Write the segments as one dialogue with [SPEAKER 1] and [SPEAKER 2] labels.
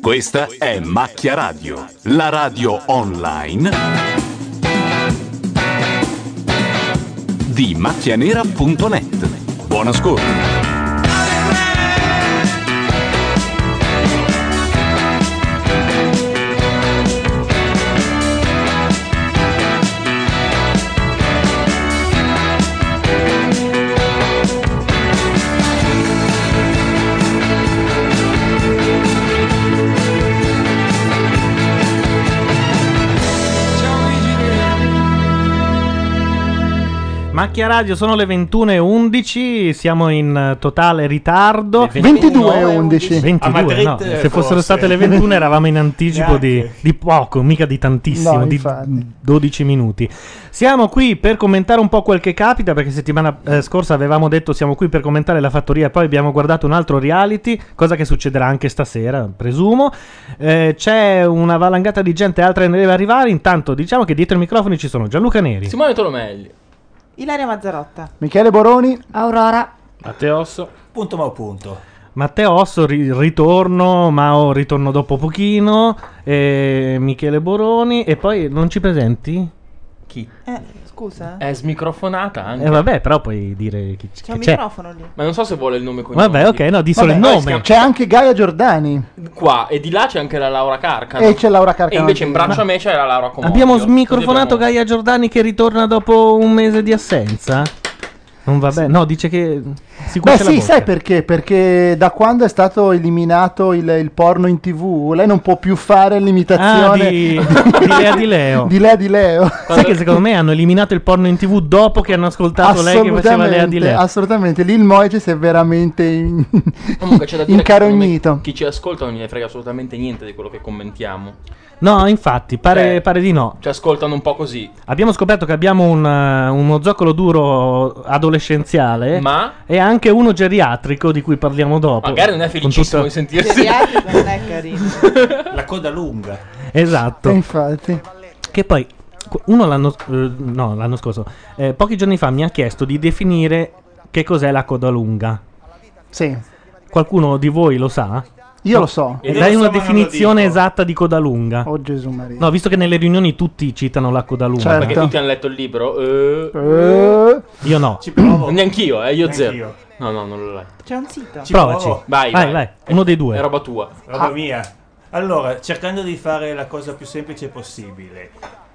[SPEAKER 1] Questa è Macchia Radio, la radio online di macchianera.net. Buon ascolto.
[SPEAKER 2] Macchia Radio, sono le 21.11, siamo in totale ritardo.
[SPEAKER 3] 22.11.
[SPEAKER 2] 22,
[SPEAKER 4] A Madrid,
[SPEAKER 2] no,
[SPEAKER 4] eh,
[SPEAKER 2] se fossero
[SPEAKER 4] forse.
[SPEAKER 2] state le 21 eravamo in anticipo di, di poco, mica di tantissimo,
[SPEAKER 3] No,
[SPEAKER 2] di
[SPEAKER 3] infatti.
[SPEAKER 2] 12 minuti. Siamo qui per commentare un po' quel che capita, perché settimana eh, scorsa avevamo detto siamo qui per commentare la fattoria e poi abbiamo guardato un altro reality, cosa che succederà anche stasera, presumo. Eh, c'è una valangata di gente altra che ne deve arrivare, intanto diciamo che dietro i microfoni ci sono Gianluca Neri.
[SPEAKER 4] Simone Tolomelli.
[SPEAKER 5] Ilaria Mazzarotta.
[SPEAKER 3] Michele Boroni.
[SPEAKER 5] Aurora.
[SPEAKER 4] Matteosso. Punto ma punto.
[SPEAKER 2] Matteo Osso, ri- ritorno, Mao ritorno dopo pochino, e Michele Boroni e poi non ci presenti?
[SPEAKER 4] Chi?
[SPEAKER 5] Eh, scusa.
[SPEAKER 4] È smicrofonata anche.
[SPEAKER 2] E Eh, vabbè, però puoi dire chi c-
[SPEAKER 5] C'è
[SPEAKER 2] che
[SPEAKER 5] un
[SPEAKER 2] c'è.
[SPEAKER 5] microfono lì.
[SPEAKER 4] Ma non so se vuole il nome e cognome.
[SPEAKER 2] Vabbè, ok, no, di solo il
[SPEAKER 3] Vabbè,
[SPEAKER 2] nome.
[SPEAKER 4] noi
[SPEAKER 3] C'è anche Gaia Giordani.
[SPEAKER 4] Qua e di là c'è anche la Laura Carcano.
[SPEAKER 3] E c'è Laura Carcano.
[SPEAKER 4] E invece in
[SPEAKER 3] anche lì.
[SPEAKER 4] braccio a me c'è la Laura Comodio.
[SPEAKER 2] Abbiamo
[SPEAKER 4] Così
[SPEAKER 2] smicrofonato
[SPEAKER 4] abbiamo-
[SPEAKER 2] Gaia Giordani che ritorna dopo un mese di assenza? Non va bene, no, dice che si
[SPEAKER 3] Beh
[SPEAKER 2] cuoce la
[SPEAKER 3] sì,
[SPEAKER 2] bocca.
[SPEAKER 3] sai perché? Perché da quando è stato eliminato il, il porno in tv, lei non può più fare
[SPEAKER 2] Ah,
[SPEAKER 3] l'imitazione
[SPEAKER 2] di, di Lea Di Leo.
[SPEAKER 3] di Lea di Leo.
[SPEAKER 2] Sai che secondo me hanno eliminato il porno in tv dopo che hanno ascoltato lei che faceva Lea Di Leo.
[SPEAKER 3] assolutamente. Lì il Moece si è veramente in-
[SPEAKER 4] Comunque c'è da dire che secondo me
[SPEAKER 3] incarognito.
[SPEAKER 4] chi ci ascolta non gliene frega assolutamente niente di quello che commentiamo.
[SPEAKER 2] No, infatti, pare-
[SPEAKER 4] Cioè-
[SPEAKER 2] pare di no.
[SPEAKER 4] Ci ascoltano un po' così.
[SPEAKER 2] Abbiamo scoperto che abbiamo un, eh, uno zoccolo duro adolescenziale
[SPEAKER 4] Ma
[SPEAKER 2] e anche uno geriatrico di cui parliamo dopo.
[SPEAKER 4] magari non è felicissimo
[SPEAKER 2] Con
[SPEAKER 4] di
[SPEAKER 2] tutta-
[SPEAKER 4] sentirsi.
[SPEAKER 5] Geriatrico non è carino.
[SPEAKER 6] La coda lunga.
[SPEAKER 3] E
[SPEAKER 2] Esatto.
[SPEAKER 3] infatti.
[SPEAKER 2] Che poi qu- uno l'anno, eh, no, l'anno scorso, eh, pochi giorni fa mi ha chiesto di definire che cos'è la coda lunga.
[SPEAKER 3] Sì,
[SPEAKER 2] Qualcuno di voi lo sa?
[SPEAKER 3] io lo so.
[SPEAKER 6] E
[SPEAKER 2] Dai
[SPEAKER 6] io lo so,
[SPEAKER 2] una
[SPEAKER 6] ma non lo
[SPEAKER 2] definizione
[SPEAKER 6] dico.
[SPEAKER 2] esatta di coda lunga.
[SPEAKER 3] Oh Gesù Maria.
[SPEAKER 2] No, visto che nelle riunioni tutti citano la coda lunga,
[SPEAKER 3] Certo.
[SPEAKER 4] Perché tutti hanno letto il libro. Eh,
[SPEAKER 3] Eh,
[SPEAKER 2] io no.
[SPEAKER 6] Ci provo.
[SPEAKER 4] Neanch'io, eh, io zero.
[SPEAKER 6] Neanch'io.
[SPEAKER 4] No, no, non l'ho letto.
[SPEAKER 5] C'è un sito.
[SPEAKER 6] Ci
[SPEAKER 2] Provaci.
[SPEAKER 6] provo.
[SPEAKER 4] Vai,
[SPEAKER 2] Vai, vai, uno dei due. Ah,
[SPEAKER 4] È roba tua.
[SPEAKER 6] Roba mia. Allora, cercando di fare la cosa più semplice possibile.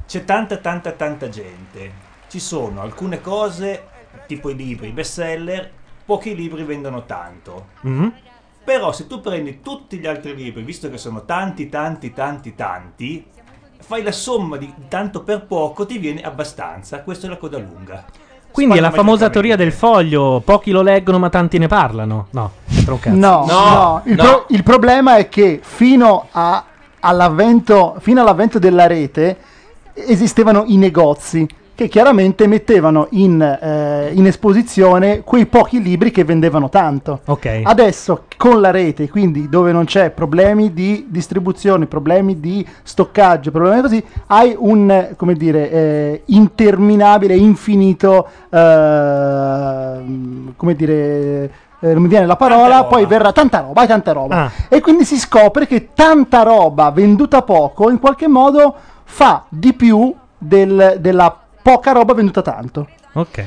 [SPEAKER 6] C'è tanta, tanta, tanta gente. Ci sono alcune cose, tipo i libri bestseller, pochi libri vendono tanto.
[SPEAKER 4] Mm-hmm.
[SPEAKER 2] Mm?
[SPEAKER 6] Però se tu prendi tutti gli altri libri, visto che sono tanti, tanti, tanti, tanti, fai la somma di tanto per poco, ti viene abbastanza. Questa è la coda lunga.
[SPEAKER 2] Quindi è la famosa
[SPEAKER 6] Spagnometricamente.
[SPEAKER 2] teoria del foglio, pochi lo leggono ma tanti ne parlano. No, c'entra un cazzo.
[SPEAKER 3] No, no,
[SPEAKER 4] No,
[SPEAKER 3] Il,
[SPEAKER 4] no.
[SPEAKER 3] pro- il problema è che fino, a- all'avvento, fino all'avvento della rete esistevano i negozi che chiaramente mettevano in, eh, in esposizione quei pochi libri che vendevano tanto.
[SPEAKER 2] Ok.
[SPEAKER 3] Adesso con la rete, quindi dove non c'è problemi di distribuzione, problemi di stoccaggio, problemi così, hai un eh, come dire eh, interminabile, infinito, eh, come dire. eh, non mi viene la parola,
[SPEAKER 6] roba.
[SPEAKER 3] poi verrà tanta roba, hai tanta roba.
[SPEAKER 2] Ah.
[SPEAKER 3] E quindi si scopre che tanta roba venduta poco in qualche modo fa di più del- della poca roba venduta tanto.
[SPEAKER 2] Ok.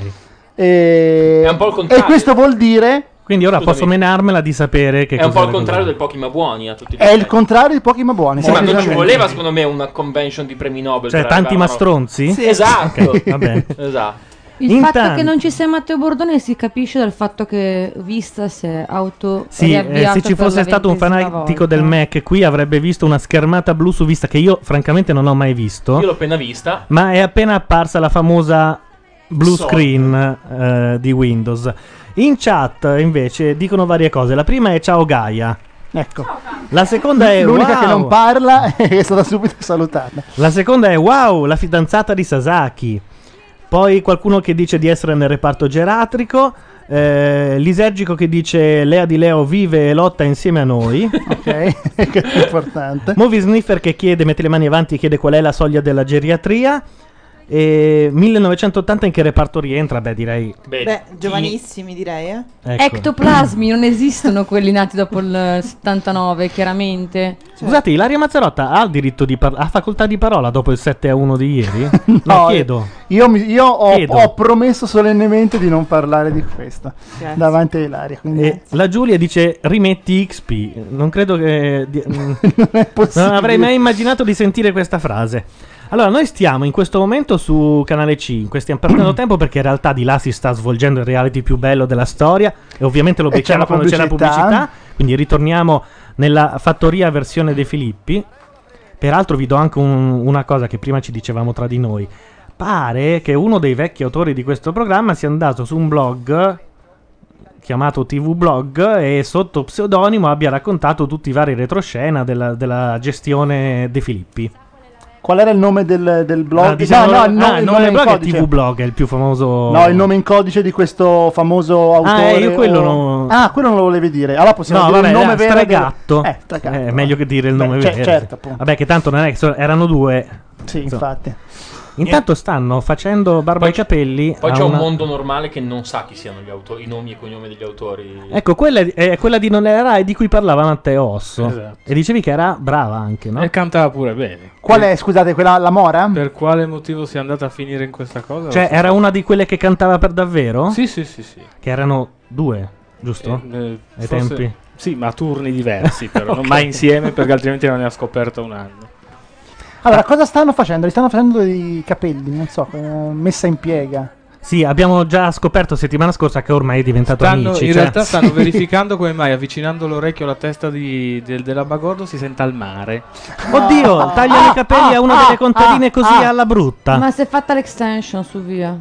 [SPEAKER 3] E,
[SPEAKER 4] È un po' il
[SPEAKER 3] e
[SPEAKER 4] contrario.
[SPEAKER 3] questo vuol dire
[SPEAKER 2] Quindi ora
[SPEAKER 4] Scusami.
[SPEAKER 2] posso menarmela di sapere che
[SPEAKER 4] È un po'
[SPEAKER 2] cos'è
[SPEAKER 4] il
[SPEAKER 2] la
[SPEAKER 4] contrario
[SPEAKER 2] cosa.
[SPEAKER 4] del pochi ma buoni a tutti gli
[SPEAKER 3] È il
[SPEAKER 4] effetti.
[SPEAKER 3] contrario di pochi ma buoni.
[SPEAKER 4] Sì, ma non ci
[SPEAKER 3] semplicemente.
[SPEAKER 4] voleva, secondo me, una convention di premi Nobel.
[SPEAKER 2] Cioè,
[SPEAKER 4] per
[SPEAKER 2] tanti ma
[SPEAKER 4] arrivare a una-
[SPEAKER 2] stronzi?
[SPEAKER 4] Sì, esatto.
[SPEAKER 2] Ok, va bene.
[SPEAKER 4] Esatto.
[SPEAKER 7] Il
[SPEAKER 2] Intanto-
[SPEAKER 7] fatto che non ci sia Matteo Bordone si capisce dal fatto che Vista si è auto
[SPEAKER 2] Sì, eh, se ci fosse stato un fanatico del Mac qui avrebbe visto una schermata blu su vista che io francamente non ho mai visto.
[SPEAKER 4] Io l'ho appena vista.
[SPEAKER 2] Ma è appena apparsa la famosa blue
[SPEAKER 6] Sotto.
[SPEAKER 2] screen eh, di Windows. In chat invece dicono varie cose. La prima è ciao Gaia.
[SPEAKER 3] Ecco.
[SPEAKER 2] La seconda è
[SPEAKER 3] L'unica che
[SPEAKER 2] "Wow".
[SPEAKER 3] non parla e è stata subito salutata.
[SPEAKER 2] La seconda è wow, la fidanzata di Sasaki. Poi qualcuno che dice di essere nel reparto geriatrico. eh, Lisergico che dice Lea di Leo vive e lotta insieme a noi.
[SPEAKER 3] Ok, che è importante.
[SPEAKER 2] Movie Sniffer che chiede, mette le mani avanti e chiede qual è la soglia della geriatria. E 1980 in che reparto rientra? Beh, direi...
[SPEAKER 5] Beh, cioè. giovanissimi direi, eh.
[SPEAKER 2] Ecco.
[SPEAKER 7] Ectoplasmi, non esistono quelli nati dopo il 79, chiaramente.
[SPEAKER 2] Scusate, Ilaria Mazzarotta ha il diritto di par- ha facoltà di parola dopo il 7 a 1 di ieri?
[SPEAKER 3] No,
[SPEAKER 2] Lo chiedo.
[SPEAKER 3] Io, mi- io ho,
[SPEAKER 2] Chiedo.
[SPEAKER 3] ho promesso solennemente di non parlare di questo
[SPEAKER 5] Grazie.
[SPEAKER 3] davanti a Ilaria. Quindi
[SPEAKER 2] E la Giulia dice rimetti XP. Non credo che. di- mm, non avrei mai immaginato di sentire questa frase. Allora, noi stiamo in questo momento su Canale 5. Stiamo perdendo tempo perché in realtà di là si sta svolgendo il reality più bello della storia. E ovviamente lo
[SPEAKER 3] E c'è
[SPEAKER 2] becchiamo
[SPEAKER 3] la
[SPEAKER 2] quando c'è la
[SPEAKER 3] pubblicità.
[SPEAKER 2] pubblicità. Quindi ritorniamo nella fattoria versione De Filippi. Peraltro, vi do anche un- una cosa che prima ci dicevamo tra di noi. Pare che uno dei vecchi autori di questo programma sia andato su un blog chiamato TV Blog e sotto pseudonimo abbia raccontato tutti i vari retroscena della, della gestione De Filippi.
[SPEAKER 3] Qual era il nome del, del blog?
[SPEAKER 2] Ah, diciamo-
[SPEAKER 3] no, no, il no-
[SPEAKER 2] ah, il nome
[SPEAKER 3] in
[SPEAKER 2] del blog
[SPEAKER 3] codice.
[SPEAKER 2] è TV Blog, è il più famoso.
[SPEAKER 3] No, il nome in codice di questo famoso autore.
[SPEAKER 2] Ah, eh, io quello
[SPEAKER 3] o-
[SPEAKER 2] non-
[SPEAKER 3] Ah, quello non lo volevi dire. Allora possiamo
[SPEAKER 2] No,
[SPEAKER 3] dire
[SPEAKER 2] vabbè,
[SPEAKER 3] il nome
[SPEAKER 2] eh,
[SPEAKER 3] vero.
[SPEAKER 2] Stregatto.
[SPEAKER 3] del- Eh, Stregatto.
[SPEAKER 2] Eh, meglio che dire il
[SPEAKER 3] Beh,
[SPEAKER 2] nome
[SPEAKER 3] cioè,
[SPEAKER 2] vero.
[SPEAKER 3] certo, appunto.
[SPEAKER 2] Vabbè, che tanto non è, so- erano due.
[SPEAKER 3] Sì,
[SPEAKER 2] Insomma.
[SPEAKER 3] infatti.
[SPEAKER 2] Intanto stanno facendo barba ai capelli.
[SPEAKER 4] Poi
[SPEAKER 2] a
[SPEAKER 4] c'è un
[SPEAKER 2] una-
[SPEAKER 4] mondo normale che non sa chi siano gli autori, i nomi e cognomi degli autori.
[SPEAKER 2] Ecco, quella è è quella di Non era Rai di cui parlava Matteo Osso.
[SPEAKER 8] Esatto.
[SPEAKER 2] E dicevi che era brava anche, no?
[SPEAKER 8] E cantava pure bene.
[SPEAKER 3] Qual è, scusate, quella la Mora?
[SPEAKER 8] Per quale motivo sia andata a finire in questa cosa?
[SPEAKER 2] Cioè, era una di quelle che cantava per davvero?
[SPEAKER 8] Sì, sì, sì, sì.
[SPEAKER 2] Che erano due, giusto?
[SPEAKER 8] Eh, eh,
[SPEAKER 2] Ai
[SPEAKER 8] forse-
[SPEAKER 2] tempi?
[SPEAKER 8] Sì, ma a turni diversi, però non
[SPEAKER 2] Ok.
[SPEAKER 8] mai insieme perché altrimenti non ne ha scoperta un anno.
[SPEAKER 3] Allora, cosa stanno facendo? Li stanno facendo i capelli, non so, eh, messa in piega.
[SPEAKER 2] Sì, abbiamo già scoperto settimana scorsa che ormai è diventato
[SPEAKER 8] Stanno-
[SPEAKER 2] amici.
[SPEAKER 8] in
[SPEAKER 2] cioè-
[SPEAKER 8] realtà stanno verificando come mai avvicinando l'orecchio alla testa di, del, dell'Abagordo si senta il mare.
[SPEAKER 2] Ah. Oddio, tagliano i capelli a una delle contadine così alla brutta.
[SPEAKER 7] Ma si è fatta l'extension su via.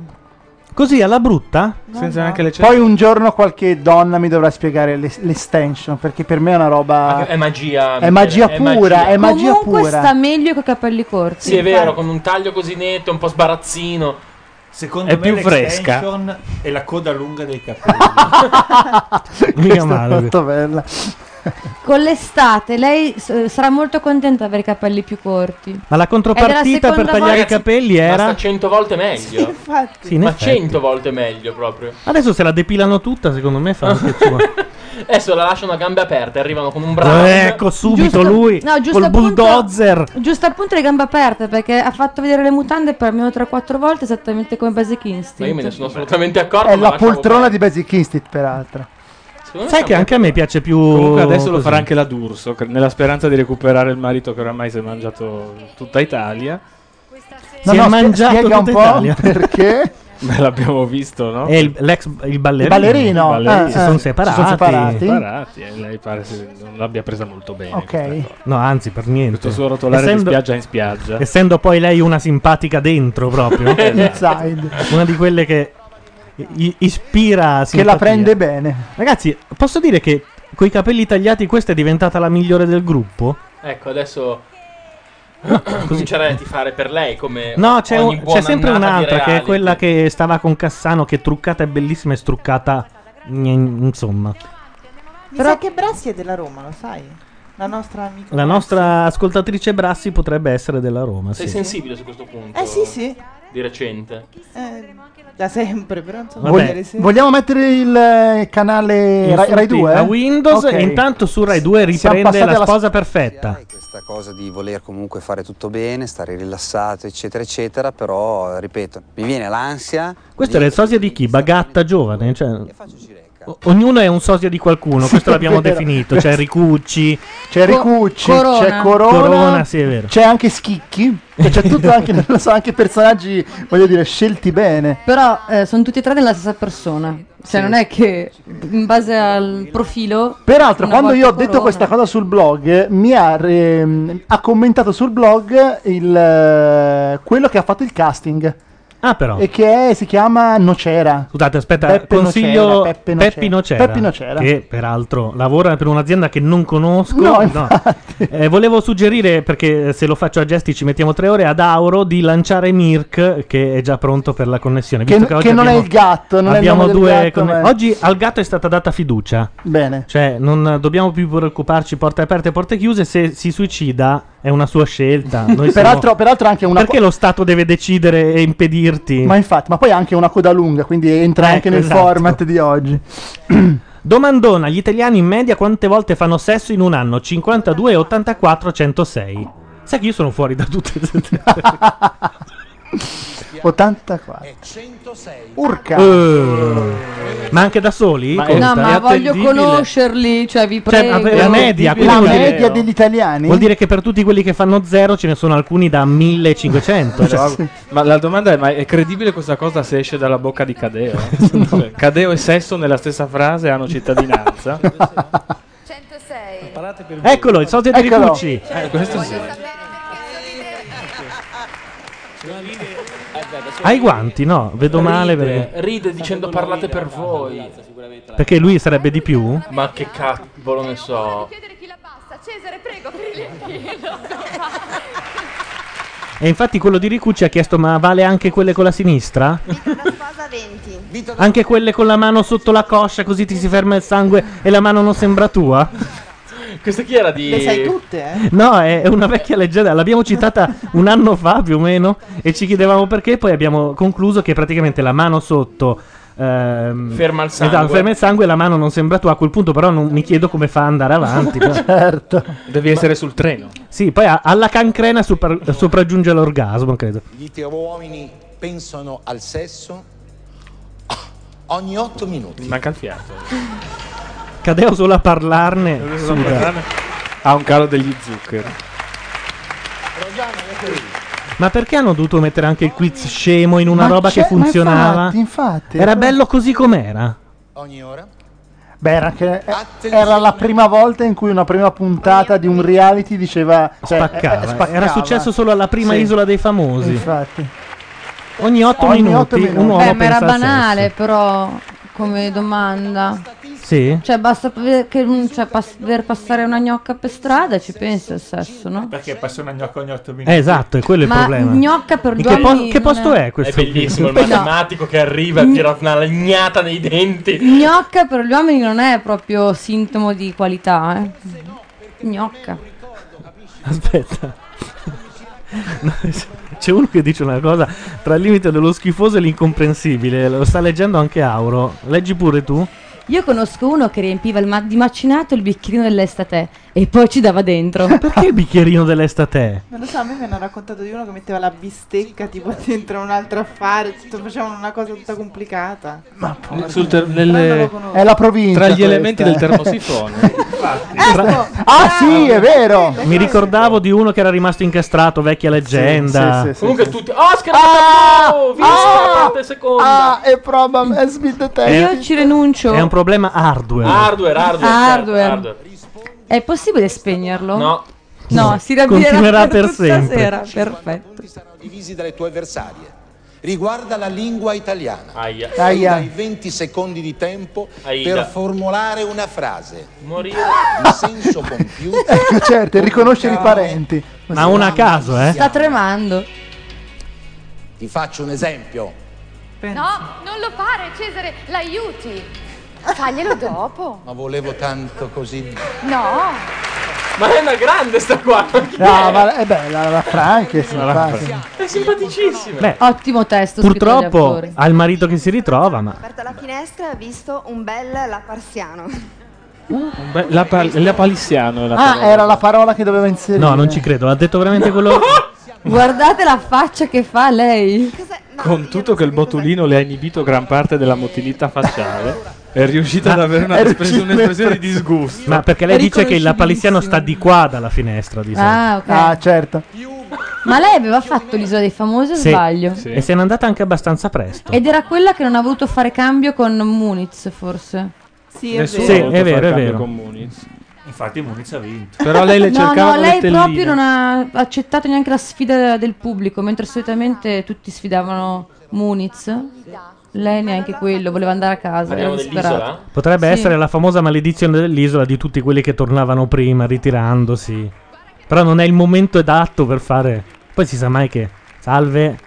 [SPEAKER 2] Così alla brutta?
[SPEAKER 8] senza neanche le
[SPEAKER 3] Poi un giorno qualche donna mi dovrà spiegare l'es- l'estension, perché per me è
[SPEAKER 4] Ma
[SPEAKER 3] una roba...
[SPEAKER 4] Ah, È magia.
[SPEAKER 3] È magia
[SPEAKER 4] Michele,
[SPEAKER 3] pura, è ma- magia
[SPEAKER 7] Comunque
[SPEAKER 3] pura.
[SPEAKER 7] sta meglio con i capelli corti.
[SPEAKER 4] Sì, è vero, con un taglio così netto, un po' sbarazzino.
[SPEAKER 6] Secondo
[SPEAKER 8] È
[SPEAKER 6] me
[SPEAKER 8] più
[SPEAKER 6] l'extension è la coda lunga dei capelli.
[SPEAKER 2] Mica
[SPEAKER 3] Questa è
[SPEAKER 2] male.
[SPEAKER 3] molto bella.
[SPEAKER 7] Con l'estate lei s- sarà molto contenta di avere i capelli più corti.
[SPEAKER 2] Ma la contropartita
[SPEAKER 7] seconda
[SPEAKER 2] per tagliare
[SPEAKER 4] volta-
[SPEAKER 2] i capelli
[SPEAKER 4] Ma
[SPEAKER 2] era...
[SPEAKER 4] sta 100 volte meglio.
[SPEAKER 5] Infatti.
[SPEAKER 2] Sì, in
[SPEAKER 4] Ma
[SPEAKER 2] effetti.
[SPEAKER 4] 100 volte meglio proprio.
[SPEAKER 2] Adesso se la depilano tutta, secondo me fa anche sua.
[SPEAKER 4] Adesso la lasciano a gambe aperte, arrivano con un bravo.
[SPEAKER 2] ecco, subito
[SPEAKER 7] Giusto-
[SPEAKER 2] lui.
[SPEAKER 7] no, giusto
[SPEAKER 2] col
[SPEAKER 7] appunto-
[SPEAKER 2] bulldozer.
[SPEAKER 7] Giusto appunto le gambe aperte perché ha fatto vedere le mutande per almeno 3-4 volte esattamente come Basic Instinct.
[SPEAKER 4] Ma io me ne sono assolutamente accorto.
[SPEAKER 3] È
[SPEAKER 4] ma
[SPEAKER 3] la
[SPEAKER 4] lasciavo
[SPEAKER 3] poltrona
[SPEAKER 4] perdere.
[SPEAKER 3] di Basic Instinct, peraltro.
[SPEAKER 4] Secondo me
[SPEAKER 2] Sai che
[SPEAKER 4] siamo-
[SPEAKER 2] anche a me piace più...
[SPEAKER 8] Comunque adesso lo
[SPEAKER 2] Oh, così.
[SPEAKER 8] farà anche la D'Urso, che- nella speranza di recuperare il marito che oramai si è mangiato tutta Italia.
[SPEAKER 2] Si è
[SPEAKER 3] spie-
[SPEAKER 2] mangiato
[SPEAKER 3] spiega un
[SPEAKER 2] tutta
[SPEAKER 3] po'
[SPEAKER 2] Italia.
[SPEAKER 3] perché
[SPEAKER 8] Beh, l'abbiamo visto, no?
[SPEAKER 2] E il, l'ex, il ballerino.
[SPEAKER 3] il ballerino,
[SPEAKER 8] il ballerino.
[SPEAKER 3] eh,
[SPEAKER 2] Si sono
[SPEAKER 3] eh,
[SPEAKER 2] separati.
[SPEAKER 3] si sono separati.
[SPEAKER 8] Separati, e lei pare se- non l'abbia presa molto bene.
[SPEAKER 3] Ok.
[SPEAKER 8] questa cosa.
[SPEAKER 2] No, anzi, per niente.
[SPEAKER 8] Questo suo rotolare di
[SPEAKER 2] Essendo-
[SPEAKER 8] spiaggia in spiaggia.
[SPEAKER 2] Essendo poi lei una simpatica dentro proprio.
[SPEAKER 4] Esatto.
[SPEAKER 3] Inside,
[SPEAKER 2] una di quelle che i- ispira
[SPEAKER 3] che la
[SPEAKER 2] simpatia.
[SPEAKER 3] prende bene.
[SPEAKER 2] Ragazzi, posso dire che coi capelli tagliati questa è diventata la migliore del gruppo?
[SPEAKER 4] Ecco, adesso. Comincerei a tifare per lei come.
[SPEAKER 2] No, c'è,
[SPEAKER 4] Cioè, ogni
[SPEAKER 2] un-
[SPEAKER 4] buona
[SPEAKER 2] c'è sempre
[SPEAKER 4] annata di
[SPEAKER 2] un'altra che è
[SPEAKER 4] reality.
[SPEAKER 2] quella che stava con Cassano che truccata è bellissima e struccata gn- insomma.
[SPEAKER 5] Mi
[SPEAKER 7] Però-
[SPEAKER 5] sa che Brassi è della Roma, lo sai? La nostra amica.
[SPEAKER 2] La nostra ascoltatrice Brassi potrebbe essere della Roma,
[SPEAKER 4] Sei
[SPEAKER 2] sì.
[SPEAKER 4] sensibile su questo punto?
[SPEAKER 5] Eh sì, sì.
[SPEAKER 4] Di recente.
[SPEAKER 5] Eh, da sempre, però insomma.
[SPEAKER 2] Vabbè,
[SPEAKER 5] ieri sera.
[SPEAKER 3] Vogliamo mettere il eh, canale Rai, Rai 2?
[SPEAKER 2] A Windows
[SPEAKER 3] Ok.
[SPEAKER 2] e intanto su Rai 2
[SPEAKER 3] Siamo
[SPEAKER 2] riprende
[SPEAKER 3] passati
[SPEAKER 2] la
[SPEAKER 3] alla-
[SPEAKER 2] sposa perfetta.
[SPEAKER 9] Hai questa cosa di voler comunque fare tutto bene, stare rilassato, eccetera, eccetera, però, eh, ripeto, mi viene l'ansia.
[SPEAKER 2] Questo era il sosia di chi? Bagatta giovane, cioè-
[SPEAKER 9] E faccio Girecca.
[SPEAKER 2] O- ognuno è un sosia di qualcuno,
[SPEAKER 3] Sì,
[SPEAKER 2] questo
[SPEAKER 3] è
[SPEAKER 2] l'abbiamo
[SPEAKER 3] vero.
[SPEAKER 2] definito, c'è Ricucci,
[SPEAKER 3] C'è
[SPEAKER 7] Co-
[SPEAKER 3] Ricucci,
[SPEAKER 7] Corona.
[SPEAKER 3] c'è Corona,
[SPEAKER 2] Corona, sì, è vero.
[SPEAKER 3] c'è anche Schicchi, e c'è tutto anche, non lo so, anche personaggi, voglio dire, scelti bene.
[SPEAKER 7] Però eh, sono tutti e tre della stessa persona. Cioè, non è che in base al profilo.
[SPEAKER 3] Peraltro,
[SPEAKER 7] una
[SPEAKER 3] quando
[SPEAKER 7] volta
[SPEAKER 3] io ho detto
[SPEAKER 7] Corona.
[SPEAKER 3] questa cosa sul blog, eh, mi ha, ehm, ha commentato sul blog il, eh, quello che ha fatto il casting
[SPEAKER 2] Ah però.
[SPEAKER 3] e che è- si chiama Nocera.
[SPEAKER 2] Scusate, aspetta,
[SPEAKER 3] Peppe
[SPEAKER 2] consiglio
[SPEAKER 3] Nocera,
[SPEAKER 2] Peppi
[SPEAKER 3] Peppe
[SPEAKER 2] Nocera,
[SPEAKER 3] Nocera. Peppi Nocera.
[SPEAKER 2] che peraltro lavora per un'azienda che non conosco.
[SPEAKER 3] No,
[SPEAKER 2] No.
[SPEAKER 3] infatti.
[SPEAKER 2] Eh, volevo suggerire, perché eh, se lo faccio a gesti ci mettiamo tre ore, ad Auro di lanciare Mirk, che è già pronto per la connessione.
[SPEAKER 3] Che,
[SPEAKER 2] visto
[SPEAKER 3] che
[SPEAKER 2] oggi
[SPEAKER 3] non è
[SPEAKER 2] abbiamo-
[SPEAKER 3] il gatto, non
[SPEAKER 2] abbiamo
[SPEAKER 3] è il nome
[SPEAKER 2] due
[SPEAKER 3] del gatto,
[SPEAKER 2] conne-
[SPEAKER 3] ma-
[SPEAKER 2] Oggi al gatto è stata data fiducia,
[SPEAKER 3] Bene.
[SPEAKER 2] cioè non dobbiamo più preoccuparci porte aperte e porte chiuse, se si suicida È una sua scelta. Noi
[SPEAKER 3] Peraltro-
[SPEAKER 2] siamo-
[SPEAKER 3] peraltro anche una
[SPEAKER 2] Perché
[SPEAKER 3] co-
[SPEAKER 2] lo Stato deve decidere e impedirti?
[SPEAKER 3] Ma infatti, ma poi ha anche una coda lunga, quindi entra
[SPEAKER 2] Ecco,
[SPEAKER 3] anche nel
[SPEAKER 2] esatto.
[SPEAKER 3] format di oggi.
[SPEAKER 2] Domandona, gli italiani in media quante volte fanno sesso in un anno? 52, 84, 106. Sai che io sono fuori da tutte le
[SPEAKER 3] 84.
[SPEAKER 10] 106.
[SPEAKER 3] Urca.
[SPEAKER 2] Eh, ma anche da soli?
[SPEAKER 7] no,
[SPEAKER 2] Conta?
[SPEAKER 7] ma
[SPEAKER 2] È
[SPEAKER 7] voglio
[SPEAKER 2] attendibile?
[SPEAKER 7] conoscerli, cioè vi
[SPEAKER 2] Cioè,
[SPEAKER 7] prego.
[SPEAKER 2] vabbè, la media, quindi
[SPEAKER 3] la
[SPEAKER 2] vuol dire-
[SPEAKER 3] media degli italiani?
[SPEAKER 2] Vuol dire che per tutti quelli che fanno zero ce ne sono alcuni da 1500.
[SPEAKER 8] Cioè, ma la domanda è: ma è credibile questa cosa se esce dalla bocca di Cadeo? Cioè, Cadeo e sesso nella stessa frase hanno cittadinanza.
[SPEAKER 11] 106.
[SPEAKER 2] Eccolo, il socio di
[SPEAKER 8] Eccolo.
[SPEAKER 2] Ricucci.
[SPEAKER 8] Eh, questo sì.
[SPEAKER 2] Ha i guanti? No, vedo male perché...
[SPEAKER 4] Ride dicendo parlate per voi.
[SPEAKER 2] Perché lui sarebbe di più?
[SPEAKER 4] Ma che cavolo ne so.
[SPEAKER 11] Cesare, prego, per il
[SPEAKER 2] E infatti quello di Ricucci ha chiesto: ma vale anche quelle con la sinistra?
[SPEAKER 11] Cosa 20.
[SPEAKER 2] Anche quelle con la mano sotto la coscia, così ti si ferma il sangue e la mano non sembra tua?
[SPEAKER 4] Questa chi era di.
[SPEAKER 5] Le sai tutte, eh?
[SPEAKER 2] No, è è una vecchia leggenda, l'abbiamo citata un anno fa più o meno e ci chiedevamo perché, poi abbiamo concluso che praticamente la mano sotto... ehm,
[SPEAKER 4] Ferma il sangue.
[SPEAKER 2] esatto, ferma il sangue e la mano non sembra tua a quel punto però non mi chiedo come fa ad andare avanti però.
[SPEAKER 3] certo
[SPEAKER 8] Devi essere sul treno.
[SPEAKER 2] sì poi a- alla cancrena sopra- sopraggiunge l'orgasmo credo
[SPEAKER 10] Gli uomini pensano al sesso ogni 8 minuti.
[SPEAKER 8] Manca il fiato.
[SPEAKER 2] cadeo solo a parlarne suda.
[SPEAKER 8] Ha un calo degli zuccheri.
[SPEAKER 2] ma perché hanno dovuto mettere anche il quiz scemo in una
[SPEAKER 3] Ma
[SPEAKER 2] roba
[SPEAKER 3] c'è-
[SPEAKER 2] che
[SPEAKER 3] ma
[SPEAKER 2] funzionava
[SPEAKER 3] Infatti, infatti.
[SPEAKER 2] era bello così com'era
[SPEAKER 10] Ogni ora.
[SPEAKER 3] Beh, era, anche- eh, era la prima volta in cui una prima puntata di un reality diceva. Cioè,
[SPEAKER 2] Spaccava,
[SPEAKER 3] eh, eh, spaccava.
[SPEAKER 2] Era successo solo alla prima
[SPEAKER 3] Sì.
[SPEAKER 2] isola dei famosi.
[SPEAKER 3] Infatti.
[SPEAKER 2] Ogni 8
[SPEAKER 3] Ogni
[SPEAKER 2] minuti,
[SPEAKER 3] otto minuti.
[SPEAKER 2] un uomo
[SPEAKER 7] Beh, Eh, ma era
[SPEAKER 2] pensa al
[SPEAKER 7] banale, però, come domanda.
[SPEAKER 2] sesso. Sì.
[SPEAKER 7] Cioè, basta per- che, un- cioè, pas- per passare una gnocca per strada e ci pensi al sesso, no?
[SPEAKER 6] Perché passa una gnocca ogni 8 minuti.
[SPEAKER 2] Eh, esatto, è quello il
[SPEAKER 7] Ma
[SPEAKER 2] problema.
[SPEAKER 7] gnocca per
[SPEAKER 2] In
[SPEAKER 7] due
[SPEAKER 2] che, po-
[SPEAKER 7] anni
[SPEAKER 2] che
[SPEAKER 7] non
[SPEAKER 2] posto
[SPEAKER 7] è-
[SPEAKER 2] è, questo?
[SPEAKER 4] È bellissimo il
[SPEAKER 2] No. Mm.
[SPEAKER 4] matematico che arriva e tira una lagnata nei denti.
[SPEAKER 7] Gnocca per gli uomini non è proprio sintomo di qualità, eh. Gnocca.
[SPEAKER 2] Aspetta. No, C'è uno che dice una cosa tra il limite dello schifoso e l'incomprensibile. Lo sta leggendo anche Auro. Leggi pure tu.
[SPEAKER 7] Io conosco uno che riempiva il ma- di macinato il bicchierino dell'estate e poi ci dava dentro.
[SPEAKER 2] Perché il bicchierino dell'estate?
[SPEAKER 5] Non lo so, a me mi hanno raccontato di uno che metteva la bistecca tipo dentro un altro affare, tutto, facevano una cosa tutta complicata.
[SPEAKER 3] Ma
[SPEAKER 8] Sul ter- nelle-
[SPEAKER 5] Però non lo conosco.
[SPEAKER 3] È la provincia.
[SPEAKER 8] Tra gli
[SPEAKER 3] questa,
[SPEAKER 8] elementi
[SPEAKER 3] eh.
[SPEAKER 8] del termosifone.
[SPEAKER 5] Eh,
[SPEAKER 3] Ah, sì, è vero.
[SPEAKER 2] Mi ricordavo di uno che era rimasto incastrato, vecchia leggenda.
[SPEAKER 3] Sì, sì, sì,
[SPEAKER 4] Comunque
[SPEAKER 3] sì.
[SPEAKER 4] tutti. Oscar!
[SPEAKER 3] Ah!
[SPEAKER 4] bravo! Vince
[SPEAKER 3] Ah!
[SPEAKER 4] la parte seconda!
[SPEAKER 3] Ah, è probabile. È
[SPEAKER 2] Eh,
[SPEAKER 7] Io ci renuncio.
[SPEAKER 2] È un problema hardware.
[SPEAKER 4] Hardware, hardware, certo,
[SPEAKER 7] Hardware.
[SPEAKER 4] hardware.
[SPEAKER 7] È possibile spegnerlo?
[SPEAKER 4] No,
[SPEAKER 7] No, si rabbierà
[SPEAKER 2] Continuerà per
[SPEAKER 7] tutta
[SPEAKER 2] sempre.
[SPEAKER 7] sera, perfetto.
[SPEAKER 10] Punti saranno divisi dalle tue avversarie. Riguarda la lingua italiana.
[SPEAKER 4] aia.
[SPEAKER 10] Tu
[SPEAKER 3] Aia.
[SPEAKER 10] Hai 20 secondi di tempo
[SPEAKER 4] Aida.
[SPEAKER 10] per formulare una frase
[SPEAKER 4] Morire.
[SPEAKER 10] in senso compiuto.
[SPEAKER 3] Ecco, certo, e riconoscere i parenti.
[SPEAKER 2] Ma una a caso, eh.
[SPEAKER 7] Sta tremando.
[SPEAKER 10] Ti faccio un esempio.
[SPEAKER 11] No, non lo fare, Cesare, l'aiuti. Faglielo dopo.
[SPEAKER 10] Ma volevo tanto così.
[SPEAKER 11] No.
[SPEAKER 4] Ma è una grande sta qua.
[SPEAKER 3] No, ma è bella la, la Franches. la Franches.
[SPEAKER 4] È simpaticissima.
[SPEAKER 2] Beh,
[SPEAKER 7] Ottimo testo scritto dagli
[SPEAKER 2] purtroppo
[SPEAKER 7] autori.
[SPEAKER 2] ha il marito che si ritrova, ma
[SPEAKER 11] Aperto la finestra e ha visto un bel laparsiano.
[SPEAKER 8] Un bel- la, pal- la palissiano è la
[SPEAKER 3] Ah,
[SPEAKER 8] parola.
[SPEAKER 3] era la parola che dovevo inserire.
[SPEAKER 2] No, non ci credo, ha detto veramente quello.
[SPEAKER 7] Guardate la faccia che fa lei.
[SPEAKER 11] Cos'è? Ma io
[SPEAKER 8] Con
[SPEAKER 11] non
[SPEAKER 8] tutto
[SPEAKER 11] so
[SPEAKER 8] che il
[SPEAKER 11] cos'è.
[SPEAKER 8] botulino le ha inibito gran parte della motilità facciale, è riuscita ad avere una-
[SPEAKER 3] è
[SPEAKER 8] espres-
[SPEAKER 3] riuscita-
[SPEAKER 8] un'espressione di disgusto.
[SPEAKER 2] Ma perché lei dice che il lapalissiano sta di qua dalla finestra, di solito.
[SPEAKER 7] Ah, ok.
[SPEAKER 3] Ah, certo.
[SPEAKER 7] Ma lei aveva fatto l'isola dei famosi o
[SPEAKER 2] Sì.
[SPEAKER 7] sbaglio?
[SPEAKER 8] Sì.
[SPEAKER 2] E se n'è andata anche abbastanza presto.
[SPEAKER 7] Ed era quella che non ha voluto fare cambio con Muniz, forse.
[SPEAKER 5] Sì, è
[SPEAKER 8] Nessuno
[SPEAKER 2] Sì,
[SPEAKER 8] ha
[SPEAKER 5] vero.
[SPEAKER 8] voluto
[SPEAKER 2] è
[SPEAKER 8] fare
[SPEAKER 2] vero, è
[SPEAKER 8] cambio
[SPEAKER 2] vero.
[SPEAKER 8] con Muniz.
[SPEAKER 6] Infatti Muniz ha vinto.
[SPEAKER 8] Però lei le
[SPEAKER 7] No,
[SPEAKER 8] cercava
[SPEAKER 7] no,
[SPEAKER 8] le
[SPEAKER 7] lei
[SPEAKER 8] telline.
[SPEAKER 7] proprio non ha accettato neanche la sfida del pubblico, mentre solitamente tutti sfidavano Muniz. Lei neanche quello, voleva andare a casa, era
[SPEAKER 4] Parliamo
[SPEAKER 7] disperata.
[SPEAKER 4] dell'isola?
[SPEAKER 2] Potrebbe
[SPEAKER 7] Eh, Sì.
[SPEAKER 2] essere la famosa maledizione dell'isola di tutti quelli che tornavano prima, ritirandosi. Però non è il momento adatto per fare. Poi si sa mai che. Salve.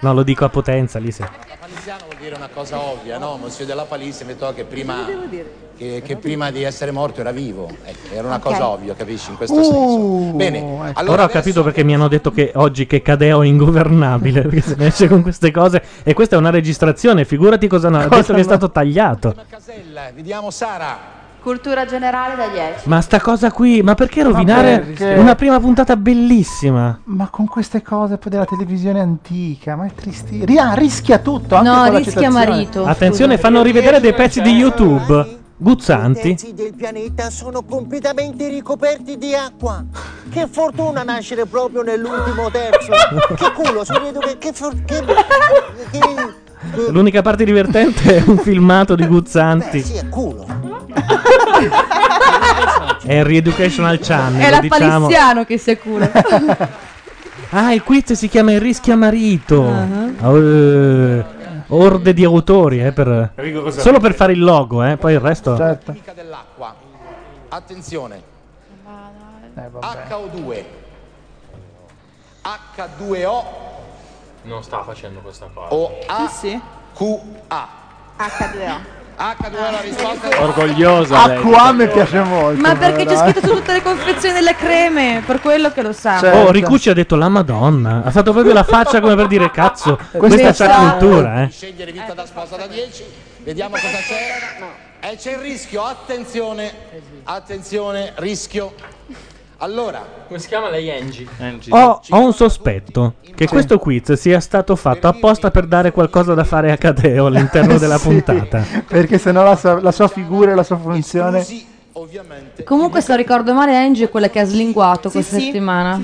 [SPEAKER 2] No, lo dico a potenza lì, sì.
[SPEAKER 10] Palissiano vuol dire una cosa ovvia, no? Monsieur della Palisse mi che prima,
[SPEAKER 12] Che devo dire?
[SPEAKER 10] che, che prima di essere morto era vivo. Ecco, era una
[SPEAKER 12] Ok.
[SPEAKER 10] cosa ovvia, capisci? In questo
[SPEAKER 3] Uh,
[SPEAKER 10] senso. Bene,
[SPEAKER 2] Ecco.
[SPEAKER 10] allora
[SPEAKER 2] Ora ho capito perché mi hanno detto che oggi che Cadeo è ingovernabile perché se ne esce con queste cose. E questa è una registrazione, figurati cosa hanno
[SPEAKER 10] Cosa
[SPEAKER 2] detto che è
[SPEAKER 10] hanno-
[SPEAKER 2] stato tagliato.
[SPEAKER 10] adesso, vediamo Sara.
[SPEAKER 13] Cultura generale da 10.
[SPEAKER 2] Ma sta cosa qui, ma perché rovinare
[SPEAKER 3] perché?
[SPEAKER 2] una prima puntata bellissima?
[SPEAKER 3] Ma con queste cose poi della televisione antica, ma è tristissimo. Ria- rischia tutto, anche
[SPEAKER 7] No,
[SPEAKER 3] con la
[SPEAKER 7] rischia
[SPEAKER 3] citazione.
[SPEAKER 7] marito.
[SPEAKER 2] Attenzione, fanno rivedere dei pezzi di YouTube. Guzzanti.
[SPEAKER 14] pezzi del pianeta sono completamente ricoperti di acqua. Che fortuna nascere proprio nell'ultimo terzo. Che culo, sono vedo che che, for- che, che-
[SPEAKER 2] L'unica parte divertente è un filmato di
[SPEAKER 14] Beh, sì,
[SPEAKER 2] Guzzanti.
[SPEAKER 14] è culo.
[SPEAKER 2] È il Reeducational Channel,
[SPEAKER 7] È la
[SPEAKER 2] diciamo.
[SPEAKER 7] palissiano che si accura.
[SPEAKER 2] Ah, il quiz si chiama Il rischia marito.
[SPEAKER 7] Ah.
[SPEAKER 2] Eh, orde di autori, eh, per-
[SPEAKER 10] Rigorosamente.
[SPEAKER 2] solo per fare il logo, eh, poi il resto.
[SPEAKER 14] Certo.
[SPEAKER 10] Certo. Chimica dell'acqua. Attenzione.
[SPEAKER 12] eh.
[SPEAKER 2] Eh,
[SPEAKER 10] HO2. H2O
[SPEAKER 4] Non sta facendo questa cosa.
[SPEAKER 10] o AQA.
[SPEAKER 5] H2O.
[SPEAKER 10] H2O
[SPEAKER 7] Ah.
[SPEAKER 10] la risposta.
[SPEAKER 8] Orgogliosa lei.
[SPEAKER 3] Acqua mi piace molto.
[SPEAKER 7] Ma perché c'è
[SPEAKER 3] però, eh.
[SPEAKER 7] scritto su tutte le confezioni delle creme? Per quello che lo sa.
[SPEAKER 8] Certo.
[SPEAKER 2] Oh,
[SPEAKER 14] Certo.
[SPEAKER 2] Ricucci ha detto la Madonna. Ha fatto proprio la faccia come per dire cazzo. Questa c'ha
[SPEAKER 10] Pensavo.
[SPEAKER 2] cultura, eh.
[SPEAKER 10] Scegliere vita da sposa da 10. Vediamo cosa c'è. Eh, c'è il rischio, attenzione. Attenzione, rischio. Allora, Oh.
[SPEAKER 4] Come si chiama lei Angie?
[SPEAKER 2] Ho, ho un sospetto che questo quiz sia stato fatto apposta per dare qualcosa da fare a Cadeo all'interno della
[SPEAKER 3] Sì.
[SPEAKER 2] puntata.
[SPEAKER 3] Perché sennò la sua, la sua figura e la sua funzione.
[SPEAKER 7] Comunque, se non ricordo male, Angie è quella che ha slinguato questa settimana.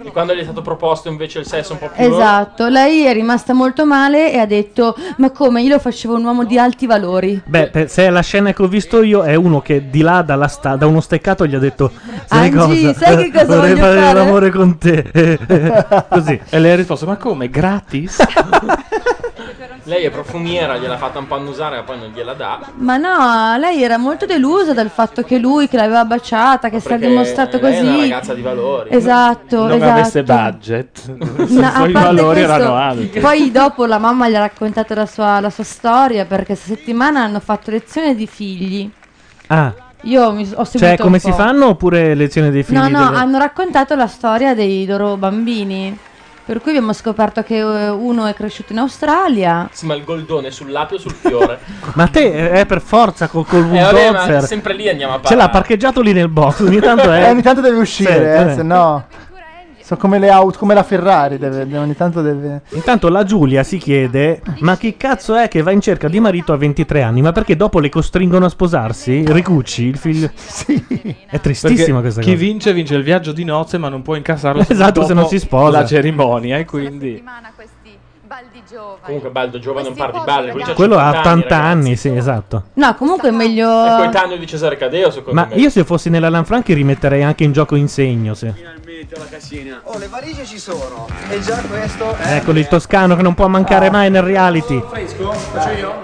[SPEAKER 4] E quando gli è stato proposto invece il sesso un po' più
[SPEAKER 7] Esatto, lei è rimasta molto male e ha detto: Ma come? Io lo facevo un uomo di alti valori.
[SPEAKER 2] Beh, per- se è la scena che ho visto io, è uno che di là dalla sta- da uno steccato gli ha detto: Sai
[SPEAKER 7] Angie,
[SPEAKER 2] cosa?
[SPEAKER 7] sai che cosa
[SPEAKER 2] Vorrei
[SPEAKER 7] voglio
[SPEAKER 2] fare
[SPEAKER 7] fare?"
[SPEAKER 2] l'amore con te. Così.
[SPEAKER 8] E lei ha risposto: Ma come? Gratis?
[SPEAKER 4] Lei è profumiera, gliel'ha fatta un po' annusare, ma poi non gliela dà.
[SPEAKER 7] Ma no, lei era molto delusa dal fatto che lui che l'aveva baciata, che si era
[SPEAKER 4] Perché
[SPEAKER 7] dimostrato
[SPEAKER 4] lei
[SPEAKER 7] così.
[SPEAKER 4] È una ragazza di valori.
[SPEAKER 7] Esatto,
[SPEAKER 8] non
[SPEAKER 7] esatto.
[SPEAKER 8] avesse budget.
[SPEAKER 7] No, a
[SPEAKER 8] I
[SPEAKER 7] parte
[SPEAKER 8] valori
[SPEAKER 7] questo,
[SPEAKER 8] erano alti.
[SPEAKER 7] Poi dopo la mamma gli ha raccontato la sua, la sua storia perché questa settimana hanno fatto lezione di figli.
[SPEAKER 2] Ah,
[SPEAKER 7] Io mi s- ho seguito
[SPEAKER 2] cioè,
[SPEAKER 7] un
[SPEAKER 2] come si
[SPEAKER 7] po'.
[SPEAKER 2] fanno oppure lezioni dei figli?
[SPEAKER 7] No, no,
[SPEAKER 2] delle-
[SPEAKER 7] hanno raccontato la storia dei loro bambini. Per cui abbiamo scoperto che eh, uno è cresciuto in Australia.
[SPEAKER 4] Sì, ma il goldone sul lato e sul fiore.
[SPEAKER 2] Ma te eh, è per forza col, col
[SPEAKER 4] Eh, vabbè, ma
[SPEAKER 2] bulldozer.
[SPEAKER 4] sempre lì andiamo a
[SPEAKER 2] Ce l'ha
[SPEAKER 4] parlare.
[SPEAKER 2] parcheggiato lì nel box. Ogni tanto è.
[SPEAKER 3] Eh, ogni tanto deve
[SPEAKER 2] Sì,
[SPEAKER 3] uscire, eh,
[SPEAKER 2] vabbè.
[SPEAKER 3] se no. Sono come le auto, come la Ferrari, deve- deve- ogni tanto deve.
[SPEAKER 2] Intanto la Giulia si chiede: Ma chi cazzo è che va in cerca di marito a 23 anni? Ma perché dopo le costringono a sposarsi? Ricucci, il figlio. Sì. È
[SPEAKER 8] Perché
[SPEAKER 2] tristissima questa
[SPEAKER 8] chi
[SPEAKER 2] cosa.
[SPEAKER 8] vince vince il viaggio di nozze, ma non può incassarlo
[SPEAKER 2] Esatto, se non
[SPEAKER 8] dopo
[SPEAKER 2] si sposa.
[SPEAKER 8] la cerimonia. E quindi
[SPEAKER 4] Esatto. Comunque Baldo Giovane non parla di balle. quello c'ha
[SPEAKER 2] Quello ha
[SPEAKER 4] 50
[SPEAKER 2] 80
[SPEAKER 4] ragazzi.
[SPEAKER 2] anni, sì, esatto.
[SPEAKER 7] No, comunque è meglio.
[SPEAKER 4] È coetaneo di Cesare Cadeo, secondo
[SPEAKER 2] Ma
[SPEAKER 4] me.
[SPEAKER 2] io se fossi nella Lanfranchi rimetterei anche in gioco insegno. Sì.
[SPEAKER 12] Oh, le valigie ci sono. E già questo è.
[SPEAKER 2] Eccolo Ecco, il toscano che non può
[SPEAKER 7] Oh.
[SPEAKER 2] mancare mai nel reality.
[SPEAKER 12] Fresco? Faccio io?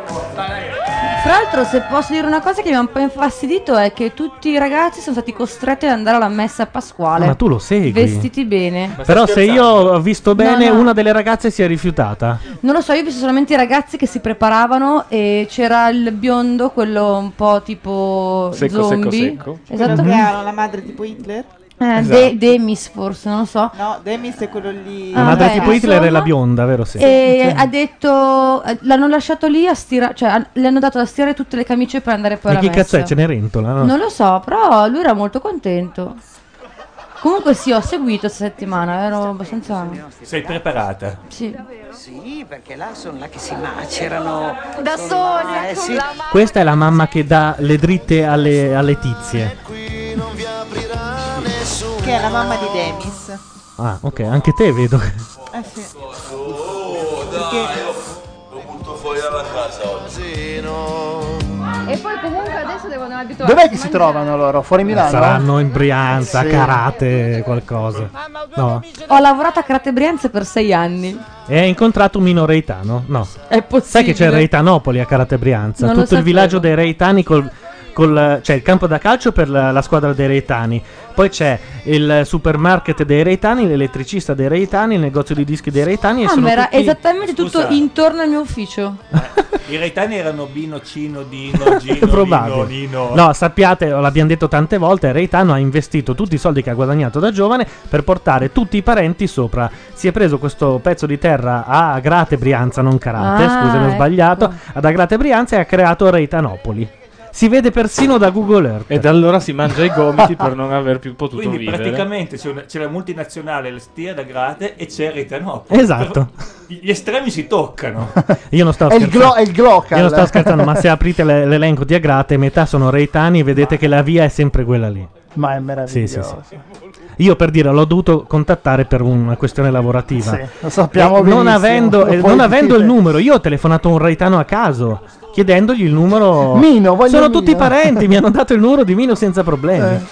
[SPEAKER 7] Fra l'altro, se posso dire una cosa che mi ha un po' infastidito è che tutti i ragazzi sono stati costretti ad andare alla messa pasquale.
[SPEAKER 2] Ah, ma tu lo segui.
[SPEAKER 7] Vestiti bene.
[SPEAKER 2] Però se io ho visto bene,
[SPEAKER 7] No, no.
[SPEAKER 2] una delle ragazze si è rifiutata.
[SPEAKER 7] Non lo so, io ho visto solamente i ragazzi che si preparavano e c'era il biondo, quello un po' tipo
[SPEAKER 8] Secco, secco,
[SPEAKER 7] zombie.
[SPEAKER 8] secco.
[SPEAKER 7] Esatto.
[SPEAKER 5] Quello che ha la madre tipo Hitler?
[SPEAKER 7] Eh,
[SPEAKER 2] Esatto.
[SPEAKER 7] De- Demis forse, non lo so.
[SPEAKER 5] No, Demis è quello lì.
[SPEAKER 2] La madre
[SPEAKER 7] Ah, beh, eh,
[SPEAKER 2] tipo Hitler è
[SPEAKER 7] insomma.
[SPEAKER 2] la bionda, vero? Sì.
[SPEAKER 7] E ha detto, eh, l'hanno lasciato lì a stirare, cioè han- le hanno dato da stirare tutte le camicie per andare poi
[SPEAKER 2] Ma
[SPEAKER 7] alla
[SPEAKER 2] chi
[SPEAKER 7] messa.
[SPEAKER 2] cazzo è? Cenerentola? No?
[SPEAKER 7] Non lo so, però lui era molto contento. Comunque sì, ho seguito questa settimana, ero abbastanza...
[SPEAKER 6] Sei preparata?
[SPEAKER 7] Sì.
[SPEAKER 12] Sì, perché là sono là che si macerano.
[SPEAKER 13] Da
[SPEAKER 12] Sono
[SPEAKER 13] soli,
[SPEAKER 12] là, eh,
[SPEAKER 13] con
[SPEAKER 12] sì.
[SPEAKER 13] la
[SPEAKER 2] Questa è la mamma che dà le dritte alle, alle tizie.
[SPEAKER 13] eh,
[SPEAKER 5] Che è la mamma di Demis.
[SPEAKER 2] Ah, ok, anche te vedo.
[SPEAKER 5] Eh sì.
[SPEAKER 15] Lo butto fuori dalla casa oggi.
[SPEAKER 11] E poi comunque adesso devono abituarsi.
[SPEAKER 3] Dov'è che si trovano loro? Fuori Milano?
[SPEAKER 2] Saranno in Brianza,
[SPEAKER 3] Sì.
[SPEAKER 2] Karate, qualcosa. No.
[SPEAKER 7] Ho lavorato a Crate Brianza per sei anni.
[SPEAKER 2] E hai incontrato un minoreitano? No.
[SPEAKER 7] È possibile.
[SPEAKER 2] Sai che c'è il Reitanopoli a Karate Brianza,
[SPEAKER 7] Non lo
[SPEAKER 2] tutto il
[SPEAKER 7] sapevo.
[SPEAKER 2] villaggio dei Reitani col col- c'è il campo da calcio per la, la squadra dei Reitani, poi c'è il supermarket dei Reitani, l'elettricista dei Reitani, il negozio di dischi dei Reitani e sono
[SPEAKER 7] Camera,
[SPEAKER 2] tutti...
[SPEAKER 7] Ah, esattamente tutto
[SPEAKER 2] Scusa.
[SPEAKER 7] intorno al mio ufficio.
[SPEAKER 6] I reitani erano Bino, Cino, Dino, Gino, Nino,
[SPEAKER 2] Probabile.
[SPEAKER 6] Nino.
[SPEAKER 2] No, sappiate, l'abbiamo detto tante volte, Reitano ha investito tutti i soldi che ha guadagnato da giovane per portare tutti i parenti sopra. Si è preso questo pezzo di terra a Agrate Brianza, non Carate,
[SPEAKER 16] Ah,
[SPEAKER 2] scusami ho
[SPEAKER 16] ecco.
[SPEAKER 2] sbagliato, ad Agrate Brianza e ha creato Reitanopoli. Si vede persino da Google Earth.
[SPEAKER 8] E da allora si mangia i gomiti per non aver più potuto
[SPEAKER 6] Quindi
[SPEAKER 8] vivere.
[SPEAKER 6] praticamente c'è, una- c'è la multinazionale, la stia da grate e c'è Retanopoli.
[SPEAKER 2] Esatto.
[SPEAKER 6] Gli estremi si toccano.
[SPEAKER 2] Io non stavo
[SPEAKER 6] È il
[SPEAKER 2] scherzando.
[SPEAKER 6] glo- è il Glocal.
[SPEAKER 2] Io non stavo scherzando, ma se aprite le- l'elenco di Agrate, metà sono Reitani e vedete che la via è sempre quella lì.
[SPEAKER 3] Ma è meraviglioso.
[SPEAKER 2] Sì, sì, Io per dire l'ho dovuto contattare per una questione lavorativa.
[SPEAKER 3] Sì, lo sappiamo
[SPEAKER 2] E Eh, Non
[SPEAKER 3] benissimo.
[SPEAKER 2] avendo, e
[SPEAKER 3] Poi
[SPEAKER 2] non avendo il
[SPEAKER 3] dite-
[SPEAKER 2] numero, io ho telefonato a un raitano a caso chiedendogli il numero.
[SPEAKER 3] Mino, voglio
[SPEAKER 2] Sono
[SPEAKER 3] Mino. Eh.
[SPEAKER 2] tutti parenti, mi hanno dato il numero di Mino senza problemi.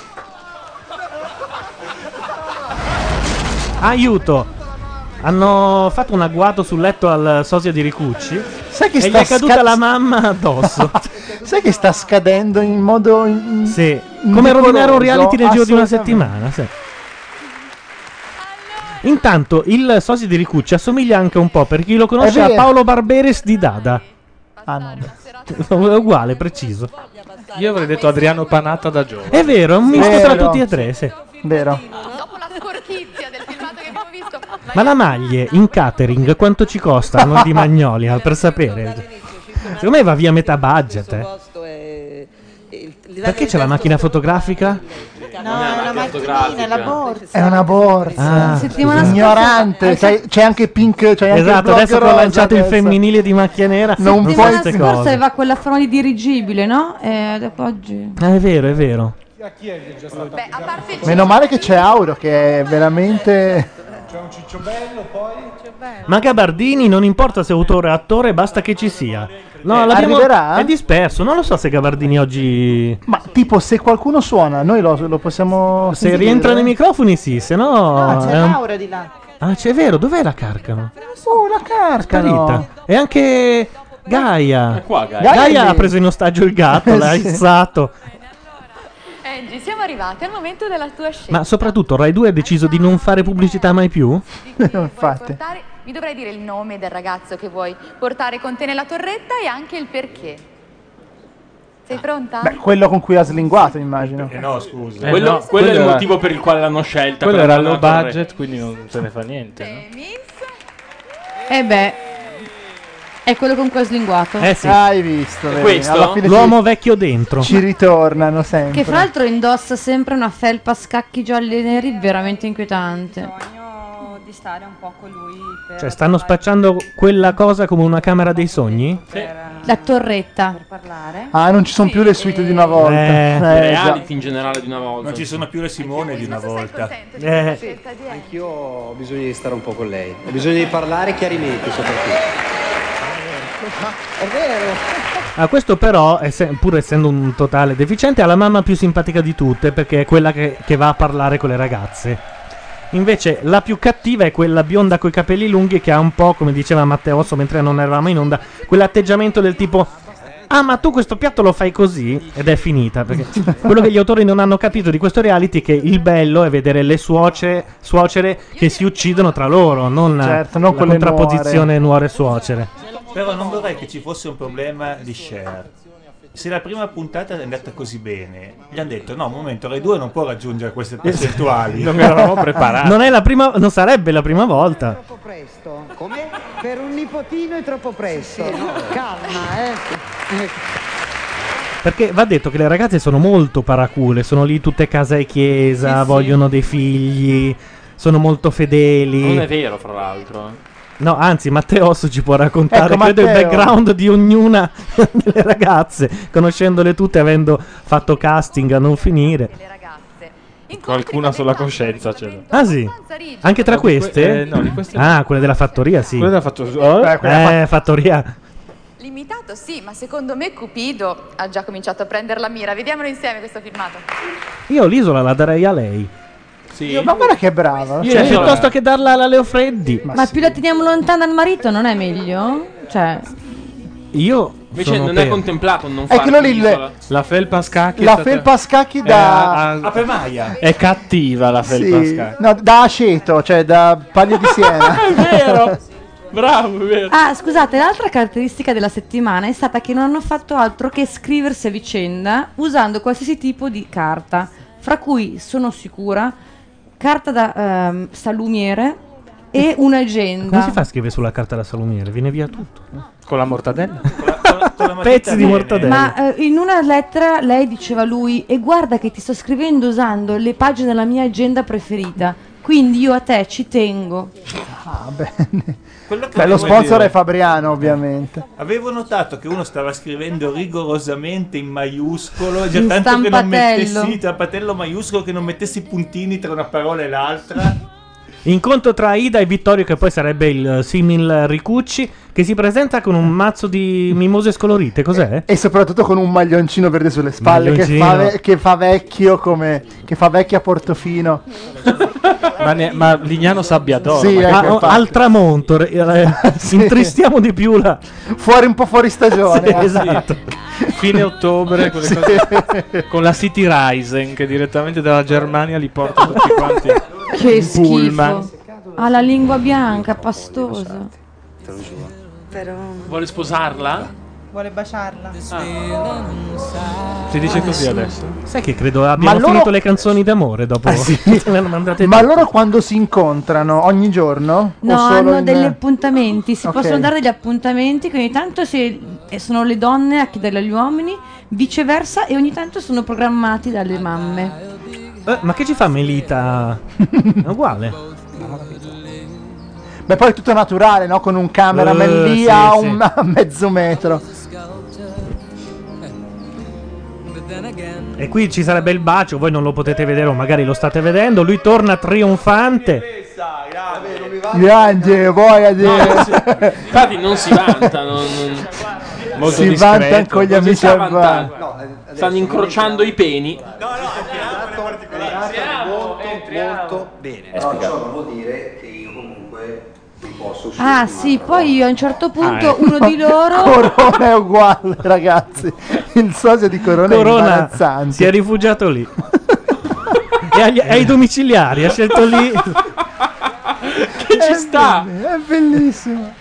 [SPEAKER 2] Aiuto. Hanno fatto un agguato sul letto al sosia di Ricucci.
[SPEAKER 3] Sai che
[SPEAKER 2] e
[SPEAKER 3] sta
[SPEAKER 2] gli è caduta
[SPEAKER 3] sca-
[SPEAKER 2] la mamma addosso.
[SPEAKER 3] Sai che sta scadendo in modo. in- Ah,
[SPEAKER 2] Sì,
[SPEAKER 3] in-
[SPEAKER 2] come rovinare un reality nel giro di una
[SPEAKER 3] assolutamente.
[SPEAKER 2] settimana. sì. Intanto il socio di Ricucci assomiglia anche un po', per chi lo conosce,
[SPEAKER 3] È
[SPEAKER 2] a
[SPEAKER 3] vero.
[SPEAKER 2] Paolo Barberes di Dada.
[SPEAKER 3] Ah, no.
[SPEAKER 2] Uguale, preciso.
[SPEAKER 8] Io avrei detto Adriano Panata da giovane.
[SPEAKER 2] È vero, è un misto tra
[SPEAKER 8] Vero.
[SPEAKER 2] tutti e tre. sì.
[SPEAKER 3] Vero.
[SPEAKER 2] Ma la maglia in catering quanto ci costa? Noi di Magnolia, per sapere. Secondo me va via metà budget. eh. Perché c'è la macchina fotografica?
[SPEAKER 5] No, è una macchinina, è la borsa.
[SPEAKER 3] È una borsa.
[SPEAKER 2] Ah,
[SPEAKER 5] Settimana scorsa-
[SPEAKER 3] Ignorante. sai- c'è anche Pink. C'è anche il
[SPEAKER 2] Esatto,
[SPEAKER 3] blog
[SPEAKER 2] adesso che ho
[SPEAKER 3] rosa
[SPEAKER 2] lanciato il
[SPEAKER 3] adesso.
[SPEAKER 2] femminile di macchia nera.
[SPEAKER 3] Non
[SPEAKER 2] so
[SPEAKER 7] settimana
[SPEAKER 2] queste
[SPEAKER 7] scorsa
[SPEAKER 2] cose.
[SPEAKER 7] aveva quella forma di dirigibile, no? Eh, E dopo oggi.
[SPEAKER 2] Ah, è vero, è vero.
[SPEAKER 3] Meno male che c'è Auro che è veramente.
[SPEAKER 17] C'è un cicciobello poi? Cicciobello.
[SPEAKER 2] Ma Gabardini non importa se autore o attore, basta che ci sia. No,
[SPEAKER 3] Eh,
[SPEAKER 2] l'abbiamo-
[SPEAKER 3] arriverà?
[SPEAKER 2] È disperso, non lo so se Gabardini oggi...
[SPEAKER 3] Ma tipo, se qualcuno suona, noi lo, lo possiamo. eh?
[SPEAKER 2] Se rientra nei microfoni sì, se no...
[SPEAKER 3] No, c'è
[SPEAKER 2] è un-
[SPEAKER 3] Laura
[SPEAKER 5] di là.
[SPEAKER 2] Ah, c'è vero, dov'è la Carcano?
[SPEAKER 3] Oh, la carca.
[SPEAKER 2] Sparita. E anche Gaia.
[SPEAKER 3] È qua, Gaia.
[SPEAKER 2] Gaia,
[SPEAKER 3] Gaia è lì.
[SPEAKER 2] ha preso in ostaggio il gatto,
[SPEAKER 3] Eh,
[SPEAKER 2] l'ha esatto.
[SPEAKER 3] sì.
[SPEAKER 2] izzato.
[SPEAKER 11] Angie, siamo arrivati al momento della tua scelta.
[SPEAKER 2] Ma soprattutto Rai 2 ha deciso di non fare pubblicità mai più?
[SPEAKER 3] Infatti.
[SPEAKER 11] Portare- mi dovrai dire il nome del ragazzo che vuoi portare con te nella torretta e anche il perché.
[SPEAKER 18] Ah,
[SPEAKER 11] Sei pronta?
[SPEAKER 3] Beh, quello con cui ha slinguato, immagino.
[SPEAKER 6] no,
[SPEAKER 2] Eh,
[SPEAKER 6] scusa.
[SPEAKER 4] Eh, quello,
[SPEAKER 8] no,
[SPEAKER 4] quello
[SPEAKER 8] quello
[SPEAKER 4] è il
[SPEAKER 8] era-
[SPEAKER 4] motivo per il quale l'hanno scelta.
[SPEAKER 8] Quello
[SPEAKER 4] per
[SPEAKER 8] era
[SPEAKER 4] andare
[SPEAKER 8] low
[SPEAKER 4] alla torre.
[SPEAKER 8] budget, quindi non se ne fa niente. no?
[SPEAKER 7] E Eh beh, è quello con cui ho slinguato.
[SPEAKER 2] Eh sì.
[SPEAKER 3] Hai visto, vedi,
[SPEAKER 2] questo?
[SPEAKER 3] alla fine
[SPEAKER 2] L'uomo
[SPEAKER 3] ci-
[SPEAKER 2] vecchio dentro.
[SPEAKER 3] Ci ritornano sempre.
[SPEAKER 7] Che fra l'altro indossa sempre una felpa a scacchi gialli e neri veramente inquietante.
[SPEAKER 19] di stare un po' con lui per
[SPEAKER 2] Cioè, stanno spacciando quella cosa come una camera dei sogni?
[SPEAKER 7] La torretta.
[SPEAKER 19] parlare.
[SPEAKER 3] Ah, non ci sono più le suite di una volta.
[SPEAKER 2] Eh,
[SPEAKER 4] I
[SPEAKER 3] Eh, già.
[SPEAKER 4] reality in generale di una volta.
[SPEAKER 6] Non ci sono più le Simone di una volta.
[SPEAKER 2] Eh.
[SPEAKER 12] Anch'io ho bisogno di stare un po' con lei. Ho bisogno di parlare chiaramente soprattutto.
[SPEAKER 14] È vero.
[SPEAKER 2] Ah, questo però, esse- pur essendo un totale deficiente, ha la mamma più simpatica di tutte perché è quella che, che va a parlare con le ragazze. Invece la più cattiva è quella bionda coi capelli lunghi che ha un po', come diceva Matteosso mentre non eravamo in onda, quell'atteggiamento del tipo Ah ma tu questo piatto lo fai così? Ed è finita perché quello che gli autori non hanno capito di questo reality è che il bello è vedere le suoce, suocere che si uccidono tra loro, non,
[SPEAKER 3] Certo, non
[SPEAKER 2] la
[SPEAKER 3] quelle
[SPEAKER 2] contrapposizione nuore-suocere.
[SPEAKER 6] Però non vorrei che ci fosse un problema di share. Se la prima puntata è andata così bene, gli hanno detto: no, un momento, Rai 2 non può raggiungere queste percentuali.
[SPEAKER 2] Non eravamo preparati. Non, è la prima, non sarebbe la prima volta.
[SPEAKER 14] Presto. Come? Per un nipotino è troppo presto. Calma, eh.
[SPEAKER 2] Perché va detto che le ragazze sono molto paracule, sono lì tutte casa e chiesa, vogliono dei figli, sono molto fedeli.
[SPEAKER 4] Non è vero, fra l'altro. eh.
[SPEAKER 2] No, anzi, Matteosso ci può raccontare
[SPEAKER 4] Ecco,
[SPEAKER 2] credo il
[SPEAKER 4] Matteo.
[SPEAKER 2] background di ognuna delle ragazze, conoscendole tutte, avendo fatto casting a non finire.
[SPEAKER 8] Qualcuna sulla coscienza ce l'ho.
[SPEAKER 2] Ah sì, anche tra
[SPEAKER 8] No, di que-
[SPEAKER 2] queste?
[SPEAKER 8] eh, no, di queste
[SPEAKER 2] ah, quelle della fattoria, sì.
[SPEAKER 8] Quella della fattoria.
[SPEAKER 2] Eh, fattoria.
[SPEAKER 11] Limitato sì, ma secondo me Cupido ha già cominciato a prendere la mira. Vediamolo insieme questo filmato.
[SPEAKER 2] Io l'isola la darei a lei.
[SPEAKER 3] Io- Ma guarda che brava.
[SPEAKER 2] Cioè, piuttosto che darla alla Leofreddi.
[SPEAKER 7] Ma più la teniamo lontana dal marito non è meglio? Cioè,
[SPEAKER 2] Io
[SPEAKER 4] Invece
[SPEAKER 2] sono
[SPEAKER 4] non
[SPEAKER 2] per.
[SPEAKER 4] è contemplato non
[SPEAKER 3] È
[SPEAKER 4] fare
[SPEAKER 3] quello lì,
[SPEAKER 4] l'isola.
[SPEAKER 8] La felpa a scacchi.
[SPEAKER 3] La
[SPEAKER 8] è stata-
[SPEAKER 3] felpa a scacchi
[SPEAKER 8] è
[SPEAKER 3] da-
[SPEAKER 8] a- eh, a-
[SPEAKER 3] A Pemaia.
[SPEAKER 8] È cattiva la felpa a
[SPEAKER 3] Sì,
[SPEAKER 8] scacchi.
[SPEAKER 3] no, da aceto, cioè da paglia di siena.
[SPEAKER 8] È vero. Bravo, è vero.
[SPEAKER 7] Ah, scusate, l'altra caratteristica della settimana è stata che non hanno fatto altro che scriversi a vicenda usando qualsiasi tipo di carta, fra cui sono sicura carta da ehm, salumiere e un'agenda.
[SPEAKER 2] Come si fa a scrivere sulla carta da salumiere? Viene via tutto.
[SPEAKER 8] Con la mortadella?
[SPEAKER 2] Pezzi di mortadella.
[SPEAKER 7] Ma eh, in una lettera lei diceva a lui e guarda che ti sto scrivendo usando le pagine della mia agenda preferita, quindi io a te ci tengo.
[SPEAKER 2] Ah,
[SPEAKER 3] Beh, lo sponsor è Fabriano, ovviamente.
[SPEAKER 6] Avevo notato che uno stava scrivendo rigorosamente in maiuscolo, già tanto che non
[SPEAKER 3] stampatello.
[SPEAKER 6] mettessi tappatello maiuscolo, che non mettessi i puntini tra una parola e l'altra.
[SPEAKER 2] Incontro tra Ida e Vittorio, che poi sarebbe il eh, simil Ricucci, che si presenta con un mazzo di mimose scolorite. Cos'è?
[SPEAKER 3] E soprattutto con un maglioncino verde sulle spalle che fa,
[SPEAKER 2] Maglioncino.
[SPEAKER 3] ve- che fa vecchio come che fa vecchio a Portofino.
[SPEAKER 8] Ma, ne- ma Lignano Sabbiadoro.
[SPEAKER 3] Sì,
[SPEAKER 8] ma-
[SPEAKER 3] ecco,
[SPEAKER 8] Ah, oh,
[SPEAKER 3] infatti.
[SPEAKER 8] al-
[SPEAKER 2] Al tramonto, re- eh, intristiamo di più la.
[SPEAKER 3] Fuori un po' fuori stagione.
[SPEAKER 8] Sì, esatto. Fine ottobre, quelle
[SPEAKER 3] Sì.
[SPEAKER 8] cose- con la City Rising che direttamente dalla Germania li porta tutti quanti.
[SPEAKER 7] Che
[SPEAKER 8] in pullman.
[SPEAKER 7] schifo. Ha la lingua bianca, pastosa.
[SPEAKER 5] Però
[SPEAKER 4] Vuole sposarla?
[SPEAKER 5] vuole baciarla.
[SPEAKER 8] Si dice così adesso.
[SPEAKER 2] Sai che credo abbiamo
[SPEAKER 3] Ma loro-
[SPEAKER 2] finito le canzoni d'amore dopo. Me l'hanno mandate
[SPEAKER 3] Ma loro quando si incontrano ogni giorno?
[SPEAKER 7] No,
[SPEAKER 3] o solo
[SPEAKER 7] hanno
[SPEAKER 3] in-
[SPEAKER 7] degli appuntamenti, si
[SPEAKER 3] Ok.
[SPEAKER 7] possono dare degli appuntamenti che ogni tanto se- eh, sono le donne a chiederli agli uomini, viceversa, e ogni tanto sono programmati dalle mamme.
[SPEAKER 2] Eh, ma che ci fa Melita? È uguale.
[SPEAKER 3] Beh, poi è tutto naturale, no? Con un cameraman
[SPEAKER 2] Eh,
[SPEAKER 3] lì
[SPEAKER 2] sì,
[SPEAKER 3] a,
[SPEAKER 2] sì.
[SPEAKER 3] un, a mezzo metro.
[SPEAKER 2] E qui ci sarebbe il bacio, voi non lo potete vedere o magari lo state vedendo. Lui torna trionfante.
[SPEAKER 3] Grande, vuoi a dire.
[SPEAKER 4] Infatti non si vanta. non- non-
[SPEAKER 3] Molto Si discreto. vantano con gli
[SPEAKER 4] Non si
[SPEAKER 3] amici
[SPEAKER 4] sta
[SPEAKER 3] al bar.
[SPEAKER 4] vantando. Stanno incrociando i peni.
[SPEAKER 9] Molto bene. Però ciò non vuol dire che io comunque non posso uscire.
[SPEAKER 7] Ah sì, poi io a un certo punto
[SPEAKER 3] Ah, eh.
[SPEAKER 7] uno di loro...
[SPEAKER 3] Corona è uguale, ragazzi. Il sosia di Corona, è
[SPEAKER 2] Corona
[SPEAKER 3] imbarazzante.
[SPEAKER 2] si è rifugiato lì. e agli- ai domiciliari, ha scelto lì.
[SPEAKER 3] che ci sta. È bellissimo.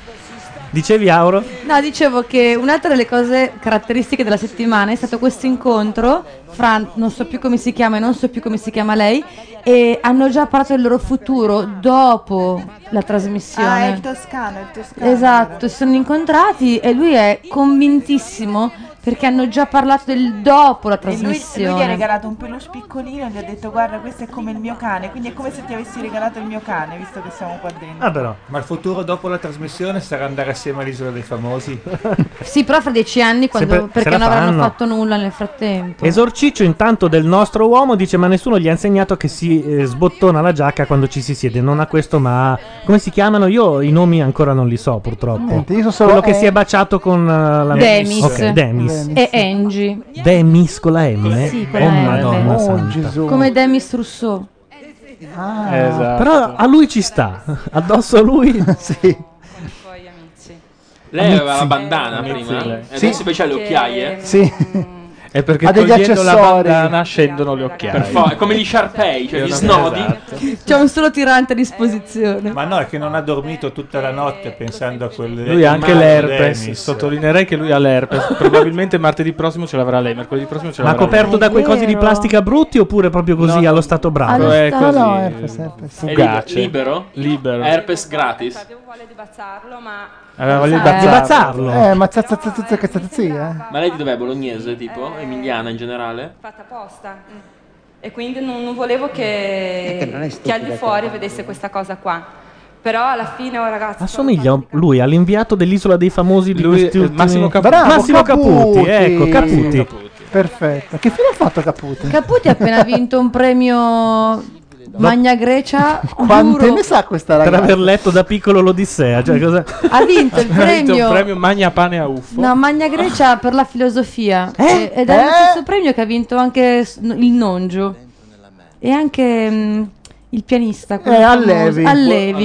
[SPEAKER 2] Dicevi Auro?
[SPEAKER 7] No, dicevo che un'altra delle cose caratteristiche della settimana è stato questo incontro fra non so più come si chiama e non so più come si chiama lei e hanno già parlato del loro futuro dopo la trasmissione.
[SPEAKER 5] Ah, è il toscano, è il toscano.
[SPEAKER 7] Esatto, si sono incontrati e lui è convintissimo perché hanno già parlato del dopo la
[SPEAKER 5] E lui, lui gli ha
[SPEAKER 7] trasmissione.
[SPEAKER 5] regalato un peluche piccolino e gli ha detto guarda questo è come il mio cane, quindi è come se ti avessi regalato il mio cane, visto che siamo qua dentro.
[SPEAKER 2] Ah, però.
[SPEAKER 6] Ma il futuro dopo la trasmissione sarà andare assieme all'isola dei famosi.
[SPEAKER 7] Sì, però fra dieci anni quando-
[SPEAKER 2] Se per- se
[SPEAKER 7] perché
[SPEAKER 2] la
[SPEAKER 7] non avranno
[SPEAKER 2] fanno.
[SPEAKER 7] fatto nulla nel frattempo.
[SPEAKER 2] Esorciccio intanto del nostro uomo dice ma nessuno gli ha insegnato che si eh, sbottona la giacca quando ci si siede, non a questo ma come si chiamano? Io i nomi ancora non li so purtroppo.
[SPEAKER 3] Niente, io so solo-
[SPEAKER 2] Quello che
[SPEAKER 3] eh.
[SPEAKER 2] si è baciato con eh, la
[SPEAKER 7] Demis.
[SPEAKER 2] Ok, Demis.
[SPEAKER 7] e Angie,
[SPEAKER 2] Demis con la M.
[SPEAKER 7] Sì, con la
[SPEAKER 2] oh
[SPEAKER 7] M.
[SPEAKER 2] madonna
[SPEAKER 7] Oh,
[SPEAKER 2] santa.
[SPEAKER 7] come Demis Rousseau.
[SPEAKER 2] Esatto. Però a lui ci sta, addosso a lui sì.
[SPEAKER 4] Lei aveva la
[SPEAKER 2] Mizzi.
[SPEAKER 4] bandana
[SPEAKER 2] Mizzi,
[SPEAKER 4] prima.
[SPEAKER 2] lei.
[SPEAKER 4] E
[SPEAKER 2] Sì.
[SPEAKER 4] adesso invece ha le occhiaie.
[SPEAKER 8] È perché
[SPEAKER 4] Ha degli
[SPEAKER 8] togliendo la
[SPEAKER 4] accessori.
[SPEAKER 8] bandana scendono le occhiaie.
[SPEAKER 4] Per fo- è come gli Sharpei, cioè
[SPEAKER 6] Esatto.
[SPEAKER 4] gli snodi.
[SPEAKER 7] C'è un solo tirante a disposizione.
[SPEAKER 6] Ma no, è che non ha dormito tutta la notte pensando a quelle.
[SPEAKER 8] Lui ha anche
[SPEAKER 6] immagini
[SPEAKER 8] l'herpes.
[SPEAKER 6] Eh, Dennis.
[SPEAKER 8] Sottolineerei che lui ha l'herpes. Probabilmente martedì prossimo ce l'avrà lei, mercoledì prossimo ce
[SPEAKER 2] Ma
[SPEAKER 8] l'avrà
[SPEAKER 2] coperto
[SPEAKER 8] lui.
[SPEAKER 2] da quei cosi di plastica brutti oppure proprio così allo stato bravo?
[SPEAKER 8] Allo È
[SPEAKER 7] Ecco,
[SPEAKER 8] stato- così,
[SPEAKER 3] No, herpes, herpes.
[SPEAKER 4] È
[SPEAKER 8] Fugace.
[SPEAKER 4] libero?
[SPEAKER 8] Libero.
[SPEAKER 4] Herpes gratis.
[SPEAKER 8] Aveva voglia di
[SPEAKER 3] Eh,
[SPEAKER 8] bazzarlo.
[SPEAKER 3] Eh, ma zazza zazza zazza zazza zia.
[SPEAKER 4] Ma lei di dov'è? Bolognese, tipo? Emiliana in generale?
[SPEAKER 19] fatta apposta. mm. E quindi non, non volevo che,
[SPEAKER 2] non è
[SPEAKER 19] chi
[SPEAKER 2] stupida, cioè.
[SPEAKER 19] al di fuori vedesse questa cosa qua. Però alla fine, oh, ragazzi,
[SPEAKER 2] Assomiglia lui all'inviato dell'isola dei famosi di
[SPEAKER 8] Lui-
[SPEAKER 2] questi ultimi-
[SPEAKER 8] Massimo Caputi.
[SPEAKER 2] Bravo,
[SPEAKER 3] Massimo
[SPEAKER 2] Massimo Caputi,
[SPEAKER 3] Caputi.
[SPEAKER 2] ecco, Caputi.
[SPEAKER 3] Massimo Perfetto. Che fine ha fatto Caputi?
[SPEAKER 7] Caputi ha appena vinto un premio Magna Grecia.
[SPEAKER 3] Quante
[SPEAKER 7] giuro.
[SPEAKER 3] ne sa questa
[SPEAKER 2] Per
[SPEAKER 3] ragazza?
[SPEAKER 2] aver letto da piccolo l'Odissea, cioè cosa-
[SPEAKER 7] Ha vinto il
[SPEAKER 8] Ha vinto un
[SPEAKER 7] premio.
[SPEAKER 8] premio Magna Pane a Uffo.
[SPEAKER 7] No, Magna Grecia per la filosofia. E- Ed è
[SPEAKER 8] Eh?
[SPEAKER 7] lo stesso premio che ha vinto anche s- il Nongio. E anche mm, Il pianista. quello
[SPEAKER 2] Eh,
[SPEAKER 7] famoso-
[SPEAKER 2] allevi.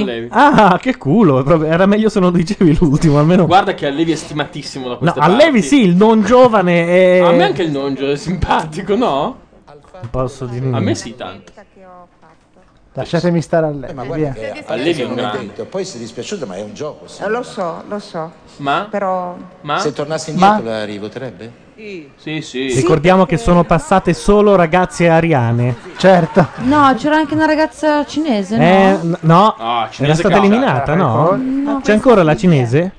[SPEAKER 7] Allevi.
[SPEAKER 2] Ah, che culo. proprio- Era meglio se non dicevi l'ultimo, almeno.
[SPEAKER 4] Guarda che Allevi è stimatissimo da
[SPEAKER 2] No,
[SPEAKER 4] queste parti.
[SPEAKER 2] allevi sì, il non giovane è.
[SPEAKER 4] A me anche il nongio è simpatico, no?
[SPEAKER 2] Posso dire.
[SPEAKER 4] A me sì tanto.
[SPEAKER 3] Lasciatemi stare a lei.
[SPEAKER 10] Eh, Ma
[SPEAKER 3] via.
[SPEAKER 10] guarda che
[SPEAKER 4] Allevi
[SPEAKER 10] adesso
[SPEAKER 4] è un
[SPEAKER 10] non è
[SPEAKER 4] grande.
[SPEAKER 10] detto, poi si è dispiaciuto, ma è un gioco. sì.
[SPEAKER 13] Eh, Lo so, lo so.
[SPEAKER 4] Ma?
[SPEAKER 13] Però.
[SPEAKER 4] Ma?
[SPEAKER 10] Se tornassi indietro la rivoterebbe?
[SPEAKER 4] Sì, sì.
[SPEAKER 2] Ricordiamo che sono passate solo ragazze ariane. Certo.
[SPEAKER 7] No, c'era anche una ragazza cinese.
[SPEAKER 2] Eh,
[SPEAKER 7] no?
[SPEAKER 2] n- no,
[SPEAKER 4] Ah,
[SPEAKER 2] era
[SPEAKER 4] cinese
[SPEAKER 2] stata
[SPEAKER 4] causa.
[SPEAKER 2] eliminata, no?
[SPEAKER 3] Ecco.
[SPEAKER 7] No,
[SPEAKER 2] C'è
[SPEAKER 7] questa
[SPEAKER 2] ancora la cinese?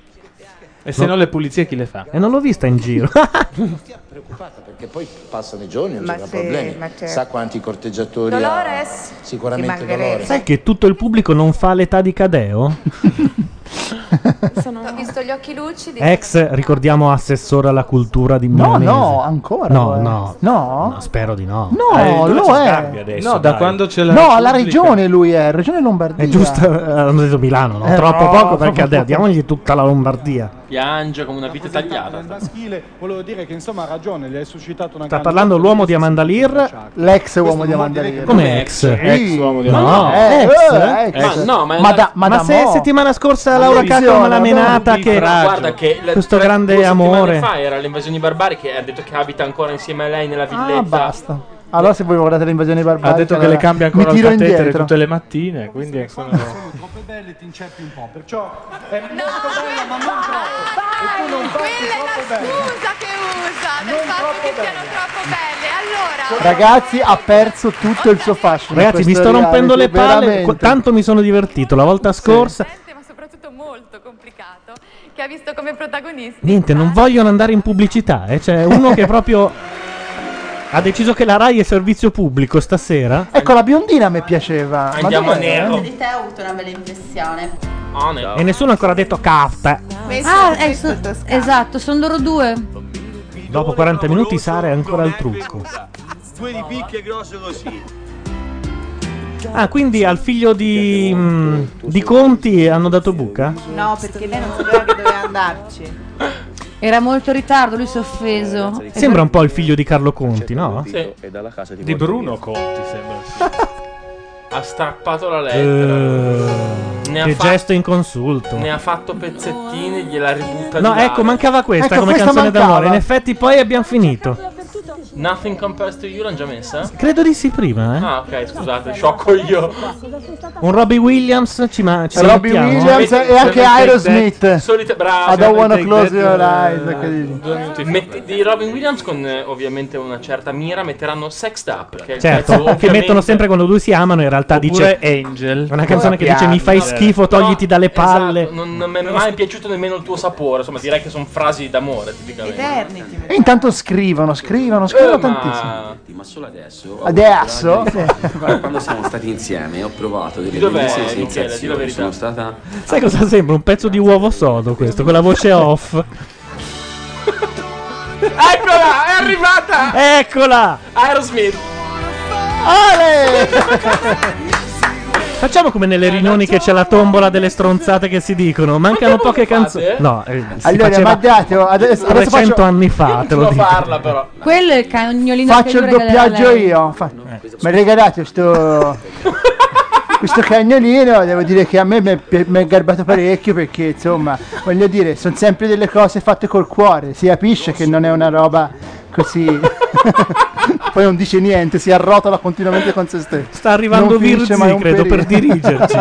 [SPEAKER 8] E se no le pulizie chi le fa?
[SPEAKER 2] E non l'ho vista in giro.
[SPEAKER 10] Preoccupata perché poi passano i giorni, non
[SPEAKER 13] Ma
[SPEAKER 10] c'è
[SPEAKER 13] sì,
[SPEAKER 10] problemi.
[SPEAKER 13] ma certo.
[SPEAKER 10] Sa quanti corteggiatori ha?
[SPEAKER 13] Dolores? Ci
[SPEAKER 10] Sicuramente
[SPEAKER 13] mancherebbe.
[SPEAKER 10] Dolores.
[SPEAKER 2] Sai che tutto il pubblico non fa l'età di Cadeo?
[SPEAKER 11] Ho visto gli occhi lucidi.
[SPEAKER 2] Ex, ricordiamo, assessore alla cultura di
[SPEAKER 3] No,
[SPEAKER 2] Milanese.
[SPEAKER 3] no, ancora.
[SPEAKER 2] No,
[SPEAKER 3] lo è.
[SPEAKER 2] no.
[SPEAKER 3] No?
[SPEAKER 2] Spero di no.
[SPEAKER 3] No, lo è.
[SPEAKER 8] no, da quando c'è la
[SPEAKER 3] No, alla
[SPEAKER 8] Repubblica.
[SPEAKER 3] regione lui è, regione Lombardia.
[SPEAKER 2] È giusto, eh, hanno detto Milano, no?
[SPEAKER 3] Eh,
[SPEAKER 2] Troppo
[SPEAKER 3] no,
[SPEAKER 2] poco per
[SPEAKER 3] troppo
[SPEAKER 2] Cadeo,
[SPEAKER 3] poco.
[SPEAKER 2] diamogli tutta la Lombardia.
[SPEAKER 4] Piange come una vite tagliata.
[SPEAKER 17] maschile, volevo dire che insomma ha ragione, gli hai suscitato una
[SPEAKER 2] Sta parlando l'uomo di Amandalir.
[SPEAKER 3] L'ex uomo di Amandalir.
[SPEAKER 2] Come ex?
[SPEAKER 3] Ex uomo di Amandalir.
[SPEAKER 2] No,
[SPEAKER 3] Eh,
[SPEAKER 2] ex?
[SPEAKER 3] eh, ex. Ma no, ma- Ma da- ma
[SPEAKER 2] Ma
[SPEAKER 3] da
[SPEAKER 2] se
[SPEAKER 3] mo'.
[SPEAKER 2] settimana scorsa Laura
[SPEAKER 3] Attenzione,
[SPEAKER 2] Cacco me l'ha
[SPEAKER 3] attenzione.
[SPEAKER 2] menata che...
[SPEAKER 4] Ma guarda che la-
[SPEAKER 2] Questo
[SPEAKER 4] tre-
[SPEAKER 2] grande
[SPEAKER 4] due settimane
[SPEAKER 2] amore.
[SPEAKER 4] fa era l'invasione barbarica e ha detto che abita ancora insieme a lei nella villetta.
[SPEAKER 3] Ah, basta. Allora se voi guardate l'invasione barbarica...
[SPEAKER 8] Ha detto che
[SPEAKER 3] allora
[SPEAKER 8] le cambia ancora
[SPEAKER 3] mi
[SPEAKER 8] il
[SPEAKER 3] tiro
[SPEAKER 8] catetere
[SPEAKER 3] indietro.
[SPEAKER 8] tutte le mattine, quindi sono...
[SPEAKER 17] Troppe belle ti inceppi un po', perciò è molto bella ma non troppo. e tu non
[SPEAKER 11] Quella
[SPEAKER 17] parti
[SPEAKER 11] è la
[SPEAKER 17] troppo bene.
[SPEAKER 11] scusa che usa del fatto che siano troppo belle. Allora,
[SPEAKER 3] Ragazzi, ha perso tutto il suo fascino.
[SPEAKER 2] Ragazzi, mi
[SPEAKER 3] questo
[SPEAKER 2] sto rompendo le
[SPEAKER 3] reality,
[SPEAKER 2] palle.
[SPEAKER 3] veramente.
[SPEAKER 2] qu- Tanto mi sono divertito la volta scorsa.
[SPEAKER 11] ma soprattutto molto complicato, che ha visto come protagonisti.
[SPEAKER 2] Niente, non vogliono andare in pubblicità. Eh. C'è uno che proprio ha deciso che la Rai è servizio pubblico stasera.
[SPEAKER 3] Ecco, la biondina mi piaceva.
[SPEAKER 2] Andiamo
[SPEAKER 3] Ma
[SPEAKER 2] a
[SPEAKER 3] dov'è?
[SPEAKER 2] nero.
[SPEAKER 13] Di te ho avuto una bella impressione.
[SPEAKER 2] E nessuno ha ancora detto cafta.
[SPEAKER 7] Ah, eh, so- esatto, sono loro due.
[SPEAKER 2] Dopo 40 minuti Sara è ancora al trucco.
[SPEAKER 15] Due di picche grosse così.
[SPEAKER 2] Ah, quindi al figlio di, mm, di Conti hanno dato buca?
[SPEAKER 5] No, perché lei non sapeva che doveva andarci.
[SPEAKER 7] Era molto in ritardo, lui si è
[SPEAKER 3] Eh,
[SPEAKER 7] offeso. Esatto.
[SPEAKER 2] Sembra un po' il figlio di Carlo Conti, no?
[SPEAKER 4] Sì.
[SPEAKER 15] E dalla casa
[SPEAKER 8] Di Bruno Conti sembra.
[SPEAKER 4] Ha strappato la lettera.
[SPEAKER 2] Eh,
[SPEAKER 4] Ne ha
[SPEAKER 2] che
[SPEAKER 4] fa-
[SPEAKER 2] gesto inconsulto.
[SPEAKER 4] Ne ha fatto pezzettini, gliela ributta
[SPEAKER 2] No,
[SPEAKER 4] di là.
[SPEAKER 2] ecco, mancava questa
[SPEAKER 4] Ecco,
[SPEAKER 2] come
[SPEAKER 4] questa
[SPEAKER 2] canzone
[SPEAKER 4] mancava.
[SPEAKER 2] d'amore. In effetti, poi abbiamo finito.
[SPEAKER 4] Nothing compares to you l'hanno già messa?
[SPEAKER 2] Credo di sì, prima, eh.
[SPEAKER 4] Ah, ok, scusate, sciocco io.
[SPEAKER 2] Un Robbie Williams ci, ma, ci
[SPEAKER 3] Robbie
[SPEAKER 2] salutiamo?
[SPEAKER 3] Williams e anche Aerosmith.
[SPEAKER 4] Solita, bravo.
[SPEAKER 3] I don't wanna close your eyes.
[SPEAKER 16] Ah,
[SPEAKER 3] che dici.
[SPEAKER 4] Metti- di Robin Williams con eh, ovviamente una certa mira metteranno Sexed Up che è il pezzo,
[SPEAKER 2] Certo, che
[SPEAKER 4] ovviamente-
[SPEAKER 2] mettono sempre quando due si amano, in realtà
[SPEAKER 4] Oppure
[SPEAKER 2] dice
[SPEAKER 8] Angel.
[SPEAKER 2] Una canzone che dice
[SPEAKER 4] Piange.
[SPEAKER 2] mi fai schifo, togliti dalle palle.
[SPEAKER 4] Esatto, non, non mi è mai piaciuto nemmeno il tuo sapore. Insomma, direi che sono frasi d'amore tipicamente.
[SPEAKER 5] Eternity.
[SPEAKER 3] E intanto scrivono, scrivono, scrivono
[SPEAKER 9] Eh,
[SPEAKER 3] tantissimo.
[SPEAKER 16] Eh, Ma solo adesso. ho
[SPEAKER 3] Adesso?
[SPEAKER 16] avuto la
[SPEAKER 3] Sì.
[SPEAKER 16] gioia di- Quando siamo stati insieme ho provato delle
[SPEAKER 4] Di dov'è,
[SPEAKER 16] bellissime
[SPEAKER 4] Michele? Di la
[SPEAKER 16] sensazioni.
[SPEAKER 4] verità.
[SPEAKER 16] Sono stata
[SPEAKER 2] Sai cosa sembra? Un pezzo di uovo sodo questo, con la voce off.
[SPEAKER 4] Eccola, è arrivata!
[SPEAKER 2] Eccola!
[SPEAKER 4] Aerosmith!
[SPEAKER 2] Facciamo come nelle riunioni che c'è la tombola delle stronzate che si dicono. Mancano poche canzoni. No, eh, si
[SPEAKER 3] Allora,
[SPEAKER 2] faceva
[SPEAKER 3] ma date, oh, adesso, adesso
[SPEAKER 2] 300
[SPEAKER 3] faccio,
[SPEAKER 2] anni fa, te lo dico.
[SPEAKER 4] però.
[SPEAKER 7] Quello è il cagnolino
[SPEAKER 3] faccio
[SPEAKER 7] che
[SPEAKER 3] il
[SPEAKER 7] gli regalava
[SPEAKER 3] doppiaggio
[SPEAKER 7] lei.
[SPEAKER 3] io. fa- Eh. Mi regalate sto. Questo cagnolino, devo dire che a me mi è pi- mi è garbato parecchio perché insomma, voglio dire, sono sempre delle cose fatte col cuore, si capisce che non è una roba così. Poi non dice niente, si arrotola continuamente con se stesso.
[SPEAKER 2] Sta arrivando Virzi, credo, per dirigerci.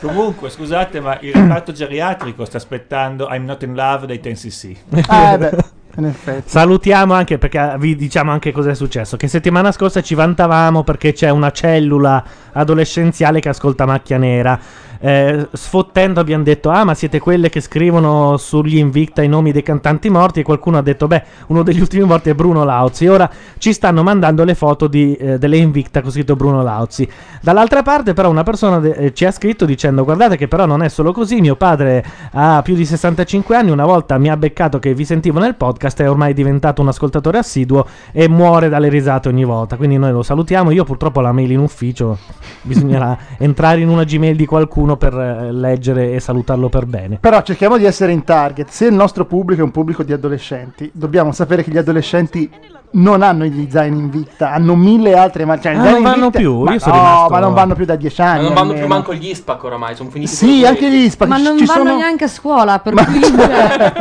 [SPEAKER 6] Comunque, scusate, ma il reparto geriatrico sta aspettando I'm Not in Love dei Ten CC.
[SPEAKER 3] eh beh, in effetti.
[SPEAKER 2] Salutiamo anche perché vi diciamo anche cosa è successo. Che settimana scorsa ci vantavamo perché c'è una cellula adolescenziale che ascolta macchia nera. Eh, sfottendo abbiamo detto: Ah, ma siete quelle che scrivono sugli Invicta i nomi dei cantanti morti. E qualcuno ha detto: Beh, uno degli ultimi morti è Bruno Lauzi. Ora ci stanno mandando le foto di, eh, delle Invicta con scritto Bruno Lauzi. Dall'altra parte, però, una persona de- eh, ci ha scritto dicendo: Guardate, che però non è solo così. Mio padre ha più di 65 anni. Una volta mi ha beccato che vi sentivo nel podcast. È ormai diventato un ascoltatore assiduo e muore dalle risate ogni volta. Quindi noi lo salutiamo. Io purtroppo ho la mail in ufficio. Bisognerà entrare in una Gmail di qualcuno qualcuno per eh, leggere e salutarlo per bene.
[SPEAKER 3] Però cerchiamo di essere in target. Se il nostro pubblico è un pubblico di adolescenti, dobbiamo sapere che gli adolescenti non hanno gli zaini in vita, hanno mille altre ma cioè, il
[SPEAKER 2] Ah,
[SPEAKER 3] zaino
[SPEAKER 2] non
[SPEAKER 3] in
[SPEAKER 2] vanno
[SPEAKER 3] vita-
[SPEAKER 2] più?
[SPEAKER 3] Ma
[SPEAKER 2] Io sono
[SPEAKER 3] no,
[SPEAKER 2] rimasto-
[SPEAKER 3] ma Ah, non vanno più da dieci
[SPEAKER 4] Ma
[SPEAKER 3] anni.
[SPEAKER 4] non vanno più
[SPEAKER 3] almeno.
[SPEAKER 4] manco gli SPAC oramai, sono finiti
[SPEAKER 3] Sì,
[SPEAKER 4] solo
[SPEAKER 3] anche gli spazi.
[SPEAKER 7] Ma non
[SPEAKER 3] ci
[SPEAKER 7] vanno
[SPEAKER 3] sono...
[SPEAKER 7] neanche a scuola, per cui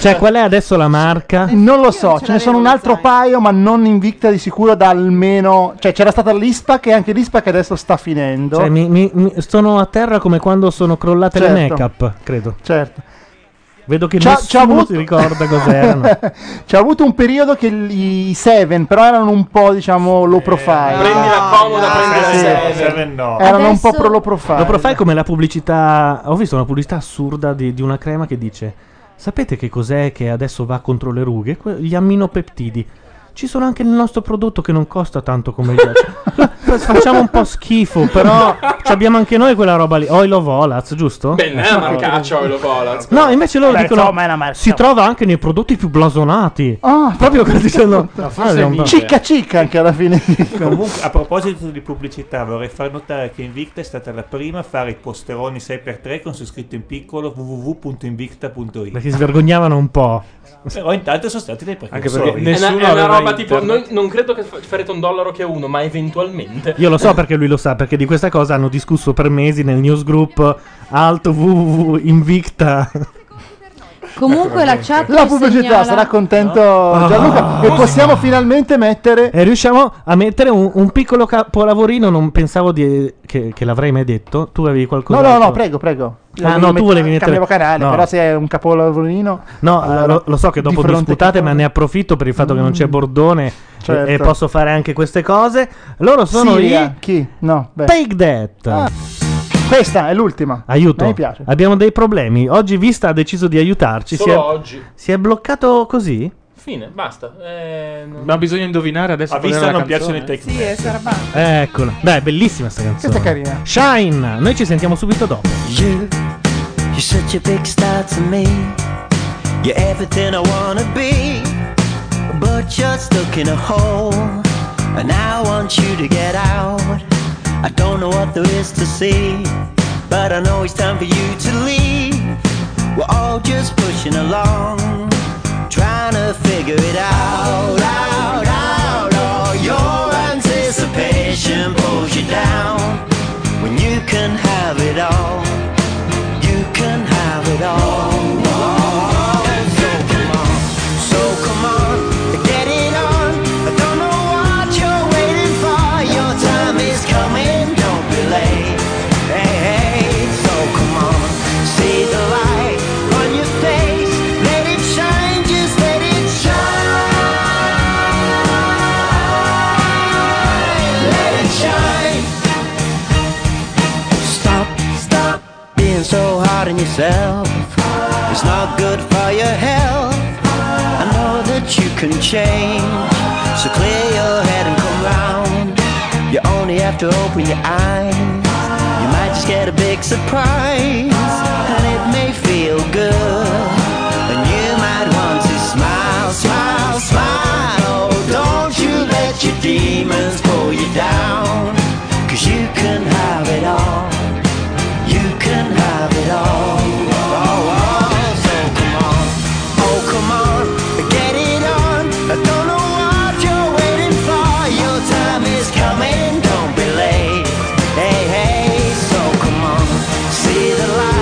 [SPEAKER 2] Cioè, qual è adesso la marca?
[SPEAKER 3] Eh, Non lo so, ce ne sono un altro paio, ma non invicta di sicuro da almeno. Cioè, c'era stata l'ISPAC e anche l'ISPAC adesso sta finendo.
[SPEAKER 2] Cioè, mi- mi- mi- sono a terra come quando sono crollate le
[SPEAKER 3] Certo.
[SPEAKER 2] make-up, credo.
[SPEAKER 3] Certo.
[SPEAKER 2] Vedo che
[SPEAKER 3] C'ha- c'ha
[SPEAKER 2] nessuno
[SPEAKER 3] avuto-
[SPEAKER 2] si ricorda cos'erano.
[SPEAKER 3] C'è avuto un periodo che i Seven, però erano un po', diciamo, low profile.
[SPEAKER 4] eh,
[SPEAKER 3] Ah,
[SPEAKER 4] Prendi la comoda, prendi la
[SPEAKER 3] sì.
[SPEAKER 4] seven.
[SPEAKER 3] Seven no. Erano un po' pro low profile.
[SPEAKER 2] Lo profile come la pubblicità. Ho visto una pubblicità assurda di, di una crema che dice: Sapete che cos'è che adesso va contro le rughe? Que- Gli aminopeptidi. Ci sono anche nel nostro prodotto che non costa tanto come gli altri. Facciamo un po' schifo, però ci abbiamo anche noi quella roba lì. Oil of Olaz, giusto?
[SPEAKER 4] Beh, non è una marcaccia Oilo Polaz.
[SPEAKER 2] No, invece loro
[SPEAKER 4] Beh,
[SPEAKER 2] dicono:
[SPEAKER 4] insomma, è una marca.
[SPEAKER 2] si trova anche nei prodotti più blasonati.
[SPEAKER 3] Ah,
[SPEAKER 2] proprio "Ah, così dicendo.
[SPEAKER 6] No, forse è Nivea.
[SPEAKER 3] Cicca cicca anche alla fine.
[SPEAKER 6] Comunque, a proposito di pubblicità, vorrei far notare che Invicta è stata la prima a fare i posteroni 6x3 con su scritto in piccolo www.invicta.it.
[SPEAKER 2] Perché si vergognavano un po'.
[SPEAKER 6] Però intanto sono stati dei
[SPEAKER 2] Anche
[SPEAKER 6] precursori.
[SPEAKER 2] perché nessuno
[SPEAKER 4] È una, è una
[SPEAKER 2] aveva
[SPEAKER 4] roba tipo,
[SPEAKER 2] internet.
[SPEAKER 4] noi non credo che fa- farete un dollaro che uno, ma eventualmente.
[SPEAKER 2] Io lo so perché lui lo sa, perché di questa cosa hanno discusso per mesi nel newsgroup alto www invicta.
[SPEAKER 7] Comunque la chat
[SPEAKER 3] Eh, La
[SPEAKER 7] ci
[SPEAKER 3] pubblicità
[SPEAKER 7] segnala-
[SPEAKER 3] sarà contento Oh, Gianluca. E possiamo finalmente mettere.
[SPEAKER 2] Ah. E riusciamo a mettere un, un piccolo capolavorino. Non pensavo di- che, che l'avrei mai detto. Tu avevi qualcosa
[SPEAKER 3] No, no, no, prego, prego.
[SPEAKER 2] Ah, no, tu volevi mettere-
[SPEAKER 3] Cambiavo canale,
[SPEAKER 2] no.
[SPEAKER 3] però se è un capolavorino.
[SPEAKER 2] No, eh, lo, lo so che dopo
[SPEAKER 3] di fronte Mm,
[SPEAKER 2] disputate, ma ne approfitto per il fatto che non c'è Bordone e-
[SPEAKER 3] Certo.
[SPEAKER 2] e, posso fare anche queste cose. Loro sono
[SPEAKER 3] Siria,
[SPEAKER 2] i
[SPEAKER 3] chi? No, beh.
[SPEAKER 2] Take That.
[SPEAKER 3] Ah, Questa è l'ultima.
[SPEAKER 2] Aiuto.
[SPEAKER 3] Mi piace.
[SPEAKER 2] Abbiamo dei problemi. Oggi Vista ha deciso di aiutarci.
[SPEAKER 4] Solo
[SPEAKER 2] si è-
[SPEAKER 4] oggi.
[SPEAKER 2] Si è bloccato così?
[SPEAKER 4] Fine, basta. Eh, non-
[SPEAKER 8] Ma bisogna indovinare adesso.
[SPEAKER 4] A
[SPEAKER 8] qual
[SPEAKER 4] vista
[SPEAKER 8] era la
[SPEAKER 4] non
[SPEAKER 8] canzone.
[SPEAKER 4] piacciono i Sì, è Sarabanda.
[SPEAKER 2] Eccola. Beh, bellissima sta canzone.
[SPEAKER 20] Questa è carina.
[SPEAKER 2] Shine. Noi ci sentiamo subito dopo.
[SPEAKER 20] You, you're such a big star to me. You're everything I wanna be, but you're stuck in a hole, and I want you to get out. I don't know what there is to see, but I know it's time for you to leave. We're all just pushing along, trying to figure it out. out, out. All your anticipation pulls you down when you can have it all. You can have it all. And so come on, so come on, get it on. I don't know what you're waiting for. Your time is coming, don't be late. Hey, hey, so come on, see the light on your face. Let it shine, just let it shine. Let it shine. Stop, stop being so hard on yourself. It's not good for your health. I know that you can change, so clear your head and come round. You only have to open your eyes. You might just get a big surprise, and it may feel good. And you might want to smile, smile, smile. Oh, don't you let your demons pull you down. Cause you can have it all. You can have it all. Oh, oh, so come on. Oh, come on. Get it on. I don't know what you're waiting for. Your time is coming. Don't be late. Hey, hey, so come on. See the light.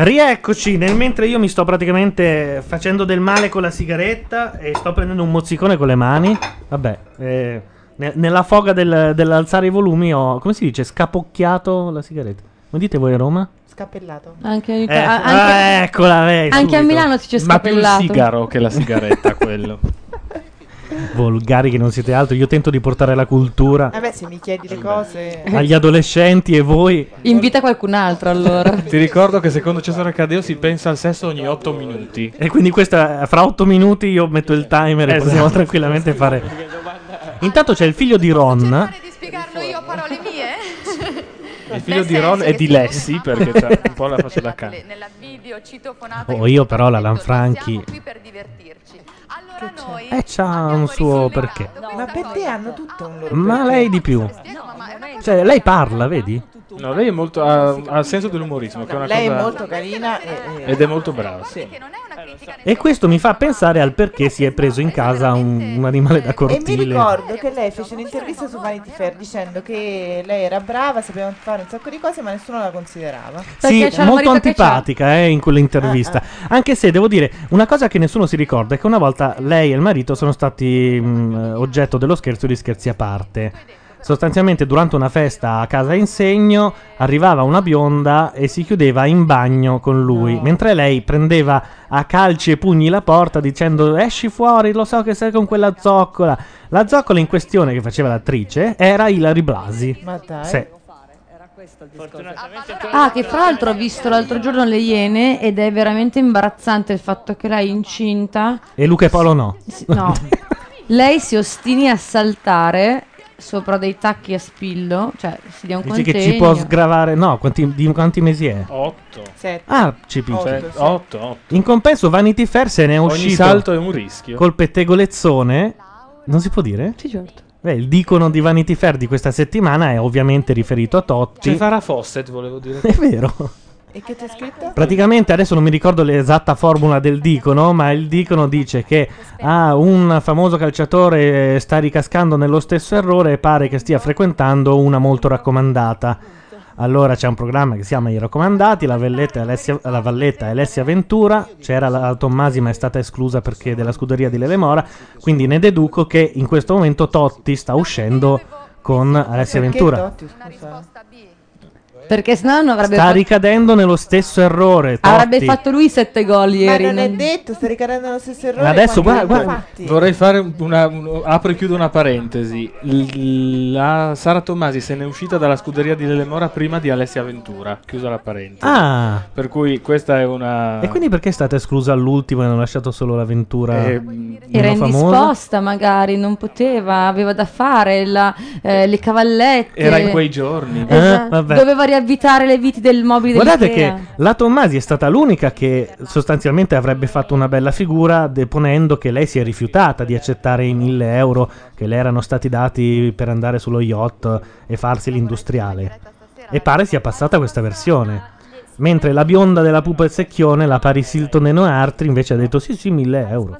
[SPEAKER 2] Rieccoci, nel mentre io mi sto praticamente facendo del male con la sigaretta e sto prendendo un mozzicone con le mani. Vabbè, eh, ne- nella foga del- dell'alzare i volumi ho, come si dice, scapocchiato la sigaretta. Come dite voi a Roma?
[SPEAKER 5] Scappellato.
[SPEAKER 7] Anche,
[SPEAKER 2] Eh,
[SPEAKER 7] Ecco, a-
[SPEAKER 2] ah,
[SPEAKER 3] ecco.
[SPEAKER 7] anche-
[SPEAKER 2] eccola, lei,
[SPEAKER 7] anche a
[SPEAKER 2] subito.
[SPEAKER 7] Milano si c'è scappellato.
[SPEAKER 2] che la sigaretta, quello. Volgari che non siete altro, io tento di portare la cultura
[SPEAKER 5] Vabbè, Eh se mi chiedi
[SPEAKER 3] Eh,
[SPEAKER 5] le cose.
[SPEAKER 2] agli adolescenti e voi.
[SPEAKER 7] Invita qualcun altro allora.
[SPEAKER 8] Ti ricordo che secondo Cesare Cadeo si pensa al sesso ogni 8 minuti.
[SPEAKER 2] E quindi questa, fra otto minuti io metto il timer e
[SPEAKER 8] Esatto.
[SPEAKER 2] possiamo tranquillamente fare. Intanto c'è il figlio di Ron.
[SPEAKER 11] Di spiegarlo io a parole mie.
[SPEAKER 8] Il figlio di Ron è di Lessi perché c'ha un po' la faccia da cane.
[SPEAKER 11] Nella video citofonata
[SPEAKER 2] Oh, io però la Lanfranchi.
[SPEAKER 11] per divertirci.
[SPEAKER 2] Eh, c'ha un suo perché.
[SPEAKER 5] Ma per te hanno tutto un loro.
[SPEAKER 2] Ma lei di più. Cioè, lei parla, vedi?
[SPEAKER 8] No, lei è molto, ha, ha il senso dell'umorismo, che è una
[SPEAKER 5] Lei è
[SPEAKER 8] cosa-
[SPEAKER 5] molto carina e, e-
[SPEAKER 8] Ed è molto brava.
[SPEAKER 5] Sì.
[SPEAKER 2] E questo mi fa pensare al perché si è preso in casa un, un animale da
[SPEAKER 5] E mi
[SPEAKER 2] cortile.
[SPEAKER 5] ricordo che lei fece un'intervista su Vanity Fair dicendo che lei era brava, sapeva fare un sacco di cose, ma nessuno la considerava.
[SPEAKER 2] Sì, molto antipatica eh, in
[SPEAKER 5] Ah,
[SPEAKER 2] quell'intervista. Anche se devo dire, una cosa che nessuno si ricorda è che una volta lei e il marito sono stati mh, oggetto dello scherzo di scherzi a parte. Sostanzialmente durante una festa a casa in segno arrivava una bionda e si chiudeva in bagno con lui,
[SPEAKER 5] Ah.
[SPEAKER 2] mentre lei prendeva a calci e pugni la porta dicendo esci fuori, lo so che sei con quella zoccola. La zoccola in questione che faceva l'attrice era Ilari Blasi.
[SPEAKER 5] Ma dai.
[SPEAKER 2] Sì.
[SPEAKER 7] Ah, che fra l'altro ho visto l'altro giorno le Iene ed è veramente imbarazzante il fatto che lei è incinta.
[SPEAKER 2] E Luca e Paolo no.
[SPEAKER 7] No. Lei si ostini a saltare sopra dei tacchi a spillo, cioè si dia un
[SPEAKER 2] Dice
[SPEAKER 7] contegno.
[SPEAKER 2] che ci può sgravare. No, quanti, di quanti mesi è?
[SPEAKER 8] 8.
[SPEAKER 2] Ah, ci piace.
[SPEAKER 8] Otto, sì. Cioè, Otto, otto.
[SPEAKER 2] In compenso, Vanity Fair se ne è
[SPEAKER 8] Ogni
[SPEAKER 2] uscito.
[SPEAKER 8] salto è un rischio.
[SPEAKER 2] Col pettegolezzone. Non si può dire?
[SPEAKER 7] Sì, certo.
[SPEAKER 2] Beh, il dicono di Vanity Fair di questa settimana è ovviamente riferito a Totti.
[SPEAKER 8] Ci farà Fawcett, volevo dire.
[SPEAKER 2] È vero.
[SPEAKER 5] E che c'è scritto?
[SPEAKER 2] Praticamente adesso non mi ricordo l'esatta formula del dicono, ma il dicono dice che ah, un famoso calciatore eh, sta ricascando nello stesso errore e pare che stia frequentando una molto raccomandata. Allora c'è un programma che si chiama I Raccomandati, la, Valletta è Alessia- la Valletta è Alessia Ventura, c'era la Tommasi ma è stata esclusa perché della scuderia di Lele Mora, quindi ne deduco che in questo momento Totti sta uscendo con Alessia Ventura.
[SPEAKER 5] Totti, scusa?
[SPEAKER 7] Perché sennò non avrebbe,
[SPEAKER 2] Sta
[SPEAKER 7] fa-
[SPEAKER 2] ricadendo nello stesso errore. Totti.
[SPEAKER 7] avrebbe fatto lui sette gol
[SPEAKER 5] Ma
[SPEAKER 7] ieri.
[SPEAKER 5] non è detto, sta ricadendo lo stesso errore.
[SPEAKER 8] Ma adesso,
[SPEAKER 5] quando
[SPEAKER 8] guarda, guarda,
[SPEAKER 5] l'hanno fatti.
[SPEAKER 8] vorrei fare un- una, un- apro e chiudo una parentesi. L- la Sara Tomasi se n'è uscita dalla scuderia di Lele Mora prima di Alessia Ventura. Chiusa la parentesi.
[SPEAKER 2] Ah.
[SPEAKER 8] Per cui questa è una.
[SPEAKER 2] E quindi perché è stata esclusa all'ultimo e hanno lasciato solo l'avventura?
[SPEAKER 8] Eh,
[SPEAKER 2] meno
[SPEAKER 7] Era
[SPEAKER 2] famosa?
[SPEAKER 7] indisposta magari, non poteva, aveva da fare la- eh, le cavallette.
[SPEAKER 8] Era in quei giorni.
[SPEAKER 2] Eh,
[SPEAKER 7] Esatto.
[SPEAKER 2] vabbè.
[SPEAKER 7] Doveva eh. riavvitare le viti del mobile
[SPEAKER 2] Guardate
[SPEAKER 7] dell'Ikea.
[SPEAKER 2] che la Tommasi è stata l'unica che sostanzialmente avrebbe fatto una bella figura deponendo che lei si è rifiutata di accettare i 1000 euro che le erano stati dati per andare sullo yacht e farsi l'industriale. E pare sia passata questa versione. Mentre la bionda della pupa e secchione, la Paris Hilton e Noartri, invece ha detto sì sì 1000 euro.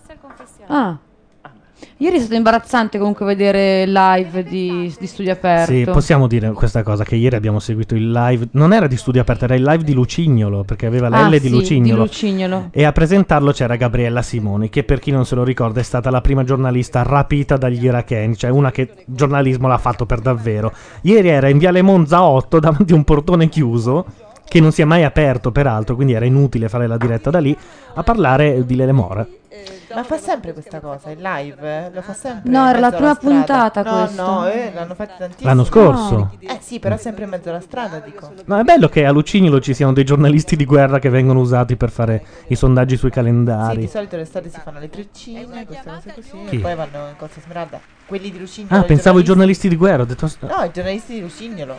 [SPEAKER 7] Ah. Ieri è stato imbarazzante comunque vedere live di, di Studio Aperto.
[SPEAKER 2] Sì, possiamo dire questa cosa che ieri abbiamo seguito il live, non era di studio aperto, era il live di Lucignolo, perché aveva la
[SPEAKER 7] Ah,
[SPEAKER 2] L
[SPEAKER 7] sì,
[SPEAKER 2] di Lucignolo.
[SPEAKER 7] Di Lucignolo.
[SPEAKER 2] E a presentarlo c'era Gabriella Simoni, che per chi non se lo ricorda è stata la prima giornalista rapita dagli iracheni, cioè una che giornalismo l'ha fatto per davvero. Ieri era in Viale Monza 8 davanti a un portone chiuso, che non si è mai aperto peraltro, quindi era inutile fare la diretta da lì, a parlare di Lele Mora.
[SPEAKER 5] Ma fa sempre questa cosa, il live? eh? Lo fa sempre?
[SPEAKER 7] No,
[SPEAKER 5] in
[SPEAKER 7] era la
[SPEAKER 5] mezzo
[SPEAKER 7] prima
[SPEAKER 5] alla strada.
[SPEAKER 7] puntata
[SPEAKER 5] no,
[SPEAKER 7] questa.
[SPEAKER 5] No, eh, l'hanno fatta tantissimo.
[SPEAKER 2] L'anno scorso. No.
[SPEAKER 5] Eh sì, però sempre in mezzo alla strada, dico.
[SPEAKER 2] Ma è bello che a Lucignolo ci siano dei giornalisti di guerra che vengono usati per fare i sondaggi sui
[SPEAKER 5] Sì,
[SPEAKER 2] calendari.
[SPEAKER 5] di solito l'estate si fanno le treccine, queste cose così,
[SPEAKER 2] Chi?
[SPEAKER 5] e poi vanno in Costa Smeralda. Quelli di Lucignolo.
[SPEAKER 2] Ah,
[SPEAKER 5] i
[SPEAKER 2] pensavo ai giornalisti di guerra, ho detto... "Ah,
[SPEAKER 5] No, i giornalisti di Lucignolo.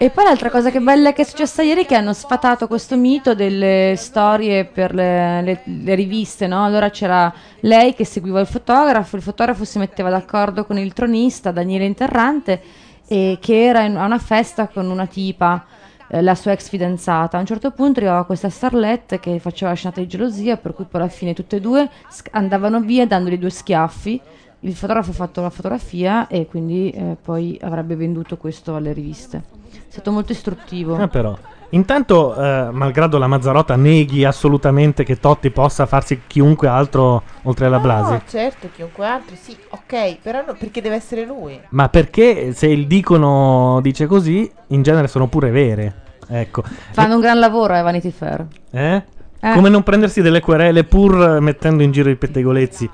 [SPEAKER 7] E poi l'altra cosa che bella che è successa ieri è che hanno sfatato questo mito delle storie per le, le- le riviste, no? Allora c'era lei che seguiva il fotografo, il fotografo si metteva d'accordo con il tronista, Daniele Interrante, e che era in- a una festa con una tipa, eh, la sua ex fidanzata. A un certo punto arrivava questa starlette che faceva la scenata di gelosia, per cui poi alla fine tutte e due sc- andavano via dandogli due schiaffi il fotografo ha fatto la fotografia e quindi eh, poi avrebbe venduto questo alle riviste. È stato molto istruttivo.
[SPEAKER 2] Ah, però. Intanto, eh, malgrado la Mazzarotta neghi assolutamente che Totti possa farsi chiunque altro oltre alla Blasi.
[SPEAKER 5] cioè
[SPEAKER 21] No, certo, chiunque altro, sì, ok, però no, perché deve essere lui.
[SPEAKER 2] Ma perché se il dicono dice così, in genere sono pure vere. Ecco.
[SPEAKER 7] Fanno un gran lavoro ai Vanity Fair.
[SPEAKER 2] Eh?
[SPEAKER 7] Eh.
[SPEAKER 2] Come non prendersi delle querele pur mettendo in giro i pettegolezzi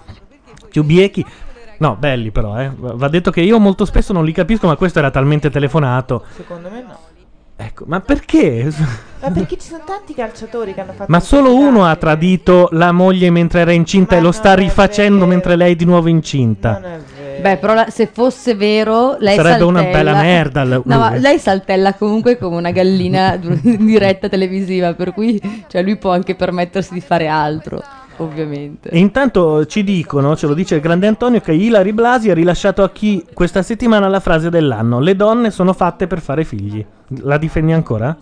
[SPEAKER 2] più biechi. No, belli però, eh. Va va detto che io molto spesso non li capisco, ma questo era talmente telefonato.
[SPEAKER 21] Secondo me no.
[SPEAKER 2] Ecco, ma perché?
[SPEAKER 21] Ma perché ci sono tanti calciatori che hanno fatto
[SPEAKER 2] Ma solo uno ha tradito la moglie mentre era incinta e lo sta rifacendo mentre lei è di nuovo incinta.
[SPEAKER 7] Beh, però la- se fosse vero, lei
[SPEAKER 2] Sarebbe
[SPEAKER 7] saltella.
[SPEAKER 2] una bella merda, l-
[SPEAKER 7] No, ma
[SPEAKER 2] lui.
[SPEAKER 7] lei saltella comunque come una gallina du- in diretta televisiva, per cui cioè, lui può anche permettersi di fare altro, ovviamente.
[SPEAKER 2] E intanto ci dicono, ce lo dice il grande Antonio, che Ilari Blasi ha rilasciato a chi questa settimana la frase dell'anno: Le donne sono fatte per fare figli. La difendi ancora?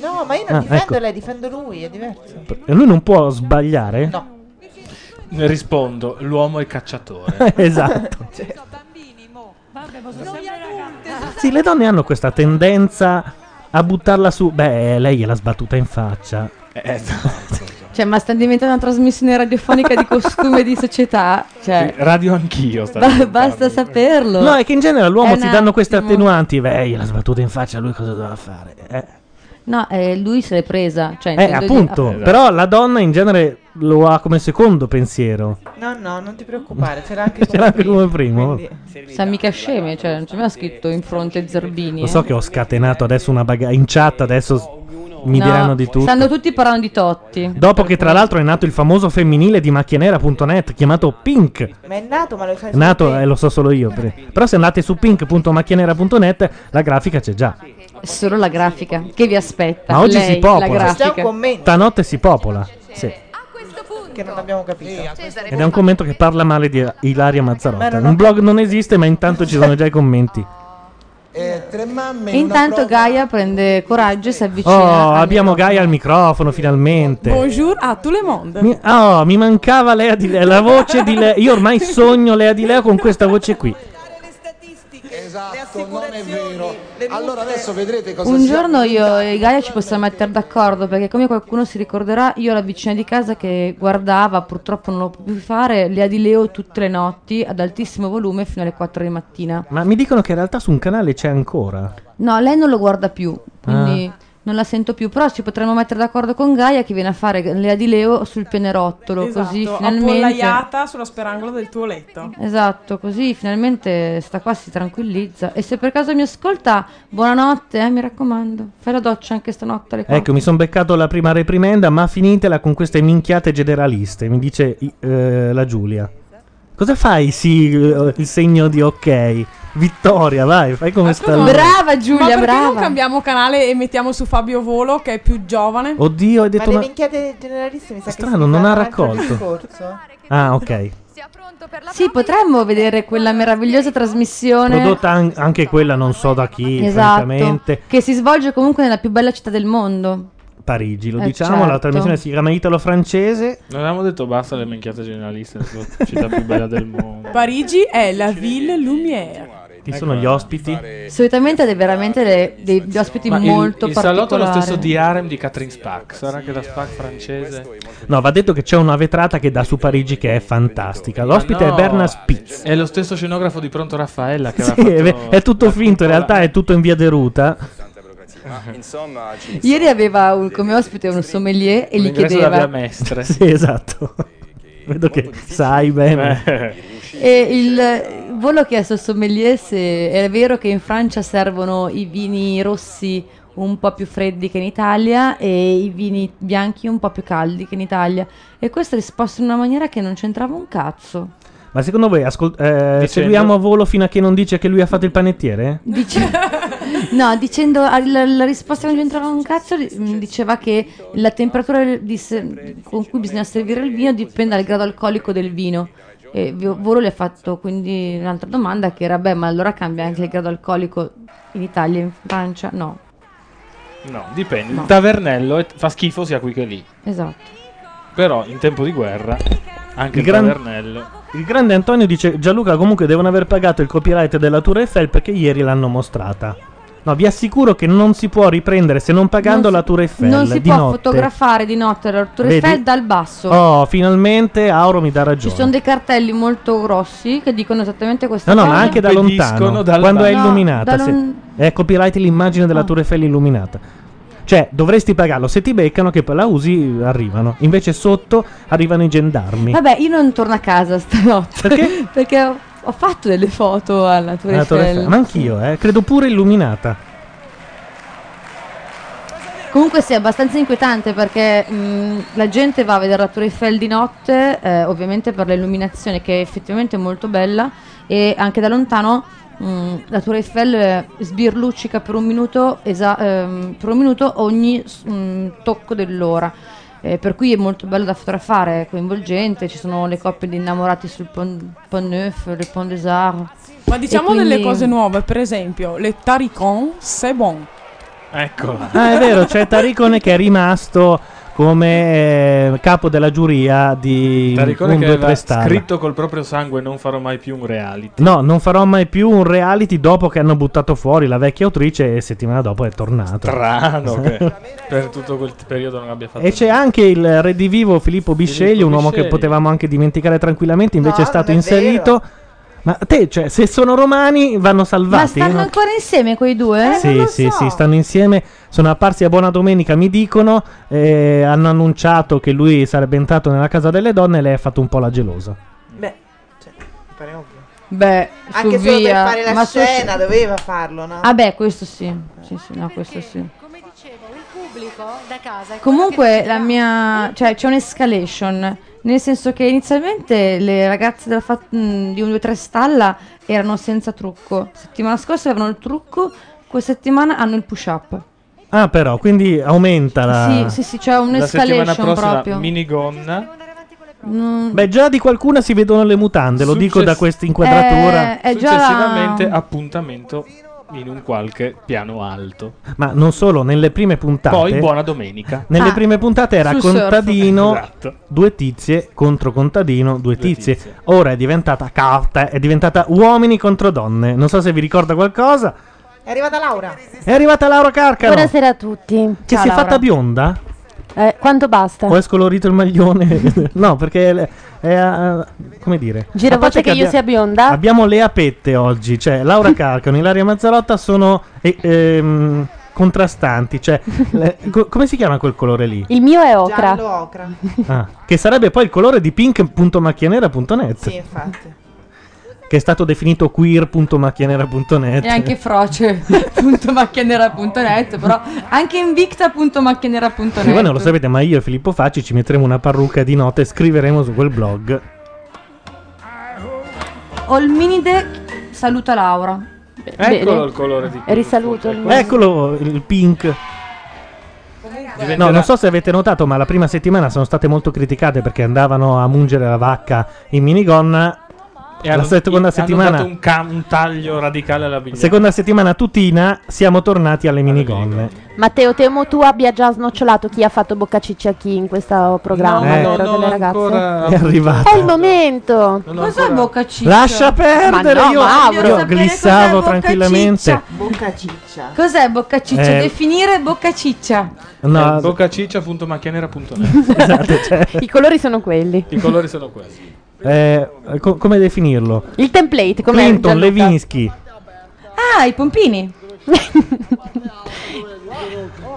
[SPEAKER 21] No, ma io non
[SPEAKER 2] Ah,
[SPEAKER 21] difendo
[SPEAKER 2] ecco.
[SPEAKER 21] lei, difendo lui, è diverso.
[SPEAKER 2] E lui non può sbagliare?
[SPEAKER 21] No.
[SPEAKER 8] Ne rispondo, l'uomo è cacciatore.
[SPEAKER 2] Esatto.
[SPEAKER 21] Cioè.
[SPEAKER 2] Sì, le donne hanno questa tendenza a buttarla su. Beh, lei gliel'ha sbattuta in faccia.
[SPEAKER 7] Cioè, ma sta diventando una trasmissione radiofonica di costume di società. Cioè,
[SPEAKER 2] Radio anch'io.
[SPEAKER 7] ba- basta saperlo.
[SPEAKER 2] No, è che in genere all'uomo
[SPEAKER 7] È
[SPEAKER 2] si
[SPEAKER 7] una-
[SPEAKER 2] danno queste attenuanti. Beh, gliel'ha sbattuta in faccia, lui cosa doveva fare? Eh.
[SPEAKER 7] No, eh, lui se l'è presa. Cioè,
[SPEAKER 2] Eh,
[SPEAKER 7] intendo dire-
[SPEAKER 2] appunto,
[SPEAKER 21] Esatto.
[SPEAKER 2] però la donna in genere lo ha come secondo pensiero.
[SPEAKER 21] No, no, non ti preoccupare, c'era anche
[SPEAKER 2] C'era anche come primo.
[SPEAKER 7] Sa mica sceme, cioè, non ci aveva scritto in fronte Zerbini. eh.
[SPEAKER 2] Lo so che ho scatenato adesso una baga in chat, adesso s- mi diranno di tutto.
[SPEAKER 7] Stanno tutti parlando di Totti.
[SPEAKER 2] Dopo che tra l'altro è nato il famoso femminile di macchianera.net chiamato Pink.
[SPEAKER 21] Ma è nato, ma lo sai
[SPEAKER 2] Nato, eh, lo so solo io. pre- Però se andate su pink.macchianera.net la grafica c'è già.
[SPEAKER 7] Solo la grafica che vi aspetta.
[SPEAKER 2] Ma oggi
[SPEAKER 7] Lei,
[SPEAKER 2] si
[SPEAKER 7] La
[SPEAKER 2] popola.
[SPEAKER 7] grafica.
[SPEAKER 2] Stanotte si popola. Sì.
[SPEAKER 21] che non abbiamo capito.
[SPEAKER 2] Ed è un commento che parla male di Ilaria
[SPEAKER 21] Ma
[SPEAKER 2] Mazzarotta.
[SPEAKER 21] non ho-
[SPEAKER 2] Un blog non esiste, ma intanto ci sono già i commenti. Oh,
[SPEAKER 7] E intanto Gaia prende coraggio e si avvicina.
[SPEAKER 2] Oh, abbiamo Gaia al microfono finalmente.
[SPEAKER 22] Bonjour a tout le monde.
[SPEAKER 2] Mi, oh, mi mancava Lea di Leo, la voce di Leo. Io ormai sogno Lea di Leo con questa voce qui.
[SPEAKER 10] Esatto, non è vero. Allora adesso vedrete cosa
[SPEAKER 7] Un
[SPEAKER 10] si-
[SPEAKER 7] giorno io e Gaia ci possiamo mettere d'accordo perché come qualcuno si ricorderà io la vicina di casa che guardava, purtroppo non lo può più fare, Lea di Leo tutte le notti ad altissimo volume fino alle 4 di mattina.
[SPEAKER 2] Ma mi dicono che in realtà su un canale c'è ancora.
[SPEAKER 7] No, lei non lo guarda più,
[SPEAKER 2] Ah.
[SPEAKER 7] quindi non la sento più, però ci potremmo mettere d'accordo con Gaia che viene a fare Lea di Leo sul pianerottolo,
[SPEAKER 22] Esatto,
[SPEAKER 7] così finalmente...
[SPEAKER 22] appollaiata sulla sperangolo del tuo letto.
[SPEAKER 7] Esatto, così finalmente sta qua si tranquillizza e se per caso mi ascolta, buonanotte, eh, mi raccomando, fai la doccia anche stanotte alle 4.
[SPEAKER 2] Ecco, mi sono beccato la prima reprimenda, ma finitela con queste minchiate generaliste, mi dice i- eh, la Giulia. Cosa fai? Sì, eh, il segno di ok. Vittoria, vai, fai come sta. lui.
[SPEAKER 22] Ma perché non cambiamo canale e mettiamo su Fabio Volo che è più giovane?
[SPEAKER 2] Oddio, hai detto
[SPEAKER 21] ma le
[SPEAKER 2] una-
[SPEAKER 21] minchiate generaliste mi sa
[SPEAKER 2] Strano,
[SPEAKER 21] che si
[SPEAKER 2] non
[SPEAKER 21] fa
[SPEAKER 2] ha
[SPEAKER 21] un altro
[SPEAKER 2] Ecco, raccolto.
[SPEAKER 21] discorso.
[SPEAKER 2] Ah, ok.
[SPEAKER 7] Sì, potremmo vedere quella meravigliosa trasmissione
[SPEAKER 2] Prodotta an- anche quella, non so da chi,
[SPEAKER 7] esatto,
[SPEAKER 2] francamente.
[SPEAKER 7] che si svolge comunque nella più bella città del mondo.
[SPEAKER 2] Parigi, lo
[SPEAKER 7] Eh,
[SPEAKER 2] diciamo. La
[SPEAKER 7] certo.
[SPEAKER 2] trasmissione si chiama Italo-Francese.
[SPEAKER 8] Non avevamo detto basta le minchiate generaliste, la città più bella del mondo.
[SPEAKER 22] Parigi è la Ville Lumière.
[SPEAKER 2] Chi sono gli ospiti?
[SPEAKER 7] Solitamente ha dei- veramente dei- dei- degli ospiti
[SPEAKER 8] Ma il-
[SPEAKER 7] molto
[SPEAKER 8] il, salotto è lo
[SPEAKER 7] particolari.
[SPEAKER 8] stesso di Harem di Catherine Spack, sarà che la Spack francese
[SPEAKER 2] No, va detto che c'è una vetrata che dà su Parigi che è fantastica. L'ospite
[SPEAKER 8] Ma no,
[SPEAKER 2] è Bernard Spitz.
[SPEAKER 8] è lo stesso scenografo di Pronto Raffaella che
[SPEAKER 2] Sì,
[SPEAKER 8] aveva
[SPEAKER 2] è,
[SPEAKER 8] fatto-
[SPEAKER 2] è tutto finto, in realtà è tutto in via deruta.
[SPEAKER 15] Ma insomma, ci
[SPEAKER 7] Ieri aveva un- come ospite un sommelier e gli chiedeva
[SPEAKER 2] Sì, esatto. Vedo che sai bene.
[SPEAKER 7] e il eh, volo ha chiesto al sommelier se è vero che in Francia servono i vini rossi un po' più freddi che in Italia e i vini bianchi un po' più caldi che in Italia e questo ha risposto in una maniera che non c'entrava un cazzo.
[SPEAKER 2] Ma secondo voi ascol- eh, seguiamo a volo fino a che non dice che lui ha fatto il panettiere?
[SPEAKER 7] No, dicendo ah, la, la risposta che non c'entrava un cazzo, ri- mh, diceva che la temperatura di se- con cui bisogna servire il vino dipende dal grado alcolico del vino. E Vi- Volo le ha fatto quindi un'altra domanda che era: beh, ma allora cambia anche il grado alcolico in Italia e in Francia? No,
[SPEAKER 8] No, dipende.
[SPEAKER 7] No.
[SPEAKER 8] Il tavernello è- fa schifo sia qui che lì.
[SPEAKER 7] esatto.
[SPEAKER 8] Però in tempo di guerra Anche il
[SPEAKER 2] gran-
[SPEAKER 8] tavernello.
[SPEAKER 2] il grande Antonio dice: Gianluca, comunque devono aver pagato il copyright della Tour Eiffel perché ieri l'hanno mostrata. No, vi assicuro che non si può riprendere se non pagando la Tour Eiffel.
[SPEAKER 7] non si
[SPEAKER 2] di
[SPEAKER 7] può
[SPEAKER 2] notte.
[SPEAKER 7] fotografare di notte la Tour
[SPEAKER 2] Vedi?
[SPEAKER 7] Eiffel dal basso.
[SPEAKER 2] Oh, finalmente Auro mi dà
[SPEAKER 7] Ci
[SPEAKER 2] ragione.
[SPEAKER 7] sono dei cartelli molto grossi che dicono esattamente questa
[SPEAKER 2] No, no,
[SPEAKER 7] cosa.
[SPEAKER 2] ma anche da lontano.
[SPEAKER 8] dal
[SPEAKER 2] quando è
[SPEAKER 7] basso. No,
[SPEAKER 2] illuminata.
[SPEAKER 7] da
[SPEAKER 2] se-
[SPEAKER 7] lon-
[SPEAKER 2] È Eh, copyright l'immagine
[SPEAKER 7] Ah.
[SPEAKER 2] della Tour Eiffel illuminata. Cioè, dovresti pagarlo. Se ti beccano, che la usi, arrivano. Invece sotto arrivano i gendarmi.
[SPEAKER 7] Vabbè, io non torno a casa stanotte. Perché? ho, ho fatto delle foto alla Tour
[SPEAKER 2] Alla Tour
[SPEAKER 7] Eiffel.
[SPEAKER 2] Eiffel. Ma anch'io, eh. Credo pure illuminata.
[SPEAKER 7] Comunque sì, è abbastanza inquietante perché mh, la gente va a vedere la Tour Eiffel di notte, eh, ovviamente per l'illuminazione che è effettivamente molto bella e anche da lontano mh, la Tour Eiffel eh, sbirluccica per un minuto, esa- ehm, per un minuto ogni s- mh, tocco dell'ora. Eh, per cui è molto bello da fotografare, è coinvolgente, ci sono le coppie di innamorati sul Pont, Pont Neuf, le Pont des Arts.
[SPEAKER 22] Ma diciamo delle cose
[SPEAKER 7] nuove.
[SPEAKER 22] nuove, per esempio, le Taricon, c'est bon.
[SPEAKER 8] Eccola.
[SPEAKER 2] Ah, è vero, c'è Taricone che è rimasto come eh, capo della giuria di
[SPEAKER 8] Taricone
[SPEAKER 2] un,
[SPEAKER 8] che
[SPEAKER 2] due,
[SPEAKER 8] aveva
[SPEAKER 2] tre star.
[SPEAKER 8] scritto col proprio sangue non farò mai più un reality.
[SPEAKER 2] No, non farò mai più un reality dopo che hanno buttato fuori la vecchia autrice e settimana dopo è tornato.
[SPEAKER 8] Strano che per tutto quel periodo non abbia fatto
[SPEAKER 2] E c'è anche il redivivo Filippo Bisceglie, un uomo che
[SPEAKER 8] Bisceglie.
[SPEAKER 2] potevamo anche dimenticare tranquillamente, invece
[SPEAKER 7] No,
[SPEAKER 2] è stato
[SPEAKER 7] non è vero.
[SPEAKER 2] inserito. Ma te, cioè, se sono romani vanno
[SPEAKER 7] Ma
[SPEAKER 2] salvati.
[SPEAKER 7] stanno
[SPEAKER 2] no?
[SPEAKER 7] ancora insieme quei due?
[SPEAKER 22] Eh,
[SPEAKER 2] Sì, sì, sì, stanno insieme. Sono apparsi a Buona Domenica, mi dicono. eh, hanno annunciato che lui sarebbe entrato nella casa delle donne e lei ha fatto un po' la gelosa.
[SPEAKER 21] Beh, cioè, mi pare ovvio.
[SPEAKER 7] Beh,
[SPEAKER 21] Anche
[SPEAKER 7] su
[SPEAKER 21] solo
[SPEAKER 7] via,
[SPEAKER 21] per fare la
[SPEAKER 7] ma su-
[SPEAKER 21] scena doveva farlo, no?
[SPEAKER 7] Ah beh, questo sì. Sì, sì, no, questo sì.
[SPEAKER 1] Come dicevo, il pubblico da casa è quello
[SPEAKER 7] Comunque
[SPEAKER 1] che
[SPEAKER 7] la mia, cioè c'è un'escalation, nel senso che inizialmente le ragazze della fa- mh, di 1 2 3 stalla erano senza trucco. Settimana scorsa avevano il trucco, questa settimana hanno il push up.
[SPEAKER 2] Ah, però, quindi aumenta Ah. la.
[SPEAKER 7] Sì, sì, sì, c'è
[SPEAKER 8] La settimana
[SPEAKER 7] un'escalation
[SPEAKER 8] prossima
[SPEAKER 7] proprio. Mm.
[SPEAKER 8] minigonna.
[SPEAKER 7] Non-
[SPEAKER 2] Beh, già di qualcuna si vedono le mutande, lo dico da questa inquadratura.
[SPEAKER 7] Eh, è già la-
[SPEAKER 8] Successivamente appuntamento in un qualche piano alto.
[SPEAKER 2] Ma non solo, nelle prime puntate.
[SPEAKER 8] Poi buona domenica.
[SPEAKER 2] Nelle
[SPEAKER 8] Ah,
[SPEAKER 2] prime puntate era
[SPEAKER 8] sul surf.
[SPEAKER 2] contadino,
[SPEAKER 8] Esatto.
[SPEAKER 2] due tizie contro contadino, due, tizie. Ora è diventata carta, è diventata uomini contro donne. Non so se vi ricorda qualcosa.
[SPEAKER 21] È arrivata Laura.
[SPEAKER 2] È arrivata Laura Carcano.
[SPEAKER 18] Buonasera a tutti.
[SPEAKER 2] Che si è fatta bionda?
[SPEAKER 18] Eh, quanto basta?
[SPEAKER 2] O è scolorito il maglione? no, perché è, è, eh, come dire.
[SPEAKER 18] Gira
[SPEAKER 2] a parte
[SPEAKER 18] voce che io
[SPEAKER 2] abbia-
[SPEAKER 18] sia bionda.
[SPEAKER 2] Abbiamo le apette oggi, cioè Laura Carcano, Ilaria Mazzarotta sono eh, ehm, contrastanti, cioè le- co- come si chiama quel colore lì?
[SPEAKER 18] Il mio è ocra.
[SPEAKER 21] Giallo ocra.
[SPEAKER 2] Ah, che sarebbe poi il colore di pink.macchianera.net,
[SPEAKER 21] Sì, infatti.
[SPEAKER 2] che è stato definito queer.macchianera.net.
[SPEAKER 7] E anche froce.macchianera.net, però anche invicta.macchianera.net.
[SPEAKER 2] Sì, voi non lo sapete, ma io e Filippo Facci ci metteremo una parrucca di notte e scriveremo su quel blog.
[SPEAKER 7] Olminide saluta Laura.
[SPEAKER 8] Eccolo il colore di
[SPEAKER 18] Risaluto il
[SPEAKER 2] Eccolo il pink. No, non so se avete notato, ma la prima settimana sono state molto criticate perché andavano a mungere la vacca in minigonna.
[SPEAKER 8] E
[SPEAKER 2] la
[SPEAKER 8] hanno-
[SPEAKER 2] seconda
[SPEAKER 8] hanno
[SPEAKER 2] settimana,
[SPEAKER 8] dato un, cam- un taglio radicale alla biglia.
[SPEAKER 2] seconda settimana tutina, siamo tornati alle minigonne.
[SPEAKER 18] Matteo, temo tu abbia già snocciolato chi ha fatto bocca ciccia a chi in questo programma,
[SPEAKER 2] No,
[SPEAKER 18] vero,
[SPEAKER 2] no,
[SPEAKER 18] delle
[SPEAKER 2] no,
[SPEAKER 18] ragazze?
[SPEAKER 2] È arrivata.
[SPEAKER 18] È il momento.
[SPEAKER 7] Cos'è bocca ciccia?
[SPEAKER 2] Lascia perdere,
[SPEAKER 18] Ma no,
[SPEAKER 2] io,
[SPEAKER 18] Mauro.
[SPEAKER 2] io
[SPEAKER 18] Voglio sapere
[SPEAKER 2] glissavo
[SPEAKER 7] cos'è Bocca
[SPEAKER 2] tranquillamente.
[SPEAKER 7] Ciccia.
[SPEAKER 21] Bocca ciccia.
[SPEAKER 7] Cos'è bocca ciccia?
[SPEAKER 2] Eh.
[SPEAKER 7] Definire bocca ciccia.
[SPEAKER 2] No.
[SPEAKER 8] Eh, boccaciccia.macchianera.net.
[SPEAKER 18] I colori sono quelli.
[SPEAKER 8] I colori sono quelli.
[SPEAKER 2] Eh, co- come definirlo?
[SPEAKER 18] Il template, come
[SPEAKER 2] Clinton, Levinsky.
[SPEAKER 7] Ah, i pompini.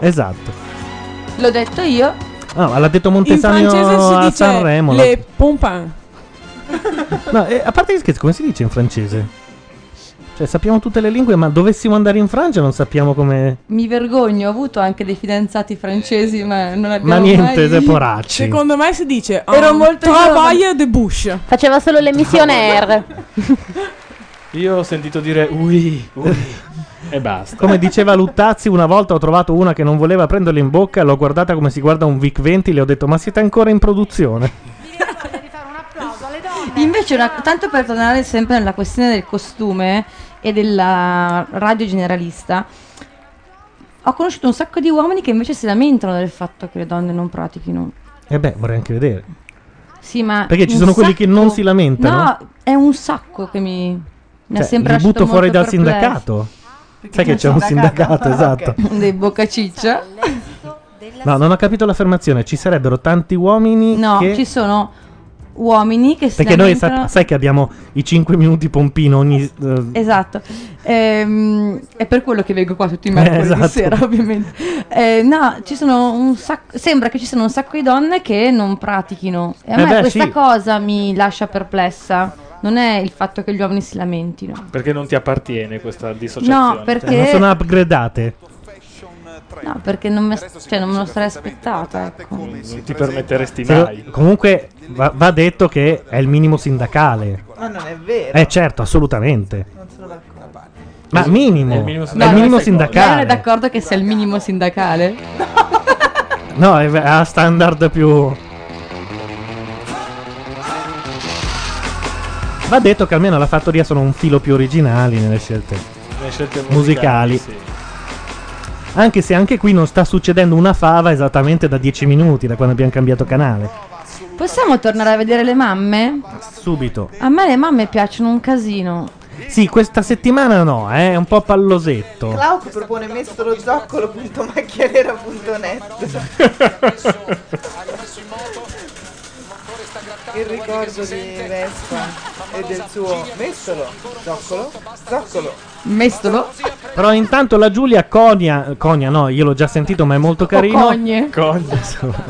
[SPEAKER 2] Esatto.
[SPEAKER 7] L'ho detto io.
[SPEAKER 2] Ah, ma l'ha detto
[SPEAKER 22] In
[SPEAKER 2] Montesano
[SPEAKER 22] francese si
[SPEAKER 2] a
[SPEAKER 22] dice
[SPEAKER 2] Sanremo. l'ha-
[SPEAKER 22] le pompin.
[SPEAKER 2] No, eh, a parte gli scherzi, come si dice in francese? Cioè, sappiamo tutte le lingue, ma dovessimo andare in Francia non sappiamo come...
[SPEAKER 7] Mi vergogno, ho avuto anche dei fidanzati francesi, ma non abbiamo
[SPEAKER 2] Ma niente,
[SPEAKER 7] mai...
[SPEAKER 2] se poracci.
[SPEAKER 22] Secondo me si dice
[SPEAKER 7] Ero
[SPEAKER 22] un
[SPEAKER 7] molto
[SPEAKER 22] travail de bouche.
[SPEAKER 18] Faceva solo l'emissione R.
[SPEAKER 8] Io ho sentito dire ui, ui e basta.
[SPEAKER 2] Come diceva Luttazzi, una volta ho trovato una che non voleva prenderlo in bocca, l'ho guardata come si guarda un Vic 20, le ho detto, ma siete ancora in produzione?
[SPEAKER 7] Invece, una- tanto per tornare sempre nella questione del costume e della radio generalista, ho conosciuto un sacco di uomini che invece si lamentano del fatto che le donne non pratichino.
[SPEAKER 2] E beh, vorrei anche vedere.
[SPEAKER 7] Sì, ma
[SPEAKER 2] Perché ci
[SPEAKER 7] un
[SPEAKER 2] sono quelli che
[SPEAKER 7] sacco-
[SPEAKER 2] non si lamentano.
[SPEAKER 7] No, è un sacco che mi, mi ha
[SPEAKER 2] Cioè,
[SPEAKER 7] sempre
[SPEAKER 2] li
[SPEAKER 7] lasciato
[SPEAKER 2] butto fuori
[SPEAKER 7] molto
[SPEAKER 2] dal
[SPEAKER 7] perplessa.
[SPEAKER 2] sindacato. Sai che c'è un sindacato, esatto.
[SPEAKER 7] Dei bocca ciccia.
[SPEAKER 2] No, non ho capito l'affermazione. Ci sarebbero tanti uomini
[SPEAKER 7] No,
[SPEAKER 2] che...
[SPEAKER 7] ci sono uomini che si
[SPEAKER 2] Perché noi sa-
[SPEAKER 7] lamentano.
[SPEAKER 2] sai che abbiamo i 5 minuti pompino ogni... eh,
[SPEAKER 7] Esatto, Ehm, è per quello che vengo qua tutti i
[SPEAKER 2] Eh,
[SPEAKER 7] mercoledì
[SPEAKER 2] esatto.
[SPEAKER 7] sera ovviamente. Eh, no, ci sono un sacco, sembra che ci siano un sacco di donne che non pratichino e a
[SPEAKER 2] Eh
[SPEAKER 7] me
[SPEAKER 2] beh,
[SPEAKER 7] questa
[SPEAKER 2] sì.
[SPEAKER 7] cosa mi lascia perplessa, non è il fatto che gli uomini si lamentino.
[SPEAKER 8] Perché non ti appartiene questa dissociazione?
[SPEAKER 7] No, perché-
[SPEAKER 2] cioè, non sono upgradate.
[SPEAKER 7] No, perché non, me, cioè, non me lo sarei aspettata. ecco.
[SPEAKER 8] Non ti permetteresti
[SPEAKER 2] Se-
[SPEAKER 8] mai.
[SPEAKER 2] comunque va, va detto che è il minimo sindacale.
[SPEAKER 5] Ma non è vero.
[SPEAKER 2] Eh certo, assolutamente.
[SPEAKER 5] Non sono d'accordo.
[SPEAKER 2] Ma minimo.
[SPEAKER 8] È il
[SPEAKER 2] È il
[SPEAKER 8] minimo
[SPEAKER 2] minimo,
[SPEAKER 8] sindacale.
[SPEAKER 7] Lei non è
[SPEAKER 2] sindacale.
[SPEAKER 7] d'accordo che sia il minimo sindacale?
[SPEAKER 2] No, è a standard più... Va detto che almeno alla fattoria sono un filo più originali nelle scelte,
[SPEAKER 8] Nelle scelte musicali,
[SPEAKER 2] musicali.
[SPEAKER 8] sì.
[SPEAKER 2] Anche se anche qui non sta succedendo una fava esattamente da 10 minuti, da quando abbiamo cambiato canale.
[SPEAKER 7] Possiamo tornare a vedere le mamme?
[SPEAKER 2] Subito.
[SPEAKER 7] A me le mamme piacciono un casino.
[SPEAKER 2] Sì, questa settimana no, eh, è un po' pallosetto.
[SPEAKER 5] Glauco propone mestrolozzoccolo.macchianera.net Il ricordo di Vespa e del suo mestolo, zoccolo, zoccolo.
[SPEAKER 7] Mestolo.
[SPEAKER 2] Però intanto la Giulia Conia, Conia no, io l'ho già sentito ma è molto carino.
[SPEAKER 7] Cogne.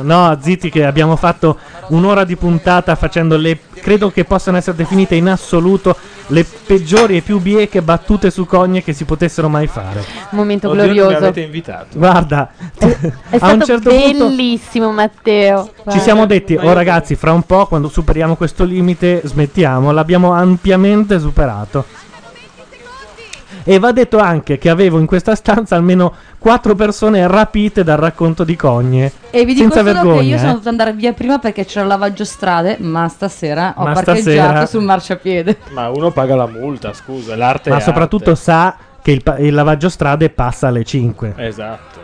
[SPEAKER 2] No, zitti che abbiamo fatto un'ora di puntata facendo le, credo che possano essere definite in assoluto le peggiori e più bieche battute su Cogne che si potessero mai fare.
[SPEAKER 18] Momento
[SPEAKER 8] Oddio, non mi
[SPEAKER 18] glorioso.
[SPEAKER 8] avete invitato.
[SPEAKER 2] Guarda,
[SPEAKER 18] È
[SPEAKER 2] a
[SPEAKER 18] stato
[SPEAKER 2] un certo punto
[SPEAKER 18] bellissimo, Matteo.
[SPEAKER 2] ci siamo detti, oh ragazzi, fra un po' quando superiamo questo limite smettiamo, l'abbiamo ampiamente superato. E va detto anche che avevo in questa stanza almeno quattro persone rapite dal racconto di Cogne.
[SPEAKER 7] E vi dico
[SPEAKER 2] senza
[SPEAKER 7] solo
[SPEAKER 2] vergogna,
[SPEAKER 7] che io sono
[SPEAKER 2] eh.
[SPEAKER 7] dovuta andare via prima perché c'era il lavaggio strade, ma stasera ho
[SPEAKER 2] Ma
[SPEAKER 7] parcheggiato
[SPEAKER 2] stasera-
[SPEAKER 7] sul marciapiede.
[SPEAKER 8] Ma uno paga la multa, scusa, l'arte
[SPEAKER 2] Ma
[SPEAKER 8] è
[SPEAKER 2] soprattutto sa che il, pa- il lavaggio strade passa alle 5.
[SPEAKER 8] arte. Esatto.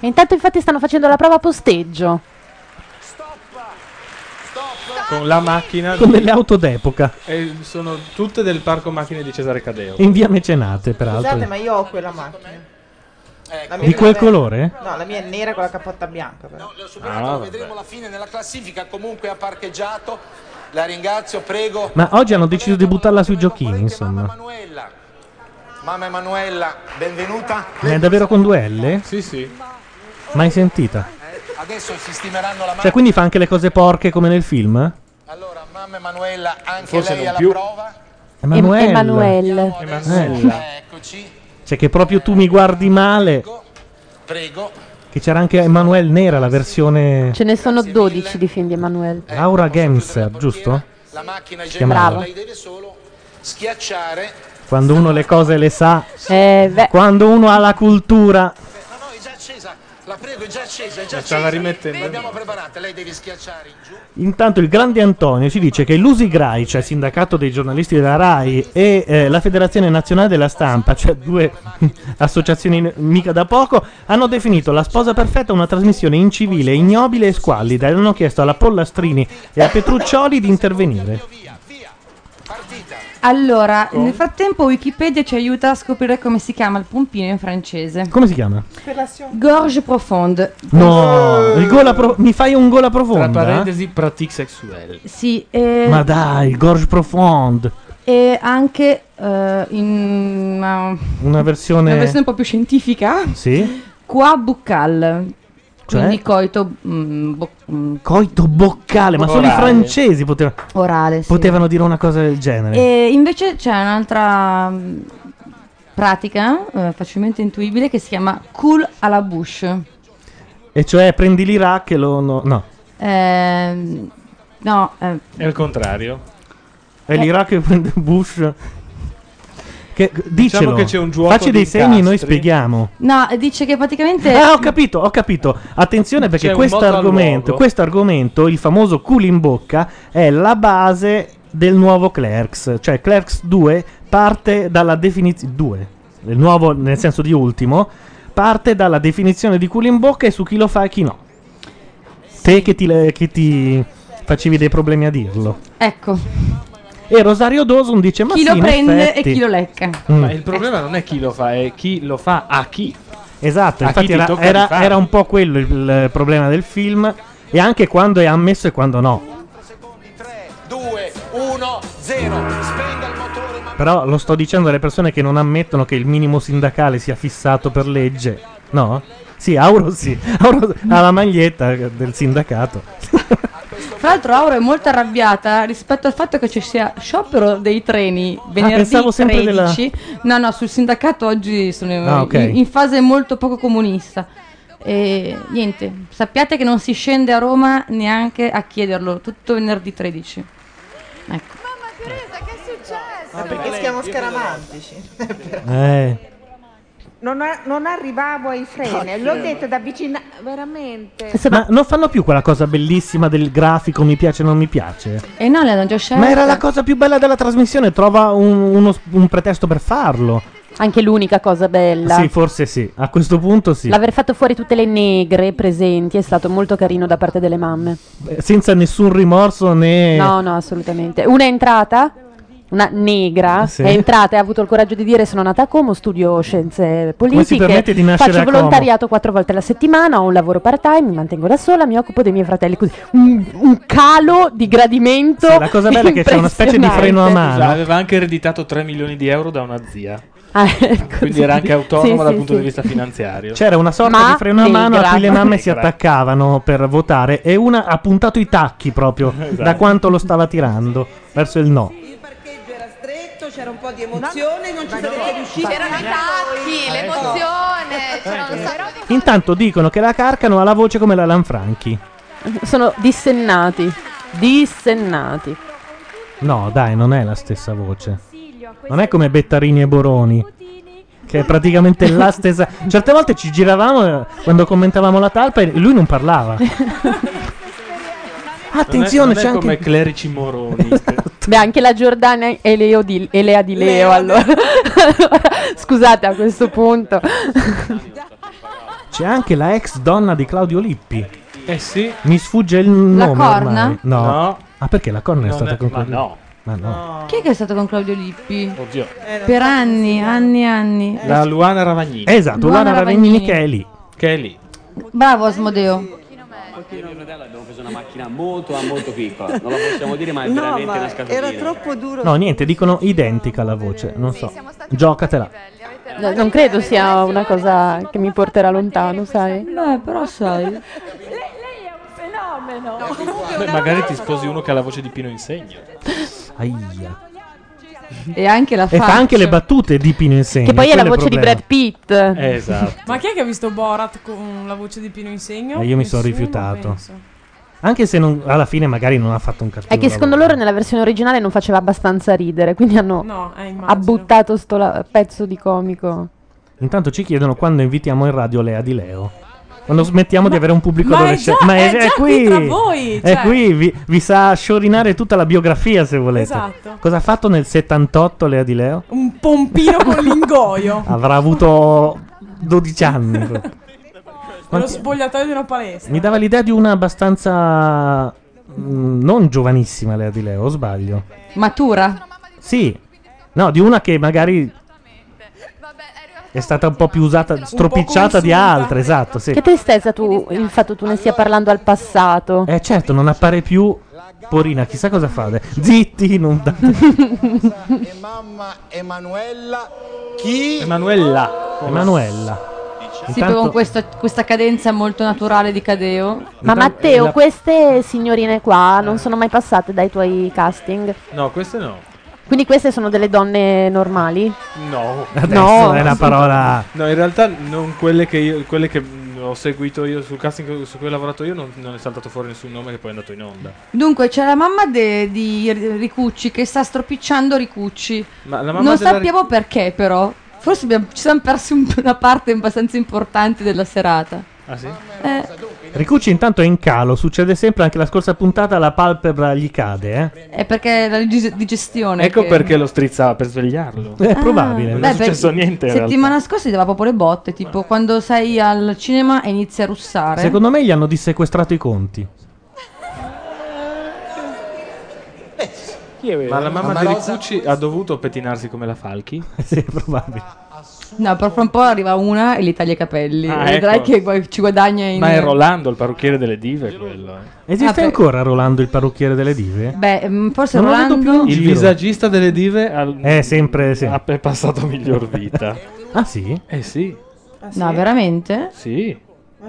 [SPEAKER 18] E intanto infatti stanno facendo la prova a posteggio.
[SPEAKER 8] Con la macchina
[SPEAKER 2] Con
[SPEAKER 8] di-
[SPEAKER 2] delle auto d'epoca.
[SPEAKER 8] e sono tutte del parco macchine di Cesare Cadeo.
[SPEAKER 2] In via
[SPEAKER 5] Scusate,
[SPEAKER 2] Mecenate, peraltro.
[SPEAKER 5] ma io ho quella macchina. La mia
[SPEAKER 2] Di quel
[SPEAKER 5] è-
[SPEAKER 2] colore?
[SPEAKER 5] No, la mia è nera con la cappotta bianca. Però.
[SPEAKER 2] Ah, vabbè.
[SPEAKER 10] Vedremo la fine nella classifica, comunque ha parcheggiato. La ringrazio, prego.
[SPEAKER 2] Ma oggi hanno deciso di buttarla sui giochini, insomma.
[SPEAKER 10] Manuela. Mamma Emanuela, benvenuta.
[SPEAKER 2] Ma è davvero con due L?
[SPEAKER 8] Sì, sì.
[SPEAKER 2] Mai sentita.
[SPEAKER 10] Eh, Adesso si stimeranno la mano.
[SPEAKER 2] Cioè, quindi fa anche le cose porche come nel film?
[SPEAKER 10] Allora, mamma Emanuela, anche
[SPEAKER 8] Forse
[SPEAKER 10] lei
[SPEAKER 8] non
[SPEAKER 10] alla
[SPEAKER 8] più.
[SPEAKER 10] prova.
[SPEAKER 2] Emanuele.
[SPEAKER 18] Emanuele.
[SPEAKER 2] Emanuela.
[SPEAKER 10] Eccoci,
[SPEAKER 2] Cioè, che proprio tu mi guardi male.
[SPEAKER 10] prego.
[SPEAKER 2] Che c'era anche Emanuele Nera, la versione
[SPEAKER 18] Ce ne sono 12 di film di Emanuele.
[SPEAKER 10] Eh,
[SPEAKER 2] Laura Gemser, giusto?
[SPEAKER 10] La macchina è
[SPEAKER 2] Si chiamava.
[SPEAKER 10] gemella, lei deve solo schiacciare.
[SPEAKER 2] Quando uno le cose le sa.
[SPEAKER 18] Eh, beh.
[SPEAKER 2] Quando uno ha la cultura.
[SPEAKER 10] No, no, è già accesa. La prego, è già accesa, è già
[SPEAKER 8] La
[SPEAKER 10] accesa.
[SPEAKER 8] stava rimettendo.
[SPEAKER 10] L'abbiamo preparata, lei deve schiacciare in giù.
[SPEAKER 2] Intanto il grande Antonio ci dice che l'USIGRAI, cioè il sindacato dei giornalisti della RAI, e eh, la Federazione Nazionale della Stampa, cioè due associazioni n- mica da poco, hanno definito La Sposa Perfetta una trasmissione incivile, ignobile e squallida e hanno chiesto alla Pollastrini e a Petruccioli di intervenire.
[SPEAKER 7] Allora,
[SPEAKER 2] Oh.
[SPEAKER 7] nel frattempo Wikipedia ci aiuta a scoprire come si chiama il pompino in francese.
[SPEAKER 2] Come si chiama?
[SPEAKER 7] Gorge profonde.
[SPEAKER 2] No, il gol a pro- mi fai un gol a profonda?
[SPEAKER 8] Tra parentesi, pratique sexuelle.
[SPEAKER 7] Sì, e,
[SPEAKER 2] Ma dai, il Gorge Profonde,
[SPEAKER 7] e anche eh, in una,
[SPEAKER 2] una versione...
[SPEAKER 7] una versione un po' più scientifica,
[SPEAKER 2] Sì?
[SPEAKER 7] qua buccal.
[SPEAKER 2] Cioè?
[SPEAKER 7] Quindi coito mm, bo- mm,
[SPEAKER 2] Coito boccale, ma solo i
[SPEAKER 7] Orale.
[SPEAKER 2] francesi poteva-
[SPEAKER 7] orale. Eh, sì. Eh.
[SPEAKER 2] potevano dire una cosa del genere.
[SPEAKER 7] E invece c'è un'altra mm, pratica eh, facilmente intuibile che si chiama cool alla Bush.
[SPEAKER 2] E cioè prendi l'Iraq e lo. No, no.
[SPEAKER 7] Ehm, no, eh,
[SPEAKER 8] È il contrario.
[SPEAKER 2] è l'Iraq che prende Bush. Che,
[SPEAKER 8] Diciamo
[SPEAKER 2] dicelo,
[SPEAKER 8] che c'è un gioco
[SPEAKER 2] facci
[SPEAKER 8] di
[SPEAKER 2] dei segni e noi
[SPEAKER 8] incastri.
[SPEAKER 2] spieghiamo.
[SPEAKER 7] no, dice che praticamente...
[SPEAKER 2] Ah, ho capito, ho capito. Attenzione
[SPEAKER 8] C'è
[SPEAKER 2] perché
[SPEAKER 8] un
[SPEAKER 2] questo
[SPEAKER 8] modo
[SPEAKER 2] argomento,
[SPEAKER 8] all'uovo.
[SPEAKER 2] questo argomento, il famoso culo in bocca, è la base del nuovo Clerks. Cioè, Clerks 2 parte dalla definizione. 2, il nuovo nel senso di ultimo, parte dalla definizione di culo in bocca e su chi lo fa e chi no. Te che ti. le- Che ti facevi dei problemi a dirlo.
[SPEAKER 7] Ecco,
[SPEAKER 2] E Rosario Dawson dice: Ma
[SPEAKER 7] chi
[SPEAKER 2] sì,
[SPEAKER 7] lo
[SPEAKER 2] in
[SPEAKER 7] prende
[SPEAKER 2] effetti.
[SPEAKER 7] e chi lo lecca.
[SPEAKER 2] Mm.
[SPEAKER 8] Ma il problema non è chi lo fa, è chi lo fa a chi.
[SPEAKER 2] Esatto,
[SPEAKER 8] A chi
[SPEAKER 2] infatti
[SPEAKER 8] ti
[SPEAKER 2] era,
[SPEAKER 8] tocca
[SPEAKER 2] era-
[SPEAKER 8] di farlo.
[SPEAKER 2] era un po' quello il, il problema del film. E anche quando è ammesso e quando no.
[SPEAKER 10] 2, 1, 0. Spenga il motore.
[SPEAKER 2] Però lo sto dicendo alle persone che non ammettono che il minimo sindacale sia fissato per legge. No? Sì, Auro sì. Auro ha la maglietta del sindacato.
[SPEAKER 7] Fra l'altro, Auro è molto arrabbiata rispetto al fatto che ci sia sciopero dei treni venerdì
[SPEAKER 2] Ah, pensavo
[SPEAKER 7] 13.
[SPEAKER 2] sempre della-
[SPEAKER 7] No, no, sul sindacato oggi sono in-
[SPEAKER 2] Ah, ok.
[SPEAKER 7] in, fase molto poco comunista. E niente, sappiate che non si scende a Roma neanche a chiederlo, tutto venerdì 13. Ecco.
[SPEAKER 5] Ma perché siamo scaramantici?
[SPEAKER 2] Eh.
[SPEAKER 12] Non, a- non arrivavo ai freni, l'ho detto da vicino, veramente.
[SPEAKER 5] Eh,
[SPEAKER 2] Ma non fanno più quella cosa bellissima del grafico mi piace non mi piace.
[SPEAKER 7] E no, le hanno già scelto.
[SPEAKER 2] Ma era la cosa più bella della trasmissione, trova un, uno- un pretesto per farlo.
[SPEAKER 18] Anche l'unica cosa bella.
[SPEAKER 2] Sì, forse sì. A questo punto sì.
[SPEAKER 18] L'aver fatto fuori tutte le negre presenti è stato molto carino da parte delle mamme.
[SPEAKER 2] Eh, Senza nessun rimorso né...
[SPEAKER 18] No, no, assolutamente. Una è entrata, una negra,
[SPEAKER 2] Sì.
[SPEAKER 18] è entrata e ha avuto il coraggio di dire sono nata a Como, studio scienze
[SPEAKER 2] si
[SPEAKER 18] politiche,
[SPEAKER 2] permette di nascere
[SPEAKER 18] faccio
[SPEAKER 2] a Como?"
[SPEAKER 18] volontariato quattro volte alla settimana, ho un lavoro part-time, mi mantengo da sola, mi occupo dei miei fratelli. Così, Mm. un, un calo di gradimento.
[SPEAKER 2] la cosa bella è che c'è una specie di freno a mano.
[SPEAKER 8] Esatto. Aveva anche ereditato 3 milioni di euro da una zia.
[SPEAKER 18] Ah,
[SPEAKER 8] Quindi era anche autonomo
[SPEAKER 18] Sì,
[SPEAKER 8] dal
[SPEAKER 18] sì,
[SPEAKER 8] punto
[SPEAKER 18] sì.
[SPEAKER 8] di vista finanziario.
[SPEAKER 2] C'era una sorta
[SPEAKER 18] Ma
[SPEAKER 2] di freno a mano a
[SPEAKER 18] negra.
[SPEAKER 2] cui le mamme si
[SPEAKER 8] Negra.
[SPEAKER 2] attaccavano per votare e una ha puntato i tacchi proprio
[SPEAKER 8] Esatto.
[SPEAKER 2] da quanto lo stava tirando verso il no.
[SPEAKER 14] c'era un po' di emozione, non ci sarete riusciti.
[SPEAKER 11] C'erano i tacchi, l'emozione, c'erano
[SPEAKER 14] Ecco,
[SPEAKER 11] un sacco di-
[SPEAKER 2] Intanto dicono che la Carcano ha la voce come la Lanfranchi.
[SPEAKER 18] Sono dissennati, dissennati.
[SPEAKER 2] No, dai, non è la stessa voce. Non è come Bettarini e Boroni. Che è praticamente la stessa. Certe volte ci giravamo eh, quando commentavamo la talpa e lui non parlava.
[SPEAKER 8] non è, non
[SPEAKER 2] Attenzione, c'è
[SPEAKER 8] è
[SPEAKER 2] anche.
[SPEAKER 8] come Clerici Moroni.
[SPEAKER 18] Beh, anche la Giordana e Leo di, e Lea di Leo, allora. Allora, Scusate a questo punto.
[SPEAKER 2] C'è anche la ex donna di Claudio Lippi.
[SPEAKER 8] Eh sì.
[SPEAKER 2] Mi sfugge il
[SPEAKER 7] La
[SPEAKER 2] nome.
[SPEAKER 7] corna?
[SPEAKER 2] ormai. No.
[SPEAKER 8] No.
[SPEAKER 2] Ah, perché la corna è
[SPEAKER 8] Non
[SPEAKER 2] stata
[SPEAKER 8] è-
[SPEAKER 2] con
[SPEAKER 8] ma
[SPEAKER 2] Claudio-
[SPEAKER 8] no.
[SPEAKER 2] Ma no.
[SPEAKER 7] Chi è che è stato con Claudio Lippi?
[SPEAKER 8] Oddio.
[SPEAKER 7] Per anni, anni, anni.
[SPEAKER 8] La Luana Ravagnini.
[SPEAKER 2] Esatto,
[SPEAKER 7] Luana
[SPEAKER 2] Luana Ravagnini
[SPEAKER 7] Ravagnini.
[SPEAKER 2] che è lì.
[SPEAKER 8] Che è lì.
[SPEAKER 7] Bravo Asmodeo.
[SPEAKER 16] Io e mio fratello abbiamo preso una macchina molto, ma molto piccola. Non la possiamo dire, ma è
[SPEAKER 14] No,
[SPEAKER 16] veramente
[SPEAKER 14] ma
[SPEAKER 16] una scatolina.
[SPEAKER 14] era troppo duro.
[SPEAKER 2] No, niente, dicono identica la voce. Non so. Giocatela.
[SPEAKER 18] No, non credo sia una cosa che mi porterà lontano, sai?
[SPEAKER 7] Beh, però sai.
[SPEAKER 12] Fenomeno.
[SPEAKER 8] Beh, magari ti sposi uno che ha la voce di Pino Insegno.
[SPEAKER 2] Aia.
[SPEAKER 7] E anche la
[SPEAKER 2] E fa anche le battute di Pino Insegno.
[SPEAKER 18] Che poi è la
[SPEAKER 2] quello
[SPEAKER 18] voce di
[SPEAKER 2] problema.
[SPEAKER 18] Brad Pitt.
[SPEAKER 2] Esatto.
[SPEAKER 22] Ma chi è che ha visto Borat con la voce di Pino Insegno?
[SPEAKER 2] Eh, io mi sono
[SPEAKER 22] Nessuno,
[SPEAKER 2] rifiutato.
[SPEAKER 22] penso.
[SPEAKER 2] Anche se non- alla fine magari non ha fatto un cattivo
[SPEAKER 18] È che secondo loro nella versione originale non faceva abbastanza ridere, quindi hanno
[SPEAKER 22] No, eh, immagino.
[SPEAKER 18] abbuttato sto la- pezzo di comico.
[SPEAKER 2] Intanto ci chiedono quando invitiamo in radio Lea di Leo. Quando smettiamo di avere un pubblico
[SPEAKER 22] ma è
[SPEAKER 2] adolescente.
[SPEAKER 22] già- è già qui tra voi,
[SPEAKER 2] È
[SPEAKER 22] cioè.
[SPEAKER 2] qui, vi, vi sa sciorinare tutta la biografia se volete.
[SPEAKER 22] Esatto.
[SPEAKER 2] Cosa ha fatto nel 78 Lea di Leo?
[SPEAKER 22] Un pompino con l'ingoio.
[SPEAKER 2] Avrà avuto 12 anni.
[SPEAKER 22] Nello
[SPEAKER 2] Quanti-
[SPEAKER 22] spogliatoio di una palestra.
[SPEAKER 2] Mi dava l'idea di una abbastanza... mm, non giovanissima Lea di Leo, o sbaglio?
[SPEAKER 7] Matura.
[SPEAKER 2] Sì. No, di una che magari... È stata un po' più usata, stropicciata di
[SPEAKER 18] consunta.
[SPEAKER 2] altre, esatto, sì.
[SPEAKER 18] Che tristezza tu, il fatto tu ne stia parlando al passato.
[SPEAKER 2] Eh certo, non appare più Porina, chissà cosa fate. Zitti, non date.
[SPEAKER 10] E mamma Emanuella, chi?
[SPEAKER 2] Emanuella. Emanuella.
[SPEAKER 7] Sì, poi con questa, questa cadenza molto naturale di Cadeo.
[SPEAKER 18] Ma Matteo, queste signorine qua non sono mai passate dai tuoi casting?
[SPEAKER 8] No, queste no.
[SPEAKER 18] Quindi queste sono delle donne normali?
[SPEAKER 8] No.
[SPEAKER 18] Adesso No.
[SPEAKER 2] è una parola-
[SPEAKER 8] No, in realtà non quelle che, io, quelle che mh, ho seguito io sul casting su cui ho lavorato io non, non è saltato fuori nessun nome che poi è andato in onda.
[SPEAKER 7] Dunque, c'è la mamma de- di R- Ricucci che sta stropicciando Ricucci.
[SPEAKER 8] Ma la mamma
[SPEAKER 7] non
[SPEAKER 8] della-
[SPEAKER 7] sappiamo perché, però. Forse abbiamo- ci siamo persi un- una parte abbastanza importante della serata.
[SPEAKER 8] Ah sì?
[SPEAKER 7] Eh,
[SPEAKER 2] Ricucci intanto è in calo, succede sempre anche la scorsa puntata la palpebra gli cade, eh.
[SPEAKER 7] è perché la dig- digestione.
[SPEAKER 8] Ecco
[SPEAKER 7] che- Ah,
[SPEAKER 8] perché lo strizzava per svegliarlo.
[SPEAKER 2] È probabile.
[SPEAKER 8] Non
[SPEAKER 7] Beh,
[SPEAKER 8] è successo
[SPEAKER 7] perché
[SPEAKER 8] niente in realtà.
[SPEAKER 7] Settimana scorsa ti dava proprio le botte, tipo quando sei al cinema e inizi a russare.
[SPEAKER 2] Secondo me gli hanno dissequestrato i conti.
[SPEAKER 8] chi
[SPEAKER 7] Eh,
[SPEAKER 8] è Ma la mamma di Ricucci ha dovuto pettinarsi come la Falchi?
[SPEAKER 2] sì, è probabile.
[SPEAKER 7] No, però fra un po' arriva una e gli taglia i capelli.
[SPEAKER 8] Ah,
[SPEAKER 7] Vedrai
[SPEAKER 8] ecco.
[SPEAKER 7] che guai- ci guadagna in...
[SPEAKER 8] Ma è Rolando, il parrucchiere delle dive, quello.
[SPEAKER 2] Esiste
[SPEAKER 7] Vabbè.
[SPEAKER 2] ancora Rolando il parrucchiere delle dive?
[SPEAKER 7] Beh, mm, forse
[SPEAKER 2] Non lo vedo
[SPEAKER 7] Rolando...
[SPEAKER 2] più in
[SPEAKER 8] Il
[SPEAKER 2] giro.
[SPEAKER 8] visagista delle dive
[SPEAKER 2] Eh, sempre, sì.
[SPEAKER 8] è passato miglior vita.
[SPEAKER 2] ah, sì?
[SPEAKER 8] Eh, sì.
[SPEAKER 7] No, veramente?
[SPEAKER 8] Sì.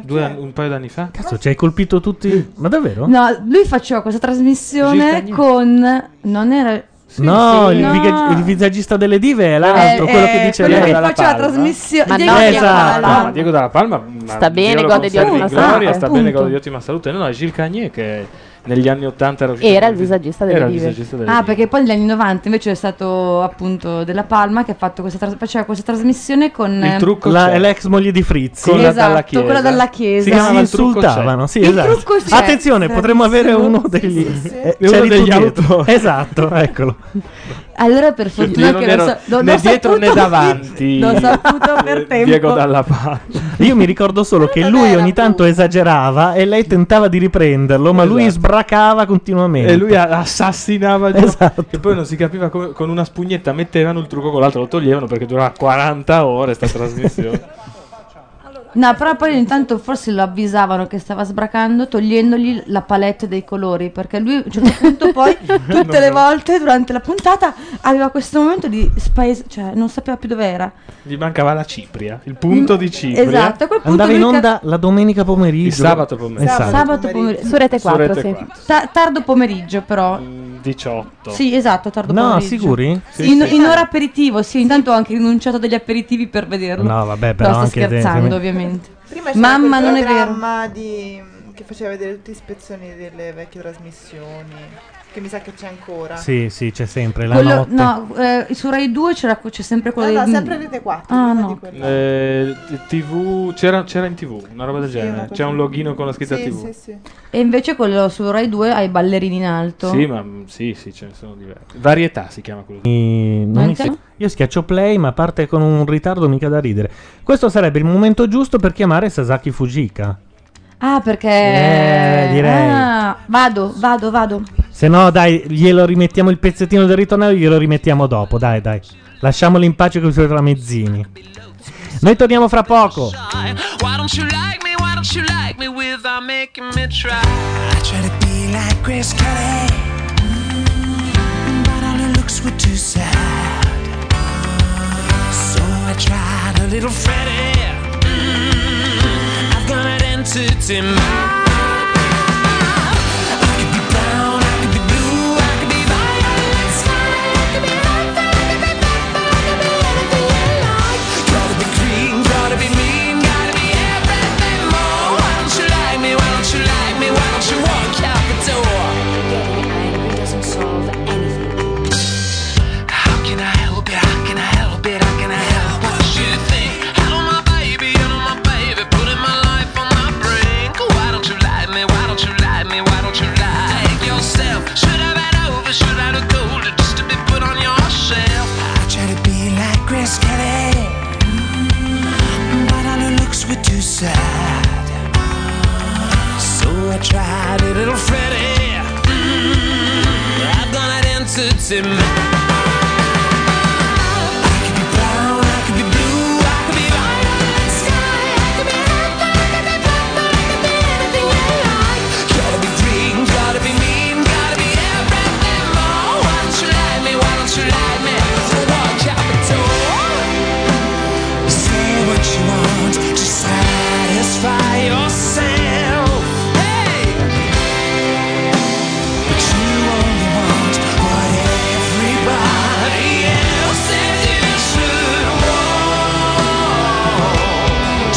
[SPEAKER 8] Due anni- un paio d'anni fa.
[SPEAKER 2] Cazzo, ci hai colpito tutti. Ma davvero?
[SPEAKER 7] No, lui faceva questa trasmissione con... Non era...
[SPEAKER 2] no,
[SPEAKER 7] sì.
[SPEAKER 2] Il,
[SPEAKER 7] No.
[SPEAKER 2] viga- il visagista delle dive è l'altro,
[SPEAKER 7] Eh,
[SPEAKER 2] quello
[SPEAKER 7] eh,
[SPEAKER 2] che dice
[SPEAKER 7] quello
[SPEAKER 2] lei.
[SPEAKER 7] che faceva la trasmissione.
[SPEAKER 2] Ma
[SPEAKER 7] Diego
[SPEAKER 2] no, esatto.
[SPEAKER 7] Dalla
[SPEAKER 2] Diego Dalla
[SPEAKER 7] Palma.
[SPEAKER 8] Ma
[SPEAKER 2] Palma.
[SPEAKER 8] Diego Dalla Palma ma
[SPEAKER 18] Sta bene,
[SPEAKER 8] Dio lo
[SPEAKER 18] gode di
[SPEAKER 8] conservi
[SPEAKER 18] ottima
[SPEAKER 8] in gloria,
[SPEAKER 18] salute,
[SPEAKER 8] Sta bene,
[SPEAKER 18] punto.
[SPEAKER 8] gode di ottima salute. No, no, è Gilles Cagné che negli anni 80 era uscito.
[SPEAKER 18] Era
[SPEAKER 8] con
[SPEAKER 18] il visagista delle
[SPEAKER 8] era il
[SPEAKER 18] dive.
[SPEAKER 8] visagista delle
[SPEAKER 7] Ah,
[SPEAKER 8] dive.
[SPEAKER 7] perché poi negli anni 90 invece è stato appunto Della Palma che ha fatto questa, tras- faceva questa trasmissione con... eh,
[SPEAKER 2] Il trucco La- è l'ex moglie di Frizzi.
[SPEAKER 7] Quella Esatto, dalla chiesa. quella dalla chiesa.
[SPEAKER 2] Si,
[SPEAKER 7] Si chiamava Il trucco
[SPEAKER 2] insultavano.
[SPEAKER 7] c'è.
[SPEAKER 2] Sì,
[SPEAKER 7] Il
[SPEAKER 2] esatto.
[SPEAKER 7] trucco c'è.
[SPEAKER 2] Attenzione, potremmo avere uno degli. eh,
[SPEAKER 8] Uno
[SPEAKER 2] c'eri tu
[SPEAKER 8] degli
[SPEAKER 2] dietro. Esatto, eccolo.
[SPEAKER 7] Allora per fortuna
[SPEAKER 8] non
[SPEAKER 7] che l'ho
[SPEAKER 8] ero
[SPEAKER 7] sa- l'ho-
[SPEAKER 8] né
[SPEAKER 7] l'ho
[SPEAKER 8] dietro
[SPEAKER 7] saputo-
[SPEAKER 8] né davanti.
[SPEAKER 7] L'ho saputo per tempo.
[SPEAKER 8] Diego Dalla Palma.
[SPEAKER 2] Io mi ricordo solo che lui ogni tanto esagerava e lei tentava di riprenderlo, ma lui sbracava continuamente.
[SPEAKER 8] E lui a- assassinava il esatto. E poi non si capiva come con una spugnetta mettevano il trucco con l'altro, lo toglievano perché durava 40 ore sta trasmissione.
[SPEAKER 7] No, però poi intanto forse lo avvisavano che stava sbracando togliendogli la palette dei colori perché lui a un certo punto poi tutte le volte durante la puntata aveva questo momento di spaes- cioè non sapeva più dove era.
[SPEAKER 8] Gli mancava la Cipria, il punto di Cipria.
[SPEAKER 7] esatto, a quel punto
[SPEAKER 2] Andava in
[SPEAKER 7] lui ca-
[SPEAKER 2] onda la domenica pomeriggio.
[SPEAKER 8] Il sabato pomeriggio.
[SPEAKER 2] Esatto.
[SPEAKER 7] Sabato pomeriggio.
[SPEAKER 18] Su Rete
[SPEAKER 8] Su 4, Rete sì. 4.
[SPEAKER 7] Ta- tardo pomeriggio però.
[SPEAKER 8] 18.
[SPEAKER 7] Sì, esatto, tardo
[SPEAKER 2] No,
[SPEAKER 7] pomeriggio.
[SPEAKER 2] sicuri? Sì,
[SPEAKER 7] in,
[SPEAKER 2] sì.
[SPEAKER 7] in ora aperitivo, sì, intanto ho anche rinunciato degli aperitivi per vederlo.
[SPEAKER 2] No, vabbè, però
[SPEAKER 7] no, sto
[SPEAKER 2] anche te,
[SPEAKER 7] scherzando,
[SPEAKER 2] se-
[SPEAKER 7] ovviamente.
[SPEAKER 5] Prima c'era
[SPEAKER 7] Mamma,
[SPEAKER 5] quel
[SPEAKER 7] non è vero.
[SPEAKER 5] programma di- che faceva vedere tutte le ispezioni delle vecchie trasmissioni, che mi sa che c'è ancora.
[SPEAKER 2] Sì, sì, c'è sempre la
[SPEAKER 7] Quello-
[SPEAKER 2] notte.
[SPEAKER 7] no, eh, su Rai 2 c'era, c'è sempre quello
[SPEAKER 5] Eh, No, no,
[SPEAKER 7] dei-
[SPEAKER 5] sempre Rete 4,
[SPEAKER 7] Ah,
[SPEAKER 5] prima
[SPEAKER 7] no.
[SPEAKER 5] di quella.
[SPEAKER 8] Eh, t- TV c'era, c'era in TV, una roba del genere. C'è un loghino con la scritta
[SPEAKER 7] Sì,
[SPEAKER 8] TV.
[SPEAKER 7] sì, E invece quello su Rai 2 ha i ballerini in alto.
[SPEAKER 8] Sì, ma mm, sì, sì, ce ne sono diversi. Varietà si chiama quello.
[SPEAKER 2] Eh, non
[SPEAKER 7] Ma
[SPEAKER 2] mi
[SPEAKER 7] anche-
[SPEAKER 2] so- Io schiaccio play, ma parte con un ritardo mica da ridere. Questo sarebbe il momento giusto per chiamare Sasaki Fujika.
[SPEAKER 7] Ah, perché...
[SPEAKER 2] Eh, direi.
[SPEAKER 7] Ah, vado, vado, vado.
[SPEAKER 2] Se no, dai, glielo rimettiamo il pezzettino del ritornello, glielo rimettiamo dopo. Dai, dai. Lasciamolo in pace con i suoi tramezzini. Noi torniamo fra poco.
[SPEAKER 9] Why don't you like me? Why don't you like me without making me try? I try to be like Chris Kelly, mm, but all her looks were too sad. So I tried a little Freddy. Mm, I've got an entity mind. I could be brown, I could be blue, I could be violet, it's fine. I could be red, I could be purple, I could be anything you like. Gotta be green, gotta be mean, gotta be everything more. Why don't you like me? Why don't you like me? Why don't you walk out the door? Getting angry doesn't solve anything. How can I help it? How can I help it? How can I help what you think? Hello, my baby, hello, my baby, putting my life on the brink. Why don't you like me? Why don't you like me? Why don't you like yourself? Should I bend over? Should I look older just to be put on your shelf? I try to be like Chris Kelly, Mm-hmm. but all her looks were too sad. So I tried a little Freddy. Mm, I've done that entity man. Yourself, hey, but you only want what everybody else said you should want.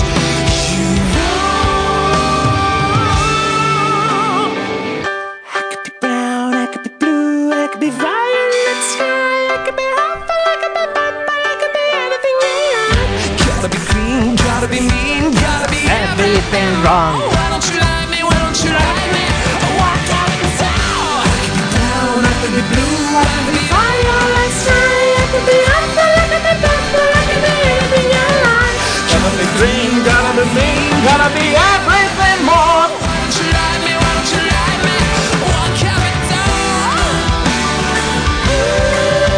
[SPEAKER 9] You want. I could be brown, I could be blue, I could be violet sky, I could be hopeful, I could be purple, I could be anything you like. Gotta be green, gotta be mean, gotta be everything wrong. Why don't you like me? Why don't you like me? Oh, why can't you tell? I could be brown, I could be blue, I could be violet sky, I could be hopeful, I could be purple, I could be anything you like. Gotta be green, gotta be mean, gotta be everything more. Oh, Why don't you like me? Why don't you like me? Walk out the door.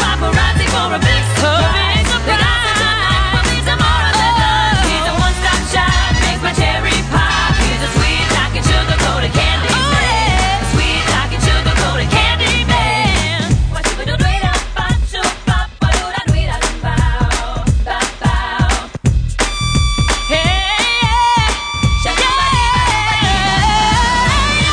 [SPEAKER 23] paparazzi for a mix of it. Then I said tonight, for me's a more than none. He's a one-stop shop, makes my cherry pop. He's a sweet talking sugar-coated candy man. Sweet talking sugar-coated candy man. What you gonna do, Dwayne? Bop, shoot, bop, ba, do, da, dwee, da, dum, bow, bop, bow. Hey, yeah. Shaka, ba, dee, ba, doo, ba, dee, da.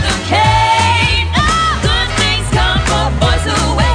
[SPEAKER 23] Sugarcane. Oh, good things come for boys who wait.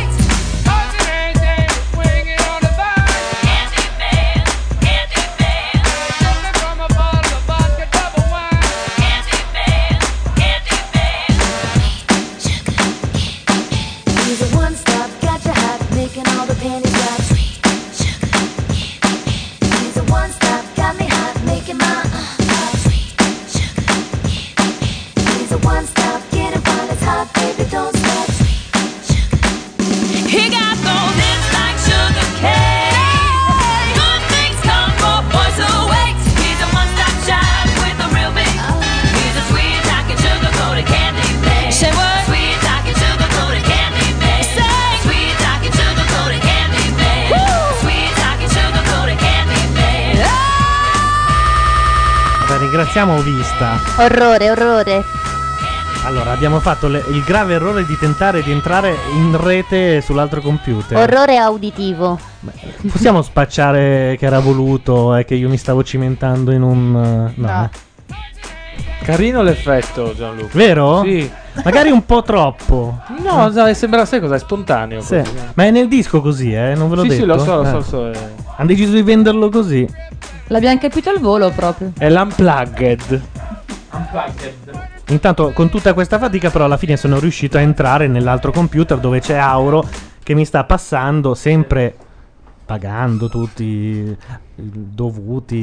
[SPEAKER 23] He's a one stop, got your hat, making all the panties drop. Sweet sugar, yeah. He's a one stop, got me hot, making my uh pop. Sweet sugar, yeah. He's a one stop, getting while it's hot, baby, don't stop. Sweet sugar, he got those hips like sugar cane. Good things come for boys who wait. He's a one stop shop with a real big. He's a sweet talking sugar coated candy man.
[SPEAKER 24] Say what?
[SPEAKER 23] Sweet talking sugar coated candy man. Sweet talking sugar coated candy man. Sweet talking sugar coated candy man.
[SPEAKER 2] Vabbè, Ringraziamo Vista.
[SPEAKER 25] Orrore, orrore.
[SPEAKER 2] Allora, abbiamo fatto le- il grave errore di tentare di entrare in rete sull'altro computer.
[SPEAKER 25] Orrore auditivo.
[SPEAKER 2] Possiamo spacciare che era voluto e che io mi stavo cimentando in un. eh, No.
[SPEAKER 8] Carino l'effetto, Gianluca.
[SPEAKER 2] Vero?
[SPEAKER 8] Sì.
[SPEAKER 2] Magari un po' troppo. Eh,
[SPEAKER 8] No, dai, sembra, sai cos'è? Spontaneo.
[SPEAKER 2] Sì.
[SPEAKER 8] così.
[SPEAKER 2] Ma è nel disco così, eh? Non ve l'ho
[SPEAKER 8] Sì,
[SPEAKER 2] detto.
[SPEAKER 8] sì, lo so, lo so,
[SPEAKER 2] Eh.
[SPEAKER 8] lo so, eh.
[SPEAKER 2] Hanno deciso di venderlo così.
[SPEAKER 7] L'abbiamo capito al volo proprio.
[SPEAKER 2] È l'unplugged.
[SPEAKER 8] Ah,
[SPEAKER 4] Eh,
[SPEAKER 2] Intanto, con tutta questa fatica, però, alla fine sono riuscito a entrare nell'altro computer dove c'è Auro che mi sta passando sempre pagando tutti i dovuti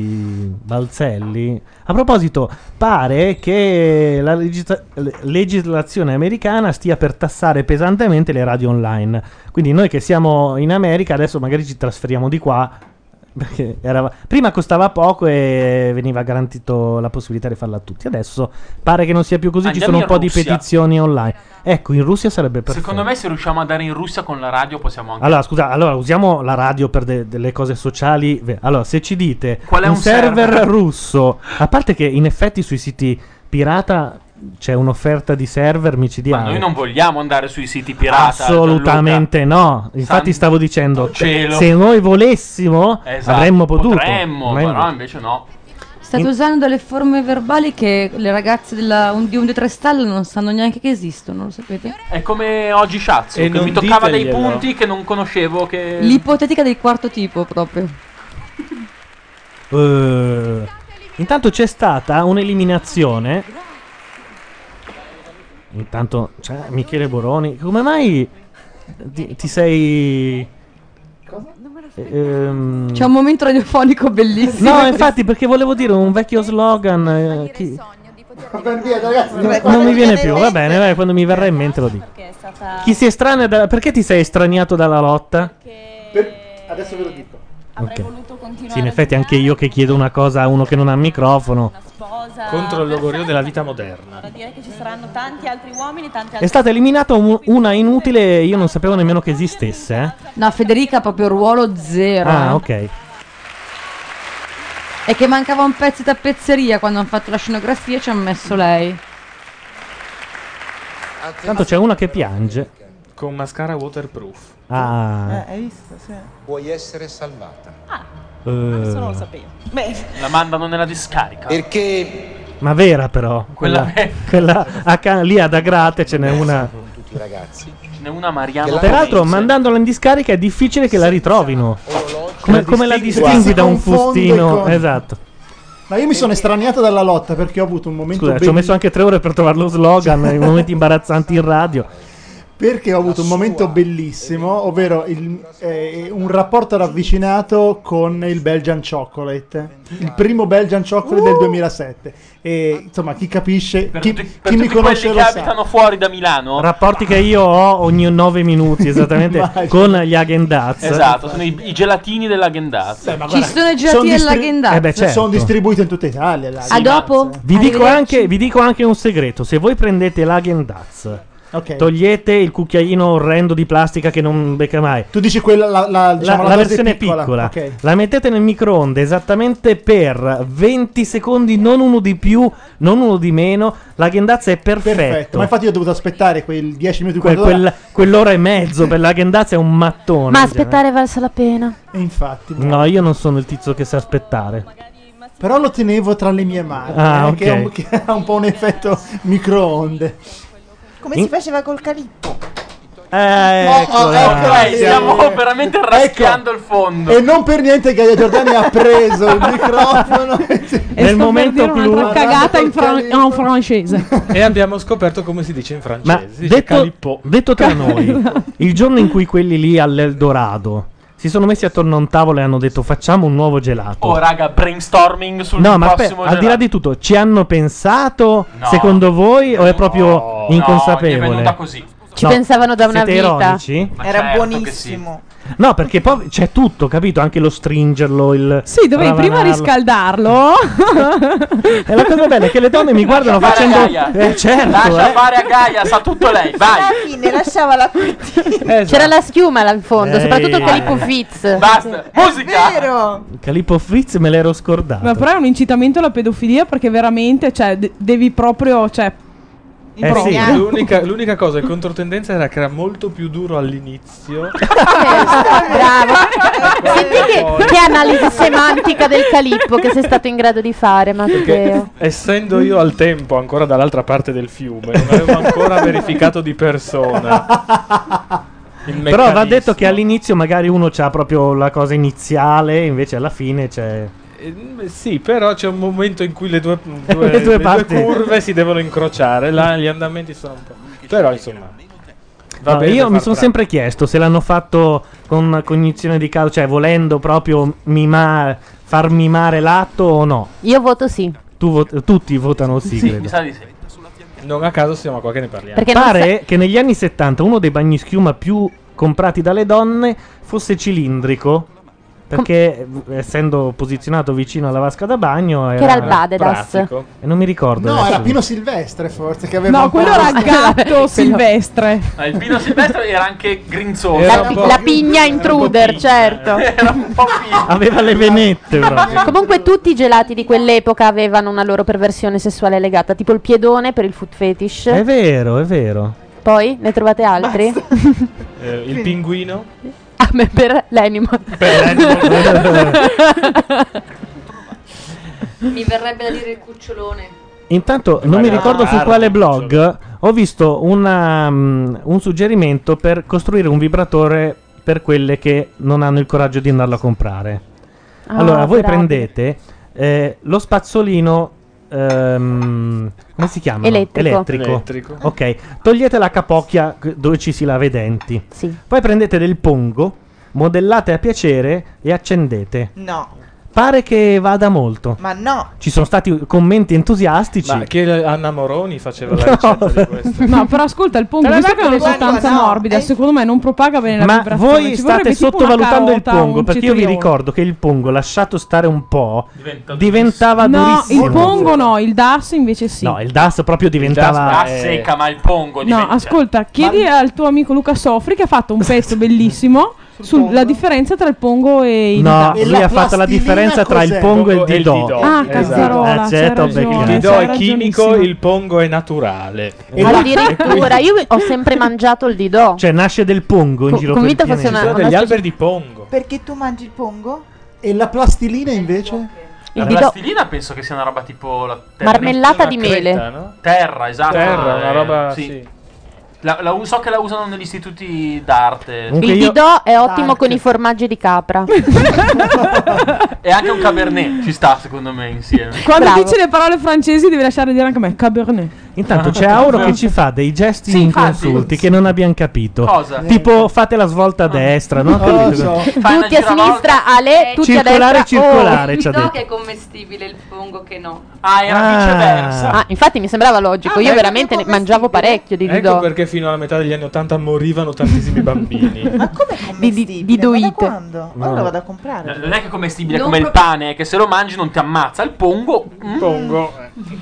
[SPEAKER 2] balzelli. A proposito, pare che la legisla- le- legislazione americana stia per tassare pesantemente le radio online. Quindi noi che siamo in America, adesso magari ci trasferiamo di qua perché era- prima costava poco e veniva garantito la possibilità di farla a tutti. Adesso pare che non sia più così, ci
[SPEAKER 4] Andiamo
[SPEAKER 2] sono un
[SPEAKER 4] in
[SPEAKER 2] po' di
[SPEAKER 4] Russia. petizioni
[SPEAKER 2] online. Ecco, in Russia sarebbe perfetto.
[SPEAKER 4] Secondo me se riusciamo ad andare in Russia con la radio possiamo anche...
[SPEAKER 2] Allora, scusa, allora usiamo la radio per de- delle cose sociali. Ve- Allora, se ci dite
[SPEAKER 4] Qual è un
[SPEAKER 2] server,
[SPEAKER 4] server?
[SPEAKER 2] russo, a parte che in effetti sui siti pirata c'è un'offerta di server micidiale.
[SPEAKER 4] Ma noi non vogliamo andare sui siti pirata.
[SPEAKER 2] Assolutamente no. Infatti,
[SPEAKER 4] San-
[SPEAKER 2] stavo dicendo:
[SPEAKER 4] cielo.
[SPEAKER 2] se noi volessimo,
[SPEAKER 4] Gianluca. Esatto.
[SPEAKER 2] avremmo potuto.
[SPEAKER 4] Potremmo,
[SPEAKER 2] Ma-
[SPEAKER 4] però invece no.
[SPEAKER 7] State usando delle forme verbali che le ragazze della, un, di un di tre stelle non sanno neanche che esistono, lo sapete?
[SPEAKER 4] È come oggi Shazzo,
[SPEAKER 8] E
[SPEAKER 4] che
[SPEAKER 8] non
[SPEAKER 4] mi toccava dei
[SPEAKER 8] diteglielo.
[SPEAKER 4] punti che non conoscevo, che...
[SPEAKER 7] L'ipotetica del quarto tipo proprio.
[SPEAKER 2] Eh, intanto c'è stata un'eliminazione. Intanto, cioè, Michele Boroni, come mai ti, ti sei. Ehm,
[SPEAKER 7] C'è un momento radiofonico bellissimo.
[SPEAKER 2] No, infatti, perché volevo dire un vecchio slogan. eh, chi- non, non mi viene più, va bene, vai, quando mi verrà in mente lo dico. Chi si estranea da- Perché ti sei estraniato dalla lotta?
[SPEAKER 3] Adesso ve lo dico.
[SPEAKER 2] Ok. Sì, in effetti anche io che chiedo una cosa a uno che non ha microfono.
[SPEAKER 18] sposa.
[SPEAKER 2] Contro il logorio della vita moderna.
[SPEAKER 18] Vorrà dire che ci saranno tanti altri uomini e tanti
[SPEAKER 2] È
[SPEAKER 18] altri
[SPEAKER 2] stata eliminata un- una inutile, io non sapevo nemmeno che esistesse. eh.
[SPEAKER 7] No, Federica ha proprio ruolo zero.
[SPEAKER 2] Ah,
[SPEAKER 7] eh.
[SPEAKER 2] ok.
[SPEAKER 7] È che mancava un pezzo di tappezzeria quando hanno fatto la scenografia e ci hanno messo lei.
[SPEAKER 2] Tanto c'è una che piange.
[SPEAKER 8] Con mascara waterproof.
[SPEAKER 3] Eh,
[SPEAKER 2] Ah.
[SPEAKER 26] Eh, hai visto? Sì.
[SPEAKER 10] Vuoi essere salvata.
[SPEAKER 2] eh.
[SPEAKER 26] sapevo.
[SPEAKER 4] La mandano nella discarica.
[SPEAKER 10] Perché...
[SPEAKER 2] Ma vera però.
[SPEAKER 4] Quella vera.
[SPEAKER 2] quella acca- lì ad Agrate ce n'è una.
[SPEAKER 10] Tutti i ragazzi.
[SPEAKER 4] Ce n'è una Mariana.
[SPEAKER 2] Peraltro,
[SPEAKER 4] Forense.
[SPEAKER 2] mandandola in discarica è difficile che la ritrovino. Come, come la
[SPEAKER 3] distingui.
[SPEAKER 2] distingui da un
[SPEAKER 3] Si confonde
[SPEAKER 2] fustino?
[SPEAKER 3] con-
[SPEAKER 2] Esatto.
[SPEAKER 3] Ma io mi sono estraniato dalla lotta perché ho avuto un momento
[SPEAKER 2] Scusa, ci ho
[SPEAKER 3] ben-
[SPEAKER 2] messo anche tre ore per trovare lo slogan. in momenti imbarazzanti in radio.
[SPEAKER 3] Perché ho avuto un momento bellissimo, ovvero il- eh, un rapporto ravvicinato con il Belgian Chocolate, il primo Belgian Chocolate del 2007. E insomma, chi capisce,
[SPEAKER 4] tutti-
[SPEAKER 3] chi, chi mi
[SPEAKER 4] tutti quelli
[SPEAKER 3] conosce
[SPEAKER 4] che
[SPEAKER 3] lo sa.
[SPEAKER 4] abitano fuori da Milano.
[SPEAKER 2] Rapporti che io ho ogni 9 minuti esattamente con gli Agendaz.
[SPEAKER 4] Esatto, sono i, i gelatini della Gendaz.
[SPEAKER 7] Ci sono i
[SPEAKER 3] Sono
[SPEAKER 7] gelati alla
[SPEAKER 3] distri-
[SPEAKER 7] Gendaz.
[SPEAKER 2] Eh beh, certo.
[SPEAKER 3] Sono distribuiti in tutta Italia. la-
[SPEAKER 7] A dopo?
[SPEAKER 2] Vi dico, anche, vi dico anche un segreto: se voi prendete l'Agendaz,
[SPEAKER 3] Ok.
[SPEAKER 2] togliete il cucchiaino orrendo di plastica che non becca mai.
[SPEAKER 3] Tu dici quella la, la, diciamo,
[SPEAKER 2] la,
[SPEAKER 3] la dose
[SPEAKER 2] versione piccola,
[SPEAKER 3] piccola, ok.
[SPEAKER 2] la mettete nel microonde esattamente per 20 secondi, non uno di più, non uno di meno. La ghendazza è perfetto.
[SPEAKER 3] Perfetto. Ma infatti io ho dovuto aspettare quel 10 minuti
[SPEAKER 2] Quel-
[SPEAKER 3] quarto d'ora.
[SPEAKER 2] quel- quell'ora e mezzo per la ghendazza è un mattone.
[SPEAKER 18] Ma
[SPEAKER 2] in genere.
[SPEAKER 18] aspettare è valsa la pena.
[SPEAKER 3] E infatti.
[SPEAKER 2] No, io non sono il tizio che sa aspettare.
[SPEAKER 3] Però lo tenevo tra le mie mani,
[SPEAKER 2] Ah,
[SPEAKER 3] eh, che, è un-
[SPEAKER 2] ok.
[SPEAKER 3] che ha un po' un effetto microonde.
[SPEAKER 21] Come
[SPEAKER 3] In-
[SPEAKER 21] si faceva col calippo?
[SPEAKER 2] Eh, ecco.
[SPEAKER 3] Oh, oh,
[SPEAKER 4] eccola.
[SPEAKER 3] eccola
[SPEAKER 4] Ok,
[SPEAKER 3] lì.
[SPEAKER 4] stiamo veramente raschiando il fondo.
[SPEAKER 3] E non per niente Gaia Giordani ha preso il microfono.
[SPEAKER 2] Nel momento
[SPEAKER 18] Dire
[SPEAKER 2] clou-
[SPEAKER 18] un'altra cagata in, fran- en francese.
[SPEAKER 8] e abbiamo scoperto come si dice in francese.
[SPEAKER 2] Ma
[SPEAKER 8] si dice
[SPEAKER 2] detto,
[SPEAKER 8] calippo.
[SPEAKER 2] detto tra noi, il giorno in cui quelli lì all'Eldorado si sono messi attorno a un tavolo e hanno detto facciamo un nuovo gelato.
[SPEAKER 4] Oh, raga, brainstorming sul
[SPEAKER 2] No, ma
[SPEAKER 4] prossimo
[SPEAKER 2] aspetta, al di là
[SPEAKER 4] gelato.
[SPEAKER 2] di tutto, ci hanno pensato
[SPEAKER 4] No.
[SPEAKER 2] secondo voi o è proprio inconsapevole?
[SPEAKER 4] No, gli è venuta così.
[SPEAKER 18] Ci pensavano da una
[SPEAKER 2] siete
[SPEAKER 18] vita.
[SPEAKER 2] ironici?
[SPEAKER 4] Ma
[SPEAKER 21] Era
[SPEAKER 4] certo che
[SPEAKER 21] buonissimo.
[SPEAKER 2] No, perché poi c'è tutto, capito? Anche lo stringerlo, il
[SPEAKER 18] Sì, dovevi prima
[SPEAKER 2] ravanarlo.
[SPEAKER 18] riscaldarlo.
[SPEAKER 2] E la cosa bella è che le donne mi guardano
[SPEAKER 4] Lascia fare
[SPEAKER 2] facendo
[SPEAKER 4] a Gaia.
[SPEAKER 2] Eh, certo,
[SPEAKER 4] Lascia
[SPEAKER 2] eh.
[SPEAKER 4] fare a Gaia, sa tutto lei. Vai. Esatto.
[SPEAKER 21] Ne lasciava la
[SPEAKER 18] C'era la schiuma là in fondo,
[SPEAKER 2] Ehi.
[SPEAKER 18] soprattutto Calippo Fitz.
[SPEAKER 4] Basta,
[SPEAKER 18] Eh,
[SPEAKER 4] musica.
[SPEAKER 21] Vero.
[SPEAKER 2] Calippo Fritz me l'ero scordato.
[SPEAKER 6] Eh, Ma però è un incitamento alla pedofilia perché veramente, cioè, de- devi proprio, cioè,
[SPEAKER 2] Eh sì.
[SPEAKER 8] L'unica, l'unica cosa in controtendenza era che era molto più duro all'inizio.
[SPEAKER 18] Bravo. Senti che, che analisi semantica del Calippo che sei stato in grado di fare, Matteo.
[SPEAKER 8] Perché essendo io al tempo ancora dall'altra parte del fiume, non avevo ancora verificato di persona. il
[SPEAKER 2] Però va
[SPEAKER 8] meccanismo.
[SPEAKER 2] detto che all'inizio magari uno c'ha proprio la cosa iniziale, invece alla fine c'è.
[SPEAKER 8] Eh, Sì, però c'è un momento in cui le due, due-
[SPEAKER 2] Le due
[SPEAKER 8] le due
[SPEAKER 2] parti.
[SPEAKER 8] curve si devono incrociare. Là gli andamenti sono un po'. Però insomma. va
[SPEAKER 2] No,
[SPEAKER 8] bene
[SPEAKER 2] io mi
[SPEAKER 8] far
[SPEAKER 2] sono
[SPEAKER 8] tra-
[SPEAKER 2] sempre chiesto se l'hanno fatto con cognizione di causa, cioè volendo proprio mima- far mimare l'atto o no.
[SPEAKER 18] Io voto sì.
[SPEAKER 2] Tu vot- tutti votano sì, credo.
[SPEAKER 8] Non a caso siamo qua che ne parliamo.
[SPEAKER 2] Pare che negli anni 70 uno dei bagni schiuma più comprati dalle donne fosse cilindrico. Perché eh, essendo posizionato vicino alla vasca da bagno era,
[SPEAKER 18] era il Badedas.
[SPEAKER 2] pratico. E non mi ricordo.
[SPEAKER 3] No, era
[SPEAKER 2] adesso.
[SPEAKER 3] Pino Silvestre forse che aveva un po'-
[SPEAKER 6] gatto silvestre.
[SPEAKER 4] Ah, il Pino Silvestre era anche grinzoso.
[SPEAKER 18] La, la pigna intruder, certo.
[SPEAKER 2] Aveva le venette proprio.
[SPEAKER 18] Comunque tutti i gelati di quell'epoca avevano una loro perversione sessuale legata, tipo il piedone per il food fetish.
[SPEAKER 2] È vero, è vero.
[SPEAKER 18] Poi ne trovate altri?
[SPEAKER 8] Eh, il pinguino.
[SPEAKER 18] Ah, beh, per l'anima.
[SPEAKER 7] Mi verrebbe da dire il cucciolone.
[SPEAKER 2] Intanto non mi
[SPEAKER 8] magari
[SPEAKER 2] ricordo su
[SPEAKER 8] Ardi,
[SPEAKER 2] quale blog ho visto una, mm, un suggerimento per costruire un vibratore per quelle che non hanno il coraggio di andarlo a comprare.
[SPEAKER 13] Ah,
[SPEAKER 2] allora, voi
[SPEAKER 13] bravi.
[SPEAKER 2] prendete eh, lo spazzolino. ehm, come si chiama?
[SPEAKER 13] Elettrico.
[SPEAKER 8] Elettrico.
[SPEAKER 2] Ok, togliete la capocchia c- dove ci si lava i denti. Poi prendete del pongo, modellate a piacere e accendete.
[SPEAKER 21] No,
[SPEAKER 2] Pare che vada molto.
[SPEAKER 21] ma no.
[SPEAKER 2] Ci sono stati commenti entusiastici.
[SPEAKER 8] Ma che Anna Moroni faceva la
[SPEAKER 2] No.
[SPEAKER 8] ricetta di questo.
[SPEAKER 6] No, però ascolta, il pongo,
[SPEAKER 8] Tra
[SPEAKER 6] visto che è
[SPEAKER 8] l'altro
[SPEAKER 6] una
[SPEAKER 8] guarda,
[SPEAKER 6] sostanza
[SPEAKER 8] no,
[SPEAKER 6] morbida, secondo me non propaga bene la
[SPEAKER 2] Eh. Ma
[SPEAKER 6] vibrazione.
[SPEAKER 2] voi
[SPEAKER 6] Ci vorrebbe
[SPEAKER 2] state
[SPEAKER 6] tipo una
[SPEAKER 2] sottovalutando il
[SPEAKER 6] carota, un
[SPEAKER 2] pongo, perché io vi
[SPEAKER 6] cetriolo.
[SPEAKER 2] ricordo che il pongo, lasciato stare un po', diventava
[SPEAKER 6] No,
[SPEAKER 2] durissimo.
[SPEAKER 6] il pongo no, il DAS invece sì.
[SPEAKER 2] No, il DAS proprio diventava... eh,
[SPEAKER 4] La secca, ma il pongo
[SPEAKER 6] No,
[SPEAKER 4] diventa.
[SPEAKER 6] ascolta, chiedi al tuo amico Luca Sofri che ha fatto un pezzo bellissimo sulla differenza tra il pongo e il
[SPEAKER 2] No,
[SPEAKER 6] DAS.
[SPEAKER 2] lui ha fatto la differenza tra il pongo e il didò.
[SPEAKER 6] Ah,
[SPEAKER 8] esatto.
[SPEAKER 6] cazzarola,
[SPEAKER 2] Eh, certo,
[SPEAKER 6] c'hai
[SPEAKER 2] perché-
[SPEAKER 8] Il
[SPEAKER 6] ragione.
[SPEAKER 8] didò
[SPEAKER 6] c'hai
[SPEAKER 8] è chimico, il pongo è naturale.
[SPEAKER 18] Addirittura, io ho sempre mangiato il didò.
[SPEAKER 2] Cioè, nasce del pongo in
[SPEAKER 18] Co-
[SPEAKER 2] giro
[SPEAKER 18] convinta
[SPEAKER 2] per il
[SPEAKER 18] fosse
[SPEAKER 2] pianeta.
[SPEAKER 18] una- Ci sono degli una- alberi
[SPEAKER 8] di pongo.
[SPEAKER 21] Perché tu mangi il pongo?
[SPEAKER 3] E la plastilina invece?
[SPEAKER 4] La plastilina penso che sia una roba tipo la terra.
[SPEAKER 18] Marmellata di mele.
[SPEAKER 4] Terra, esatto.
[SPEAKER 8] Terra, una
[SPEAKER 4] eh,
[SPEAKER 8] roba-
[SPEAKER 4] sì.
[SPEAKER 8] sì.
[SPEAKER 4] La- la u- so che la usano negli istituti d'arte.
[SPEAKER 18] Il didò è ottimo con i formaggi di capra.
[SPEAKER 4] E anche un cabernet ci sta, secondo me, insieme.
[SPEAKER 6] Quando dici le parole francesi devi lasciare dire anche a me, Cabernet.
[SPEAKER 2] Intanto
[SPEAKER 6] Ah,
[SPEAKER 2] c'è Auro che ci fa dei gesti
[SPEAKER 4] Sì, infatti.
[SPEAKER 2] inconsulti che non abbiamo capito.
[SPEAKER 6] Eh.
[SPEAKER 4] Cosa? Ah.
[SPEAKER 2] Tipo fate la svolta a destra, non ho
[SPEAKER 4] Non lo
[SPEAKER 2] capito.
[SPEAKER 4] so. Fai una
[SPEAKER 18] Tutti a
[SPEAKER 4] giravolta.
[SPEAKER 18] sinistra, Ale, tutti
[SPEAKER 2] Circolare,
[SPEAKER 18] a destra. Oh.
[SPEAKER 2] circolare, ci ha detto.
[SPEAKER 7] che è commestibile il pongo che no.
[SPEAKER 4] Ah,
[SPEAKER 2] era viceversa.
[SPEAKER 18] Ah, infatti mi sembrava logico. Io veramente ne mangiavo parecchio di
[SPEAKER 8] Ecco
[SPEAKER 18] Didò.
[SPEAKER 8] perché fino alla metà degli anni 80 morivano tantissimi bambini.
[SPEAKER 18] Di, di, di doite.
[SPEAKER 27] Allora vado a comprare.
[SPEAKER 4] Non è che è commestibile
[SPEAKER 27] Non
[SPEAKER 4] come il
[SPEAKER 27] proprio-
[SPEAKER 4] pane, che se lo mangi non ti ammazza. Il pongo. Pongo.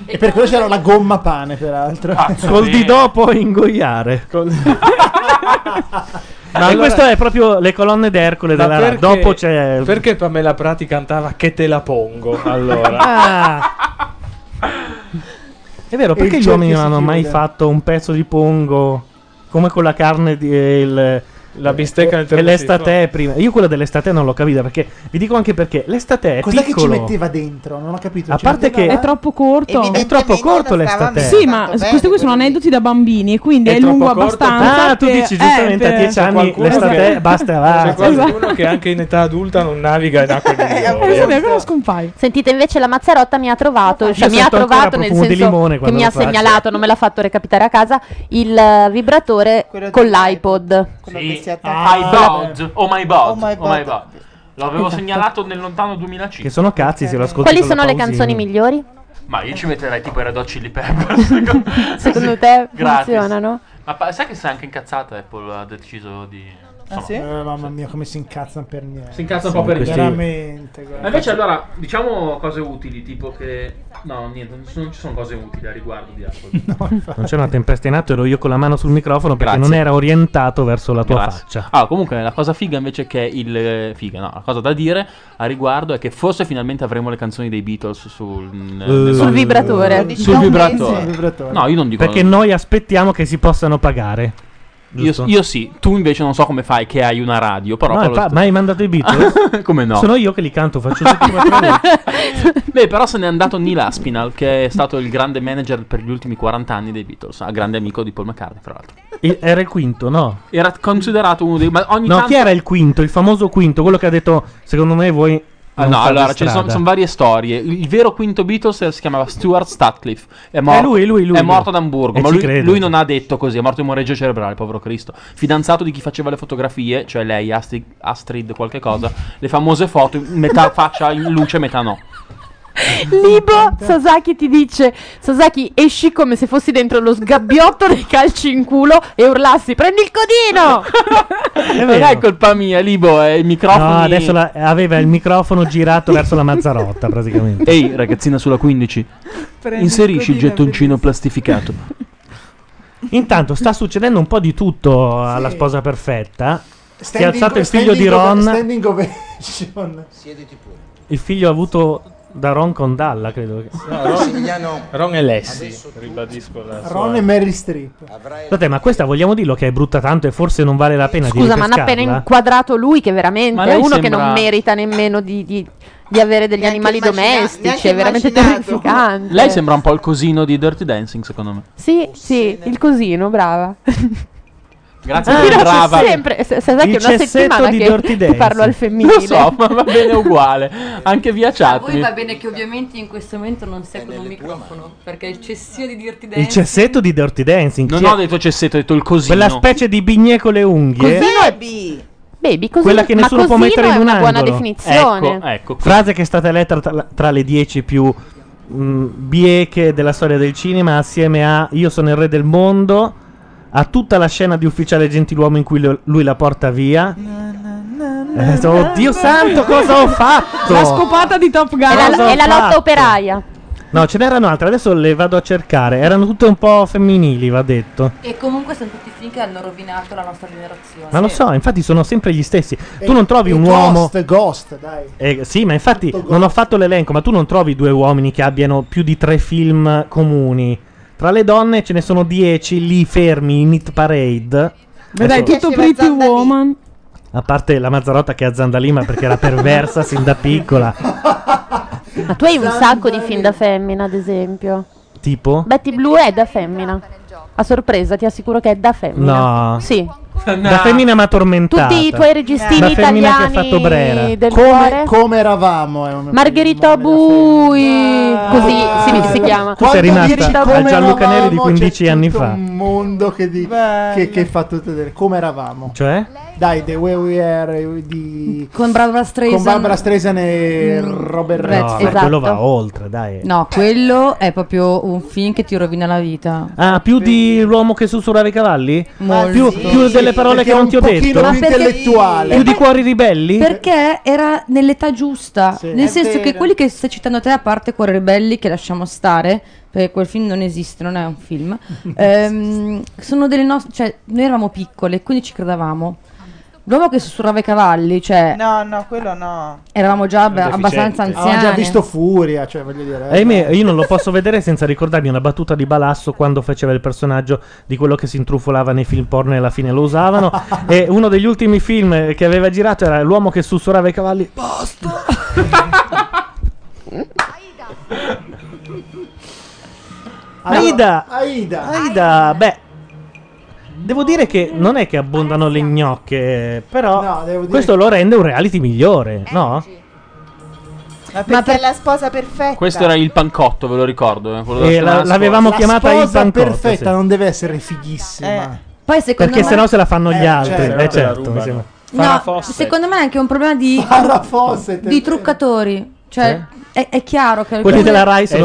[SPEAKER 3] E per quello c'era la gomma pane, peraltro.
[SPEAKER 2] Col didò puoi ingoiare. Ma
[SPEAKER 8] allora-
[SPEAKER 2] questo è proprio le colonne d'Ercole
[SPEAKER 8] Ma
[SPEAKER 2] della Rai.
[SPEAKER 8] perché-
[SPEAKER 2] Dopo c'è
[SPEAKER 8] Perché Pamela Prati cantava Che te la pongo? Allora.
[SPEAKER 2] Ah. È vero,
[SPEAKER 8] E
[SPEAKER 2] perché
[SPEAKER 8] il
[SPEAKER 2] gli uomini non
[SPEAKER 8] cerchio si
[SPEAKER 2] hanno mai
[SPEAKER 8] chiude.
[SPEAKER 2] fatto un pezzo di pongo come con la carne di e il-
[SPEAKER 8] La bistecca nel
[SPEAKER 2] e- e
[SPEAKER 8] termosifone.
[SPEAKER 2] l'estate prima. Io quella dell'estate non l'ho capita perché vi dico anche perché l'estate è
[SPEAKER 3] Cos'è che ci
[SPEAKER 2] piccolo.
[SPEAKER 3] metteva Cioè, dentro? Non ho capito.
[SPEAKER 2] A
[SPEAKER 3] Ci
[SPEAKER 2] parte
[SPEAKER 3] metteva-
[SPEAKER 2] che È troppo
[SPEAKER 22] corto.
[SPEAKER 2] è troppo corto l'estate.
[SPEAKER 22] Sì, ma s- questi qui sono aneddoti da bambini e quindi è, lungo abbastanza.
[SPEAKER 2] Ah, tu
[SPEAKER 22] che-
[SPEAKER 2] dici
[SPEAKER 22] eh,
[SPEAKER 2] giustamente a
[SPEAKER 22] per-
[SPEAKER 2] 10 anni
[SPEAKER 8] qualcuno
[SPEAKER 2] l'estate
[SPEAKER 8] che-
[SPEAKER 2] basta
[SPEAKER 8] C'è
[SPEAKER 2] va. Esatto.
[SPEAKER 8] qualcuno che anche in età adulta non naviga in acqua di
[SPEAKER 22] Vabbè,
[SPEAKER 8] Io
[SPEAKER 22] cosa scompare?
[SPEAKER 18] Eh, Sentite, invece la Mazzarotta mi ha trovato, cioè
[SPEAKER 22] Io
[SPEAKER 18] mi ha
[SPEAKER 22] sento ancora
[SPEAKER 18] trovato nel
[SPEAKER 22] profumo
[SPEAKER 18] senso
[SPEAKER 22] di limone
[SPEAKER 18] che
[SPEAKER 22] quando
[SPEAKER 18] mi
[SPEAKER 22] lo
[SPEAKER 18] ha
[SPEAKER 22] faccio.
[SPEAKER 18] segnalato, non me l'ha fatto recapitare a casa, il eh, vibratore con l'iPod.
[SPEAKER 4] Sì. My bod. Oh my bod. Oh my
[SPEAKER 18] bod.
[SPEAKER 4] bod. L'avevo
[SPEAKER 18] Esatto.
[SPEAKER 4] segnalo nel lontano 2005.
[SPEAKER 2] Che sono cazzi se lo ascolti.
[SPEAKER 18] Quali
[SPEAKER 2] con la
[SPEAKER 18] sono le
[SPEAKER 2] pausina.
[SPEAKER 18] canzoni migliori?
[SPEAKER 4] Ma io ci metterei tipo i Red Hot Chili Peppers.
[SPEAKER 18] Secondo te
[SPEAKER 4] Gratis.
[SPEAKER 18] funzionano?
[SPEAKER 4] Ma pa- sai che si è anche incazzata Apple ha deciso di
[SPEAKER 3] Ah, sì? Eh, mamma mia, come si incazzano per niente.
[SPEAKER 4] Si incazzano un po' per
[SPEAKER 3] Sì,
[SPEAKER 4] niente.
[SPEAKER 3] Veramente.
[SPEAKER 4] Ma
[SPEAKER 3] guarda.
[SPEAKER 4] invece allora diciamo cose utili, tipo che no, niente, non, sono- non ci sono cose utili a riguardo di Apple. Esatto.
[SPEAKER 2] Non c'è una tempesta in atto, ero io con la mano sul microfono perché
[SPEAKER 4] Grazie.
[SPEAKER 2] non era orientato verso la tua
[SPEAKER 4] Grazie.
[SPEAKER 2] faccia.
[SPEAKER 4] Ah, comunque la cosa figa invece che il eh, figa, no, la cosa da dire a riguardo è che forse finalmente avremo le canzoni dei Beatles sul mm,
[SPEAKER 2] Eh, Sul vibratore. Diciamo
[SPEAKER 4] Sul
[SPEAKER 2] Da un
[SPEAKER 4] vibratore.
[SPEAKER 2] mese.
[SPEAKER 4] No, io non dico
[SPEAKER 2] Perché noi aspettiamo che si possano pagare.
[SPEAKER 4] io,
[SPEAKER 2] giusto?
[SPEAKER 4] io sì, tu invece non so come fai che hai una radio, però
[SPEAKER 2] No,
[SPEAKER 4] fa lo
[SPEAKER 2] infa-
[SPEAKER 4] stesso.
[SPEAKER 2] ma hai mandato i Beatles?
[SPEAKER 4] Come no?
[SPEAKER 2] Sono io che li canto, faccio tutti
[SPEAKER 4] Beh, però se n'è andato Neil Aspinall, che è stato il grande manager per gli ultimi 40 anni dei Beatles, ah, grande amico di Paul McCartney, fra l'altro.
[SPEAKER 2] E- Era il quinto, no?
[SPEAKER 4] Era considerato uno dei... Ma ogni
[SPEAKER 2] No,
[SPEAKER 4] tanto...
[SPEAKER 2] chi era il quinto? Il famoso quinto, quello che ha detto, secondo me voi...
[SPEAKER 4] Ah,
[SPEAKER 2] non
[SPEAKER 4] no,
[SPEAKER 2] fate
[SPEAKER 4] allora, ci sono,
[SPEAKER 2] strada".
[SPEAKER 4] varie storie. Il il vero quinto Beatles eh, si chiamava Stuart Statcliffe. È, mor-
[SPEAKER 2] Eh, lui, lui, lui,
[SPEAKER 4] è
[SPEAKER 2] lui.
[SPEAKER 4] morto ad Amburgo,
[SPEAKER 2] E
[SPEAKER 4] ma
[SPEAKER 2] ci
[SPEAKER 4] lui,
[SPEAKER 2] credo.
[SPEAKER 4] lui non ha detto così. È morto di moreggio cerebrale, povero Cristo. Fidanzato di chi faceva le fotografie, cioè lei, Astrid, Astrid qualche cosa. Le famose foto, metà faccia in luce, metà no.
[SPEAKER 18] Libo Sasaki ti dice: Sasaki, esci come se fossi dentro lo sgabbiotto dei calci in culo e urlassi: Prendi il codino!
[SPEAKER 4] Non è colpa mia, Libo, è il microfono.
[SPEAKER 2] No, adesso la- aveva il microfono girato verso la Mazzarotta, praticamente.
[SPEAKER 4] Ehi, ragazzina sulla 15,
[SPEAKER 2] Prendi
[SPEAKER 4] inserisci
[SPEAKER 2] il
[SPEAKER 4] il
[SPEAKER 2] codino,
[SPEAKER 4] gettoncino plastificato.
[SPEAKER 2] Intanto sta succedendo un po' di tutto alla sposa perfetta. Si è
[SPEAKER 3] Standing-
[SPEAKER 2] alzato il figlio di
[SPEAKER 3] standing ove-
[SPEAKER 2] Ron.
[SPEAKER 3] Standing ovation.
[SPEAKER 28] Siediti pure.
[SPEAKER 2] Il figlio avuto da Ron con Dalla, credo. che-
[SPEAKER 8] Ron, Ron e Lessi, ribadisco la sua-
[SPEAKER 3] Ron e Mary Streep.
[SPEAKER 2] Vabbè, ma questa vogliamo dirlo che è brutta tanto e forse non vale la pena
[SPEAKER 18] Scusa,
[SPEAKER 2] di
[SPEAKER 18] ma hanno appena
[SPEAKER 2] ripescarla?
[SPEAKER 18] inquadrato lui, che veramente
[SPEAKER 2] Ma
[SPEAKER 18] è
[SPEAKER 2] lei
[SPEAKER 18] uno che
[SPEAKER 2] sembra-
[SPEAKER 18] non merita nemmeno di, di- di avere degli animali domestici. È veramente terrificante.
[SPEAKER 4] Lei sembra un po' il cosino di Dirty Dancing, secondo me.
[SPEAKER 18] Sì, sì, il cosino, brava.
[SPEAKER 4] Grazie
[SPEAKER 18] Ah,
[SPEAKER 4] per
[SPEAKER 18] c'è
[SPEAKER 4] brava.
[SPEAKER 18] sempre, se- se- sai che
[SPEAKER 4] Il
[SPEAKER 18] è una
[SPEAKER 4] cessetto
[SPEAKER 18] settimana
[SPEAKER 4] di
[SPEAKER 18] che-
[SPEAKER 4] Dirty
[SPEAKER 18] che
[SPEAKER 4] Dancing.
[SPEAKER 18] parlo al femminile.
[SPEAKER 4] Lo so, ma va bene uguale. Anche via
[SPEAKER 7] A
[SPEAKER 2] Ah,
[SPEAKER 4] chat.
[SPEAKER 7] Cioè, voi va bene che ovviamente in questo momento non sia con un microfono, perché il cessio di dirti dentro...
[SPEAKER 2] Il cessetto di Dirty Dancing.
[SPEAKER 4] Non
[SPEAKER 2] chi
[SPEAKER 4] ho
[SPEAKER 2] è?
[SPEAKER 4] detto cessetto, ho detto il cosino.
[SPEAKER 2] Quella specie di bignè con le unghie.
[SPEAKER 18] Baby. Baby, così,
[SPEAKER 2] Quella che
[SPEAKER 18] ma
[SPEAKER 2] nessuno può
[SPEAKER 18] cosino
[SPEAKER 2] mettere in
[SPEAKER 18] è
[SPEAKER 2] un
[SPEAKER 18] una
[SPEAKER 2] angolo.
[SPEAKER 18] buona definizione.
[SPEAKER 4] Ecco,
[SPEAKER 2] Ecco, Frase che è stata eletta tra, tra le 10 più mh, bieche della storia del cinema, assieme a Io sono il re del mondo, a tutta la scena di Ufficiale Gentiluomo in cui lo- lui la porta via. Eh, oddio santo, cosa ho fatto?
[SPEAKER 22] La scopata di Top Gun.
[SPEAKER 18] È la, è la lotta
[SPEAKER 2] fatto?
[SPEAKER 18] operaia.
[SPEAKER 2] No, ce n'erano altre, adesso le vado a cercare. Erano tutte un po' femminili, va detto.
[SPEAKER 7] E comunque sono tutti film che hanno rovinato la nostra generazione.
[SPEAKER 2] Ma lo so, infatti sono sempre gli stessi. Tu
[SPEAKER 7] E-
[SPEAKER 2] non trovi
[SPEAKER 7] e
[SPEAKER 2] un
[SPEAKER 7] Ghost,
[SPEAKER 2] uomo.
[SPEAKER 3] Ghost, dai.
[SPEAKER 2] Eh, sì, ma infatti non ho fatto l'elenco, ma tu non trovi due uomini che abbiano più di tre film comuni. Tra le donne ce ne sono dieci lì fermi in Hit Parade.
[SPEAKER 22] Vedrai
[SPEAKER 2] Adesso-
[SPEAKER 22] tutto Pretty Woman.
[SPEAKER 2] A parte la Mazzarotta che è a Zandalima perché era perversa sin da piccola.
[SPEAKER 18] Ma tu hai un sacco di film da femmina, ad esempio.
[SPEAKER 2] Tipo?
[SPEAKER 18] Betty Blue è da femmina. A sorpresa, ti assicuro che è da femmina.
[SPEAKER 2] No.
[SPEAKER 18] Sì.
[SPEAKER 2] Da femmina ma tormentata.
[SPEAKER 18] Tutti i tuoi registrini
[SPEAKER 2] Da femmina
[SPEAKER 18] italiani
[SPEAKER 2] che ha fatto Brera.
[SPEAKER 18] del
[SPEAKER 3] Come,
[SPEAKER 18] cuore.
[SPEAKER 3] come eravamo? è un- Ah.
[SPEAKER 18] Margherita Bui. Così si, si chiama.
[SPEAKER 2] Tu sei
[SPEAKER 3] dici
[SPEAKER 2] rimasta a
[SPEAKER 3] come
[SPEAKER 2] Gianluca Neri di
[SPEAKER 3] eravamo,
[SPEAKER 2] 15 anni fa.
[SPEAKER 3] Un mondo che, di, che, che fa tutto vedere. Come eravamo?
[SPEAKER 2] Cioè?
[SPEAKER 3] Dai, The Way We Are di...
[SPEAKER 7] Con Barbara Streisand.
[SPEAKER 3] Con Barbara Streisand e Robert
[SPEAKER 7] Brad,
[SPEAKER 3] Redford.
[SPEAKER 7] esatto.
[SPEAKER 2] Quello va oltre, dai.
[SPEAKER 7] No, quello è proprio un film che ti rovina la vita.
[SPEAKER 2] Ah, più di l'uomo che sussurrava i cavalli?
[SPEAKER 7] Molto.
[SPEAKER 2] Più,
[SPEAKER 7] Sì,
[SPEAKER 2] più delle parole
[SPEAKER 3] perché
[SPEAKER 2] che
[SPEAKER 3] è
[SPEAKER 2] non
[SPEAKER 3] un
[SPEAKER 2] ti ho
[SPEAKER 3] pochino
[SPEAKER 2] detto?
[SPEAKER 3] più Ma perché- intellettuale.
[SPEAKER 2] Più di cuori ribelli?
[SPEAKER 7] Perché era nell'età giusta,
[SPEAKER 2] È
[SPEAKER 7] nel senso che
[SPEAKER 2] vero.
[SPEAKER 7] quelli che stai citando te, a parte Cuori Ribelli, che lasciamo stare, perché quel film non esiste, non è un film, ehm, sono delle nostre, cioè noi eravamo piccole, quindi ci credevamo. L'uomo che sussurrava i cavalli,
[SPEAKER 5] Eh.
[SPEAKER 7] cioè
[SPEAKER 5] No, no, quello no.
[SPEAKER 7] eravamo già ab- abbastanza anziani.
[SPEAKER 3] Ho già visto Furia, cioè voglio dire...
[SPEAKER 2] Eh, me- io non lo posso vedere senza ricordarmi una battuta di Balasso quando faceva il personaggio di quello che si intrufolava nei film porno e alla fine lo usavano. e uno degli ultimi film che aveva girato era L'uomo che sussurrava i cavalli. Basta! Aida!
[SPEAKER 3] Aida!
[SPEAKER 2] Aida! Beh, devo dire che non è che abbondano le gnocche, però
[SPEAKER 21] No, devo dire
[SPEAKER 2] questo lo rende un reality migliore,
[SPEAKER 18] Eh,
[SPEAKER 2] no?
[SPEAKER 21] Ma perché è la sposa perfetta.
[SPEAKER 4] Questo era il pancotto, ve lo ricordo. eh, quello della
[SPEAKER 2] Eh,
[SPEAKER 4] settimana
[SPEAKER 2] la- l'avevamo
[SPEAKER 4] scorsa.
[SPEAKER 2] chiamata il
[SPEAKER 3] sposa
[SPEAKER 2] pancotto,
[SPEAKER 3] perfetta
[SPEAKER 2] sì.
[SPEAKER 3] non deve essere fighissima.
[SPEAKER 7] Eh. Poi secondo
[SPEAKER 2] Perché
[SPEAKER 7] me...
[SPEAKER 2] sennò se la fanno gli
[SPEAKER 3] Eh,
[SPEAKER 2] altri,
[SPEAKER 3] certo.
[SPEAKER 2] eh,
[SPEAKER 3] Te la
[SPEAKER 2] certo. mi
[SPEAKER 3] rubano.
[SPEAKER 2] sembra.
[SPEAKER 7] No, secondo me è anche un problema di, di truccatori. Cioè,
[SPEAKER 2] Eh?
[SPEAKER 7] è, è chiaro che alcuni-
[SPEAKER 2] sono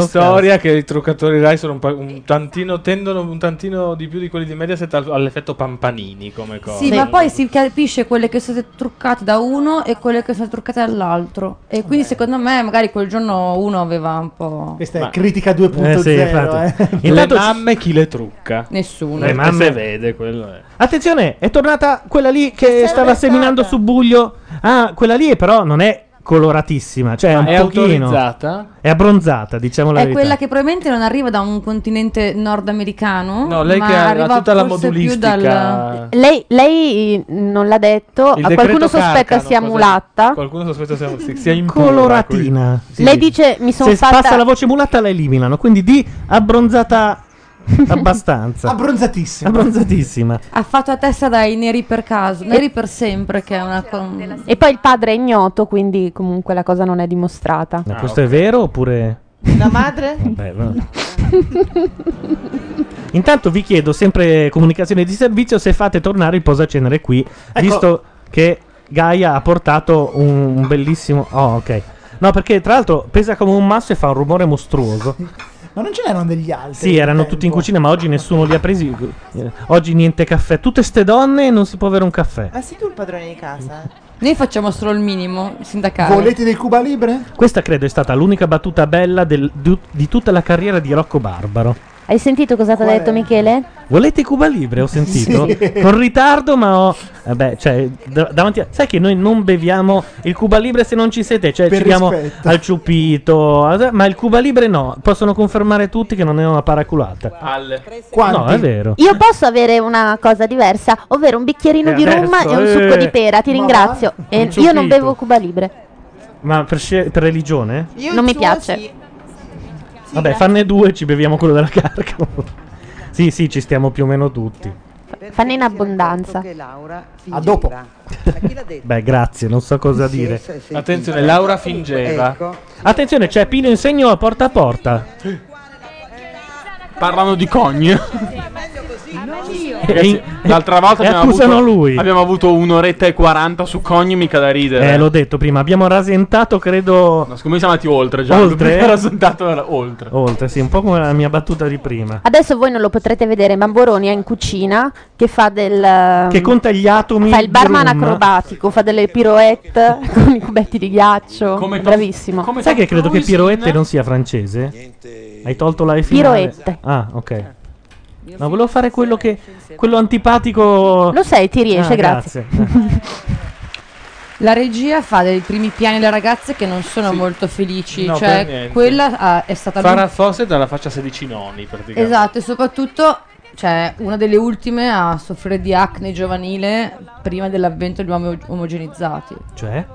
[SPEAKER 8] È storia che i truccatori Rai sono un, pa- un tantino, tendono un tantino di più di quelli di Mediaset al- all'effetto Pampanini come cosa.
[SPEAKER 7] Sì, ma poi si capisce quelle che sono state truccate da uno e quelle che sono truccate dall'altro. E quindi secondo me magari quel giorno uno aveva un po'...
[SPEAKER 3] Questa è critica 2.0.
[SPEAKER 8] Eh sì,
[SPEAKER 3] eh.
[SPEAKER 8] infatti.
[SPEAKER 2] Intanto-
[SPEAKER 8] le mamme chi le trucca?
[SPEAKER 7] Nessuno.
[SPEAKER 2] Le
[SPEAKER 8] Le
[SPEAKER 2] mamme-
[SPEAKER 8] mamme vede quello è.
[SPEAKER 2] Attenzione, è tornata quella lì che stava seminando su Buglio. Ah, quella lì però non è coloratissima, cioè è un
[SPEAKER 8] è
[SPEAKER 2] pochino.
[SPEAKER 8] autorizzata?
[SPEAKER 2] È abbronzata, diciamo la
[SPEAKER 7] È
[SPEAKER 2] verità.
[SPEAKER 7] quella che probabilmente non arriva da un continente nordamericano.
[SPEAKER 2] No, lei
[SPEAKER 7] ma
[SPEAKER 2] che ha
[SPEAKER 7] arriva
[SPEAKER 2] tutta la
[SPEAKER 7] forse più
[SPEAKER 2] modulistica.
[SPEAKER 7] dal-
[SPEAKER 18] Lei, lei, eh, non l'ha detto,
[SPEAKER 8] Il
[SPEAKER 18] a qualcuno
[SPEAKER 8] decreto
[SPEAKER 18] sospetta
[SPEAKER 8] Carcano,
[SPEAKER 18] sia
[SPEAKER 8] cosa-
[SPEAKER 18] mulatta.
[SPEAKER 8] Qualcuno sospetta sia, si- sia impura,
[SPEAKER 2] Coloratina.
[SPEAKER 8] quindi.
[SPEAKER 2] sì.
[SPEAKER 18] Lei dice mi sono
[SPEAKER 2] Se
[SPEAKER 18] fatta
[SPEAKER 2] passa la voce mulatta la eliminano, quindi di abbronzata abbastanza.
[SPEAKER 3] Abbronzatissima.
[SPEAKER 2] Abbronzatissima.
[SPEAKER 7] Ha fatto a testa dai neri per caso, neri per sempre, che è una... con-
[SPEAKER 18] E poi il padre è ignoto, quindi comunque la cosa non è dimostrata.
[SPEAKER 2] Ma questo è vero oppure
[SPEAKER 5] La madre?
[SPEAKER 2] Vabbè, va- Intanto vi chiedo sempre comunicazione di servizio se fate tornare il posacenere qui, visto che Gaia ha portato un, un bellissimo Oh, ok. No, perché tra l'altro pesa come un masso e fa un rumore mostruoso.
[SPEAKER 3] Ma non ce n'erano degli altri?
[SPEAKER 2] Sì, eh. erano tutti in cucina, ma oggi nessuno li ha presi. Eh, Oggi niente caffè. Tutte ste donne non si può avere un caffè.
[SPEAKER 5] Ma Ah, sei tu il padrone di casa?
[SPEAKER 7] Noi facciamo solo il minimo sindacale.
[SPEAKER 3] Volete dei Cuba Libre?
[SPEAKER 2] Questa credo è stata l'unica battuta bella del- du- di tutta la carriera di Rocco Barbaro.
[SPEAKER 18] Hai sentito cosa ti ha
[SPEAKER 3] Qual
[SPEAKER 18] detto
[SPEAKER 3] è?
[SPEAKER 18] Michele?
[SPEAKER 2] Volete Cuba Libre? Ho sentito.
[SPEAKER 18] Sì.
[SPEAKER 2] Con ritardo, ma ho. Vabbè, cioè, da- davanti a- Sai che noi non beviamo il Cuba Libre se non ci siete? Cioè,
[SPEAKER 3] Per
[SPEAKER 2] ci diamo
[SPEAKER 3] rispetto.
[SPEAKER 2] al ciupito. a- Ma il Cuba Libre no. Possono confermare tutti che non è una paraculata.
[SPEAKER 3] Quanti?
[SPEAKER 2] No, è vero.
[SPEAKER 18] Io posso avere una cosa diversa, ovvero un bicchierino
[SPEAKER 2] E
[SPEAKER 18] di rum
[SPEAKER 2] adesso,
[SPEAKER 18] e un
[SPEAKER 2] eh.
[SPEAKER 18] succo di pera, ti
[SPEAKER 2] Ma
[SPEAKER 18] ringrazio.
[SPEAKER 2] va?
[SPEAKER 18] E
[SPEAKER 2] Un
[SPEAKER 18] io non
[SPEAKER 2] ciupito.
[SPEAKER 18] bevo Cuba Libre,
[SPEAKER 2] Ma per, scel- per religione?
[SPEAKER 18] non mi piace.
[SPEAKER 2] Vabbè, fanne due, ci beviamo quello della Carcano. sì, sì, ci stiamo più o meno tutti.
[SPEAKER 18] Fanno in abbondanza.
[SPEAKER 2] A Ah, dopo. Beh, grazie, non so cosa dire.
[SPEAKER 8] Attenzione, Laura fingeva.
[SPEAKER 3] Ecco.
[SPEAKER 2] Attenzione, c'è Pino Insegno a porta a porta.
[SPEAKER 4] Parlano di cogne.
[SPEAKER 2] E-
[SPEAKER 4] Ragazzi, Eh L'altra volta
[SPEAKER 2] e
[SPEAKER 4] abbiamo
[SPEAKER 2] Eh, accusano
[SPEAKER 4] avuto,
[SPEAKER 2] lui.
[SPEAKER 4] abbiamo avuto un'oretta e 40 su cogne, mica da ridere.
[SPEAKER 2] Eh, l'ho detto prima, abbiamo rasentato, credo.
[SPEAKER 4] No, siccome siamo andati oltre già.
[SPEAKER 2] Oltre?
[SPEAKER 4] Era sentato era oltre.
[SPEAKER 2] Oltre, sì, un po' come la mia battuta di prima.
[SPEAKER 18] Adesso voi non lo potrete vedere, ma Boroni è in cucina che fa del... ehm,
[SPEAKER 2] Che conta gli atomi.
[SPEAKER 18] Fa il
[SPEAKER 2] di
[SPEAKER 18] barman
[SPEAKER 2] rum.
[SPEAKER 18] acrobatico, fa delle pirouette con i cubetti di ghiaccio. Bravissimo.
[SPEAKER 2] Sai che credo che piroette non sia francese? Hai tolto la E finale?
[SPEAKER 18] Piroette.
[SPEAKER 2] Ah, ok.
[SPEAKER 4] Eh.
[SPEAKER 2] No, volevo fare quello che. quello antipatico.
[SPEAKER 18] Lo sei, ti riesce,
[SPEAKER 2] Ah,
[SPEAKER 18] grazie.
[SPEAKER 7] La regia fa dei primi piani alle ragazze che non sono molto felici.
[SPEAKER 8] No, per
[SPEAKER 7] cioè,
[SPEAKER 8] niente.
[SPEAKER 7] quella ah, è stata
[SPEAKER 8] Farah
[SPEAKER 7] l'un-
[SPEAKER 8] Fawcett dalla faccia 16 noni praticamente.
[SPEAKER 7] Esatto, e soprattutto, cioè, una delle ultime a soffrire di acne giovanile prima dell'avvento degli uomini omogenizzati.
[SPEAKER 2] Cioè?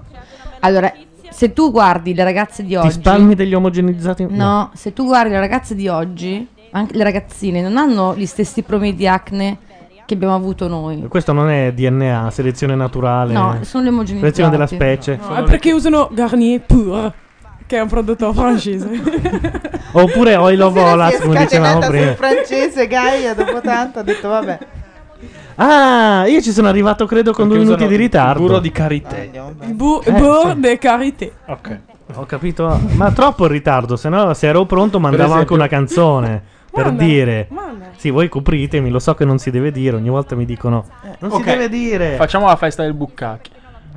[SPEAKER 7] Allora, se tu guardi le ragazze di
[SPEAKER 2] Ti
[SPEAKER 7] oggi.
[SPEAKER 2] spalmi degli omogenizzati?
[SPEAKER 7] No, se tu guardi le ragazze di oggi, anche le ragazzine non hanno gli stessi problemi di acne che abbiamo avuto noi.
[SPEAKER 2] Questo non è DNA, selezione naturale.
[SPEAKER 7] No, sono le omogenizzate.
[SPEAKER 2] Selezione della specie. Ah,
[SPEAKER 22] No, è perché usano Garnier Pur, che è un prodotto francese.
[SPEAKER 2] Oppure Oil of
[SPEAKER 5] Si
[SPEAKER 2] Olas,
[SPEAKER 5] è
[SPEAKER 2] come dicevamo
[SPEAKER 5] scatenata
[SPEAKER 2] prima.
[SPEAKER 5] sul francese Gaia dopo tanto ha detto vabbè
[SPEAKER 2] Ah, io ci sono arrivato credo con due
[SPEAKER 8] Perché
[SPEAKER 2] minuti
[SPEAKER 8] usano
[SPEAKER 2] di
[SPEAKER 8] il
[SPEAKER 2] ritardo.
[SPEAKER 8] burro
[SPEAKER 2] di carité.
[SPEAKER 22] Bu-
[SPEAKER 2] Eh, Certo.
[SPEAKER 22] Bur de Carité.
[SPEAKER 8] Ok.
[SPEAKER 2] Ho capito, ma troppo il ritardo, se no se ero pronto mandavo anche
[SPEAKER 8] esempio-
[SPEAKER 2] una canzone per
[SPEAKER 22] Guarda,
[SPEAKER 2] dire
[SPEAKER 22] guarda.
[SPEAKER 2] Sì, voi copritemi, lo so che non si deve dire, ogni volta mi dicono Eh, Non si deve dire. Eh,
[SPEAKER 4] Facciamo la festa del buccacchi.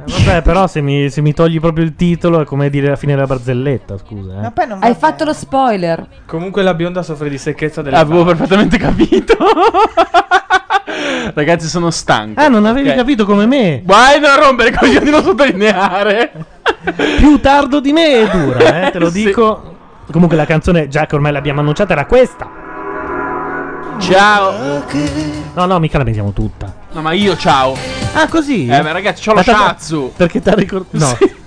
[SPEAKER 2] Vabbè, però se mi, se mi togli proprio il titolo è come dire la fine della barzelletta, scusa. eh.
[SPEAKER 7] Hai fatto lo spoiler.
[SPEAKER 8] Comunque la bionda soffre di secchezza delle
[SPEAKER 4] Avevo
[SPEAKER 8] palle.
[SPEAKER 4] perfettamente capito. Ragazzi, sono stanco.
[SPEAKER 2] Ah, non avevi
[SPEAKER 4] Ok.
[SPEAKER 2] capito come me.
[SPEAKER 4] Vai, non rompere i coglioni, non sottolineare.
[SPEAKER 2] Più tardo di me è dura, eh, te lo dico. Comunque la canzone, già che ormai l'abbiamo annunciata, era questa.
[SPEAKER 4] Ciao.
[SPEAKER 2] No, no, mica la mettiamo tutta.
[SPEAKER 4] No, ma io ciao.
[SPEAKER 2] Ah, così?
[SPEAKER 4] Eh, ma ragazzi, c'ho lo
[SPEAKER 2] Ma tanto-
[SPEAKER 4] sciazzu.
[SPEAKER 2] Perché ti ha ricordato...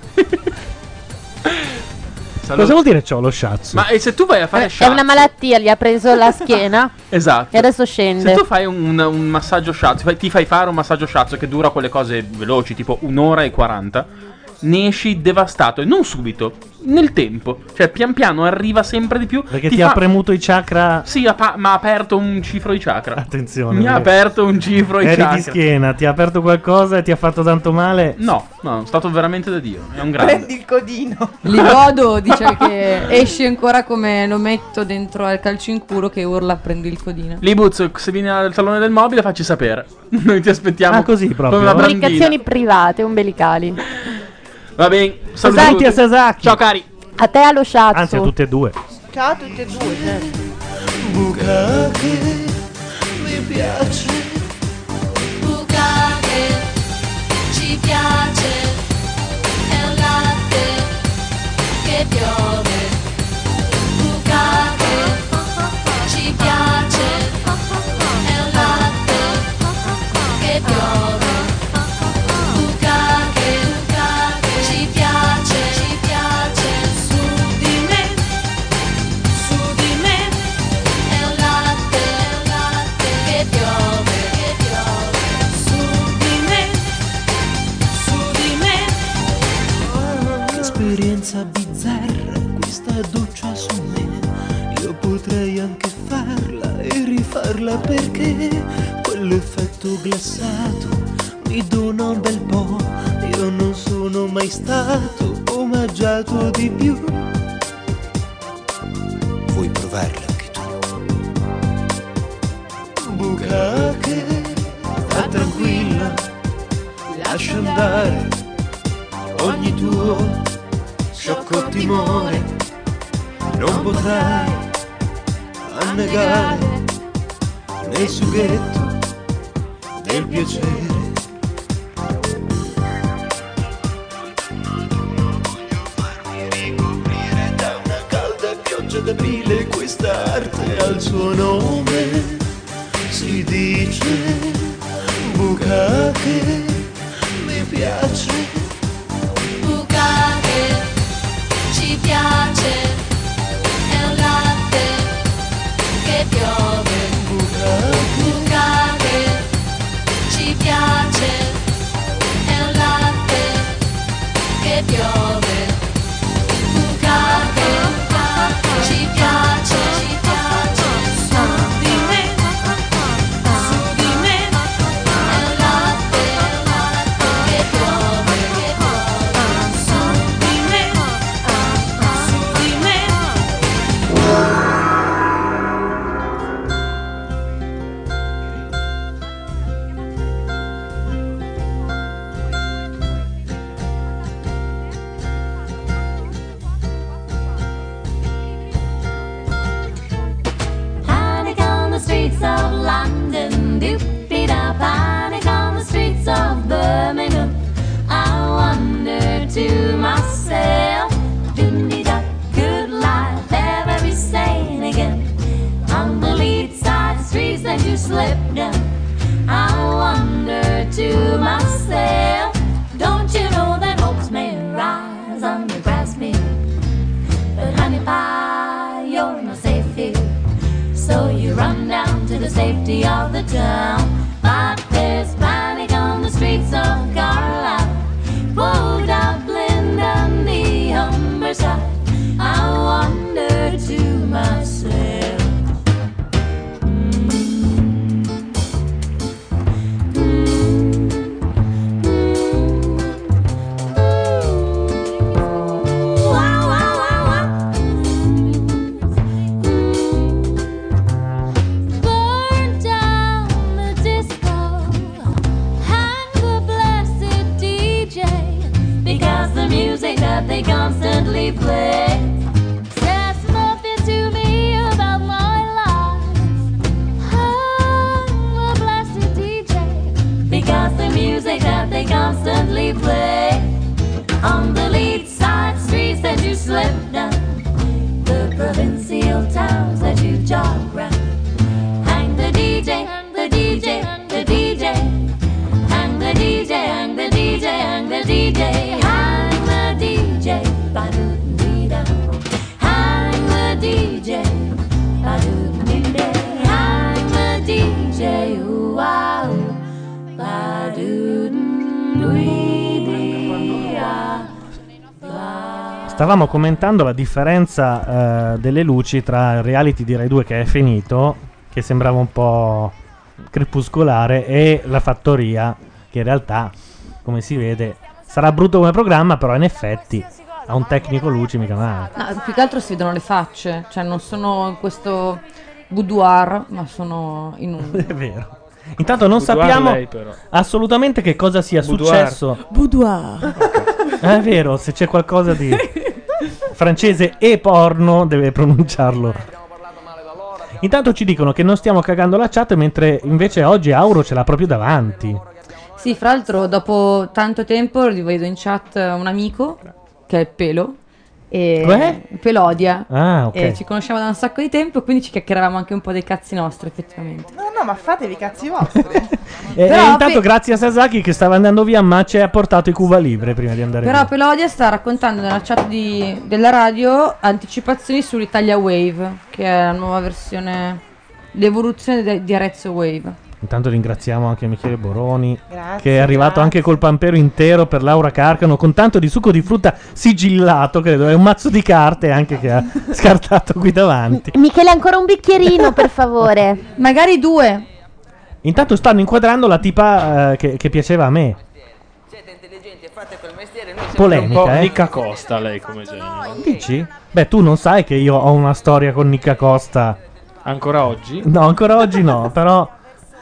[SPEAKER 2] No, cosa Eh, vuol dire ciò, lo sciazzo?
[SPEAKER 4] Ma e se tu vai a fare
[SPEAKER 18] È
[SPEAKER 4] sciazzo?
[SPEAKER 18] una malattia, gli ha preso la schiena
[SPEAKER 4] Esatto.
[SPEAKER 18] e adesso
[SPEAKER 4] Se
[SPEAKER 18] scende.
[SPEAKER 4] tu fai un, un massaggio sciazzo, fai- ti fai fare un massaggio sciazzo che dura quelle cose veloci, tipo un'ora e 40, ne esci devastato e non subito, nel tempo. Cioè, pian piano arriva sempre di più.
[SPEAKER 2] Perché ti, ha premuto i chakra...
[SPEAKER 4] Sì, ha pa- ma ha aperto un cifro di chakra.
[SPEAKER 2] Attenzione.
[SPEAKER 4] Mi ha
[SPEAKER 2] perché
[SPEAKER 4] aperto un cifro di
[SPEAKER 2] Eri di
[SPEAKER 4] chakra.
[SPEAKER 2] schiena, ti ha aperto qualcosa e ti ha fatto tanto male.
[SPEAKER 4] No, no, è stato veramente da Dio. È un grande.
[SPEAKER 5] il codino
[SPEAKER 7] Ligodo dice che esci ancora come lo metto dentro al calcio in culo che urla prendi il codino.
[SPEAKER 4] Libuz, se vieni al salone del mobile, facci sapere. Noi ti aspettiamo.
[SPEAKER 2] Ah, così proprio?
[SPEAKER 4] Come una brandina.
[SPEAKER 18] Comunicazioni private, umbilicali.
[SPEAKER 4] Va bene.
[SPEAKER 18] Sasaki
[SPEAKER 4] Saluti
[SPEAKER 18] a
[SPEAKER 2] Sasaki.
[SPEAKER 4] Ciao, cari.
[SPEAKER 18] A te allo sciazzo.
[SPEAKER 2] Anzi, a tutte e due.
[SPEAKER 5] ciao a tutti e due certo.
[SPEAKER 9] Buca che mi piace Buca che ci piace È un latte che piove Buca che ci piace È un latte che piove Buca che buca che ci piace Ci piace su di me Su di me è un latte, è un latte che piove, che piove su di me, su di me.
[SPEAKER 12] Che esperienza bizzarra questa doccia su me. Io potrei anche farla e rifarla perché quell'effetto glassato mi dona un bel po'. Io non sono mai stato omaggiato di più.
[SPEAKER 9] Vuoi provarla anche tu?
[SPEAKER 12] Buca che va tranquilla, lascia andare ogni tuo sciocco timore. Non potrai annegare nel sughetto del piacere. Da una calda pioggia d'aprile questa arte ha il suo nome si dice buca che mi piace
[SPEAKER 9] Buca che ci piace, è un latte che piove. Buca che ci piace, è un latte che piove. Buca che ci piace, ci piace su di me, su di me, è un latte, è un latte che piove.
[SPEAKER 1] that they constantly play. Says nothing to me about my life. I'm a blasted DJ because the music that they constantly play on the lead side streets that you slip down, the provincial towns that you jog round. Hang the DJ, hang the DJ, hang the DJ, hang the DJ, hang the DJ, hang the DJ, hang the DJ, ba-doo-dee-da. hang the DJ, ba-doo-dee-da. hang the DJ, ooh-ah, ooh, ba-doo-dee-dee-ah.
[SPEAKER 2] Stavamo commentando la differenza eh, delle luci tra il reality di Rai 2 che è finito, che sembrava un po' crepuscolare, e la fattoria, che in realtà, come si vede, sarà brutto come programma, però in effetti a un tecnico luci mica male.
[SPEAKER 7] No, più che altro si vedono le facce, cioè non sono in questo boudoir, ma sono in un...
[SPEAKER 2] È vero. Intanto non
[SPEAKER 7] Boudoir
[SPEAKER 2] sappiamo
[SPEAKER 7] lei, però.
[SPEAKER 2] assolutamente che cosa sia
[SPEAKER 8] Boudoir.
[SPEAKER 2] successo.
[SPEAKER 22] Boudoir.
[SPEAKER 2] Ah, È vero, se c'è qualcosa di francese e porno deve pronunciarlo. Intanto ci dicono che non stiamo cagando la chat, mentre invece oggi Auro ce l'ha proprio davanti.
[SPEAKER 7] Sì, fra l'altro dopo tanto tempo rivedo in chat eh, un amico, che è il Pelo, e Pelodia.
[SPEAKER 2] Ah, ok.
[SPEAKER 7] E Eh, ci conosciamo da un sacco di tempo, quindi ci chiacchieravamo anche un po' dei cazzi nostri, effettivamente.
[SPEAKER 5] No, no, ma fatevi i cazzi vostri.
[SPEAKER 2] E- e
[SPEAKER 7] Però
[SPEAKER 2] Eh, intanto
[SPEAKER 7] pe-
[SPEAKER 2] grazie a Sasaki che stava andando via, ma ci ha portato i Cuba Libre prima di andare
[SPEAKER 7] Però
[SPEAKER 2] via.
[SPEAKER 7] Pelodia sta raccontando nella chat di- della radio anticipazioni sull'Italia Wave, che è la nuova versione, l'evoluzione de- di Arezzo Wave.
[SPEAKER 2] Intanto ringraziamo anche Michele Boroni,
[SPEAKER 7] Grazie,
[SPEAKER 2] che è arrivato anche col pampero intero per Laura Carcano, con tanto di succo di frutta sigillato, credo, è un mazzo di carte anche che ha scartato qui davanti.
[SPEAKER 18] Michele, ancora un bicchierino, per favore.
[SPEAKER 7] Magari due.
[SPEAKER 2] Intanto stanno inquadrando la tipa eh, che, che piaceva a me.
[SPEAKER 8] Un po'
[SPEAKER 2] Polemica, eh?
[SPEAKER 8] Nicca Costa lei come genere.
[SPEAKER 2] Dici? Beh, tu non sai che io ho una storia con Nicca Costa.
[SPEAKER 8] Ancora oggi?
[SPEAKER 2] No, ancora oggi no, però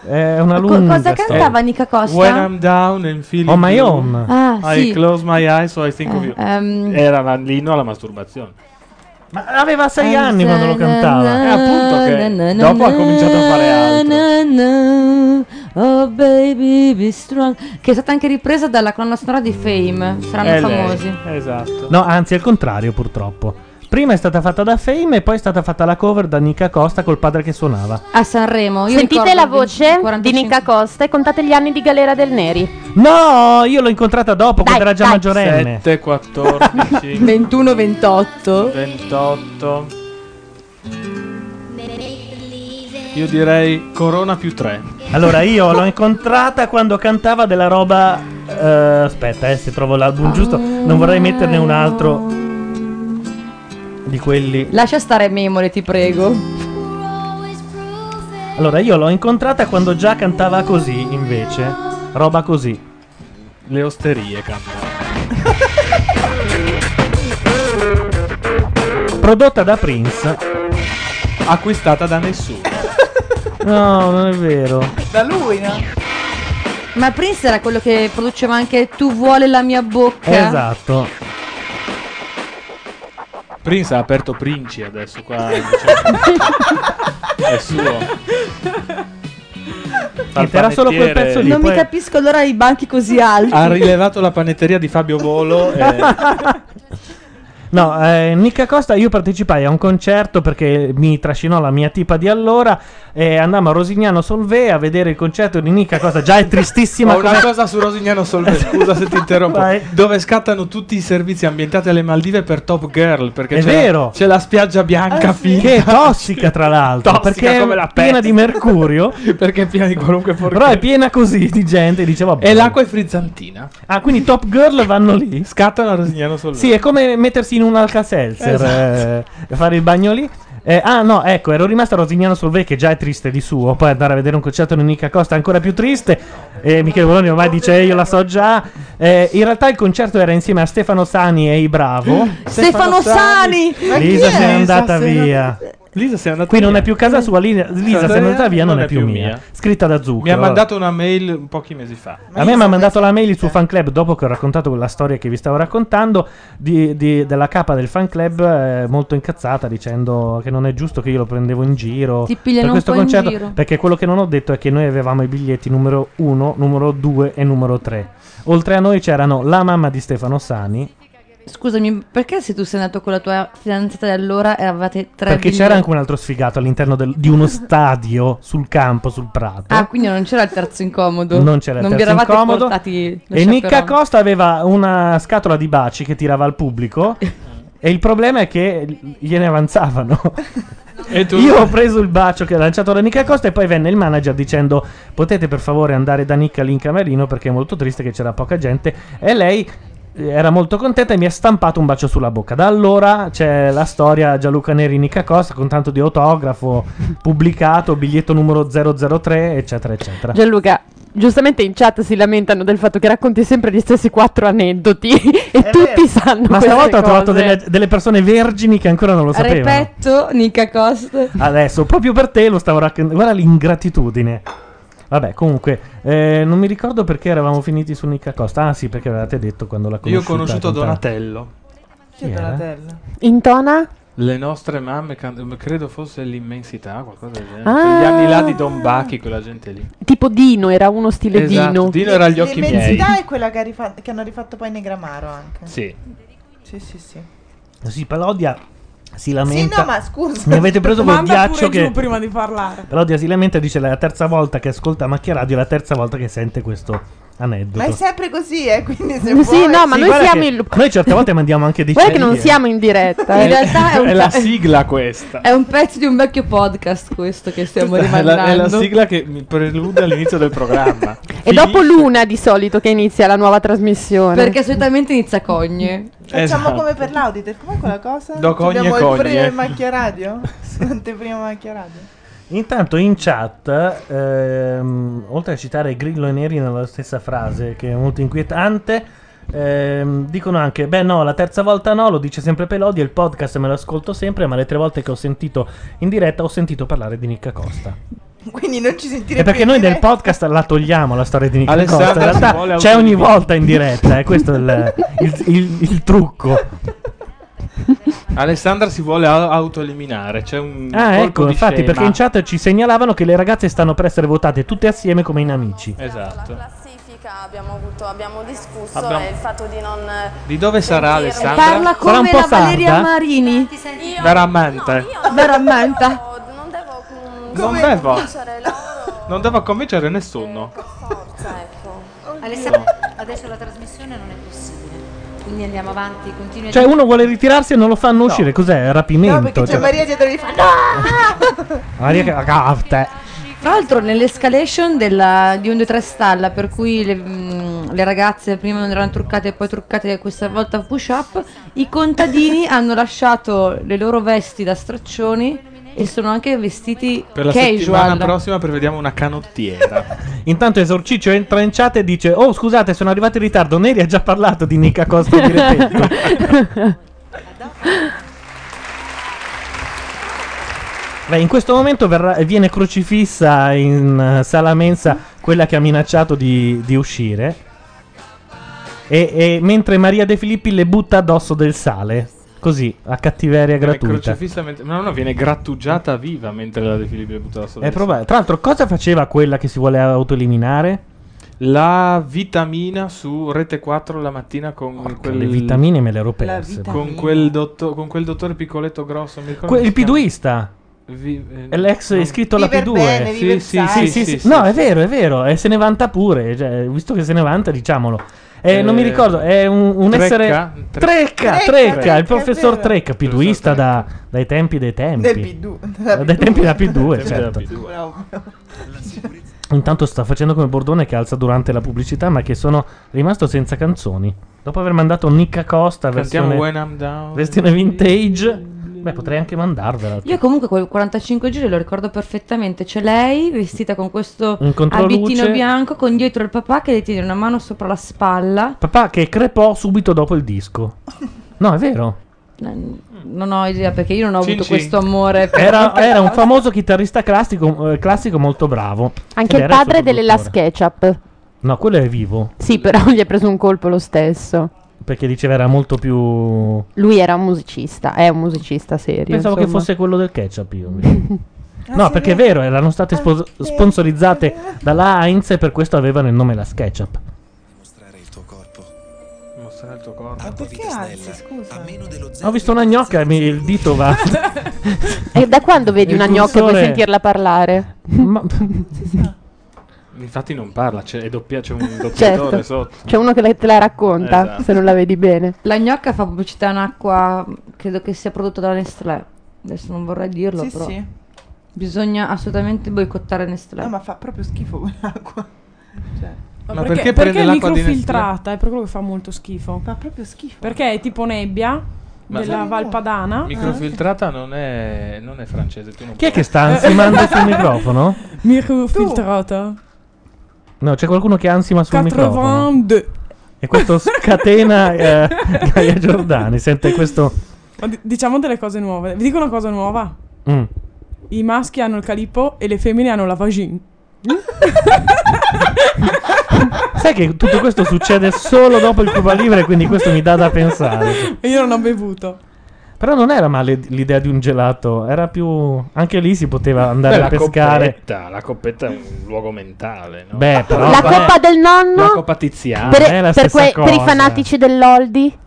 [SPEAKER 2] è una
[SPEAKER 7] Co-
[SPEAKER 2] lunga
[SPEAKER 7] cosa
[SPEAKER 2] storia.
[SPEAKER 7] cantava Nica Costa?
[SPEAKER 8] Mm, When I'm down and feeling
[SPEAKER 2] On my
[SPEAKER 8] blue,
[SPEAKER 2] own.
[SPEAKER 7] Ah,
[SPEAKER 8] I
[SPEAKER 7] sì.
[SPEAKER 8] close my eyes so I think of
[SPEAKER 7] Eh,
[SPEAKER 8] you.
[SPEAKER 7] ehm.
[SPEAKER 8] Era la- l'inno alla masturbazione.
[SPEAKER 2] Ma aveva sei anni quando lo cantava.
[SPEAKER 8] Eh, appunto che dopo ha cominciato a fare altro.
[SPEAKER 7] Na, na, oh baby be strong che è stata anche ripresa dalla colonna sonora di Fame saranno
[SPEAKER 2] È lei.
[SPEAKER 7] famosi
[SPEAKER 8] Esatto.
[SPEAKER 2] No, anzi, è il contrario, purtroppo. Prima è stata fatta da Fame e poi è stata fatta la cover da Nica Costa col padre che suonava.
[SPEAKER 7] a Sanremo io
[SPEAKER 18] Sentite
[SPEAKER 7] ricordo
[SPEAKER 18] la
[SPEAKER 7] il
[SPEAKER 18] voce
[SPEAKER 7] 45
[SPEAKER 18] di Nica Costa e contate gli anni di galera del Neri.
[SPEAKER 2] No, io l'ho incontrata dopo, quando era già maggiorenne.
[SPEAKER 8] 7, 14,
[SPEAKER 22] 21, 28.
[SPEAKER 8] 28. Io direi Corona più 3.
[SPEAKER 2] Allora, io l'ho incontrata quando cantava della roba. eh, aspetta, eh, se trovo l'album giusto. Non vorrei metterne un altro. Di quelli.
[SPEAKER 7] lascia stare Memore ti prego
[SPEAKER 2] Allora, io l'ho incontrata quando già cantava così, invece. Roba così.
[SPEAKER 8] Le osterie cantano.
[SPEAKER 2] Prodotta da Prince.
[SPEAKER 8] Acquistata da nessuno.
[SPEAKER 2] No, non è vero.
[SPEAKER 5] Da lui, no?
[SPEAKER 7] ma Prince era quello che produceva anche Tu vuole la mia bocca
[SPEAKER 2] Esatto.
[SPEAKER 8] Prince ha aperto Princi adesso qua. diciamo. È suo. Fa il
[SPEAKER 2] Era solo
[SPEAKER 8] panettiere-
[SPEAKER 2] quel pezzo
[SPEAKER 17] Non mi capisco allora i banchi così alti.
[SPEAKER 8] Ha rilevato la panetteria di Fabio Volo. E...
[SPEAKER 2] No, eh, Nicca Costa, io partecipai a un concerto perché mi trascinò la mia tipa di allora e andammo a Rosignano Solvay a vedere il concerto di Nicca Costa. Già è tristissima
[SPEAKER 8] Ma una
[SPEAKER 2] come-
[SPEAKER 8] cosa su Rosignano Solvay, scusa se ti interrompo. Dove scattano tutti i servizi ambientati alle Maldive per Top Girl. Perché
[SPEAKER 2] È
[SPEAKER 8] c'è, la-
[SPEAKER 2] vero.
[SPEAKER 8] c'è la spiaggia bianca finta.
[SPEAKER 2] Che è tossica, tra l'altro,
[SPEAKER 8] Tossica
[SPEAKER 2] perché
[SPEAKER 8] come la
[SPEAKER 2] è piena
[SPEAKER 8] peste.
[SPEAKER 2] di mercurio.
[SPEAKER 8] perché è piena di qualunque forma.
[SPEAKER 2] Però è piena così di gente. Dice, vabbè.
[SPEAKER 8] E l'acqua è frizzantina.
[SPEAKER 2] Ah, quindi Top Girl vanno lì.
[SPEAKER 8] Scattano a Rosignano Solvay.
[SPEAKER 2] Sì, è come mettersi in un Alka-Seltzer
[SPEAKER 8] Esatto.
[SPEAKER 2] eh, fare il bagno lì. Eh, ah, no, ecco, ero rimasto a Rosignano Solvay, che già è triste di suo. Poi andare a vedere un concerto di Nica Costa è ancora più triste. E Michele Bologna ormai dice: "Eh, Io la so già. Eh, in realtà il concerto era insieme a Stefano Sani e i Bravo.
[SPEAKER 17] Stefano Sani! Ma chi
[SPEAKER 2] Lisa
[SPEAKER 17] è?
[SPEAKER 2] se n'è andata
[SPEAKER 17] Lisa se n'è
[SPEAKER 2] via.
[SPEAKER 8] Lisa sei andata
[SPEAKER 2] Qui non
[SPEAKER 8] via.
[SPEAKER 2] è più casa sua, Lisa, Lisa se non andata via non, è più mia. Scritta da Zucchero.
[SPEAKER 8] Mi ha mandato una mail pochi mesi fa.
[SPEAKER 2] A me mi ha mandato la mail il suo fan club dopo che ho raccontato quella storia che vi stavo raccontando di- di- della capa del fan club eh, molto incazzata dicendo che non è giusto che io lo prendevo in giro
[SPEAKER 7] Ti pigliano
[SPEAKER 2] per
[SPEAKER 7] un
[SPEAKER 2] questo
[SPEAKER 7] po' in
[SPEAKER 2] concerto
[SPEAKER 7] giro.
[SPEAKER 2] perché quello che non ho detto è che noi avevamo i biglietti numero 1, numero 2 e numero 3. Oltre a noi c'erano la mamma di Stefano Sani
[SPEAKER 7] Scusami, perché se tu sei andato con la tua fidanzata di allora e avevate tre
[SPEAKER 2] perché
[SPEAKER 7] biglietti?
[SPEAKER 2] c'era anche un altro sfigato all'interno del- di uno stadio sul campo, sul prato.
[SPEAKER 7] Ah, quindi non c'era il terzo incomodo.
[SPEAKER 2] Non c'era il
[SPEAKER 7] vi
[SPEAKER 2] terzo
[SPEAKER 7] eravate
[SPEAKER 2] incomodo.
[SPEAKER 7] portati lo
[SPEAKER 2] E Nicca
[SPEAKER 7] chaperone.
[SPEAKER 2] Costa aveva una scatola di baci che tirava al pubblico. E il problema è che gliene avanzavano.
[SPEAKER 8] tu?
[SPEAKER 2] Io ho preso il bacio che ha lanciato da Nicca Costa e poi venne il manager dicendo potete per favore andare da Nicca lì in camerino perché è molto triste che c'era poca gente. E lei eh, era molto contenta e mi ha stampato un bacio sulla bocca. Da allora c'è la storia Gianluca Neri Nicca Costa con tanto di autografo pubblicato, biglietto numero 003 eccetera eccetera.
[SPEAKER 18] Gianluca, giustamente in chat si lamentano del fatto che racconti sempre gli stessi quattro aneddoti e tutti sanno
[SPEAKER 2] Ma
[SPEAKER 18] queste
[SPEAKER 2] stavolta ho trovato
[SPEAKER 18] cose.
[SPEAKER 2] delle, delle persone vergini che ancora non lo sapevano.
[SPEAKER 7] Repetto, Nica Costa.
[SPEAKER 2] Adesso, proprio per te lo stavo raccontando. Guarda l'ingratitudine. Vabbè, comunque, eh, non mi ricordo perché eravamo finiti su Nicca Costa. Ah, sì, perché avevate detto quando l'ha
[SPEAKER 8] Io ho conosciuto
[SPEAKER 2] conosciuta. con te.
[SPEAKER 8] Donatello.
[SPEAKER 2] Chi era?
[SPEAKER 18] Intona?
[SPEAKER 8] Le nostre mamme, can- credo fosse l'immensità, qualcosa del genere.
[SPEAKER 18] Ah.
[SPEAKER 8] Gli anni là di Don Bacchi, quella gente lì.
[SPEAKER 18] Tipo Dino, era uno stile
[SPEAKER 8] Esatto,
[SPEAKER 18] Dino.
[SPEAKER 8] Dino era agli occhi miei.
[SPEAKER 12] L'Immensità è quella che, ha rifa- che hanno rifatto poi Negramaro anche.
[SPEAKER 8] Sì.
[SPEAKER 12] Sì, sì, sì.
[SPEAKER 2] Sì, Pelodia si
[SPEAKER 12] Sì,
[SPEAKER 2] lamenta.
[SPEAKER 12] no, ma scusa.
[SPEAKER 2] Mi avete preso col
[SPEAKER 12] Manda
[SPEAKER 2] ghiaccio
[SPEAKER 12] pure giù
[SPEAKER 2] che.
[SPEAKER 12] prima
[SPEAKER 5] di parlare.
[SPEAKER 2] Pelodia si lamenta e dice: "La- è la terza volta che ascolta Macchia Radio, è la terza volta che sente questo aneddoto.
[SPEAKER 12] Ma è sempre così, eh, quindi se
[SPEAKER 18] Sì,
[SPEAKER 12] vuoi-
[SPEAKER 18] no, ma
[SPEAKER 2] Sì,
[SPEAKER 18] noi
[SPEAKER 2] guarda
[SPEAKER 18] siamo
[SPEAKER 2] che
[SPEAKER 18] in loop.
[SPEAKER 2] Noi certe volte mandiamo anche dei
[SPEAKER 18] Guarda che non
[SPEAKER 2] cerie.
[SPEAKER 18] siamo in diretta. eh.
[SPEAKER 7] In realtà è un-
[SPEAKER 8] È la sigla questa.
[SPEAKER 7] È
[SPEAKER 2] Eh,
[SPEAKER 7] un pezzo di un vecchio podcast questo che stiamo
[SPEAKER 8] È la, è la
[SPEAKER 7] rimandando.
[SPEAKER 8] sigla che mi prelude all'inizio del programma.
[SPEAKER 18] E dopo l'una di solito che inizia la nuova trasmissione.
[SPEAKER 7] Perché solitamente inizia cogne.
[SPEAKER 12] Facciamo
[SPEAKER 8] Esatto.
[SPEAKER 12] come per l'auditor, com'è quella cosa?
[SPEAKER 2] Do cogne
[SPEAKER 12] Abbiamo
[SPEAKER 2] cogne.
[SPEAKER 12] il pre macchia radio? L'anteprima macchia radio?
[SPEAKER 2] Intanto in chat, ehm, oltre a citare Grillo e Neri nella stessa frase, che è molto inquietante, ehm, dicono anche: Beh, no, la terza volta no, lo dice sempre Pelodi. Il podcast me lo ascolto sempre, ma le tre volte che ho sentito in diretta ho sentito parlare di Nicca Costa.
[SPEAKER 12] Quindi non ci sentiremo.
[SPEAKER 2] E perché noi nel podcast la togliamo la storia di Nicca
[SPEAKER 8] Alessandra
[SPEAKER 2] Costa. In
[SPEAKER 8] si
[SPEAKER 2] realtà
[SPEAKER 8] vuole
[SPEAKER 2] c'è ogni
[SPEAKER 8] autodifendere.
[SPEAKER 2] volta in diretta, è questo è il, il- il- il trucco.
[SPEAKER 8] Alessandra si vuole au- autoeliminare. C'è un.
[SPEAKER 2] Ah,
[SPEAKER 8] colpo
[SPEAKER 2] ecco,
[SPEAKER 8] di
[SPEAKER 2] infatti,
[SPEAKER 8] scema.
[SPEAKER 2] perché in chat ci segnalavano che le ragazze stanno per essere votate tutte assieme come in amici.
[SPEAKER 8] Esatto.
[SPEAKER 11] classifica abbiamo, avuto, abbiamo discusso
[SPEAKER 8] Abbiamo-
[SPEAKER 11] e il fatto di non
[SPEAKER 8] Di dove sarà Alessandra?
[SPEAKER 11] Parla
[SPEAKER 8] sarà un po' sarda?
[SPEAKER 11] Marini
[SPEAKER 8] Veramente.
[SPEAKER 11] veramente non devo
[SPEAKER 8] Non devo.
[SPEAKER 11] convincere loro
[SPEAKER 8] Non devo convincere nessuno.
[SPEAKER 11] forza ecco
[SPEAKER 16] Alessandro, adesso la trasmissione non è possibile. Quindi andiamo avanti, continui. a
[SPEAKER 2] Cioè,
[SPEAKER 16] dire-
[SPEAKER 2] uno vuole ritirarsi e non lo fanno uscire. Cos'è? Rapimento.
[SPEAKER 12] No, perché c'è
[SPEAKER 2] Cioè-
[SPEAKER 12] Maria dietro di fa. No!
[SPEAKER 2] Maria che- ah, Carte.
[SPEAKER 7] Tra l'altro, nell'escalation della- di un 2-3 stalla, per cui le, mm, le ragazze prima non erano truccate e poi truccate questa volta push up, i contadini hanno lasciato le loro vesti da straccioni e sono anche vestiti
[SPEAKER 8] Per la
[SPEAKER 7] casual.
[SPEAKER 8] settimana prossima prevediamo una canottiera.
[SPEAKER 2] Intanto Esorciccio entra in chat e dice: Oh, scusate, sono arrivato in ritardo. Neri ha già parlato di Nica Costa di Repetto. Beh, in questo momento verrà- viene crocifissa in eh, sala mensa quella che ha minacciato di, di uscire. E, e mentre Maria De Filippi le butta addosso del sale. Così, a cattiveria
[SPEAKER 8] Viene
[SPEAKER 2] gratuita.
[SPEAKER 8] crocifissa mentre- No, no, viene grattugiata viva mentre la De Filippi è buttata sotto.
[SPEAKER 2] È probabile. Tra l'altro, cosa faceva quella che si vuole autoeliminare?
[SPEAKER 8] La vitamina su Rete 4 la mattina con quel...
[SPEAKER 2] le vitamine me le ero perse. La vitamina.
[SPEAKER 8] Con quel, dotto- con quel dottore piccoletto grosso, mi ricordo
[SPEAKER 2] Que-
[SPEAKER 8] come
[SPEAKER 2] il
[SPEAKER 8] si chiama?
[SPEAKER 2] piduista.
[SPEAKER 8] Vi- eh,
[SPEAKER 2] È l'ex
[SPEAKER 8] no.
[SPEAKER 2] iscritto alla P2.
[SPEAKER 8] Sì, sì, sì, sì, sì,
[SPEAKER 2] No, è vero, è vero. E se ne vanta pure. cioè, visto che se ne vanta, diciamolo. Eh, non mi
[SPEAKER 8] Eh,
[SPEAKER 2] ricordo, è un, un
[SPEAKER 8] Trecca?
[SPEAKER 2] essere.
[SPEAKER 8] Tre-
[SPEAKER 2] Trecca,
[SPEAKER 8] Trecca,
[SPEAKER 2] Trecca,
[SPEAKER 8] Trecca,
[SPEAKER 2] il professor
[SPEAKER 8] è vero.
[SPEAKER 2] Trecca, piduista da- dai tempi dei tempi.
[SPEAKER 12] Del P2. della
[SPEAKER 2] Dai tempi da
[SPEAKER 12] P2.
[SPEAKER 2] P2, certo.
[SPEAKER 12] Bravo.
[SPEAKER 2] Intanto sta facendo come Bordone che alza durante la pubblicità, ma che sono rimasto senza canzoni. Dopo aver mandato Nicca Costa,
[SPEAKER 8] Cantiamo
[SPEAKER 2] versione,
[SPEAKER 8] When I'm Down.
[SPEAKER 2] versione vintage, beh, potrei anche mandarvela.
[SPEAKER 7] Io comunque quel 45 giri lo ricordo perfettamente. C'è lei vestita con questo
[SPEAKER 2] Un controluce.
[SPEAKER 7] abitino bianco con dietro il papà che le tiene una mano sopra la spalla.
[SPEAKER 2] Papà che crepò subito dopo il disco. No, è vero.
[SPEAKER 7] Mm. Non ho idea perché io non ho
[SPEAKER 2] Cin
[SPEAKER 7] avuto
[SPEAKER 2] cin.
[SPEAKER 7] questo amore. per-
[SPEAKER 2] Era, era un famoso chitarrista classico, eh, classico molto bravo.
[SPEAKER 18] Anche il
[SPEAKER 2] Ed era
[SPEAKER 18] padre
[SPEAKER 2] suo
[SPEAKER 18] delle Las Ketchup.
[SPEAKER 2] produttore. No, quello è vivo.
[SPEAKER 18] Sì, però gli ha preso un colpo lo stesso.
[SPEAKER 2] Perché diceva era molto più.
[SPEAKER 18] Lui era un musicista, è un musicista serio.
[SPEAKER 2] Pensavo che
[SPEAKER 18] insomma.
[SPEAKER 2] fosse quello del ketchup io.
[SPEAKER 8] Ah,
[SPEAKER 2] No, perché è vero, erano state spos- sponsorizzate dalla Heinz e per questo avevano il nome la Sketchup.
[SPEAKER 8] Mostrare il tuo corpo.
[SPEAKER 5] Perché alzi, scusa?
[SPEAKER 2] Ho visto una gnocca e mi- il dito va.
[SPEAKER 18] E da quando vedi
[SPEAKER 2] Il
[SPEAKER 18] una gnocca e puoi
[SPEAKER 2] cursore-
[SPEAKER 18] sentirla parlare?
[SPEAKER 8] Infatti non parla, c'è, è doppia- c'è un doppiatore
[SPEAKER 18] certo.
[SPEAKER 8] sotto.
[SPEAKER 18] C'è uno che la- te la racconta
[SPEAKER 8] Esatto.
[SPEAKER 18] se non la vedi bene.
[SPEAKER 7] La gnocca fa pubblicità in acqua, credo che sia prodotta da Nestlé. Adesso non vorrei dirlo,
[SPEAKER 5] Sì,
[SPEAKER 7] però.
[SPEAKER 5] sì.
[SPEAKER 7] Bisogna assolutamente boicottare Nestlè.
[SPEAKER 5] No, ma fa proprio schifo quell'acqua. Cioè,
[SPEAKER 8] Ma perché perché- prende
[SPEAKER 22] Perché è
[SPEAKER 8] l'acqua di Nestlé?
[SPEAKER 22] microfiltrata, è per quello che fa molto schifo. Fa
[SPEAKER 5] proprio schifo.
[SPEAKER 22] Perché è tipo nebbia
[SPEAKER 8] Ma- Ah.
[SPEAKER 22] della Valpadana.
[SPEAKER 8] Microfiltrata non è, non è francese. Tu non
[SPEAKER 2] Chi è
[SPEAKER 8] puoi-
[SPEAKER 2] che sta ansimando sul microfono?
[SPEAKER 22] Microfiltrata.
[SPEAKER 2] No, c'è qualcuno che ansima sul microfono.
[SPEAKER 22] 82.
[SPEAKER 2] E questo scatena eh, Gaia Giordani. Sente questo.
[SPEAKER 22] Ma di- diciamo delle cose nuove. Vi dico una cosa nuova.
[SPEAKER 2] Mm.
[SPEAKER 22] I maschi hanno il calippo e le femmine hanno la vagina.
[SPEAKER 2] Sai che tutto questo succede solo dopo il Cuba Libre, quindi questo mi dà da pensare.
[SPEAKER 22] E io non ho bevuto.
[SPEAKER 2] Però non era male l'idea di un gelato, era più. Anche lì si poteva andare
[SPEAKER 8] Beh,
[SPEAKER 2] a
[SPEAKER 8] la
[SPEAKER 2] pescare.
[SPEAKER 8] Coppetta, la coppetta è un luogo mentale. No?
[SPEAKER 2] Beh, però-
[SPEAKER 18] la coppa del
[SPEAKER 8] La
[SPEAKER 18] nonno
[SPEAKER 8] coppa
[SPEAKER 2] Ah,
[SPEAKER 8] tiziana.
[SPEAKER 18] per, per quei- per i fanatici dell'Oldi.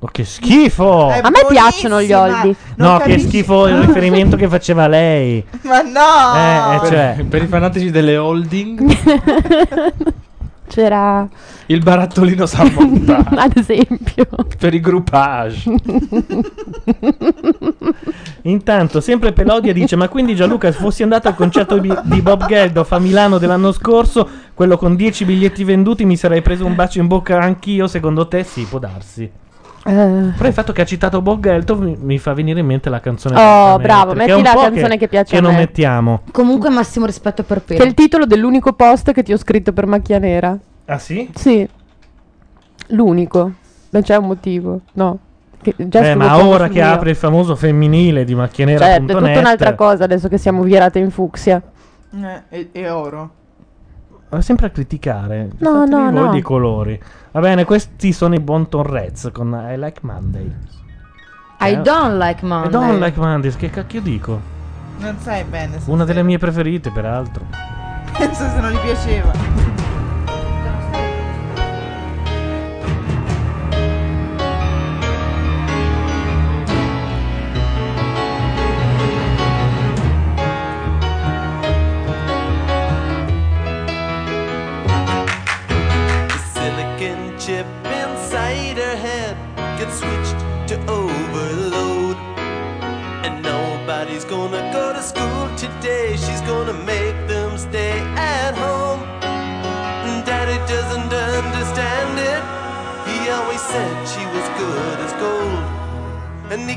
[SPEAKER 2] Oh, che schifo!
[SPEAKER 18] A me piacciono gli Oldi.
[SPEAKER 2] No, che
[SPEAKER 18] capisci.
[SPEAKER 2] schifo il riferimento che faceva lei.
[SPEAKER 5] Ma no!
[SPEAKER 2] Eh, eh, cioè.
[SPEAKER 8] Per i fanatici delle holding,
[SPEAKER 2] eh.
[SPEAKER 18] C'era
[SPEAKER 8] il barattolino sa montare.
[SPEAKER 18] ad esempio.
[SPEAKER 8] per i groupage.
[SPEAKER 2] Intanto, sempre Pelodia dice: Ma quindi Gianluca, se fossi andato al concerto di, di Bob Geldof a Milano dell'anno scorso, quello con 10 biglietti venduti, mi sarei preso un bacio in bocca anch'io? Secondo te, sì, può darsi. Però il fatto che ha citato Bob Geldof mi, mi fa venire in mente la canzone.
[SPEAKER 18] Oh,
[SPEAKER 2] esattamente,
[SPEAKER 18] bravo,
[SPEAKER 2] perché
[SPEAKER 18] metti
[SPEAKER 2] è un
[SPEAKER 18] la
[SPEAKER 2] po'
[SPEAKER 18] canzone che piace
[SPEAKER 2] Che
[SPEAKER 18] a
[SPEAKER 2] non
[SPEAKER 18] me.
[SPEAKER 2] mettiamo.
[SPEAKER 7] Comunque massimo rispetto per
[SPEAKER 18] Che è
[SPEAKER 7] Peri.
[SPEAKER 18] il titolo dell'unico post che ti ho scritto per macchia nera.
[SPEAKER 2] Ah, sì?
[SPEAKER 18] Sì. L'unico. Non c'è un motivo. No. Che già
[SPEAKER 2] Eh,
[SPEAKER 18] scrivo
[SPEAKER 2] ma
[SPEAKER 18] poco
[SPEAKER 2] ora
[SPEAKER 18] sul
[SPEAKER 2] che
[SPEAKER 18] mio.
[SPEAKER 2] apre il famoso femminile
[SPEAKER 18] Certo,
[SPEAKER 2] di
[SPEAKER 18] è
[SPEAKER 2] macchianera.net
[SPEAKER 18] tutta un'altra cosa adesso che siamo virate in fucsia.
[SPEAKER 5] Eh, e, e oro.
[SPEAKER 2] Ma sempre a criticare.
[SPEAKER 18] No,
[SPEAKER 2] Fatevi
[SPEAKER 18] no,
[SPEAKER 2] voi
[SPEAKER 18] no.
[SPEAKER 2] di colori. Va bene, questi sono i Bonton Reds con I Like Monday.
[SPEAKER 7] I don't like
[SPEAKER 2] I
[SPEAKER 7] Monday.
[SPEAKER 2] don't like Mondays, che cacchio dico?
[SPEAKER 5] Non sai bene se,
[SPEAKER 2] Una delle mie preferite, peraltro.
[SPEAKER 5] penso se non gli piaceva.
[SPEAKER 15] The silicon chip inside her head gets switched to overload. And nobody's gonna go to school today. She's gonna make them stay at home. Daddy doesn't understand it. He always said she was good as gold. And he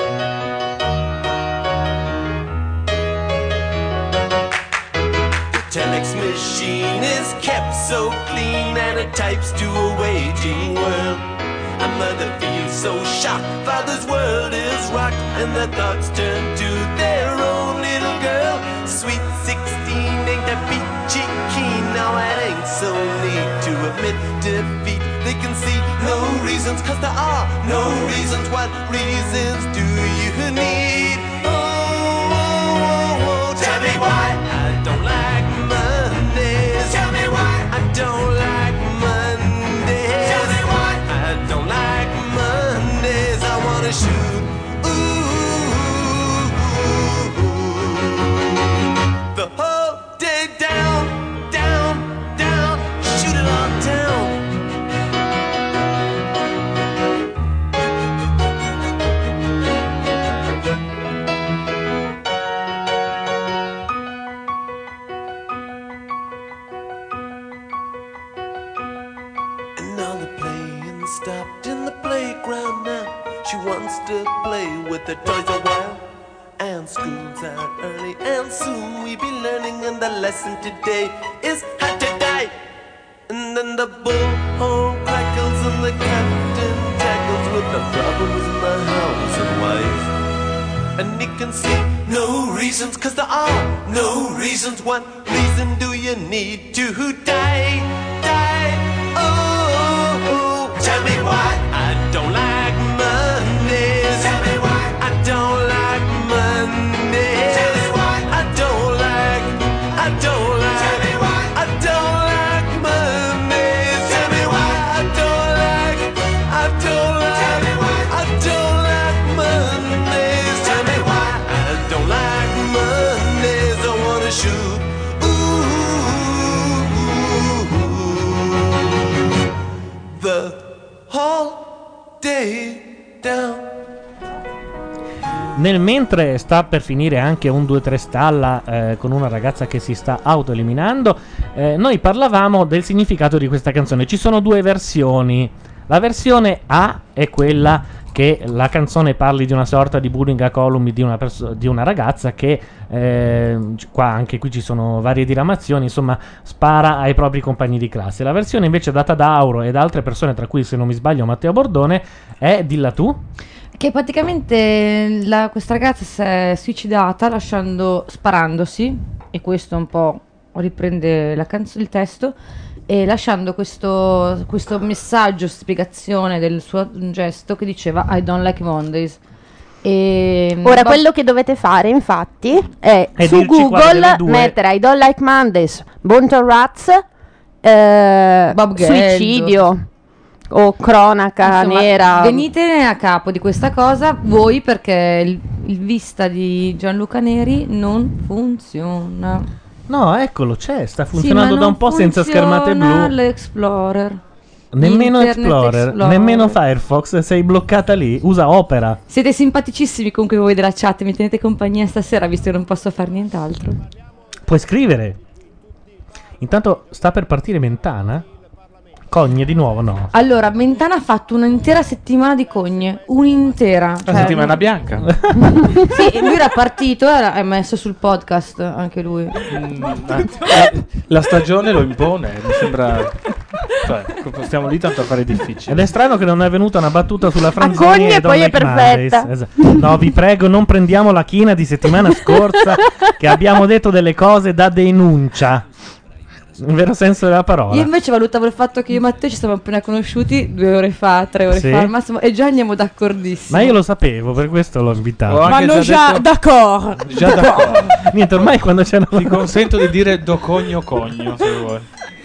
[SPEAKER 15] telex machine is kept so clean and it types to a waging world. A mother feels so shocked, father's world is rocked, and the thoughts turn to their own little girl. Sweet 16 ain't that peachy keen, now it ain't so neat to admit defeat. They can see no reasons, cause there are no reasons. What reasons do you need? Oh, oh, oh, tell me why I don't like Mondays. Tell me why I don't like Mondays. Tell me why I don't like Mondays. I wanna shoot. Ooh, the whole day down, down, down. Shoot it all down. with the toys a while. And school time early and soon we be learning and the lesson today is how to die. And then the bullhorn crackles and the captain tackles with the problems in the house and wife. And he can see no reasons, cause there are no reasons. What reason do you need to die? Die, oh, oh. tell me why I don't like Mondays. Tell me why I don't like Mondays. Tell me why I don't like, I don't like. Tell me why I don't like Mondays. Tell me why I don't like, I don't like. Tell me why I don't like Mondays. Tell me why I don't like Mondays. I wanna shoot. Ooh, the whole day down.
[SPEAKER 2] Nel mentre sta per finire anche un 2-3 stalla eh, con una ragazza che si sta autoeliminando, eh, noi parlavamo del significato di questa canzone. Ci sono due versioni. La versione A è quella che la canzone parli di una sorta di bullying a columni di una, perso- di una ragazza che eh, c- qua anche qui ci sono varie diramazioni, insomma, spara ai propri compagni di classe. La versione invece data da Auro e da altre persone, tra cui se non mi sbaglio Matteo Bordone, è dilla tu.
[SPEAKER 7] Che praticamente la- questa ragazza si è suicidata lasciando, sparandosi, e questo un po' riprende la canz- il testo, e lasciando questo, questo messaggio, spiegazione del suo gesto che diceva I don't like Mondays. E,
[SPEAKER 18] Ora,
[SPEAKER 7] va-
[SPEAKER 18] quello che dovete fare, infatti, è
[SPEAKER 2] Eh,
[SPEAKER 7] E
[SPEAKER 18] su
[SPEAKER 7] dirci quale delle
[SPEAKER 18] Google
[SPEAKER 7] due-
[SPEAKER 18] mettere I don't like Mondays, Bonton Rats, eh,
[SPEAKER 7] Geldo.
[SPEAKER 18] suicidio o cronaca
[SPEAKER 7] Insomma,
[SPEAKER 18] nera.
[SPEAKER 7] Venite a capo di questa cosa voi perché il, il vista di Gianluca Neri non funziona.
[SPEAKER 2] No, eccolo, c'è, sta
[SPEAKER 7] Sì,
[SPEAKER 2] funzionando
[SPEAKER 7] ma
[SPEAKER 2] da
[SPEAKER 7] non
[SPEAKER 2] un po' senza
[SPEAKER 7] funziona
[SPEAKER 2] schermate blu.
[SPEAKER 7] l'Explorer.
[SPEAKER 2] Nemmeno
[SPEAKER 7] Internet
[SPEAKER 2] Explorer,
[SPEAKER 7] Explorer.
[SPEAKER 2] nemmeno Firefox, sei bloccata lì, usa Opera.
[SPEAKER 7] Siete simpaticissimi comunque voi della chat, mi tenete compagnia stasera visto che non posso fare nient'altro.
[SPEAKER 2] Puoi scrivere. Intanto sta per partire Mentana? Cogne di nuovo, no.
[SPEAKER 7] Allora, Mentana ha fatto un'intera settimana di cogne, un'intera.
[SPEAKER 8] La
[SPEAKER 7] cioè-
[SPEAKER 8] settimana bianca.
[SPEAKER 7] Sì, e lui era partito, era, è messo sul podcast anche lui.
[SPEAKER 8] La stagione lo impone, mi sembra. Cioè, co- stiamo lì tanto a fare i difficili.
[SPEAKER 2] Ed è strano che non è venuta una battuta sulla Franzoni
[SPEAKER 8] Cogne
[SPEAKER 2] e
[SPEAKER 8] poi
[SPEAKER 2] Don
[SPEAKER 8] è perfetta.
[SPEAKER 2] Mcmanus. Esatto. No, vi prego, non prendiamo la china di settimana scorsa che abbiamo detto delle cose da denuncia. Nel vero senso della
[SPEAKER 7] Io
[SPEAKER 2] parola.
[SPEAKER 7] invece valutavo il fatto che io e Matteo ci siamo appena conosciuti due ore fa, tre ore
[SPEAKER 2] Sì.
[SPEAKER 7] fa al massimo, e già andiamo d'accordissimo.
[SPEAKER 2] Ma io lo sapevo, per questo l'ho invitato.
[SPEAKER 8] Ho anche Vanno già già detto-
[SPEAKER 7] d'accordo.
[SPEAKER 8] Già d'accordo.
[SPEAKER 2] Niente, ormai quando c'è una.
[SPEAKER 8] Ti consento di dire do cogno cogno se vuoi.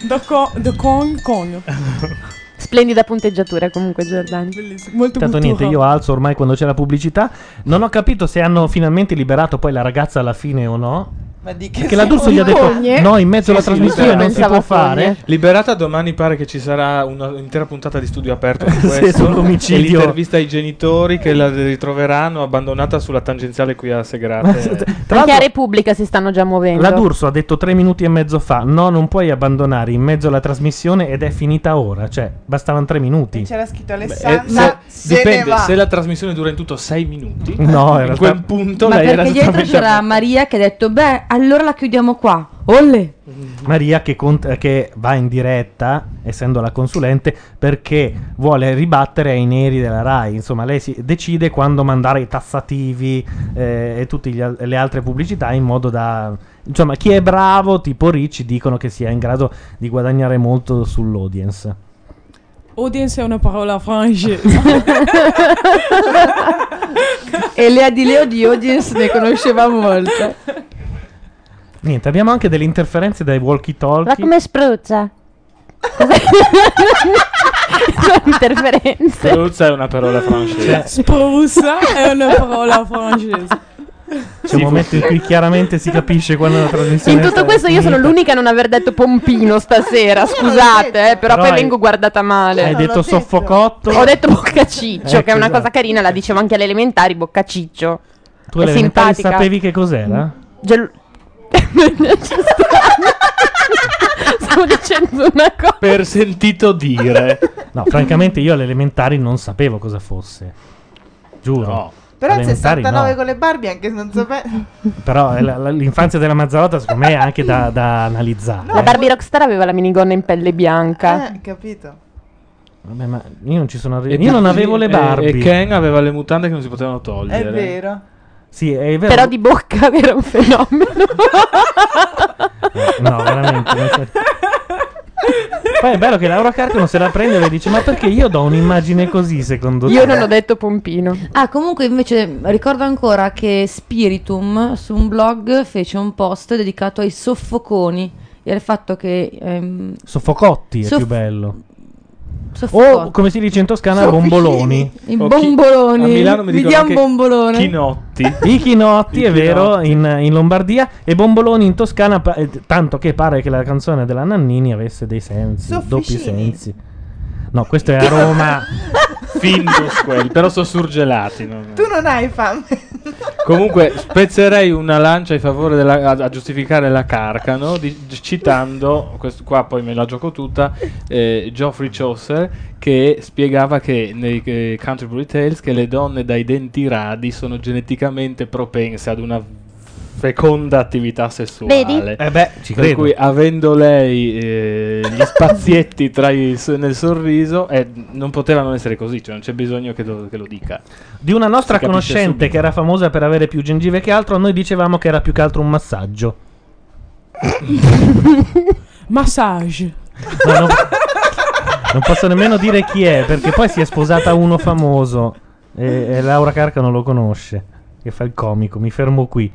[SPEAKER 18] Doco, con Splendida punteggiatura comunque Giordani.
[SPEAKER 22] Molto
[SPEAKER 2] Intanto niente, io alzo ormai quando c'è la pubblicità. Non ho capito se hanno finalmente liberato poi la ragazza alla fine o no.
[SPEAKER 14] Ma di
[SPEAKER 2] Perché la D'Urso gli ha detto: No, in mezzo alla trasmissione non si può fare.
[SPEAKER 8] Liberata domani pare che ci sarà un'intera puntata di studio aperto su
[SPEAKER 2] Sì,
[SPEAKER 8] questo.
[SPEAKER 2] sull'omicidio.
[SPEAKER 8] E l'intervista ai genitori che la ritroveranno abbandonata sulla tangenziale qui a Segrate.
[SPEAKER 18] Anche a Repubblica si stanno già muovendo.
[SPEAKER 7] Esatto.
[SPEAKER 2] La D'Urso ha detto tre minuti e mezzo fa: No, non puoi abbandonare in mezzo alla trasmissione ed è finita ora. Cioè, bastavano tre minuti.
[SPEAKER 5] C'era scritto
[SPEAKER 8] Eh, se-
[SPEAKER 5] Alessandra. se
[SPEAKER 8] dipende,
[SPEAKER 5] ne va.
[SPEAKER 8] se la trasmissione dura in tutto 6 minuti,
[SPEAKER 2] No, in
[SPEAKER 8] in
[SPEAKER 2] realtà-
[SPEAKER 8] quel punto
[SPEAKER 7] Ma
[SPEAKER 8] lei era
[SPEAKER 7] perché dietro
[SPEAKER 8] totalmente
[SPEAKER 7] c'era Maria che ha detto, beh, allora la chiudiamo qua. Olle!
[SPEAKER 2] Maria che, cont- che va in diretta, essendo la consulente, perché vuole ribattere ai neri della RAI. Insomma, lei si decide quando mandare i tassativi eh, e tutte gli al- le altre pubblicità in modo da... Insomma, chi è bravo, tipo Ricci, dicono che sia in grado di guadagnare molto sull'audience.
[SPEAKER 22] Audience è una parola francese.
[SPEAKER 7] e Lea di Leo di Audience ne conosceva molto.
[SPEAKER 2] Niente, abbiamo anche delle interferenze dai walkie-talkie.
[SPEAKER 18] Ma come spruzza? Sono interferenze.
[SPEAKER 8] Spruzza è una parola
[SPEAKER 2] Cioè, eh,
[SPEAKER 8] francese.
[SPEAKER 22] Sprussa è una parola francese.
[SPEAKER 2] C'è un momento in cui chiaramente si capisce quando la trasmissione
[SPEAKER 18] In tutto
[SPEAKER 2] è
[SPEAKER 18] questo io sono
[SPEAKER 2] finita.
[SPEAKER 18] l'unica a non aver detto pompino stasera, scusate, eh, però,
[SPEAKER 2] Però
[SPEAKER 18] poi
[SPEAKER 2] hai-
[SPEAKER 18] vengo guardata male.
[SPEAKER 2] Hai detto soffocotto.
[SPEAKER 18] Ho detto boccaciccio,
[SPEAKER 2] Ecco,
[SPEAKER 18] che è una
[SPEAKER 2] esatto.
[SPEAKER 18] cosa carina, la dicevo anche alle elementari, boccaciccio.
[SPEAKER 2] Tu
[SPEAKER 18] è
[SPEAKER 2] alle elementari
[SPEAKER 18] simpatica.
[SPEAKER 2] sapevi che cos'era?
[SPEAKER 18] Gel- Stavo dicendo una cosa.
[SPEAKER 8] Per sentito dire.
[SPEAKER 2] No, francamente io alle elementari non sapevo cosa fosse. Giuro.
[SPEAKER 5] Però il
[SPEAKER 2] Elementari
[SPEAKER 5] 69
[SPEAKER 2] no.
[SPEAKER 5] con le Barbie, anche se non sapevo.
[SPEAKER 2] Però eh, la- la- l'infanzia della Mazzarotta, secondo me, è anche da, da analizzare. eh.
[SPEAKER 18] La Barbie Rockstar aveva la minigonna in pelle bianca.
[SPEAKER 5] Eh, capito.
[SPEAKER 2] Vabbè, ma io non ci sono arrivato. Io non avevo le Barbie.
[SPEAKER 8] E Ken aveva le mutande che non si potevano togliere.
[SPEAKER 5] È vero.
[SPEAKER 2] Sì, è vero.
[SPEAKER 18] Però di bocca era un fenomeno.
[SPEAKER 2] No, veramente. nel senso- Poi è bello che Laura Carco non se la prende e le dice: Ma perché io do un'immagine così, secondo te?
[SPEAKER 18] Io non ho detto pompino.
[SPEAKER 7] Ah, comunque invece ricordo ancora che Spiritum su un blog fece un post dedicato ai soffoconi e al fatto che... ehm,
[SPEAKER 2] Soffocotti è
[SPEAKER 7] Soff-
[SPEAKER 2] più bello.
[SPEAKER 7] soffocotti.
[SPEAKER 2] O come si dice in Toscana,
[SPEAKER 7] Sofficini.
[SPEAKER 2] bomboloni.
[SPEAKER 7] I O chi- bomboloni. a Milano mi Mi dicono dia un anche bombolone.
[SPEAKER 8] Chinotti.
[SPEAKER 2] I chinotti, è vero, in, in Lombardia. E bomboloni in Toscana, pa- eh, tanto che pare che la canzone della Nannini avesse dei sensi, doppi
[SPEAKER 8] Sofficini.
[SPEAKER 2] sensi. No, questo è a Roma.
[SPEAKER 8] Findus quelli, però sono surgelati. no?
[SPEAKER 5] Tu non hai fame.
[SPEAKER 8] Comunque spezzerei una lancia in favore della, a, a giustificare la Carcano di- di- citando, questo qua poi me la gioco tutta, eh, Geoffrey Chaucer che spiegava che nei eh, Canterbury Tales che le donne dai denti radi sono geneticamente propense ad una feconda attività sessuale.
[SPEAKER 2] Vedi? Eh beh, ci
[SPEAKER 8] per
[SPEAKER 2] credo.
[SPEAKER 8] cui avendo lei eh, gli spazietti tra i- nel sorriso eh, non potevano essere così, cioè non c'è bisogno che, do- che lo dica.
[SPEAKER 2] Di una nostra
[SPEAKER 8] Si capisce
[SPEAKER 2] conoscente che era famosa per avere più gengive che altro, noi dicevamo che era più che altro un massaggio.
[SPEAKER 22] Massage.
[SPEAKER 2] Ma non, non posso nemmeno dire chi è, perché poi si è sposata uno famoso. E, e Laura Carca non lo conosce. Che fa il comico, mi fermo qui.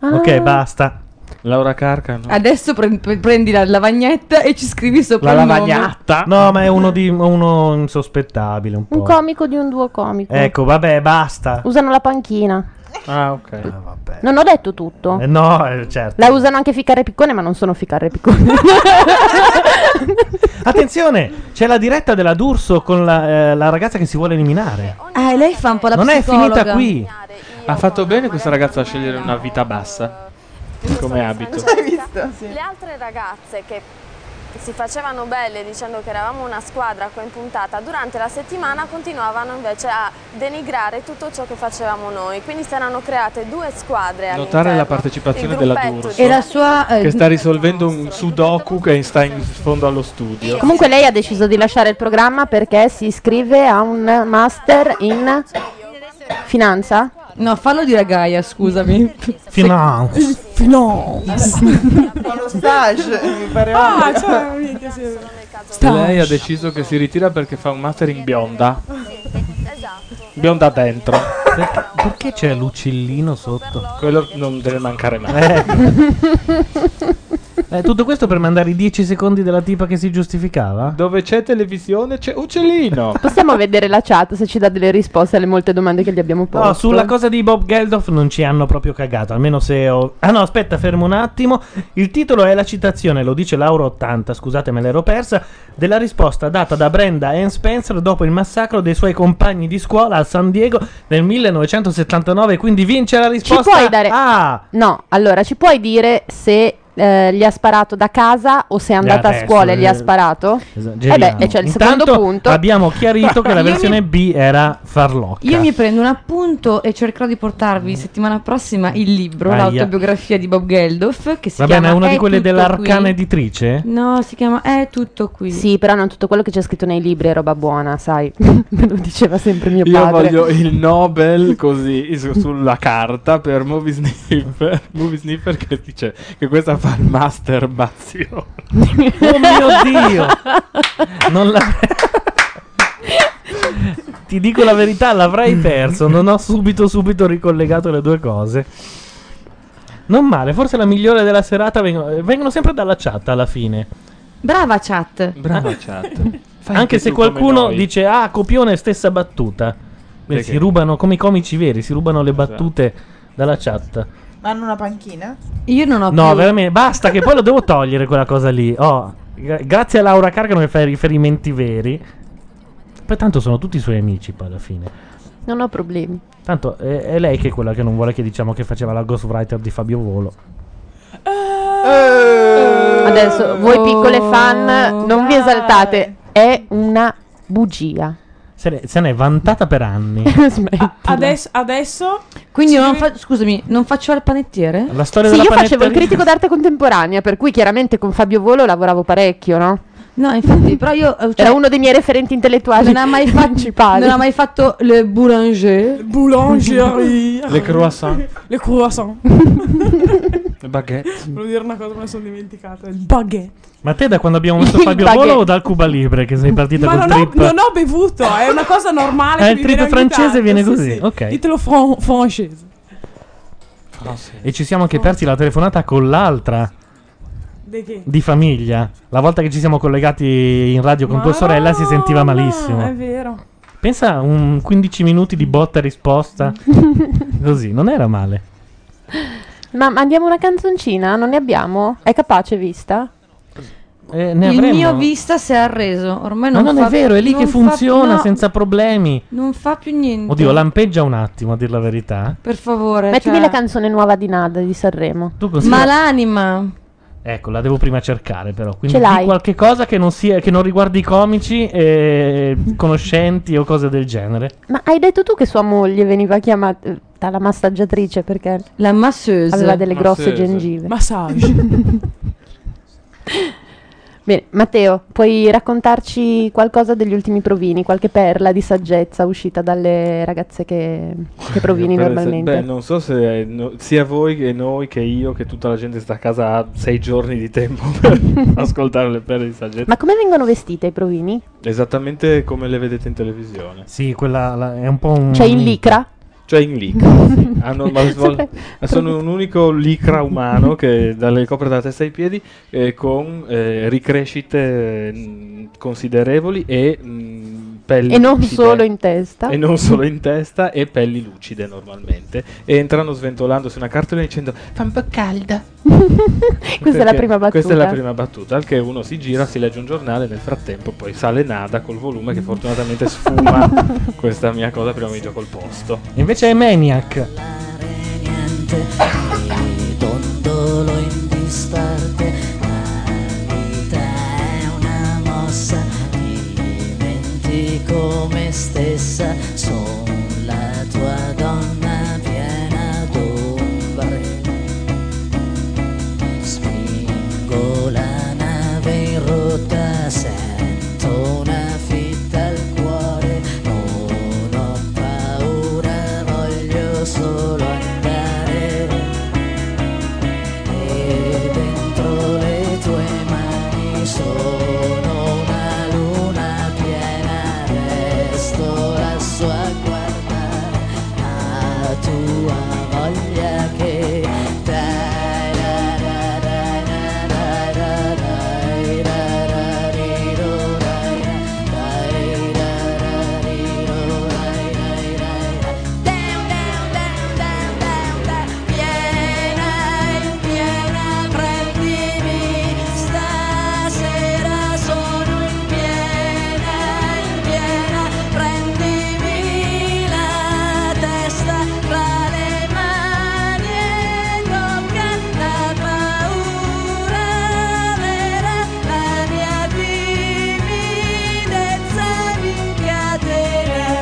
[SPEAKER 7] Ah.
[SPEAKER 2] Ok, basta.
[SPEAKER 8] Laura Carcano.
[SPEAKER 7] Adesso pre- pre- prendi la lavagnetta e ci scrivi sopra
[SPEAKER 2] La
[SPEAKER 7] il nome.
[SPEAKER 2] lavagnata. No, ma è uno, di, uno insospettabile un po'.
[SPEAKER 18] Un comico di un duo comico.
[SPEAKER 2] Ecco, vabbè, basta.
[SPEAKER 18] Usano la panchina.
[SPEAKER 8] Ah, ok.
[SPEAKER 18] Non ho detto tutto.
[SPEAKER 2] Eh, no, eh, certo.
[SPEAKER 18] Oh. La usano anche Ficcare Piccone, ma non sono Ficcare Piccone.
[SPEAKER 2] Attenzione, c'è la diretta della D'Urso con la, eh, la ragazza che si vuole
[SPEAKER 18] Eh, oh,
[SPEAKER 2] eliminare.
[SPEAKER 7] Ah, e lei fa un po' la
[SPEAKER 2] non è
[SPEAKER 7] psicologa.
[SPEAKER 2] finita qui.
[SPEAKER 8] Ha fatto bene questa ragazza a scegliere una vita bassa come abito.
[SPEAKER 11] Cioè, Le altre ragazze che si facevano belle dicendo che eravamo una squadra qua in puntata, durante la settimana continuavano invece a denigrare tutto ciò che facevamo noi. Quindi si erano create due squadre
[SPEAKER 8] Notare
[SPEAKER 11] all'interno.
[SPEAKER 8] la partecipazione
[SPEAKER 11] Il
[SPEAKER 8] della
[SPEAKER 11] gruppetto
[SPEAKER 8] D'Urso.
[SPEAKER 11] di- E la sua, eh,
[SPEAKER 8] che sta risolvendo un sudoku che sta in fondo allo studio.
[SPEAKER 18] Comunque lei ha deciso di lasciare il programma perché si iscrive a un master in finanza.
[SPEAKER 7] No, fallo dire a Gaia, scusami.
[SPEAKER 2] Finanza.
[SPEAKER 5] Ma lo stage mi pare
[SPEAKER 22] Ah,
[SPEAKER 5] ovvio.
[SPEAKER 22] cioè, minchia, sì.
[SPEAKER 8] Lei ha deciso che si ritira perché fa un master in bionda. Bionda dentro.
[SPEAKER 2] Perché c'è l'uccellino sotto?
[SPEAKER 8] Quello non deve mancare mai.
[SPEAKER 2] Eh, tutto questo per mandare i 10 secondi della tipa che si giustificava?
[SPEAKER 8] Dove c'è televisione c'è uccellino.
[SPEAKER 18] Possiamo vedere la chat se ci dà delle risposte alle molte domande che gli abbiamo posto.
[SPEAKER 2] No, sulla cosa di Bob Geldof non ci hanno proprio cagato, almeno se ho... Ah no, aspetta, fermo un attimo. Il titolo è la citazione, lo dice Laura 80, scusate me l'ero persa, della risposta data da Brenda Ann Spencer dopo il massacro dei suoi compagni di scuola a San Diego nel 1979, quindi vince la
[SPEAKER 18] Ci
[SPEAKER 2] risposta.
[SPEAKER 18] puoi dare...
[SPEAKER 2] Ah!
[SPEAKER 18] No, allora ci puoi dire se eh, gli ha sparato da casa o se è andata a
[SPEAKER 2] adesso,
[SPEAKER 18] scuola e gli ha
[SPEAKER 2] eh,
[SPEAKER 18] sparato?
[SPEAKER 2] esageriamo.
[SPEAKER 18] Eh beh, e c'è il
[SPEAKER 2] Intanto
[SPEAKER 18] secondo punto.
[SPEAKER 2] Abbiamo chiarito che la
[SPEAKER 7] Io mi-
[SPEAKER 2] versione B era farlocca.
[SPEAKER 7] Io mi prendo un appunto e cercherò di
[SPEAKER 8] Mm.
[SPEAKER 7] portarvi settimana prossima il libro,
[SPEAKER 2] Aia.
[SPEAKER 7] l'autobiografia di Bob Geldof, che si
[SPEAKER 2] Va bene, è
[SPEAKER 7] chiama
[SPEAKER 2] una di
[SPEAKER 7] È
[SPEAKER 2] quelle
[SPEAKER 7] tutto
[SPEAKER 2] dell'arcana
[SPEAKER 7] qui.
[SPEAKER 2] editrice?
[SPEAKER 7] No, si chiama È tutto qui.
[SPEAKER 18] Sì, però non tutto quello che c'è scritto nei libri è roba buona, sai. Me lo diceva sempre mio
[SPEAKER 8] Io
[SPEAKER 18] padre.
[SPEAKER 8] voglio il Nobel così su- sulla carta per Movie Sniffer. Movie Sniffer che dice che questa fa il masturbazione.
[SPEAKER 2] Oh mio Dio! Non la... Ti dico la verità, l'avrei perso. Non ho subito, subito ricollegato le due cose. Non male, forse la migliore della serata vengono, vengono sempre dalla chat alla fine. Ah.
[SPEAKER 7] Brava chat.
[SPEAKER 8] Brava chat.
[SPEAKER 2] Anche, se
[SPEAKER 8] tu come
[SPEAKER 2] qualcuno
[SPEAKER 8] noi.
[SPEAKER 2] dice, ah, copione, stessa battuta. Beh,
[SPEAKER 8] Perché? Esatto.
[SPEAKER 2] si rubano, come i comici veri, si rubano le battute dalla chat.
[SPEAKER 5] Ma hanno una panchina?
[SPEAKER 7] Io non ho
[SPEAKER 2] No,
[SPEAKER 5] più-
[SPEAKER 2] veramente, basta che poi lo devo togliere quella cosa lì. Oh, gra- grazie a Laura Carcano che fa i riferimenti veri. Poi tanto sono tutti i suoi amici poi alla fine.
[SPEAKER 18] Non ho problemi.
[SPEAKER 2] Tanto è, è lei che è quella che non vuole che diciamo che faceva la ghostwriter di Fabio Volo. Eh.
[SPEAKER 7] Oh.
[SPEAKER 18] Adesso, voi piccole fan, non vi esaltate. È una bugia.
[SPEAKER 2] Se ne, se ne è vantata per anni.
[SPEAKER 22] Adesso, adesso
[SPEAKER 7] Quindi non fa- scusami, non faccio il panettiere?
[SPEAKER 2] La storia
[SPEAKER 18] Sì,
[SPEAKER 2] della
[SPEAKER 18] io facevo il
[SPEAKER 2] panetteria-
[SPEAKER 18] critico d'arte contemporanea, per cui chiaramente con Fabio Volo lavoravo parecchio, no?
[SPEAKER 7] No, infatti, però io. eh, cioè,
[SPEAKER 18] Era uno dei miei referenti intellettuali
[SPEAKER 7] Non ha mai fatto-
[SPEAKER 18] principali.
[SPEAKER 7] non ha mai fatto le boulanger.
[SPEAKER 22] Boulangerie.
[SPEAKER 8] Le croissant,
[SPEAKER 22] le croissant.
[SPEAKER 8] le baguette.
[SPEAKER 22] Volevo dire una cosa, me la sono dimenticata. Il baguette.
[SPEAKER 2] Ma te da quando abbiamo messo
[SPEAKER 22] Il
[SPEAKER 2] Fabio
[SPEAKER 22] baguette.
[SPEAKER 2] Volo o dal Cuba Libre che sei partita
[SPEAKER 22] Ma
[SPEAKER 2] col
[SPEAKER 22] non ho,
[SPEAKER 2] trip?
[SPEAKER 22] non ho bevuto, è una cosa normale.
[SPEAKER 2] Eh,
[SPEAKER 22] che
[SPEAKER 2] il
[SPEAKER 22] mi
[SPEAKER 2] trip
[SPEAKER 22] viene ogni
[SPEAKER 2] francese
[SPEAKER 22] tanto,
[SPEAKER 2] viene
[SPEAKER 22] sì,
[SPEAKER 2] così,
[SPEAKER 22] sì.
[SPEAKER 2] ok.
[SPEAKER 22] Ditelo fran- francese.
[SPEAKER 2] E ci siamo anche persi la telefonata con l'altra
[SPEAKER 22] De che?
[SPEAKER 2] di famiglia. La volta che ci siamo collegati in radio con tua sorella si sentiva
[SPEAKER 22] Ah, è
[SPEAKER 2] malissimo.
[SPEAKER 22] vero.
[SPEAKER 2] Pensa a un 15 minuti di botta e risposta. Così, non era male.
[SPEAKER 18] Ma mandiamo una canzoncina? Non ne abbiamo? È capace vista?
[SPEAKER 2] Eh, ne
[SPEAKER 7] il
[SPEAKER 2] avremmo?
[SPEAKER 7] mio vista si è arreso. Ormai
[SPEAKER 2] Ma
[SPEAKER 7] non
[SPEAKER 2] non
[SPEAKER 7] fa-
[SPEAKER 2] è vero, è lì
[SPEAKER 7] non
[SPEAKER 2] che
[SPEAKER 7] fa-
[SPEAKER 2] funziona
[SPEAKER 7] no,
[SPEAKER 2] senza problemi.
[SPEAKER 7] Non fa più niente.
[SPEAKER 2] Oddio, lampeggia un attimo, a dir la verità.
[SPEAKER 7] Per favore.
[SPEAKER 18] Mettimi
[SPEAKER 7] cioè-
[SPEAKER 18] la canzone nuova di Nada di Sanremo.
[SPEAKER 2] Tu considera-
[SPEAKER 7] Ma l'anima.
[SPEAKER 2] Ecco, la devo prima cercare però. Quindi
[SPEAKER 18] Ce l'hai?
[SPEAKER 2] di qualche cosa che non, sia, che non riguardi i comici, eh, conoscenti o cose del genere.
[SPEAKER 18] Ma hai detto tu che sua moglie veniva chiamata eh, la massaggiatrice perché
[SPEAKER 7] la masseuse
[SPEAKER 18] aveva delle grosse
[SPEAKER 2] Masseuse.
[SPEAKER 18] gengive.
[SPEAKER 22] Massage.
[SPEAKER 18] Bene, Matteo, puoi raccontarci qualcosa degli ultimi provini, qualche perla di saggezza uscita dalle ragazze che, che provini
[SPEAKER 8] Per-
[SPEAKER 18] normalmente?
[SPEAKER 8] Beh, non so se eh, no- sia voi che noi che io che tutta la gente sta a casa ha sei giorni di tempo per ascoltare le perle di saggezza.
[SPEAKER 18] Ma come vengono vestite i provini?
[SPEAKER 8] Esattamente come le vedete in televisione.
[SPEAKER 2] Sì, quella la- è un po' un...
[SPEAKER 18] Cioè in licra? Cioè,
[SPEAKER 8] Cioè in licra. sì. Hanno- ma svol- ma sono un unico licra umano che dalle copre dalla testa ai piedi eh, con eh, ricrescite eh, mh, considerevoli e mh, pelli
[SPEAKER 18] E non
[SPEAKER 8] lucide.
[SPEAKER 18] solo in testa.
[SPEAKER 8] E non solo in testa e pelli lucide normalmente. E entrano sventolandosi una cartolina dicendo Fa un po' calda.
[SPEAKER 18] Questa è la
[SPEAKER 8] Perché
[SPEAKER 18] prima battuta.
[SPEAKER 8] Questa è la prima battuta, al che uno si gira, si legge un giornale, nel frattempo poi sale Nada col volume che fortunatamente sfuma questa mia cosa prima mi gioco il posto.
[SPEAKER 2] Invece è Maniac.
[SPEAKER 17] dondolo in disparte la vita è una mossa dimentico me stessa sono la tua donna piena d'ombre spingo la nave in rotta sento una fitta al cuore non ho paura voglio solo andare e dentro le tue mani sono una luna piena, resto lassù a guardare la tua voglia che dai, dai, dai, dai, dai, dai, dai, dai, dai, dai, do, dai, dai, dai, dai, dai, do, dai, dai, dai, dai. Down, down, down, down, down, down. Piena, piena, prendimi stasera sono in piena, in piena, prendimi la testa tra le mani e tocca la paura vera, la mia timidezza mi incatena.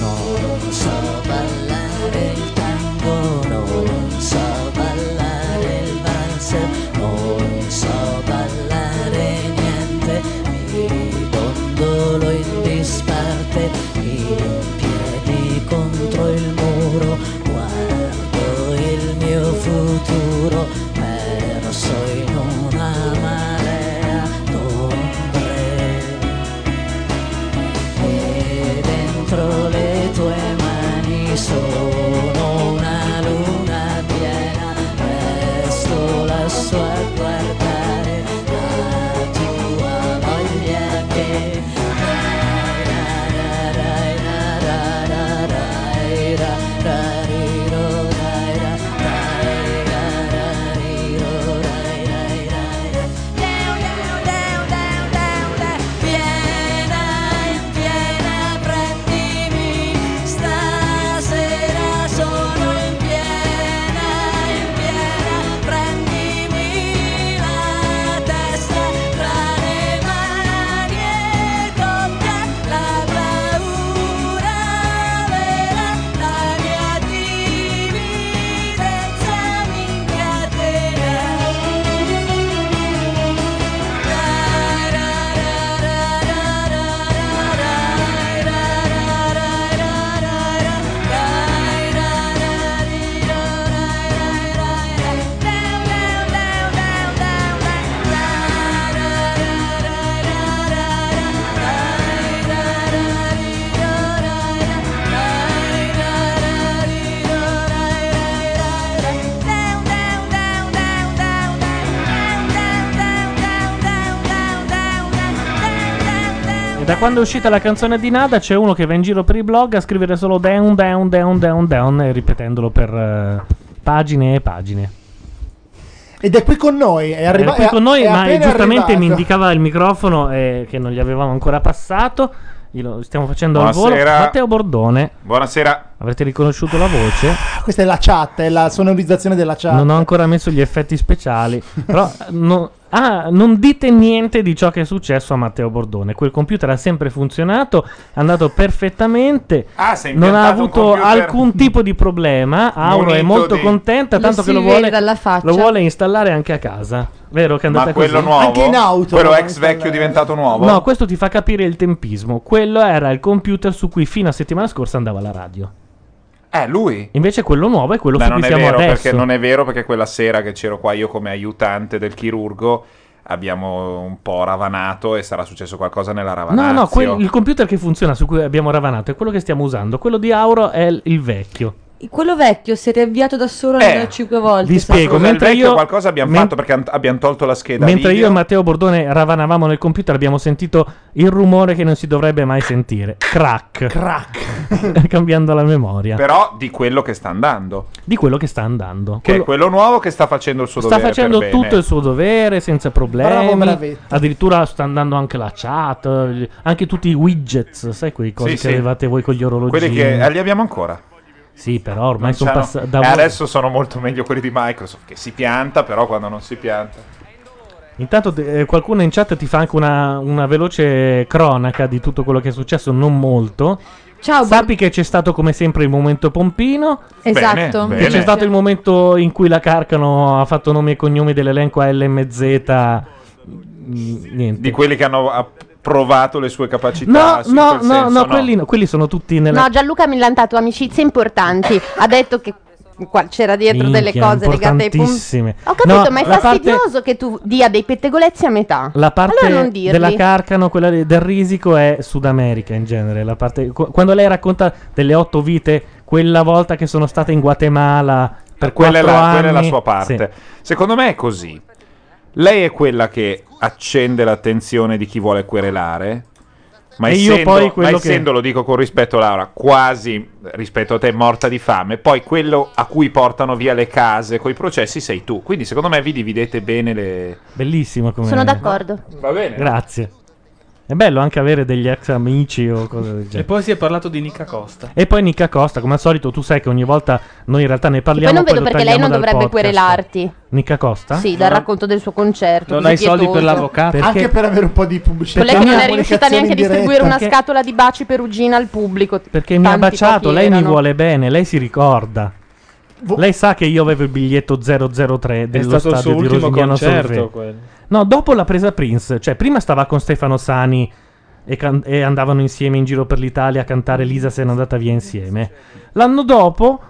[SPEAKER 17] Non so ballare il tango, non so ballare il valse, non so ballare niente, mi dondolo in disparte, in piedi contro il muro, guardo il mio futuro, perso in una marea d'ombre. E dentro le tue mani sono una luna piena, resto lassù a guardare la tua voglia che... Piena, in piena, prendimi stasera
[SPEAKER 2] Da quando è uscita la canzone di Nada c'è uno che va in giro per i blog a scrivere solo down, down, down, down, down e ripetendolo per eh, pagine e pagine.
[SPEAKER 14] Ed è qui con noi. È
[SPEAKER 2] Era
[SPEAKER 14] arriva-
[SPEAKER 2] qui
[SPEAKER 14] è-
[SPEAKER 2] con noi,
[SPEAKER 14] è
[SPEAKER 2] ma
[SPEAKER 14] appena
[SPEAKER 2] giustamente mi
[SPEAKER 14] arrivato.
[SPEAKER 2] indicava il microfono eh, che non gli avevamo ancora passato. Glielo stiamo facendo al volo.
[SPEAKER 14] Buonasera.
[SPEAKER 2] Matteo Bordone.
[SPEAKER 14] Buonasera.
[SPEAKER 2] Avrete riconosciuto la voce?
[SPEAKER 14] Questa è la chat, è la sonorizzazione della chat.
[SPEAKER 2] Non ho ancora messo gli effetti speciali. Però eh, no- ah, non dite niente di ciò che è successo a Matteo Bordone. Quel computer ha sempre funzionato, è andato perfettamente.
[SPEAKER 14] Ah, si è
[SPEAKER 2] non ha
[SPEAKER 14] impiantato un
[SPEAKER 2] avuto
[SPEAKER 14] computer
[SPEAKER 2] alcun tipo di problema. Auro è
[SPEAKER 14] Munito
[SPEAKER 2] molto
[SPEAKER 14] di-
[SPEAKER 2] contenta,
[SPEAKER 14] Lo
[SPEAKER 2] tanto
[SPEAKER 14] si
[SPEAKER 2] che lo
[SPEAKER 14] vede
[SPEAKER 2] vuole,
[SPEAKER 14] dalla faccia.
[SPEAKER 2] lo vuole installare anche a casa. Vero che è andata
[SPEAKER 14] Ma quello
[SPEAKER 2] così?
[SPEAKER 14] nuovo? Quello ex vecchio diventato nuovo?
[SPEAKER 2] No, questo ti fa capire il tempismo. Quello era il computer su cui fino a settimana scorsa andava la radio.
[SPEAKER 14] Eh, lui.
[SPEAKER 2] Invece quello nuovo è quello
[SPEAKER 14] Beh,
[SPEAKER 2] su cui
[SPEAKER 14] non è
[SPEAKER 2] siamo
[SPEAKER 14] vero,
[SPEAKER 2] adesso.
[SPEAKER 14] perché non è vero perché quella sera che c'ero qua io come aiutante del chirurgo abbiamo un po' ravanato e sarà successo qualcosa nella
[SPEAKER 2] No,
[SPEAKER 14] ravanazio.
[SPEAKER 2] no, quel- il computer che funziona su cui abbiamo ravanato è quello che stiamo usando. Quello di Auro è il, il vecchio.
[SPEAKER 7] Quello vecchio si è riavviato da solo almeno 5 volte.
[SPEAKER 2] Eh, vi
[SPEAKER 7] sa.
[SPEAKER 2] spiego,
[SPEAKER 14] Scusa, il
[SPEAKER 2] mentre
[SPEAKER 14] vecchio
[SPEAKER 2] io-
[SPEAKER 14] qualcosa abbiamo
[SPEAKER 2] men-
[SPEAKER 14] fatto perché an- abbiamo tolto la scheda
[SPEAKER 2] Mentre
[SPEAKER 14] video.
[SPEAKER 2] io e Matteo Bordone ravanavamo nel computer abbiamo sentito il rumore che non si dovrebbe mai sentire. Crack. Crack. Cambiando la memoria.
[SPEAKER 14] Però di quello che sta andando.
[SPEAKER 2] Di quello che sta andando.
[SPEAKER 14] Che
[SPEAKER 2] Quello-
[SPEAKER 14] è quello nuovo che sta facendo il suo
[SPEAKER 2] sta
[SPEAKER 14] dovere.
[SPEAKER 2] facendo
[SPEAKER 14] per bene.
[SPEAKER 2] tutto il suo dovere senza problemi.
[SPEAKER 14] Bravo, bravetto.
[SPEAKER 2] Addirittura sta andando anche la chat, gli- anche tutti i widgets, sai quei cosi
[SPEAKER 14] Sì,
[SPEAKER 2] che
[SPEAKER 14] sì.
[SPEAKER 2] avevate voi con gli orologi.
[SPEAKER 14] Quelli che eh, li abbiamo ancora.
[SPEAKER 2] Sì, però ormai sono
[SPEAKER 14] passati.
[SPEAKER 2] passati da
[SPEAKER 14] e
[SPEAKER 2] un-
[SPEAKER 14] adesso sono molto meglio quelli di Microsoft che si pianta, però quando non si pianta.
[SPEAKER 2] Intanto te- eh, qualcuno in chat ti fa anche una, una veloce cronaca di tutto quello che è successo, non molto.
[SPEAKER 7] Ciao,
[SPEAKER 2] Sappi che c'è stato come sempre il momento Pompino.
[SPEAKER 7] Esatto.
[SPEAKER 2] Che c'è stato il momento in cui la Carcano ha fatto nomi e cognomi dell'elenco ALMZ. mm, Niente.
[SPEAKER 14] Di quelli che hanno ah, provato le sue capacità.
[SPEAKER 2] No,
[SPEAKER 14] sì, in
[SPEAKER 2] no,
[SPEAKER 14] quel
[SPEAKER 2] no,
[SPEAKER 14] senso,
[SPEAKER 2] no, quelli, no, quelli sono tutti nella.
[SPEAKER 18] No, Gianluca Millan ha dato amicizie importanti. ha detto che qua- c'era dietro delle
[SPEAKER 2] Minchia,
[SPEAKER 18] cose legate ai punti.
[SPEAKER 2] importantissime.
[SPEAKER 18] Ho capito,
[SPEAKER 2] No,
[SPEAKER 18] ma è
[SPEAKER 2] la parte-
[SPEAKER 18] fastidioso che tu dia dei pettegolezzi a metà.
[SPEAKER 2] La parte
[SPEAKER 18] Allora non dirli.
[SPEAKER 2] della Carcano, quella de- del risico, è Sud America in genere. La parte- qu- quando lei racconta delle otto vite, quella volta che sono stata in Guatemala per
[SPEAKER 14] quella, è
[SPEAKER 2] quattro
[SPEAKER 14] la,
[SPEAKER 2] anni,
[SPEAKER 14] quella è la sua parte. Secondo me è così. Lei è quella che accende l'attenzione di chi vuole querelare. Ma
[SPEAKER 2] E io
[SPEAKER 14] essendo,
[SPEAKER 2] poi
[SPEAKER 14] ma
[SPEAKER 2] quello che-
[SPEAKER 14] essendo, lo dico con rispetto Laura, quasi rispetto a te morta di fame, poi quello a cui portano via le case coi processi sei tu. Quindi secondo me vi dividete bene le...
[SPEAKER 2] sì. bellissima come
[SPEAKER 8] Eh.
[SPEAKER 18] Sono d'accordo.
[SPEAKER 14] Va bene.
[SPEAKER 2] Grazie. È bello anche avere degli ex amici o cose del genere.
[SPEAKER 8] E poi si è parlato di Nica Costa.
[SPEAKER 2] E poi Nicca Costa, come al solito, tu sai che ogni volta noi in realtà ne
[SPEAKER 18] Poi
[SPEAKER 2] parliamo.
[SPEAKER 18] non vedo
[SPEAKER 2] lo
[SPEAKER 18] perché lei
[SPEAKER 2] tagliamo
[SPEAKER 18] non
[SPEAKER 2] dal
[SPEAKER 18] dovrebbe
[SPEAKER 2] podcast.
[SPEAKER 18] querelarti.
[SPEAKER 2] Nicca Costa?
[SPEAKER 18] Sì, dal racconto del suo concerto.
[SPEAKER 2] Non
[SPEAKER 18] così
[SPEAKER 2] hai soldi
[SPEAKER 18] pietoso.
[SPEAKER 2] per l'avvocato? Perché-
[SPEAKER 14] Anche per avere un po' di pubblicità.
[SPEAKER 18] Quella che non è
[SPEAKER 14] Comunicazione
[SPEAKER 18] riuscita Eh, neanche a
[SPEAKER 14] in diretta.
[SPEAKER 18] distribuire una
[SPEAKER 14] Perché-
[SPEAKER 18] scatola di baci perugina al pubblico.
[SPEAKER 2] Perché mi ha
[SPEAKER 18] Tanti
[SPEAKER 2] baciato,
[SPEAKER 18] pochi
[SPEAKER 2] lei mi
[SPEAKER 18] erano.
[SPEAKER 2] vuole bene, lei si ricorda. Lei sa che io avevo il biglietto 003 dello
[SPEAKER 8] stato il
[SPEAKER 2] stadio
[SPEAKER 8] suo
[SPEAKER 2] di
[SPEAKER 8] ultimo
[SPEAKER 2] Rosignano
[SPEAKER 8] concerto,
[SPEAKER 2] Solvay.
[SPEAKER 8] quello.
[SPEAKER 2] No, dopo la presa Prince, cioè prima stava con Stefano Sani e, can- e andavano insieme in giro per l'Italia a cantare Lisa se n'è andata via insieme. L'anno dopo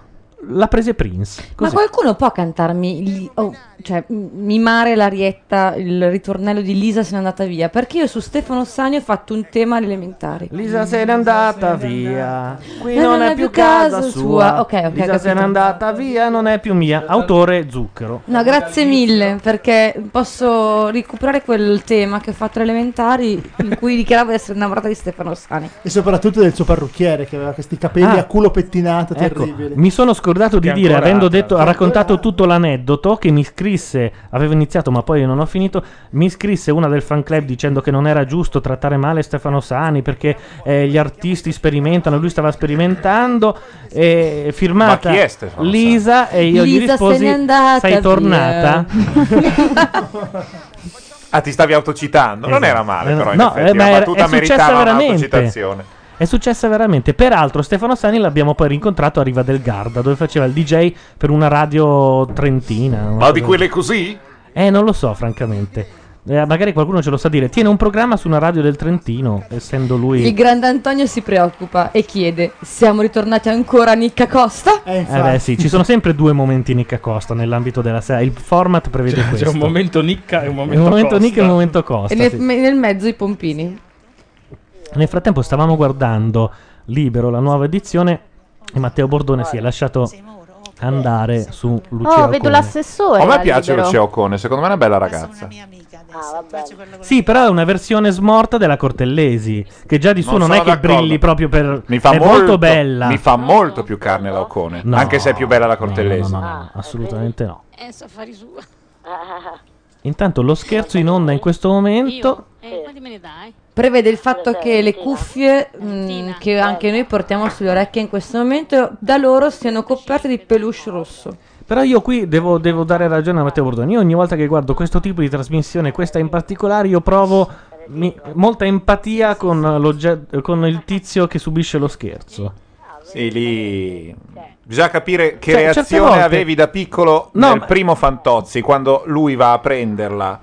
[SPEAKER 2] la prese Prince.
[SPEAKER 7] Ma
[SPEAKER 2] Così.
[SPEAKER 7] qualcuno può cantarmi, li- oh, cioè m- mimare l'arietta, il ritornello di Lisa se n'è andata via? Perché io su Stefano Sani ho fatto un tema alle elementari.
[SPEAKER 2] Lisa se n'è andata via. Qui
[SPEAKER 7] Ma
[SPEAKER 2] non è più casa sua.
[SPEAKER 7] Ok, ok.
[SPEAKER 2] Lisa se
[SPEAKER 7] capito.
[SPEAKER 2] n'è andata via, non è più mia. Autore Zucchero.
[SPEAKER 7] No, grazie mille perché posso recuperare quel tema che ho fatto alle elementari in cui dichiaravo di essere innamorata di Stefano Sani.
[SPEAKER 14] E soprattutto del suo parrucchiere che aveva questi capelli
[SPEAKER 18] Ah.
[SPEAKER 14] a culo pettinato
[SPEAKER 18] terribili.
[SPEAKER 2] Ecco, mi sono scordato di
[SPEAKER 18] Che
[SPEAKER 2] dire,
[SPEAKER 18] ancora
[SPEAKER 2] avendo
[SPEAKER 18] ha, tra
[SPEAKER 2] detto, ha raccontato tutto l'aneddoto, che mi scrisse, avevo iniziato ma poi non ho finito, mi scrisse una del fan club dicendo che non era giusto trattare male Stefano Sani perché eh, gli artisti sperimentano, lui stava sperimentando, e firmata
[SPEAKER 14] Ma chi è Stefano Sani?
[SPEAKER 2] Lisa e io
[SPEAKER 7] Lisa,
[SPEAKER 2] gli
[SPEAKER 7] se
[SPEAKER 2] risposi,
[SPEAKER 7] n'è andata
[SPEAKER 2] sei
[SPEAKER 7] via."
[SPEAKER 2] tornata?
[SPEAKER 14] Ah, ti stavi autocitando? Non era male, però, in
[SPEAKER 2] Esatto. No,
[SPEAKER 14] effetti,
[SPEAKER 2] eh, ma
[SPEAKER 14] la
[SPEAKER 2] era-
[SPEAKER 14] battuta
[SPEAKER 2] è successa
[SPEAKER 14] meritava
[SPEAKER 2] veramente.
[SPEAKER 14] un'autocitazione.
[SPEAKER 2] È successa veramente. Peraltro, Stefano Sani l'abbiamo poi rincontrato a Riva del Garda, dove faceva il DJ per una radio trentina. una
[SPEAKER 14] Ma di
[SPEAKER 2] cosa-
[SPEAKER 14] quelle così?
[SPEAKER 2] Eh, non lo so, francamente. Eh, magari qualcuno ce lo sa dire. Tiene un programma su una radio del Trentino, essendo lui.
[SPEAKER 7] Il grand'Antonio si preoccupa e chiede: Siamo ritornati ancora a Nicca Costa?
[SPEAKER 2] eh beh sì, ci sono sempre due momenti Nicca Costa nell'ambito della serie. Il format prevede
[SPEAKER 8] Cioè, C'è
[SPEAKER 2] questo.
[SPEAKER 8] un momento Nicca e un
[SPEAKER 2] Un
[SPEAKER 8] momento,
[SPEAKER 2] momento
[SPEAKER 8] Costa.
[SPEAKER 2] Nicca e un momento Costa.
[SPEAKER 7] e nel,
[SPEAKER 2] sì.
[SPEAKER 7] me- nel mezzo i pompini.
[SPEAKER 2] Nel frattempo stavamo guardando Libero, la nuova edizione, e Matteo Bordone si è lasciato andare su Lucia
[SPEAKER 18] Oh, vedo l'assessore.
[SPEAKER 14] a me
[SPEAKER 18] al
[SPEAKER 14] piace
[SPEAKER 18] libero.
[SPEAKER 14] Lucia Occone, secondo me è una bella ragazza.
[SPEAKER 2] Sì, però è una versione smorta della Cortellesi, che già di su
[SPEAKER 14] Non
[SPEAKER 2] non, è
[SPEAKER 14] sono
[SPEAKER 2] che
[SPEAKER 14] d'accordo.
[SPEAKER 2] brilli proprio per...
[SPEAKER 14] Mi fa
[SPEAKER 2] è molto, bella.
[SPEAKER 14] Mi fa molto più carne l'Aucone,
[SPEAKER 2] No.
[SPEAKER 14] anche se è più bella la Cortellesi.
[SPEAKER 2] No, no, no, no, assolutamente no.
[SPEAKER 10] Eh, so affari sua.
[SPEAKER 2] Intanto lo scherzo in onda in questo momento...
[SPEAKER 10] Eh, quanti me ne dai?
[SPEAKER 7] Prevede il fatto che le cuffie mh, che anche noi portiamo sulle orecchie in questo momento da loro siano coperte di peluche rosso.
[SPEAKER 2] Però io qui devo, devo dare ragione a Matteo Bordoni. Io ogni volta che guardo questo tipo di trasmissione, questa in particolare, io provo mi- molta empatia con, l'ogge- con il tizio che subisce lo scherzo.
[SPEAKER 14] Sì, lì bisogna capire che
[SPEAKER 2] Cioè, certe
[SPEAKER 14] reazione
[SPEAKER 2] volte-
[SPEAKER 14] avevi da piccolo
[SPEAKER 2] No,
[SPEAKER 14] nel
[SPEAKER 2] ma-
[SPEAKER 14] primo Fantozzi quando lui va a prenderla.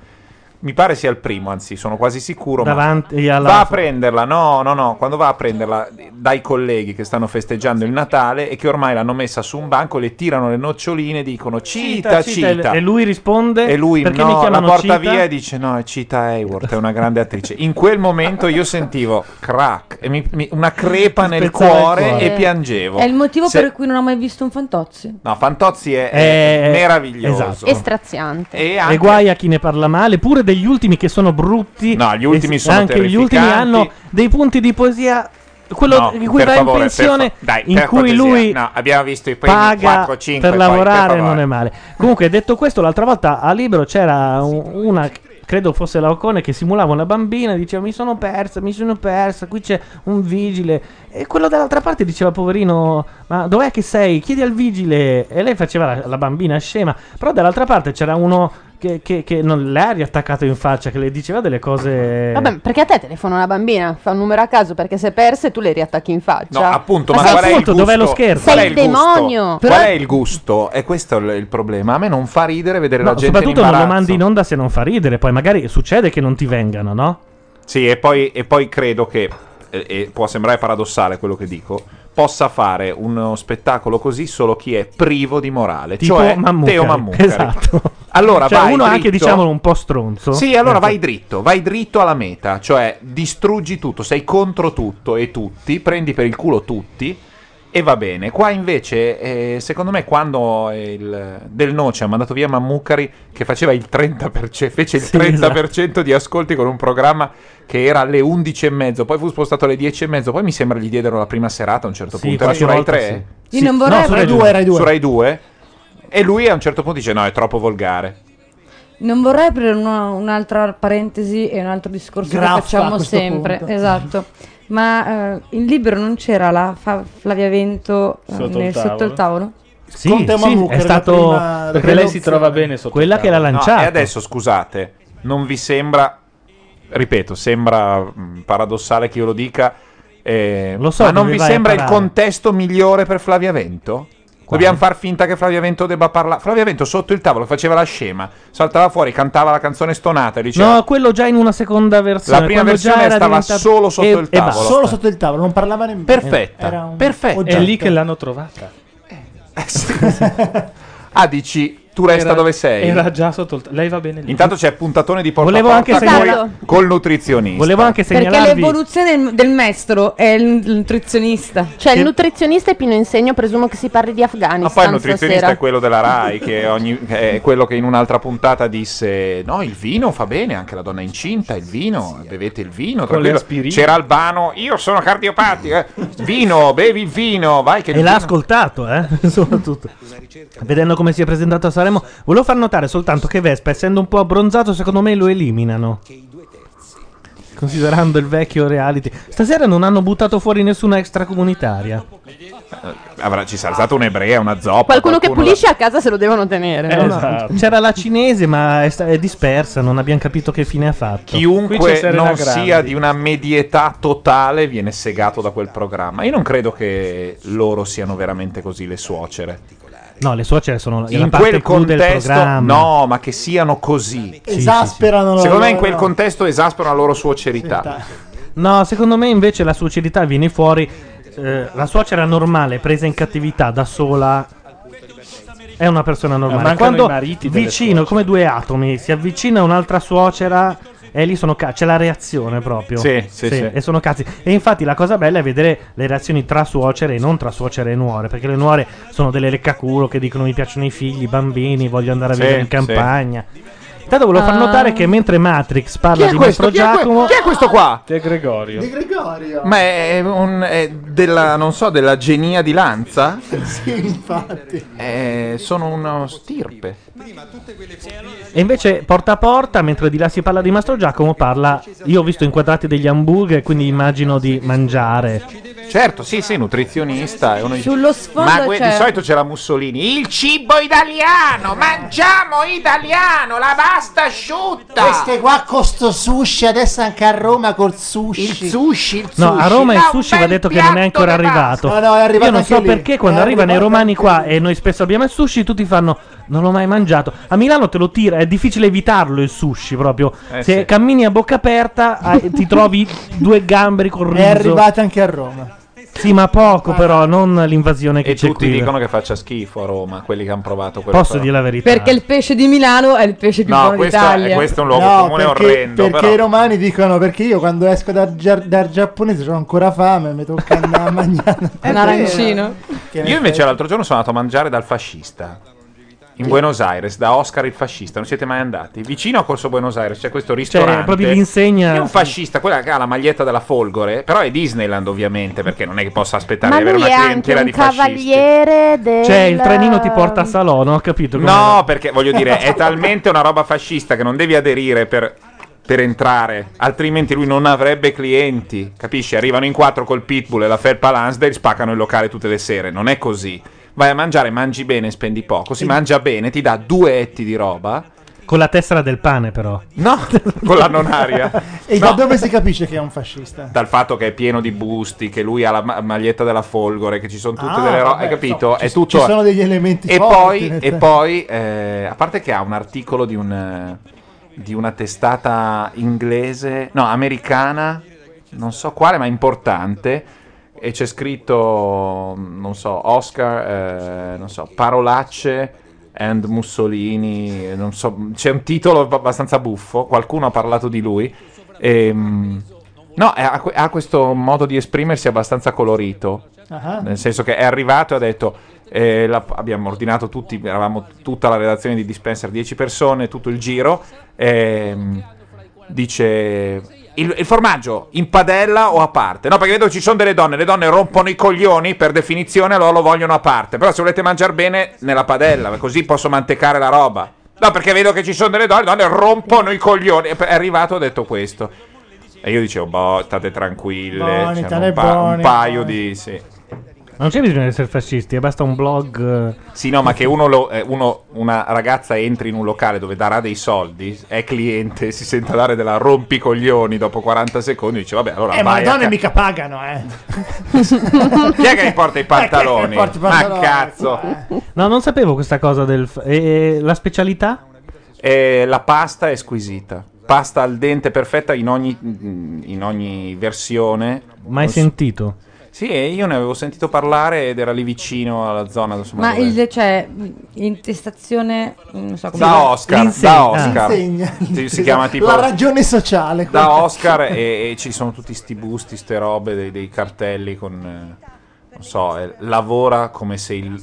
[SPEAKER 14] Mi pare sia il primo, anzi, sono quasi sicuro. ma-
[SPEAKER 2] Davanti alla-
[SPEAKER 14] Va a prenderla, no, no, no. Quando va a prenderla dai colleghi che stanno festeggiando il Natale e che ormai l'hanno messa su un banco, le tirano le noccioline e dicono cita, cita.
[SPEAKER 2] E lui risponde:
[SPEAKER 14] E lui
[SPEAKER 2] perché
[SPEAKER 14] no,
[SPEAKER 2] mi
[SPEAKER 14] la
[SPEAKER 2] chiamano
[SPEAKER 14] porta
[SPEAKER 2] Cita?
[SPEAKER 14] via e dice no, è Cita Hayworth, è una grande attrice. In quel momento io sentivo crack, e mi- mi- una crepa nel
[SPEAKER 7] Spezzava il
[SPEAKER 14] cuore,
[SPEAKER 7] cuore.
[SPEAKER 14] e piangevo.
[SPEAKER 7] È il motivo
[SPEAKER 14] Se-
[SPEAKER 7] per cui non ho mai visto un fantozzi.
[SPEAKER 14] No, Fantozzi è, è
[SPEAKER 2] Eh,
[SPEAKER 14] meraviglioso.
[SPEAKER 2] esatto. E
[SPEAKER 18] straziante.
[SPEAKER 14] E
[SPEAKER 2] E
[SPEAKER 14] anche
[SPEAKER 2] guai a chi ne parla male, pure degli ultimi che sono brutti.
[SPEAKER 14] No, gli ultimi
[SPEAKER 2] E s-
[SPEAKER 14] sono
[SPEAKER 2] Anche gli ultimi
[SPEAKER 14] terrificanti.
[SPEAKER 2] hanno dei punti di poesia. Quello
[SPEAKER 14] No,
[SPEAKER 2] di cui
[SPEAKER 14] per
[SPEAKER 2] va
[SPEAKER 14] favore,
[SPEAKER 2] in
[SPEAKER 14] per
[SPEAKER 2] pensione,
[SPEAKER 14] fa- dai,
[SPEAKER 2] in
[SPEAKER 14] per
[SPEAKER 2] cui
[SPEAKER 14] cortesia.
[SPEAKER 2] lui
[SPEAKER 14] No, abbiamo visto i primi
[SPEAKER 2] paga
[SPEAKER 14] 4 5
[SPEAKER 2] per lavorare non è male. Comunque, detto questo, l'altra volta a Libero c'era un- una, credo fosse la Ocone, che simulava una bambina e diceva mi sono persa, mi sono persa, qui c'è un vigile. E quello dall'altra parte diceva poverino, ma dov'è che sei? Chiedi al vigile. E lei faceva la, la bambina scema. Però dall'altra parte c'era uno che, che- che non le ha riattaccato in faccia, che le diceva delle cose...
[SPEAKER 18] Vabbè, ma perché a te telefono una bambina, fa un numero a caso perché se perse tu le riattacchi in faccia.
[SPEAKER 2] Cioè,
[SPEAKER 14] No, appunto,
[SPEAKER 18] Ma
[SPEAKER 14] ma,
[SPEAKER 18] sei-
[SPEAKER 14] qual è il
[SPEAKER 18] appunto,
[SPEAKER 14] gusto?
[SPEAKER 18] dov'è lo scherzo?
[SPEAKER 14] Qual è
[SPEAKER 18] Sei
[SPEAKER 14] il
[SPEAKER 18] il
[SPEAKER 14] gusto?
[SPEAKER 18] demonio.
[SPEAKER 14] Qual
[SPEAKER 18] Però-
[SPEAKER 14] è il gusto? E questo è il, il problema. A me non fa ridere vedere
[SPEAKER 2] No,
[SPEAKER 14] la gente in
[SPEAKER 2] soprattutto non lo
[SPEAKER 14] imbarazzo.
[SPEAKER 2] mandi in onda se non fa ridere, poi magari succede che non ti vengano, no?
[SPEAKER 14] Sì, e poi, e poi credo che, e- e può sembrare paradossale quello che dico, possa fare uno spettacolo così solo chi è privo di morale,
[SPEAKER 2] Tipo
[SPEAKER 14] cioè
[SPEAKER 2] Mammucari.
[SPEAKER 14] Teo Mammucari.
[SPEAKER 2] Esatto.
[SPEAKER 14] Allora
[SPEAKER 2] Cioè,
[SPEAKER 14] vai
[SPEAKER 2] uno
[SPEAKER 14] dritto.
[SPEAKER 2] anche, diciamolo, un po' stronzo.
[SPEAKER 14] Sì, allora
[SPEAKER 2] Ecco.
[SPEAKER 14] vai dritto, vai dritto alla meta, cioè distruggi tutto, sei contro tutto e tutti, prendi per il culo tutti e va bene. Qua invece, eh, secondo me, quando il Del Noce ha mandato via Mammucari che faceva il 30%, fece il
[SPEAKER 2] esatto.
[SPEAKER 14] 30% di ascolti con un programma che era alle 11 e mezzo, poi fu spostato alle 10 e mezzo, poi mi sembra gli diedero la prima serata a un certo
[SPEAKER 2] Sì,
[SPEAKER 14] punto, era
[SPEAKER 2] qualche
[SPEAKER 14] su Rai
[SPEAKER 2] volta
[SPEAKER 14] 3.
[SPEAKER 2] sì. Io Sì, non vorrei- no, su Rai due, Rai due.
[SPEAKER 14] Su Rai 2. E lui a un certo punto dice no, è troppo volgare.
[SPEAKER 7] Non vorrei aprire una- un'altra parentesi e un altro discorso
[SPEAKER 14] Graffa
[SPEAKER 7] che
[SPEAKER 14] a
[SPEAKER 7] facciamo
[SPEAKER 14] questo
[SPEAKER 7] sempre,
[SPEAKER 14] punto.
[SPEAKER 7] esatto. Ma eh, in libero non c'era la fa- Flavia Vento eh,
[SPEAKER 8] Sotto il
[SPEAKER 7] nel- sotto
[SPEAKER 8] tavolo?
[SPEAKER 7] il tavolo?
[SPEAKER 2] Sì, sì,
[SPEAKER 14] eh,
[SPEAKER 2] è stato
[SPEAKER 8] perché lei si trova bene sotto
[SPEAKER 2] quella
[SPEAKER 8] il
[SPEAKER 2] che l'ha
[SPEAKER 8] tavolo.
[SPEAKER 14] No,
[SPEAKER 2] lanciato.
[SPEAKER 14] e adesso scusate, non vi sembra, ripeto, sembra mh, paradossale che io lo dica, eh,
[SPEAKER 2] Lo so
[SPEAKER 14] ma non
[SPEAKER 2] dove
[SPEAKER 14] vi
[SPEAKER 2] vai a
[SPEAKER 14] sembra il
[SPEAKER 2] parare.
[SPEAKER 14] contesto migliore per Flavia Vento? Dobbiamo far finta che Flavia Vento debba parlare. Flavia Vento sotto il tavolo faceva la scema, saltava fuori, cantava la canzone stonata e diceva...
[SPEAKER 2] No, quello già in una seconda versione.
[SPEAKER 14] La prima
[SPEAKER 2] quando già
[SPEAKER 14] versione
[SPEAKER 2] era
[SPEAKER 14] stava
[SPEAKER 2] diventato-
[SPEAKER 14] solo sotto
[SPEAKER 2] e-
[SPEAKER 14] il
[SPEAKER 2] e
[SPEAKER 14] tavolo.
[SPEAKER 2] basta.
[SPEAKER 20] Solo sotto il tavolo, non parlava nemmeno.
[SPEAKER 14] Perfetta,
[SPEAKER 20] Era un
[SPEAKER 14] perfetta.
[SPEAKER 20] oggetto.
[SPEAKER 8] È lì che l'hanno trovata.
[SPEAKER 14] Ah, dici, tu resta
[SPEAKER 8] Era-
[SPEAKER 14] dove sei.
[SPEAKER 8] Era già sotto il t- Lei va bene lì.
[SPEAKER 14] Intanto c'è puntatone di porta
[SPEAKER 2] Volevo
[SPEAKER 14] a
[SPEAKER 2] anche
[SPEAKER 14] porta
[SPEAKER 7] segnalarlo.
[SPEAKER 14] col, col nutrizionista.
[SPEAKER 2] Volevo anche
[SPEAKER 7] Perché l'evoluzione del, del maestro è il il nutrizionista.
[SPEAKER 18] Cioè, il nutrizionista è Pino Insegno, presumo che si parli di Afghanistan.
[SPEAKER 2] Ah,
[SPEAKER 14] Ma poi il nutrizionista
[SPEAKER 18] stasera.
[SPEAKER 14] è quello della Rai, che ogni- è quello che in un'altra puntata disse: No, il vino fa bene, anche la donna incinta, il vino, bevete il vino.
[SPEAKER 8] Con le
[SPEAKER 14] tranquillo."
[SPEAKER 8] aspirine.
[SPEAKER 14] C'era Albano, io sono cardiopatico. eh. Vino, bevi il vino, vai che il
[SPEAKER 2] E l'ha
[SPEAKER 14] vino-
[SPEAKER 2] ascoltato, eh? soprattutto. Vedendo come si è presentato a Sanremo, volevo far notare soltanto che Vespa, essendo un po' abbronzato, secondo me lo eliminano. Considerando il vecchio reality, stasera non hanno buttato fuori nessuna extracomunitaria.
[SPEAKER 14] Avrà, ci sarà stata un'ebrea, una zoppa.
[SPEAKER 18] Qualcuno che
[SPEAKER 14] qualcuno-
[SPEAKER 18] pulisce a casa se lo devono tenere.
[SPEAKER 2] Eh,
[SPEAKER 14] Esatto.
[SPEAKER 2] no, C'era la cinese, ma è, sta- è dispersa. Non abbiamo capito che fine ha fatto.
[SPEAKER 14] Chiunque non sia di una medietà totale viene segato da quel programma. Io non credo che loro siano veramente così le suocere.
[SPEAKER 2] No, le suocere sono la
[SPEAKER 14] in
[SPEAKER 2] parte
[SPEAKER 14] quel
[SPEAKER 2] clou del
[SPEAKER 14] contesto,
[SPEAKER 2] programma.
[SPEAKER 14] no, ma che siano così.
[SPEAKER 2] Sì, Esasperano sì, sì. la
[SPEAKER 14] Secondo me, in
[SPEAKER 2] loro-
[SPEAKER 14] quel contesto esasperano la loro suocerità.
[SPEAKER 2] No, secondo me invece la suicidità viene fuori. eh, la suocera normale presa in cattività da sola è una persona normale.
[SPEAKER 8] mancano
[SPEAKER 2] Quando
[SPEAKER 8] i mariti delle
[SPEAKER 2] vicino, come due atomi, si avvicina un'altra suocera e lì sono ca- c'è la reazione proprio.
[SPEAKER 14] Sì, sì, sì.
[SPEAKER 2] E sono cazzi. E infatti la cosa bella è vedere le reazioni tra suocere e non tra suocere e nuore, perché le nuore sono delle leccaculo che dicono mi piacciono i figli, i bambini, voglio andare a
[SPEAKER 14] Sì,
[SPEAKER 2] vivere in
[SPEAKER 14] sì.
[SPEAKER 2] campagna. Intanto volevo far notare che mentre Matrix parla
[SPEAKER 14] Chi è
[SPEAKER 2] di
[SPEAKER 14] questo?
[SPEAKER 2] Mastro
[SPEAKER 14] Chi è que-
[SPEAKER 2] Giacomo.
[SPEAKER 14] chi è questo qua?
[SPEAKER 8] De Gregorio.
[SPEAKER 3] De Gregorio.
[SPEAKER 14] Ma è, un, è della, non so, della genia di Lanza?
[SPEAKER 3] Sì, infatti.
[SPEAKER 14] Eh, sono uno stirpe.
[SPEAKER 2] E invece porta a porta, mentre di là si parla di Mastro Giacomo, parla. Io ho visto inquadrati degli hamburger, quindi immagino di mangiare.
[SPEAKER 14] Certo, sì, sì, nutrizionista. E uno dice,
[SPEAKER 2] Sullo sfondo
[SPEAKER 14] Ma que-
[SPEAKER 2] c'è-
[SPEAKER 14] di solito c'era Mussolini. Il cibo italiano, mangiamo italiano, la pasta asciutta.
[SPEAKER 13] Queste qua con sto sushi, adesso anche a Roma col sushi.
[SPEAKER 14] Il sushi, il
[SPEAKER 2] No, a Roma il sushi va detto che non è ancora arrivato.
[SPEAKER 13] No, no, è arrivato
[SPEAKER 2] Io non
[SPEAKER 13] anche
[SPEAKER 2] so
[SPEAKER 13] lì.
[SPEAKER 2] perché quando
[SPEAKER 13] È
[SPEAKER 2] arrivano i
[SPEAKER 13] arrivato
[SPEAKER 2] romani qua e noi spesso abbiamo il sushi, tutti fanno non l'ho mai mangiato. A Milano te lo tira, è difficile evitarlo il sushi proprio.
[SPEAKER 13] Eh,
[SPEAKER 2] Se
[SPEAKER 13] sì.
[SPEAKER 2] cammini a bocca aperta hai- ti trovi due gamberi col riso.
[SPEAKER 3] È arrivata anche a Roma.
[SPEAKER 2] Sì, ma poco però, non l'invasione che
[SPEAKER 14] E
[SPEAKER 2] c'è
[SPEAKER 14] tutti
[SPEAKER 2] qui.
[SPEAKER 14] dicono che faccia schifo a Roma, quelli che hanno provato quello.
[SPEAKER 2] Posso dire la verità?
[SPEAKER 17] Perché il pesce di Milano è il pesce più
[SPEAKER 14] No,
[SPEAKER 17] buono
[SPEAKER 14] questo è-
[SPEAKER 17] d'Italia.
[SPEAKER 14] questo è un luogo
[SPEAKER 3] No,
[SPEAKER 14] comune
[SPEAKER 3] perché,
[SPEAKER 14] orrendo,
[SPEAKER 3] perché
[SPEAKER 14] però.
[SPEAKER 3] i romani dicono perché io quando esco dal, gia- dal giapponese ho ancora fame, mi tocca andare a mangiare
[SPEAKER 17] Un arancino.
[SPEAKER 14] Io invece l'altro giorno sono andato a mangiare dal fascista. In Buenos Aires, da Oscar il fascista, non siete mai andati? Vicino a Corso Buenos Aires c'è questo ristorante.
[SPEAKER 2] Cioè, proprio l'insegna-
[SPEAKER 14] È un fascista, quella che ha la maglietta della Folgore, però è Disneyland ovviamente, perché non è che possa aspettare
[SPEAKER 18] Ma
[SPEAKER 14] di avere
[SPEAKER 18] lui è
[SPEAKER 14] una
[SPEAKER 18] anche
[SPEAKER 14] clientela
[SPEAKER 18] un
[SPEAKER 14] di fascisti.
[SPEAKER 18] cavaliere del...
[SPEAKER 2] Cioè, il trenino ti porta a Salò, non ho capito. come-
[SPEAKER 14] No, perché voglio dire, è talmente una roba fascista che non devi aderire per, per entrare, altrimenti lui non avrebbe clienti. Capisci? Arrivano in quattro col pitbull e la felpa Lansdale, spaccano il locale tutte le sere. Non è così. Vai a mangiare, mangi bene, spendi poco. Si mangia bene, ti dà due etti di roba.
[SPEAKER 2] Con la tessera del pane però.
[SPEAKER 14] No, con la nonaria.
[SPEAKER 3] E da dove si capisce che è un fascista?
[SPEAKER 14] Dal fatto che è pieno di busti, che lui ha la ma- maglietta della folgore, che ci sono tutte
[SPEAKER 3] Ah,
[SPEAKER 14] delle robe.
[SPEAKER 3] vabbè,
[SPEAKER 14] Hai capito?
[SPEAKER 3] no, ci-
[SPEAKER 14] è tutto.
[SPEAKER 3] Ci sono degli elementi
[SPEAKER 14] E
[SPEAKER 3] forti
[SPEAKER 14] poi,
[SPEAKER 3] nel
[SPEAKER 14] e
[SPEAKER 3] testo.
[SPEAKER 14] poi eh, a parte che ha un articolo di, un, eh, di una testata inglese, no, americana, non so quale, ma importante. E c'è scritto, mm, non so, Oscar, eh, non so, parolacce and Mussolini, eh, non so, c'è un titolo ab- abbastanza buffo, qualcuno ha parlato di lui. E, mm, no, eh, ha que- ha questo modo di esprimersi abbastanza colorito.
[SPEAKER 3] Ah.
[SPEAKER 14] Nel senso che è arrivato e ha detto: eh, la- Abbiamo ordinato tutti, eravamo tutta la redazione di Dispenser, 10 persone, tutto il giro. ehm, dice: il, il formaggio in padella o a parte? No, perché vedo che ci sono delle donne. Le donne rompono i coglioni per definizione, loro lo vogliono a parte. Però se volete mangiare bene, nella padella, così posso mantecare la roba. No, perché vedo che ci sono delle donne, le donne rompono i coglioni. È arrivato e ha detto questo. E io dicevo, boh, state tranquille.
[SPEAKER 3] Buoni,
[SPEAKER 14] c'erano
[SPEAKER 3] tale
[SPEAKER 14] un, pa- un
[SPEAKER 3] buoni, eh."
[SPEAKER 14] paio di... Sì.
[SPEAKER 2] Ma non c'è bisogno di essere fascisti, eh, basta un blog. eh.
[SPEAKER 14] Sì, no, ma che uno, lo- eh, uno- una ragazza entri in un locale dove darà dei soldi, è cliente, si sente dare della rompicoglioni dopo 40 secondi, dice vabbè, allora
[SPEAKER 3] Eh, ma
[SPEAKER 14] vai
[SPEAKER 3] le
[SPEAKER 14] a
[SPEAKER 3] donne
[SPEAKER 14] ca-
[SPEAKER 3] mica pagano, eh.
[SPEAKER 14] Chi è che gli porta i pantaloni?
[SPEAKER 3] Chi è che gli porta i
[SPEAKER 14] ma
[SPEAKER 3] pantaloni?
[SPEAKER 14] cazzo!
[SPEAKER 2] No, non sapevo questa cosa del... f- e- e la specialità?
[SPEAKER 14] Eh, la pasta è squisita. Pasta al dente perfetta in ogni, mm, in ogni versione.
[SPEAKER 2] Mai
[SPEAKER 14] Non so-
[SPEAKER 2] sentito?
[SPEAKER 14] Sì, e io ne avevo sentito parlare ed era lì vicino alla zona. insomma,
[SPEAKER 7] Ma
[SPEAKER 14] dove-
[SPEAKER 7] il, cioè, l'intestazione, non so come
[SPEAKER 14] Da
[SPEAKER 7] si chiama.
[SPEAKER 14] Oscar, da Oscar. Si, si chiama tipo
[SPEAKER 3] La ragione sociale.
[SPEAKER 14] da
[SPEAKER 3] quella.
[SPEAKER 14] Oscar e, e ci sono tutti sti busti, ste robe, dei, dei cartelli con, eh, non so, eh, lavora come se il...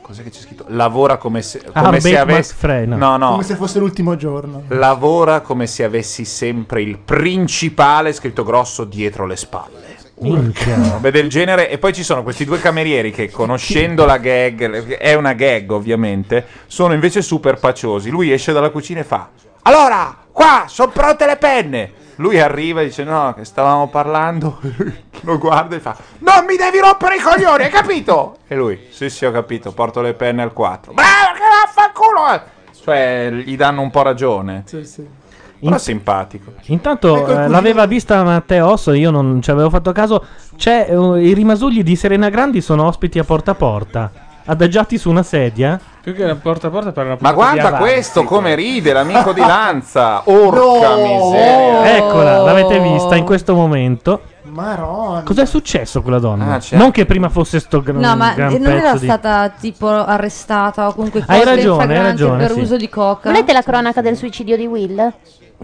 [SPEAKER 14] Cos'è che c'è scritto? Lavora come se,
[SPEAKER 2] Ah,
[SPEAKER 14] come se
[SPEAKER 2] Bake
[SPEAKER 14] avessi...
[SPEAKER 2] McFray, no.
[SPEAKER 14] No, no.
[SPEAKER 3] Come se fosse l'ultimo giorno.
[SPEAKER 14] Lavora come se avessi sempre il principale scritto grosso dietro le spalle.
[SPEAKER 2] Minchia.
[SPEAKER 14] Robe del genere. E poi ci sono questi due camerieri che, conoscendo la gag, è una gag ovviamente, sono invece super paciosi. Lui esce dalla cucina e fa: Allora, qua sono pronte le penne. Lui arriva e dice: No, che stavamo parlando. Lo guarda e fa: Non mi devi rompere i coglioni, hai capito? E lui: Sì, sì, ho capito, porto le penne al 4. Bravo, che vaffanculo! eh!" Cioè, gli danno un po' ragione. Sì, sì. Però
[SPEAKER 2] In-
[SPEAKER 14] simpatico.
[SPEAKER 2] Intanto eh, l'aveva vista Matteo Osso, io non ci avevo fatto caso. C'è, eh, I rimasugli di Serena Grandi sono ospiti a porta a porta, adagiati su una sedia.
[SPEAKER 8] Più che la porta a porta per una
[SPEAKER 14] Ma
[SPEAKER 8] porta di
[SPEAKER 14] guarda
[SPEAKER 8] avanti. cioè.
[SPEAKER 14] questo come ride l'amico di Lanza. Orca miseria.
[SPEAKER 2] Eccola, l'avete vista in questo momento.
[SPEAKER 3] Marò.
[SPEAKER 2] Cos'è successo a quella donna?
[SPEAKER 14] Ah, certo.
[SPEAKER 2] non che prima fosse sto gran,
[SPEAKER 7] No, ma
[SPEAKER 2] gran
[SPEAKER 7] eh, non
[SPEAKER 2] pezzo
[SPEAKER 7] era
[SPEAKER 2] di-
[SPEAKER 7] stata tipo arrestata o comunque
[SPEAKER 2] Hai
[SPEAKER 7] colta in
[SPEAKER 2] ragione, hai
[SPEAKER 7] flagrante
[SPEAKER 2] ragione,
[SPEAKER 7] per
[SPEAKER 2] sì.
[SPEAKER 7] uso di coca.
[SPEAKER 20] Volete la cronaca del suicidio di Will?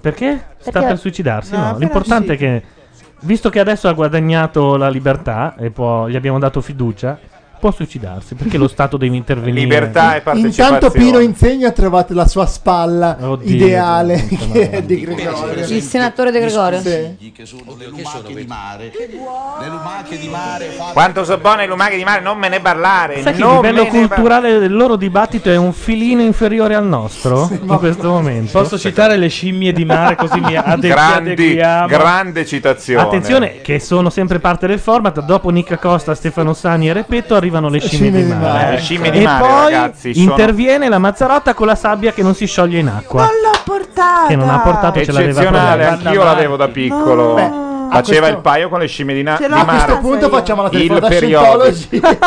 [SPEAKER 2] Perché? Sta
[SPEAKER 20] Perché-
[SPEAKER 2] per suicidarsi,
[SPEAKER 20] No,
[SPEAKER 2] no?
[SPEAKER 20] però
[SPEAKER 2] L'importante è che, visto che adesso ha guadagnato la libertà e poi gli abbiamo dato fiducia, può suicidarsi perché lo Stato deve intervenire.
[SPEAKER 14] Libertà e
[SPEAKER 6] Intanto Pino Insegna ha trovato la sua spalla
[SPEAKER 2] Oddio,
[SPEAKER 6] ideale
[SPEAKER 2] Dio,
[SPEAKER 6] che è di
[SPEAKER 7] Il
[SPEAKER 6] Gregorio.
[SPEAKER 7] senatore De Gregorio.
[SPEAKER 6] Sì.
[SPEAKER 21] che sono le lumache di mare. Le lumache di mare fatte
[SPEAKER 14] Quanto sono buone le lumache di mare, non me ne parlare.
[SPEAKER 2] Sai che il
[SPEAKER 14] non
[SPEAKER 2] livello
[SPEAKER 14] me ne par-
[SPEAKER 2] culturale del loro dibattito è un filino inferiore al nostro in questo momento?
[SPEAKER 8] Posso citare le scimmie di mare così mi ade-
[SPEAKER 14] Grandi-
[SPEAKER 2] adeguiamo?
[SPEAKER 14] grande citazione.
[SPEAKER 2] Attenzione, che sono sempre parte del format. Dopo Nick Costa, Stefano Sani e Repetto arrivano le scimmie,
[SPEAKER 14] Scimmie
[SPEAKER 2] di
[SPEAKER 14] di
[SPEAKER 2] mare.
[SPEAKER 14] mare. Le scimmie di
[SPEAKER 2] e
[SPEAKER 14] mare,
[SPEAKER 2] poi
[SPEAKER 14] ragazzi, sono-
[SPEAKER 2] interviene la Mazzarotta con la sabbia che non si scioglie in acqua.
[SPEAKER 5] portata.
[SPEAKER 2] Che non ha portato, ce l'aveva
[SPEAKER 14] Eccezionale,
[SPEAKER 2] proprio.
[SPEAKER 14] anch'io l'avevo da piccolo.
[SPEAKER 6] Beh,
[SPEAKER 8] Ah,
[SPEAKER 6] a
[SPEAKER 14] Faceva
[SPEAKER 6] questo-
[SPEAKER 14] il paio con le scimmie di, na-
[SPEAKER 6] Ce
[SPEAKER 14] Ah, di
[SPEAKER 6] l'ho a questo
[SPEAKER 14] mare.
[SPEAKER 6] punto facciamo la
[SPEAKER 14] Il
[SPEAKER 6] telefonata
[SPEAKER 14] periodo.
[SPEAKER 6] Scientology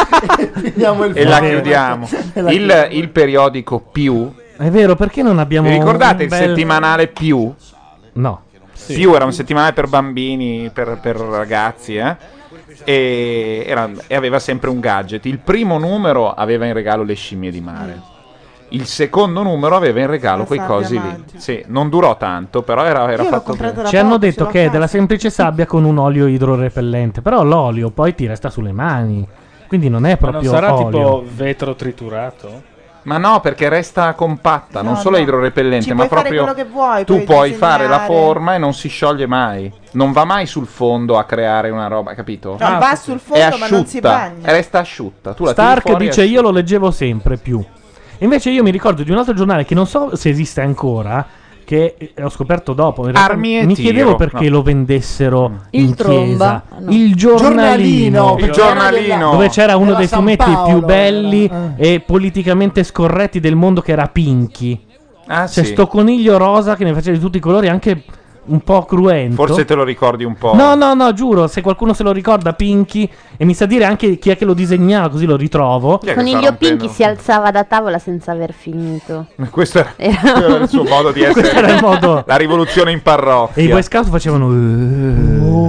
[SPEAKER 6] e finiamo il
[SPEAKER 14] e la
[SPEAKER 6] format.
[SPEAKER 14] chiudiamo.
[SPEAKER 6] E la
[SPEAKER 14] Il, il periodico più.
[SPEAKER 2] È vero, perché non abbiamo.
[SPEAKER 14] Vi ricordate
[SPEAKER 2] un
[SPEAKER 14] il
[SPEAKER 2] bel-
[SPEAKER 14] settimanale più?
[SPEAKER 2] No.
[SPEAKER 14] Più era un settimanale per bambini, per, per ragazzi, eh? E, era- e aveva sempre un gadget. Il primo numero aveva in regalo le scimmie di mare. Il secondo numero aveva in regalo quei
[SPEAKER 2] sabbia
[SPEAKER 14] cosi lì. Sì, non durò tanto, però era, era fatto bene.
[SPEAKER 2] Ci hanno detto che è della semplice sabbia con un olio idrorepellente, però l'olio poi ti resta sulle mani. Quindi non
[SPEAKER 8] Ma
[SPEAKER 2] è
[SPEAKER 8] non
[SPEAKER 2] proprio
[SPEAKER 8] sarà
[SPEAKER 2] olio.
[SPEAKER 8] tipo vetro triturato?
[SPEAKER 14] Ma no, perché resta compatta, non
[SPEAKER 8] No,
[SPEAKER 14] solo è
[SPEAKER 8] no.
[SPEAKER 14] idrorepellente,
[SPEAKER 8] Ci
[SPEAKER 14] ma
[SPEAKER 8] puoi fare
[SPEAKER 14] proprio
[SPEAKER 8] quello che vuoi,
[SPEAKER 14] tu
[SPEAKER 8] puoi
[SPEAKER 14] puoi
[SPEAKER 8] disegnare.
[SPEAKER 14] fare la forma e non si scioglie mai. Non va mai sul fondo a creare una roba, capito?
[SPEAKER 2] Ah,
[SPEAKER 5] No, va sul
[SPEAKER 14] è
[SPEAKER 5] fondo, ma
[SPEAKER 14] asciutta,
[SPEAKER 5] non si bagna.
[SPEAKER 14] Resta asciutta. Tu la tiri
[SPEAKER 2] Stark
[SPEAKER 14] fuori e
[SPEAKER 2] dice: Io lo leggevo sempre più. Invece, io mi ricordo di un altro giornale che non so se esiste ancora. Che eh, ho scoperto dopo. In realtà
[SPEAKER 14] Armi e
[SPEAKER 2] mi
[SPEAKER 14] Tiro,
[SPEAKER 2] chiedevo perché
[SPEAKER 14] no.
[SPEAKER 2] lo vendessero
[SPEAKER 7] Il
[SPEAKER 2] in
[SPEAKER 7] Tromba,
[SPEAKER 2] chiesa.
[SPEAKER 7] no.
[SPEAKER 2] Il giornalino,
[SPEAKER 14] Ah, Giornalino, Il giornalino.
[SPEAKER 2] dove c'era uno
[SPEAKER 14] Era eh.
[SPEAKER 2] dei
[SPEAKER 14] San
[SPEAKER 2] fumetti
[SPEAKER 14] Paolo,
[SPEAKER 2] più belli e politicamente scorretti del mondo, che era Pinky.
[SPEAKER 14] Ah,
[SPEAKER 2] C'è
[SPEAKER 14] sì.
[SPEAKER 2] sto coniglio rosa che ne faceva di tutti i colori, anche un po' cruento.
[SPEAKER 14] Forse te lo ricordi un po'.
[SPEAKER 2] No, no, no, giuro, se qualcuno se lo ricorda, Pinky, e mi sa dire anche chi è che lo disegnava, così lo ritrovo.
[SPEAKER 20] Coniglio Pinky si alzava da tavola senza aver finito.
[SPEAKER 14] Questo era, questo era il suo modo di essere.
[SPEAKER 2] Questo era il modo.
[SPEAKER 14] La rivoluzione in
[SPEAKER 2] E i
[SPEAKER 14] parrocchia.
[SPEAKER 2] Boy Scout facevano...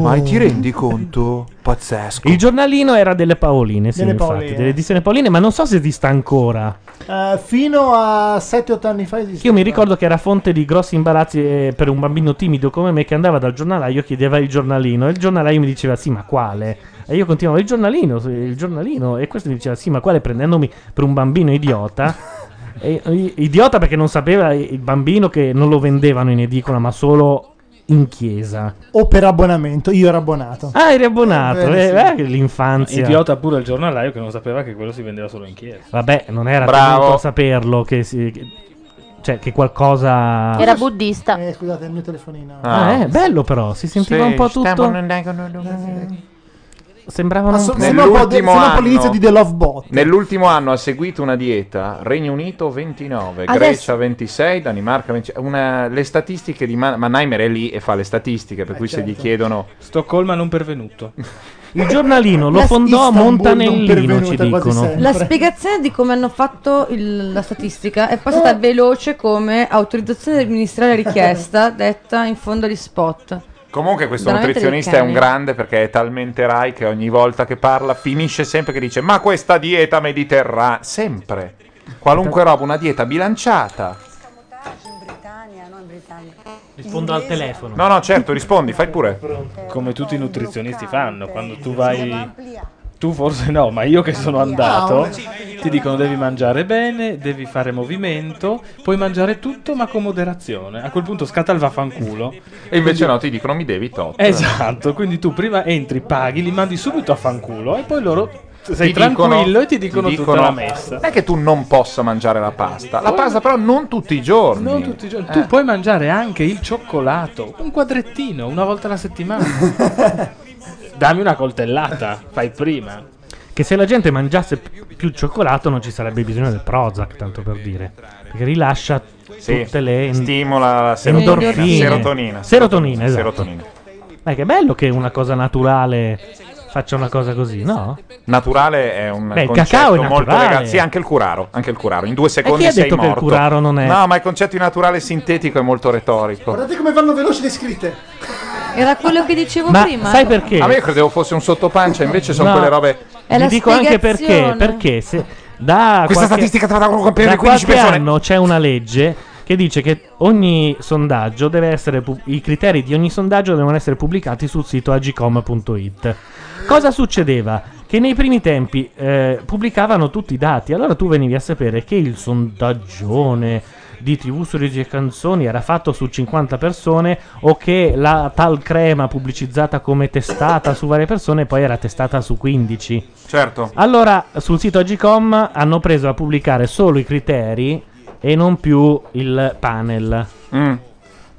[SPEAKER 2] Ma
[SPEAKER 14] ti rendi conto? Pazzesco.
[SPEAKER 2] Il giornalino era delle Paoline, sì,
[SPEAKER 6] Delle
[SPEAKER 2] infatti,
[SPEAKER 6] Paoline.
[SPEAKER 2] delle edizioni Paoline, ma non so se esista ancora.
[SPEAKER 6] Eh, fino a 7-8 anni fa esisteva.
[SPEAKER 2] Io mi ricordo che era fonte di grossi imbarazzi eh, per un bambino timido come me che andava dal giornalaio e chiedeva il giornalino e il giornalaio mi diceva sì ma quale? E io continuavo il giornalino, sì, il giornalino e questo mi diceva sì ma quale prendendomi per un bambino idiota. E- i- idiota perché non sapeva i- il bambino che non lo vendevano in edicola ma solo in chiesa.
[SPEAKER 6] O per abbonamento, io ero abbonato.
[SPEAKER 2] Ah, eri abbonato,
[SPEAKER 6] Eh,
[SPEAKER 2] eh,
[SPEAKER 6] sì.
[SPEAKER 2] eh, l'infanzia.
[SPEAKER 8] Idiota pure il giornalaio che non sapeva che quello si vendeva solo in chiesa.
[SPEAKER 2] Vabbè, non era
[SPEAKER 8] Bravo.
[SPEAKER 2] tenuto a saperlo che, si- che- cioè che qualcosa
[SPEAKER 20] Era buddista.
[SPEAKER 6] Eh, scusate, il mio telefonino.
[SPEAKER 2] Ah, eh, bello però, si sentiva
[SPEAKER 6] Sì,
[SPEAKER 2] un po' tutto.
[SPEAKER 6] stiamo
[SPEAKER 2] Sembrava
[SPEAKER 6] Ma
[SPEAKER 2] un
[SPEAKER 6] so-
[SPEAKER 2] po'-
[SPEAKER 6] sembra un po' de-
[SPEAKER 14] Nell'ultimo
[SPEAKER 6] sembra un po'
[SPEAKER 14] anno-
[SPEAKER 6] l'inizio di The Love Bot.
[SPEAKER 14] Nell'ultimo anno ha seguito una dieta Regno Unito 29,
[SPEAKER 6] Adesso-
[SPEAKER 14] Grecia 26, Danimarca 25. Una, le statistiche di Man- ma Neimer è lì e fa le statistiche,
[SPEAKER 5] Eh,
[SPEAKER 14] per cui se
[SPEAKER 5] certo.
[SPEAKER 14] gli chiedono
[SPEAKER 8] Stoccolma non pervenuto.
[SPEAKER 2] Il giornalino lo
[SPEAKER 8] La-
[SPEAKER 2] fondò
[SPEAKER 8] Istanbul non
[SPEAKER 2] Montanellino,
[SPEAKER 8] pervenuta
[SPEAKER 2] ci
[SPEAKER 8] quasi
[SPEAKER 2] dicono.
[SPEAKER 8] sempre.
[SPEAKER 7] La spiegazione di come hanno fatto il- la statistica è passata
[SPEAKER 14] Eh.
[SPEAKER 7] veloce come autorizzazione ministeriale richiesta detta in fondo agli spot.
[SPEAKER 14] Comunque questo
[SPEAKER 7] Veramente
[SPEAKER 14] nutrizionista è
[SPEAKER 7] leccani.
[SPEAKER 14] un grande perché è talmente Rai che ogni volta che parla finisce sempre che dice ma questa dieta mediterranea, sempre. Qualunque roba, una dieta bilanciata.
[SPEAKER 2] Rispondo al telefono.
[SPEAKER 14] No, no, certo, rispondi, fai pure.
[SPEAKER 8] Come tutti i nutrizionisti fanno, quando tu vai... Tu forse no, ma io che sono andato, ti dicono devi mangiare bene, devi fare movimento, puoi mangiare tutto ma con moderazione. A quel punto scatta il vaffanculo.
[SPEAKER 14] E invece no, ti dicono mi devi tot.
[SPEAKER 8] Esatto, quindi tu prima entri, paghi, li mandi subito a fanculo e poi loro sei
[SPEAKER 14] Ti dicono-
[SPEAKER 8] tranquillo e ti dicono, tutta la messa.
[SPEAKER 14] Non è che tu non possa mangiare la pasta. La pasta però non tutti i giorni.
[SPEAKER 8] Non tutti i giorni.
[SPEAKER 14] Eh.
[SPEAKER 2] Eh.
[SPEAKER 8] Tu puoi mangiare anche il cioccolato, un quadrettino, una volta alla settimana. Dammi una coltellata, fai prima.
[SPEAKER 2] Che se la gente mangiasse più più cioccolato non ci sarebbe bisogno del Prozac, tanto per dire. Perché rilascia
[SPEAKER 14] Sì,
[SPEAKER 2] tutte le
[SPEAKER 14] stimola la serotonina.
[SPEAKER 2] endorfine.
[SPEAKER 14] Serotonina.
[SPEAKER 2] Serotonina, esatto.
[SPEAKER 14] Serotonina.
[SPEAKER 2] Ma che bello che una cosa naturale faccia una cosa così, no?
[SPEAKER 14] Naturale è un
[SPEAKER 2] Beh, il
[SPEAKER 14] concetto
[SPEAKER 2] cacao è
[SPEAKER 14] molto
[SPEAKER 2] naturale.
[SPEAKER 14] legato. Sì, anche il curaro, anche il curaro. In due secondi
[SPEAKER 2] chi ha
[SPEAKER 14] sei
[SPEAKER 2] detto che il
[SPEAKER 14] morto.
[SPEAKER 2] curaro non è-
[SPEAKER 14] No, ma il concetto di naturale sintetico è molto retorico.
[SPEAKER 6] Guardate come vanno veloci le scritte.
[SPEAKER 7] Era quello che dicevo prima.
[SPEAKER 14] A me io credevo fosse un sottopancia, invece sono
[SPEAKER 2] No.
[SPEAKER 14] quelle robe.
[SPEAKER 7] È la
[SPEAKER 2] Vi dico anche perché,
[SPEAKER 7] spiegazione.
[SPEAKER 2] Eh, perché se da
[SPEAKER 14] Questa
[SPEAKER 2] qualche-
[SPEAKER 14] statistica te la davo per 15
[SPEAKER 2] da qualche
[SPEAKER 14] persone.
[SPEAKER 2] anno c'è una legge che dice che ogni sondaggio deve essere pu- i criteri di ogni sondaggio devono essere pubblicati sul sito agcom.it. Cosa succedeva? Che che nei primi tempi eh, pubblicavano tutti i dati. Allora tu venivi a sapere che il sondaggione di TV su Regi e Canzoni era fatto su 50 persone o che la tal crema pubblicizzata come testata su varie persone poi era testata su 15.
[SPEAKER 14] Certo.
[SPEAKER 2] Allora sul sito Agicom hanno preso a pubblicare solo i criteri e non più il panel.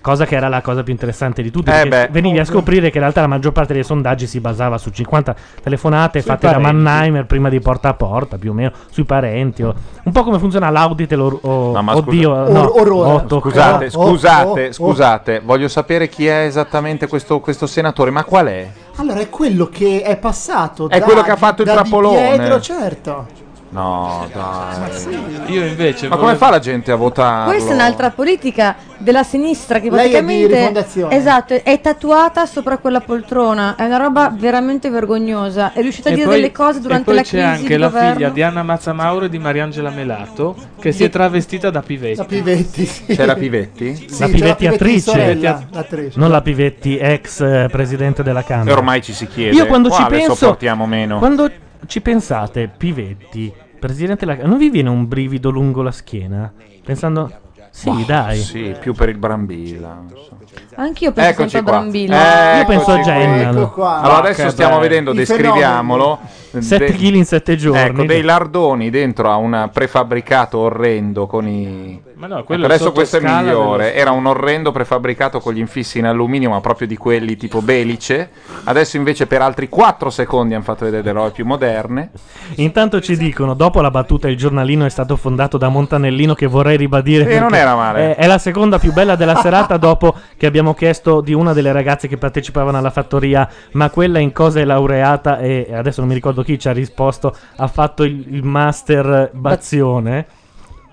[SPEAKER 2] Cosa che era la cosa più interessante di tutti.
[SPEAKER 14] Mm. Eh
[SPEAKER 2] perché
[SPEAKER 14] beh.
[SPEAKER 2] venivi a scoprire che in realtà la maggior parte dei sondaggi si basava su 50 telefonate
[SPEAKER 14] Sui
[SPEAKER 2] fatte
[SPEAKER 14] parenti.
[SPEAKER 2] da Mannheimer prima di porta a porta, più o meno, sui parenti. o- un po' come funziona l'audit e l'or- o-
[SPEAKER 14] No, ma scusa-
[SPEAKER 2] oddio, no, otto-
[SPEAKER 14] scusate,
[SPEAKER 2] oh, oh,
[SPEAKER 14] scusate,
[SPEAKER 2] oh.
[SPEAKER 14] scusate, voglio sapere chi è esattamente questo, questo senatore, ma qual è?
[SPEAKER 6] Allora è quello che è passato.
[SPEAKER 14] È
[SPEAKER 6] da-
[SPEAKER 14] quello che ha fatto il
[SPEAKER 6] da Di
[SPEAKER 14] trappolone.
[SPEAKER 6] Pietro, certo.
[SPEAKER 14] No, dai. Ma,
[SPEAKER 8] Io invece
[SPEAKER 14] come fa la gente a votare?
[SPEAKER 7] Questa è un'altra politica della sinistra che
[SPEAKER 6] Lei è di
[SPEAKER 7] praticamente
[SPEAKER 6] Rifondazione.
[SPEAKER 7] esatto, è tatuata sopra quella poltrona. È una roba veramente vergognosa. È riuscita a Certo dire delle cose durante
[SPEAKER 8] poi
[SPEAKER 7] la
[SPEAKER 8] c'è
[SPEAKER 7] crisi
[SPEAKER 8] anche
[SPEAKER 7] di
[SPEAKER 8] la
[SPEAKER 7] governo.
[SPEAKER 8] figlia di Anna Mazzamauro e di Mariangela Melato che si è travestita da Pivetti.
[SPEAKER 6] Da Pivetti, sì.
[SPEAKER 14] C'era Pivetti?
[SPEAKER 2] la Pivetti attrice,
[SPEAKER 6] l'attrice.
[SPEAKER 2] non la Pivetti ex eh, presidente della
[SPEAKER 14] E
[SPEAKER 2] Camera.
[SPEAKER 14] ormai ci si chiede
[SPEAKER 2] Io quando ci
[SPEAKER 14] quale
[SPEAKER 2] penso,
[SPEAKER 14] sopportiamo meno.
[SPEAKER 2] Quando ci pensate, Pivetti, presidente della non vi viene un brivido lungo la schiena? Pensando, sì,
[SPEAKER 14] Ma
[SPEAKER 2] dai.
[SPEAKER 14] Sì, più per il Brambilla. non so.
[SPEAKER 7] Anch'io penso
[SPEAKER 2] Eccoci
[SPEAKER 7] sempre a
[SPEAKER 2] qua.
[SPEAKER 7] Brambilla.
[SPEAKER 2] Io penso a Gennalo.
[SPEAKER 14] Ecco qua. Ecco Allora adesso
[SPEAKER 2] Che
[SPEAKER 14] stiamo
[SPEAKER 2] bello.
[SPEAKER 14] vedendo,
[SPEAKER 2] Il
[SPEAKER 14] descriviamolo.
[SPEAKER 2] fenomeno. Sette
[SPEAKER 14] De-
[SPEAKER 2] chili in sette giorni.
[SPEAKER 14] Ecco, dei lardoni dentro a un prefabbricato orrendo con i...
[SPEAKER 8] Ma no,
[SPEAKER 14] Ecco,
[SPEAKER 8] quello
[SPEAKER 14] adesso
[SPEAKER 8] sotto
[SPEAKER 14] questo è
[SPEAKER 8] scala
[SPEAKER 14] migliore.
[SPEAKER 8] dello-
[SPEAKER 14] Era un orrendo prefabbricato con gli infissi in alluminio, ma proprio di quelli tipo belice. Adesso invece per altri 4 secondi hanno fatto vedere delle robe più moderne.
[SPEAKER 2] Intanto ci dicono, dopo la battuta, il giornalino è stato fondato da Montanellino che vorrei ribadire.
[SPEAKER 14] Sì,
[SPEAKER 2] perché
[SPEAKER 14] non era male.
[SPEAKER 2] È, è la seconda più bella della serata dopo che abbiamo chiesto di una delle ragazze che partecipavano alla fattoria, ma quella in cosa è laureata e adesso non mi ricordo chi ci ha risposto, ha fatto il, il master Bazione.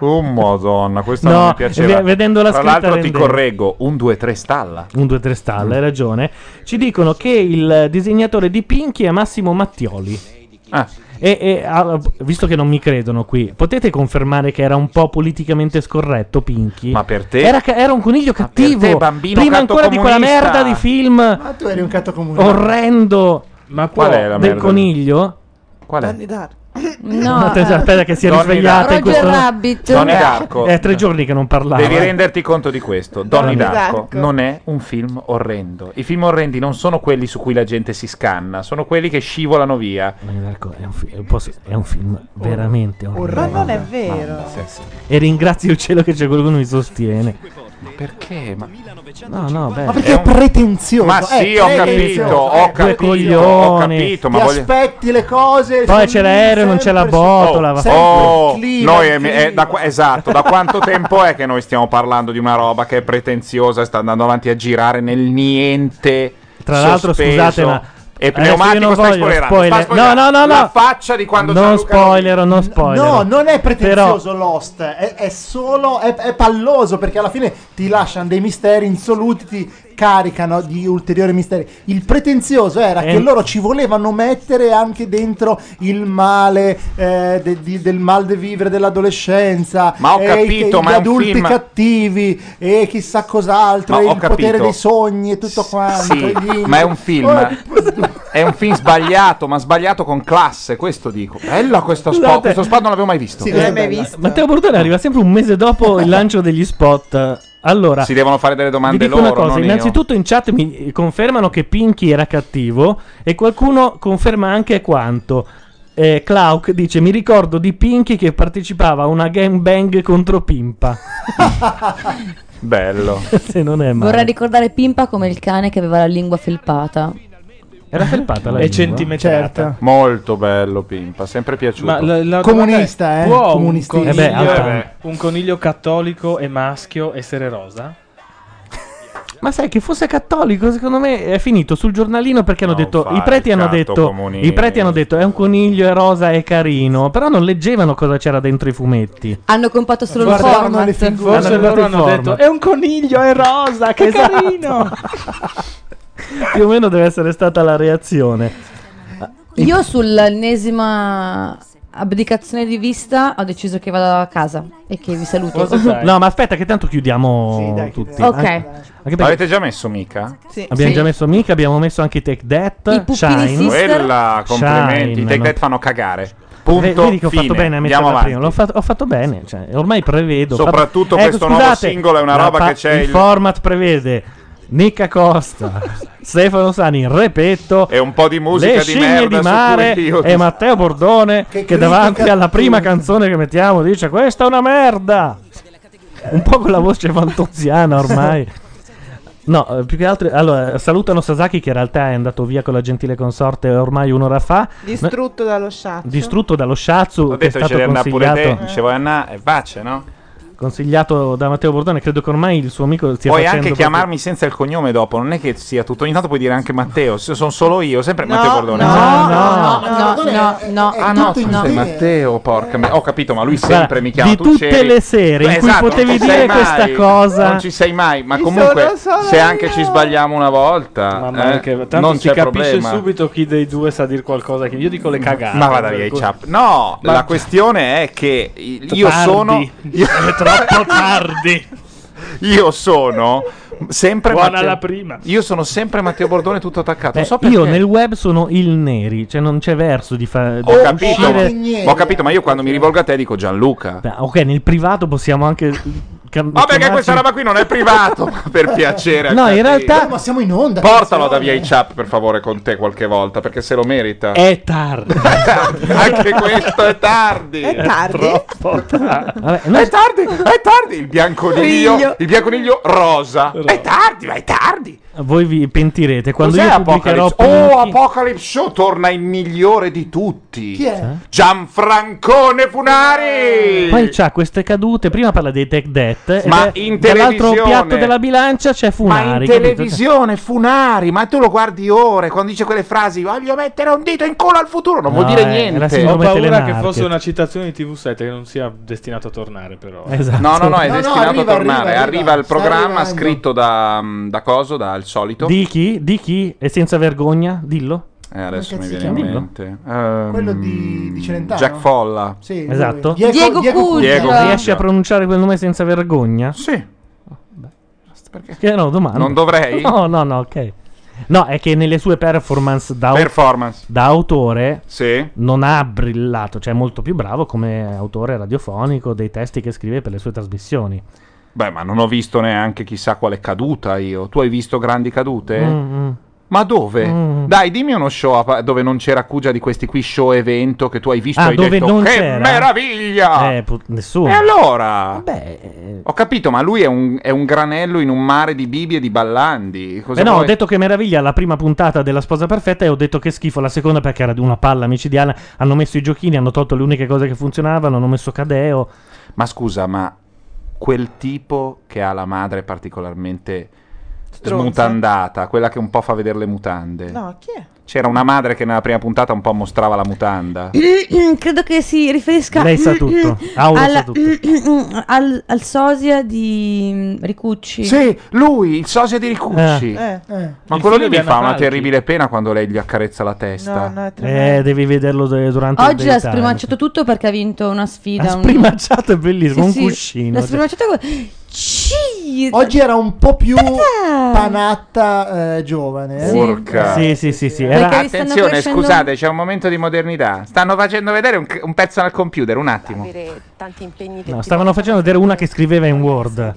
[SPEAKER 14] Oh madonna, questa
[SPEAKER 2] No,
[SPEAKER 14] non mi piaceva.
[SPEAKER 2] ve- vedendo la
[SPEAKER 14] Tra
[SPEAKER 2] scritta
[SPEAKER 14] l'altro ti
[SPEAKER 2] rendevo.
[SPEAKER 14] correggo, un 2-3 stalla.
[SPEAKER 2] Un 2-3 stalla, hai ragione. Ci dicono che il disegnatore di Pinky è Massimo Mattioli. E, e, ah, visto che non mi credono qui, potete confermare che era un po' politicamente scorretto Pinky? Ma
[SPEAKER 14] per te?
[SPEAKER 2] Era, ca- era un coniglio cattivo.
[SPEAKER 14] te, bambino
[SPEAKER 2] prima
[SPEAKER 14] catto
[SPEAKER 2] ancora di quella
[SPEAKER 14] comunista.
[SPEAKER 2] merda di film
[SPEAKER 6] Ma tu eri un catto comune.
[SPEAKER 2] orrendo
[SPEAKER 8] Ma
[SPEAKER 6] qual
[SPEAKER 2] del
[SPEAKER 6] è la merda?
[SPEAKER 2] coniglio.
[SPEAKER 14] Qual
[SPEAKER 6] Danny Dark.
[SPEAKER 7] No,
[SPEAKER 2] aspetta, aspetta che si è
[SPEAKER 14] Donnie
[SPEAKER 2] risvegliata.
[SPEAKER 14] Darko.
[SPEAKER 2] in questo-
[SPEAKER 14] Roger Rabbit. Donnie
[SPEAKER 2] Eh,
[SPEAKER 14] Darko.
[SPEAKER 2] È tre giorni che non parlava.
[SPEAKER 14] Devi renderti conto di questo. Donnie
[SPEAKER 2] Donnie
[SPEAKER 14] Darko
[SPEAKER 2] Darko.
[SPEAKER 14] non è un film orrendo. I film orrendi non sono quelli su cui la gente si scanna, sono quelli che scivolano via.
[SPEAKER 2] È un, fi- posso- è un film veramente orrendo.
[SPEAKER 5] Ma non è vero.
[SPEAKER 2] E ringrazio il cielo che c'è qualcuno che mi sostiene.
[SPEAKER 14] Ma perché? Ma...
[SPEAKER 2] No, no, beh.
[SPEAKER 6] Ma perché è, pretenzioso?
[SPEAKER 14] Ma sì,
[SPEAKER 6] eh,
[SPEAKER 14] ho capito, ho
[SPEAKER 2] Due
[SPEAKER 14] capito, ho
[SPEAKER 2] coglioni.
[SPEAKER 14] capito,
[SPEAKER 6] Ti
[SPEAKER 14] ma voglio...
[SPEAKER 6] aspetti le cose.
[SPEAKER 2] Poi
[SPEAKER 6] sono
[SPEAKER 2] c'è l'aereo, non c'è la
[SPEAKER 6] sempre
[SPEAKER 2] botola.
[SPEAKER 6] su-
[SPEAKER 2] va-
[SPEAKER 6] sempre
[SPEAKER 14] Oh,
[SPEAKER 6] clima,
[SPEAKER 14] noi è-
[SPEAKER 6] clima.
[SPEAKER 14] è da qua- esatto, da quanto tempo è che noi stiamo parlando di una roba che è pretenziosa e sta andando avanti a girare nel niente?
[SPEAKER 2] Tra l'altro,
[SPEAKER 14] sospeso,
[SPEAKER 2] scusate, ma-
[SPEAKER 14] E
[SPEAKER 2] adesso io
[SPEAKER 14] pneumatico
[SPEAKER 2] non
[SPEAKER 14] stai
[SPEAKER 2] voglio
[SPEAKER 14] spoilerando.
[SPEAKER 2] spoiler-
[SPEAKER 14] sta spoilerando.
[SPEAKER 2] No, no, no,
[SPEAKER 14] La
[SPEAKER 2] no.
[SPEAKER 14] faccia di quando
[SPEAKER 2] non
[SPEAKER 14] Gianluca
[SPEAKER 2] spoilero, non spoilero.
[SPEAKER 6] No, non è
[SPEAKER 2] Però-
[SPEAKER 6] pretenzioso Lost, è, è solo è, è palloso perché alla fine ti lasciano dei misteri insoluti, ti caricano di ulteriori misteri. Il pretenzioso era
[SPEAKER 2] Eh.
[SPEAKER 6] che loro ci volevano mettere anche dentro il male eh, de- di- del mal de vivere dell'adolescenza,
[SPEAKER 14] Ma ho
[SPEAKER 6] e
[SPEAKER 14] capito,
[SPEAKER 6] che-
[SPEAKER 14] ma
[SPEAKER 6] gli
[SPEAKER 14] è un
[SPEAKER 6] adulti
[SPEAKER 14] film-
[SPEAKER 6] cattivi e chissà cos'altro,
[SPEAKER 14] Ma
[SPEAKER 6] e
[SPEAKER 14] ho
[SPEAKER 6] il potere
[SPEAKER 14] capito.
[SPEAKER 6] dei sogni e tutto quanto.
[SPEAKER 14] Sì,
[SPEAKER 6] e gli-
[SPEAKER 14] ma è un
[SPEAKER 6] Oh,
[SPEAKER 14] film. È un film sbagliato, ma sbagliato con classe, questo dico. Bella questo spot,
[SPEAKER 2] Scusate.
[SPEAKER 14] questo spot non l'avevo mai visto.
[SPEAKER 2] Matteo Bordone arriva sempre un mese dopo il lancio degli spot. Allora,
[SPEAKER 14] Si devono fare delle
[SPEAKER 2] vi
[SPEAKER 14] domande
[SPEAKER 2] dico
[SPEAKER 14] loro,
[SPEAKER 2] una cosa:
[SPEAKER 14] non io.
[SPEAKER 2] innanzitutto in chat mi confermano che Pinky era cattivo, e qualcuno conferma anche quanto. Eh, Clauk dice: Mi ricordo di Pinky che partecipava a una gangbang contro Pimpa.
[SPEAKER 14] Bello.
[SPEAKER 2] Se non è male.
[SPEAKER 4] Vorrei ricordare Pimpa come il cane che aveva la lingua felpata.
[SPEAKER 2] Era felpata la
[SPEAKER 8] È
[SPEAKER 2] lingua?
[SPEAKER 8] centimetrata.
[SPEAKER 14] Certo. Molto bello, Pimpa, sempre piaciuto.
[SPEAKER 8] Ma la- la domanda è, può un
[SPEAKER 14] comunista.
[SPEAKER 8] coniglio, eh un coniglio cattolico e maschio essere rosa?
[SPEAKER 2] Ma sai che fosse cattolico, secondo me è finito sul giornalino perché hanno detto
[SPEAKER 8] fare
[SPEAKER 2] i preti
[SPEAKER 8] il
[SPEAKER 2] hanno
[SPEAKER 8] canto
[SPEAKER 2] detto
[SPEAKER 8] comunista.
[SPEAKER 2] i preti hanno detto è un coniglio, è rosa, è carino, però non leggevano cosa c'era dentro i fumetti.
[SPEAKER 4] Hanno comprato solo il
[SPEAKER 2] Guardavano
[SPEAKER 4] format.
[SPEAKER 2] le figure.
[SPEAKER 8] Forse
[SPEAKER 2] Hanno
[SPEAKER 8] loro
[SPEAKER 2] guardato il
[SPEAKER 8] hanno
[SPEAKER 2] format.
[SPEAKER 8] detto è un coniglio, è rosa, che
[SPEAKER 7] Esatto.
[SPEAKER 8] carino!
[SPEAKER 2] Più o meno deve essere stata la reazione.
[SPEAKER 4] Io sull'ennesima
[SPEAKER 7] abdicazione di vista, ho deciso che vado a casa e che vi saluto.
[SPEAKER 2] No, ma aspetta, che tanto chiudiamo
[SPEAKER 7] Ok.
[SPEAKER 2] tutti. Anche- anche perché
[SPEAKER 14] Avete già messo mica?
[SPEAKER 7] Sì.
[SPEAKER 2] Abbiamo
[SPEAKER 7] Sì.
[SPEAKER 2] già messo Mica, abbiamo messo anche i Take
[SPEAKER 7] I
[SPEAKER 2] That.
[SPEAKER 7] Pupini
[SPEAKER 2] Shine.
[SPEAKER 14] Quella, complimenti. I
[SPEAKER 2] Shine,
[SPEAKER 14] Take
[SPEAKER 2] no?
[SPEAKER 14] That fanno cagare.
[SPEAKER 2] Ve-
[SPEAKER 14] Punto.
[SPEAKER 2] Vedi che ho
[SPEAKER 14] fine.
[SPEAKER 2] fatto bene a
[SPEAKER 14] Andiamo
[SPEAKER 2] metterla
[SPEAKER 14] avanti.
[SPEAKER 2] prima. L'ho fatto, ho fatto bene. cioè, ormai prevedo.
[SPEAKER 14] Soprattutto
[SPEAKER 2] Ecco,
[SPEAKER 14] questo nuovo
[SPEAKER 2] scusate,
[SPEAKER 14] singolo è una
[SPEAKER 2] la
[SPEAKER 14] roba che c'è
[SPEAKER 2] Il
[SPEAKER 14] il-
[SPEAKER 2] format prevede Nicca Costa, Stefano Sani, Repetto.
[SPEAKER 14] E un po' di musica
[SPEAKER 2] le
[SPEAKER 14] di
[SPEAKER 2] scimmie
[SPEAKER 14] merda
[SPEAKER 2] di
[SPEAKER 14] su
[SPEAKER 2] mare
[SPEAKER 14] cui io-
[SPEAKER 2] e Matteo Bordone che,
[SPEAKER 14] critica
[SPEAKER 2] davanti alla prima canzone che mettiamo dice questa è una merda un po' con la voce fantozziana ormai no eh, più che altro allora salutano Sasaki che in realtà è andato via con la gentile consorte ormai un'ora fa
[SPEAKER 5] Distrutto dallo sciaccio.
[SPEAKER 2] distrutto dallo sciazzo
[SPEAKER 14] Ho
[SPEAKER 2] che è
[SPEAKER 14] detto ce
[SPEAKER 2] stato
[SPEAKER 14] l'è andà pure te.
[SPEAKER 2] consigliato,
[SPEAKER 14] Ce vuoi andare? E pace, no?
[SPEAKER 2] consigliato da Matteo Bordone credo che ormai il suo amico stia
[SPEAKER 14] Puoi
[SPEAKER 2] facendo
[SPEAKER 14] anche
[SPEAKER 2] proprio-
[SPEAKER 14] chiamarmi senza il cognome dopo, non è che sia tutto. Ogni tanto puoi dire anche Matteo, se sono solo io, sempre Matteo Bordone.
[SPEAKER 7] No, no, no, no, no,
[SPEAKER 14] Ah no, tu sei Matteo, porca me. Ho capito, ma lui sempre mi chiama
[SPEAKER 2] di
[SPEAKER 14] tu
[SPEAKER 2] tutte
[SPEAKER 14] c'eri.
[SPEAKER 2] le sere in
[SPEAKER 14] Eh,
[SPEAKER 2] cui
[SPEAKER 14] esatto,
[SPEAKER 2] potevi
[SPEAKER 14] non ci sei
[SPEAKER 2] dire
[SPEAKER 14] mai,
[SPEAKER 2] questa cosa.
[SPEAKER 14] Non ci sei mai, ma
[SPEAKER 2] Ci
[SPEAKER 14] comunque
[SPEAKER 2] sono solo
[SPEAKER 14] se anche ci sbagliamo una volta,
[SPEAKER 8] Mamma mia,
[SPEAKER 14] eh,
[SPEAKER 8] che tanto
[SPEAKER 14] non
[SPEAKER 8] si
[SPEAKER 14] c'è
[SPEAKER 8] capisce
[SPEAKER 14] problema.
[SPEAKER 8] subito chi dei due sa dire qualcosa. Che io dico le cagate.
[SPEAKER 14] Ma vada via i ciap. No,
[SPEAKER 8] Ma-
[SPEAKER 14] la questione è che io
[SPEAKER 8] Tardi.
[SPEAKER 14] sono io...
[SPEAKER 8] È troppo tardi.
[SPEAKER 14] Io sono sempre
[SPEAKER 8] Buona
[SPEAKER 14] Matteo...
[SPEAKER 8] la prima.
[SPEAKER 14] Io sono sempre Matteo Bordone tutto attaccato.
[SPEAKER 2] Beh,
[SPEAKER 14] non so perché.
[SPEAKER 2] Eh, io nel web sono il neri, cioè non c'è verso di fare.
[SPEAKER 14] Ho capito, ma- ho capito, ma io quando mi rivolgo a te dico Gianluca.
[SPEAKER 2] Ah, Ok, nel privato possiamo anche.
[SPEAKER 14] Ma perché questa roba qui non è privato? Ma per piacere.
[SPEAKER 2] No,
[SPEAKER 14] Catino.
[SPEAKER 2] in realtà.
[SPEAKER 6] Ma siamo in onda.
[SPEAKER 14] Portalo da via i chap per favore con te qualche volta perché se lo merita.
[SPEAKER 2] È tardi.
[SPEAKER 14] Anche questo è tardi. È
[SPEAKER 2] tardi?
[SPEAKER 14] troppo tardi.
[SPEAKER 2] Vabbè,
[SPEAKER 14] È tardi, è tardi. Il bianconiglio, il bianconiglio rosa. È tardi, ma è tardi.
[SPEAKER 2] Voi vi pentirete quando
[SPEAKER 14] Cos'è
[SPEAKER 2] io pubblicato
[SPEAKER 14] Apocalypse? Oh, Apocalypse Show torna il migliore di tutti. Eh?
[SPEAKER 2] Chi è? Eh.
[SPEAKER 14] Gianfrancone Funari.
[SPEAKER 2] Poi c'ha queste cadute. Prima parla dei tech debt.
[SPEAKER 14] Ma
[SPEAKER 2] ed è-
[SPEAKER 14] in
[SPEAKER 2] dall'altro
[SPEAKER 14] televisione-
[SPEAKER 2] piatto della bilancia c'è Funari.
[SPEAKER 14] Ma in
[SPEAKER 2] capito?
[SPEAKER 14] televisione, Funari, ma tu lo guardi ore quando dice quelle frasi voglio mettere un dito in culo al futuro, non
[SPEAKER 2] No, eh,
[SPEAKER 14] vuol
[SPEAKER 8] eh,
[SPEAKER 14] dire
[SPEAKER 2] è-
[SPEAKER 14] niente.
[SPEAKER 2] era
[SPEAKER 8] Ho
[SPEAKER 2] sindrome
[SPEAKER 8] paura che
[SPEAKER 2] telemarket.
[SPEAKER 8] fosse una citazione di TV7 che non sia destinato a tornare, però.
[SPEAKER 2] Esatto.
[SPEAKER 14] No, no, no, è
[SPEAKER 2] No, no,
[SPEAKER 14] destinato
[SPEAKER 2] arriva,
[SPEAKER 14] a tornare.
[SPEAKER 2] arriva,
[SPEAKER 14] Arriva,
[SPEAKER 2] arriva.
[SPEAKER 14] il
[SPEAKER 2] Sta
[SPEAKER 14] programma
[SPEAKER 2] arrivando.
[SPEAKER 14] scritto da, mm, da Coso, dal solito.
[SPEAKER 2] Di chi? Di chi? E senza vergogna? Dillo.
[SPEAKER 14] Eh, adesso
[SPEAKER 2] Ma
[SPEAKER 14] mi
[SPEAKER 2] che
[SPEAKER 14] viene
[SPEAKER 2] si
[SPEAKER 14] in
[SPEAKER 2] chiama?
[SPEAKER 14] mente. Ehm,
[SPEAKER 6] Quello di, di Celentano.
[SPEAKER 14] Jack Folla.
[SPEAKER 6] Sì, lui.
[SPEAKER 2] Esatto.
[SPEAKER 6] Diego,
[SPEAKER 14] Diego Cugia.
[SPEAKER 2] Riesci a pronunciare quel nome senza vergogna?
[SPEAKER 14] Sì.
[SPEAKER 2] Che no, domanda.
[SPEAKER 14] Non dovrei?
[SPEAKER 2] No, no, no, ok. No, è che nelle sue performance da, au-
[SPEAKER 14] Performance.
[SPEAKER 2] da autore
[SPEAKER 14] Sì.
[SPEAKER 2] non ha brillato, cioè è molto più bravo come autore radiofonico dei testi che scrive per le sue trasmissioni.
[SPEAKER 14] Beh, ma non ho visto neanche chissà quale caduta io. Tu hai visto grandi cadute?
[SPEAKER 2] Mm, mm.
[SPEAKER 14] Ma dove?
[SPEAKER 2] Mm.
[SPEAKER 14] Dai, dimmi uno show a pa- dove non c'era cugia di questi qui show evento che tu hai visto e
[SPEAKER 2] Ah,
[SPEAKER 14] hai
[SPEAKER 2] dove
[SPEAKER 14] detto
[SPEAKER 2] non
[SPEAKER 14] che
[SPEAKER 2] c'era?"
[SPEAKER 14] meraviglia!
[SPEAKER 2] Eh, pu- nessuno. eh.
[SPEAKER 14] E allora? Ho capito, ma lui è un, è un granello in un mare di bibi e di ballandi. Cosa
[SPEAKER 2] Beh, Eh no, ho
[SPEAKER 14] vuoi?
[SPEAKER 2] detto che meraviglia la prima puntata della Sposa Perfetta e ho detto che schifo la seconda perché era di una palla micidiana. Hanno messo i giochini, hanno tolto le uniche cose che funzionavano, hanno messo Cadeo.
[SPEAKER 14] Ma scusa, ma quel tipo che ha la madre particolarmente
[SPEAKER 5] Stronza.
[SPEAKER 14] smutandata, quella che un po' fa vedere le mutande.
[SPEAKER 5] No, chi è?
[SPEAKER 14] C'era una madre che nella prima puntata un po' mostrava la mutanda.
[SPEAKER 7] Credo che si riferisca
[SPEAKER 14] Lei sa tutto. Auro sa
[SPEAKER 7] alla-
[SPEAKER 14] tutto.
[SPEAKER 7] al, al sosia di mm, Ricucci.
[SPEAKER 14] Sì, lui, il sosia di Ricucci.
[SPEAKER 5] Eh.
[SPEAKER 14] Ma quello lì mi
[SPEAKER 7] figlio di
[SPEAKER 14] fa
[SPEAKER 7] Anna
[SPEAKER 14] una
[SPEAKER 7] Falchi.
[SPEAKER 14] terribile pena quando lei gli accarezza la testa.
[SPEAKER 7] No, no, è
[SPEAKER 2] Eh, devi vederlo de- durante il
[SPEAKER 7] Oggi ha
[SPEAKER 2] daytime.
[SPEAKER 7] sprimacciato tutto perché ha vinto una
[SPEAKER 2] Ha
[SPEAKER 7] sfida. un-
[SPEAKER 2] sprimacciato è bellissimo,
[SPEAKER 7] Sì,
[SPEAKER 2] un
[SPEAKER 7] sì,
[SPEAKER 2] cuscino.
[SPEAKER 7] l'ha
[SPEAKER 2] cioè.
[SPEAKER 7] sprimacciato con- Ci-
[SPEAKER 6] Oggi era un po' più panatta eh, giovane. eh.
[SPEAKER 14] Porca.
[SPEAKER 2] Sì, sì, sì, sì. Era...
[SPEAKER 6] Perché gli stanno
[SPEAKER 14] Attenzione,
[SPEAKER 6] crescendo-
[SPEAKER 14] scusate, c'è un momento di modernità. Stanno facendo vedere un, un pezzo al computer, un attimo.
[SPEAKER 1] tanti impegni
[SPEAKER 2] No, stavano facendo vedere una che scriveva in Word.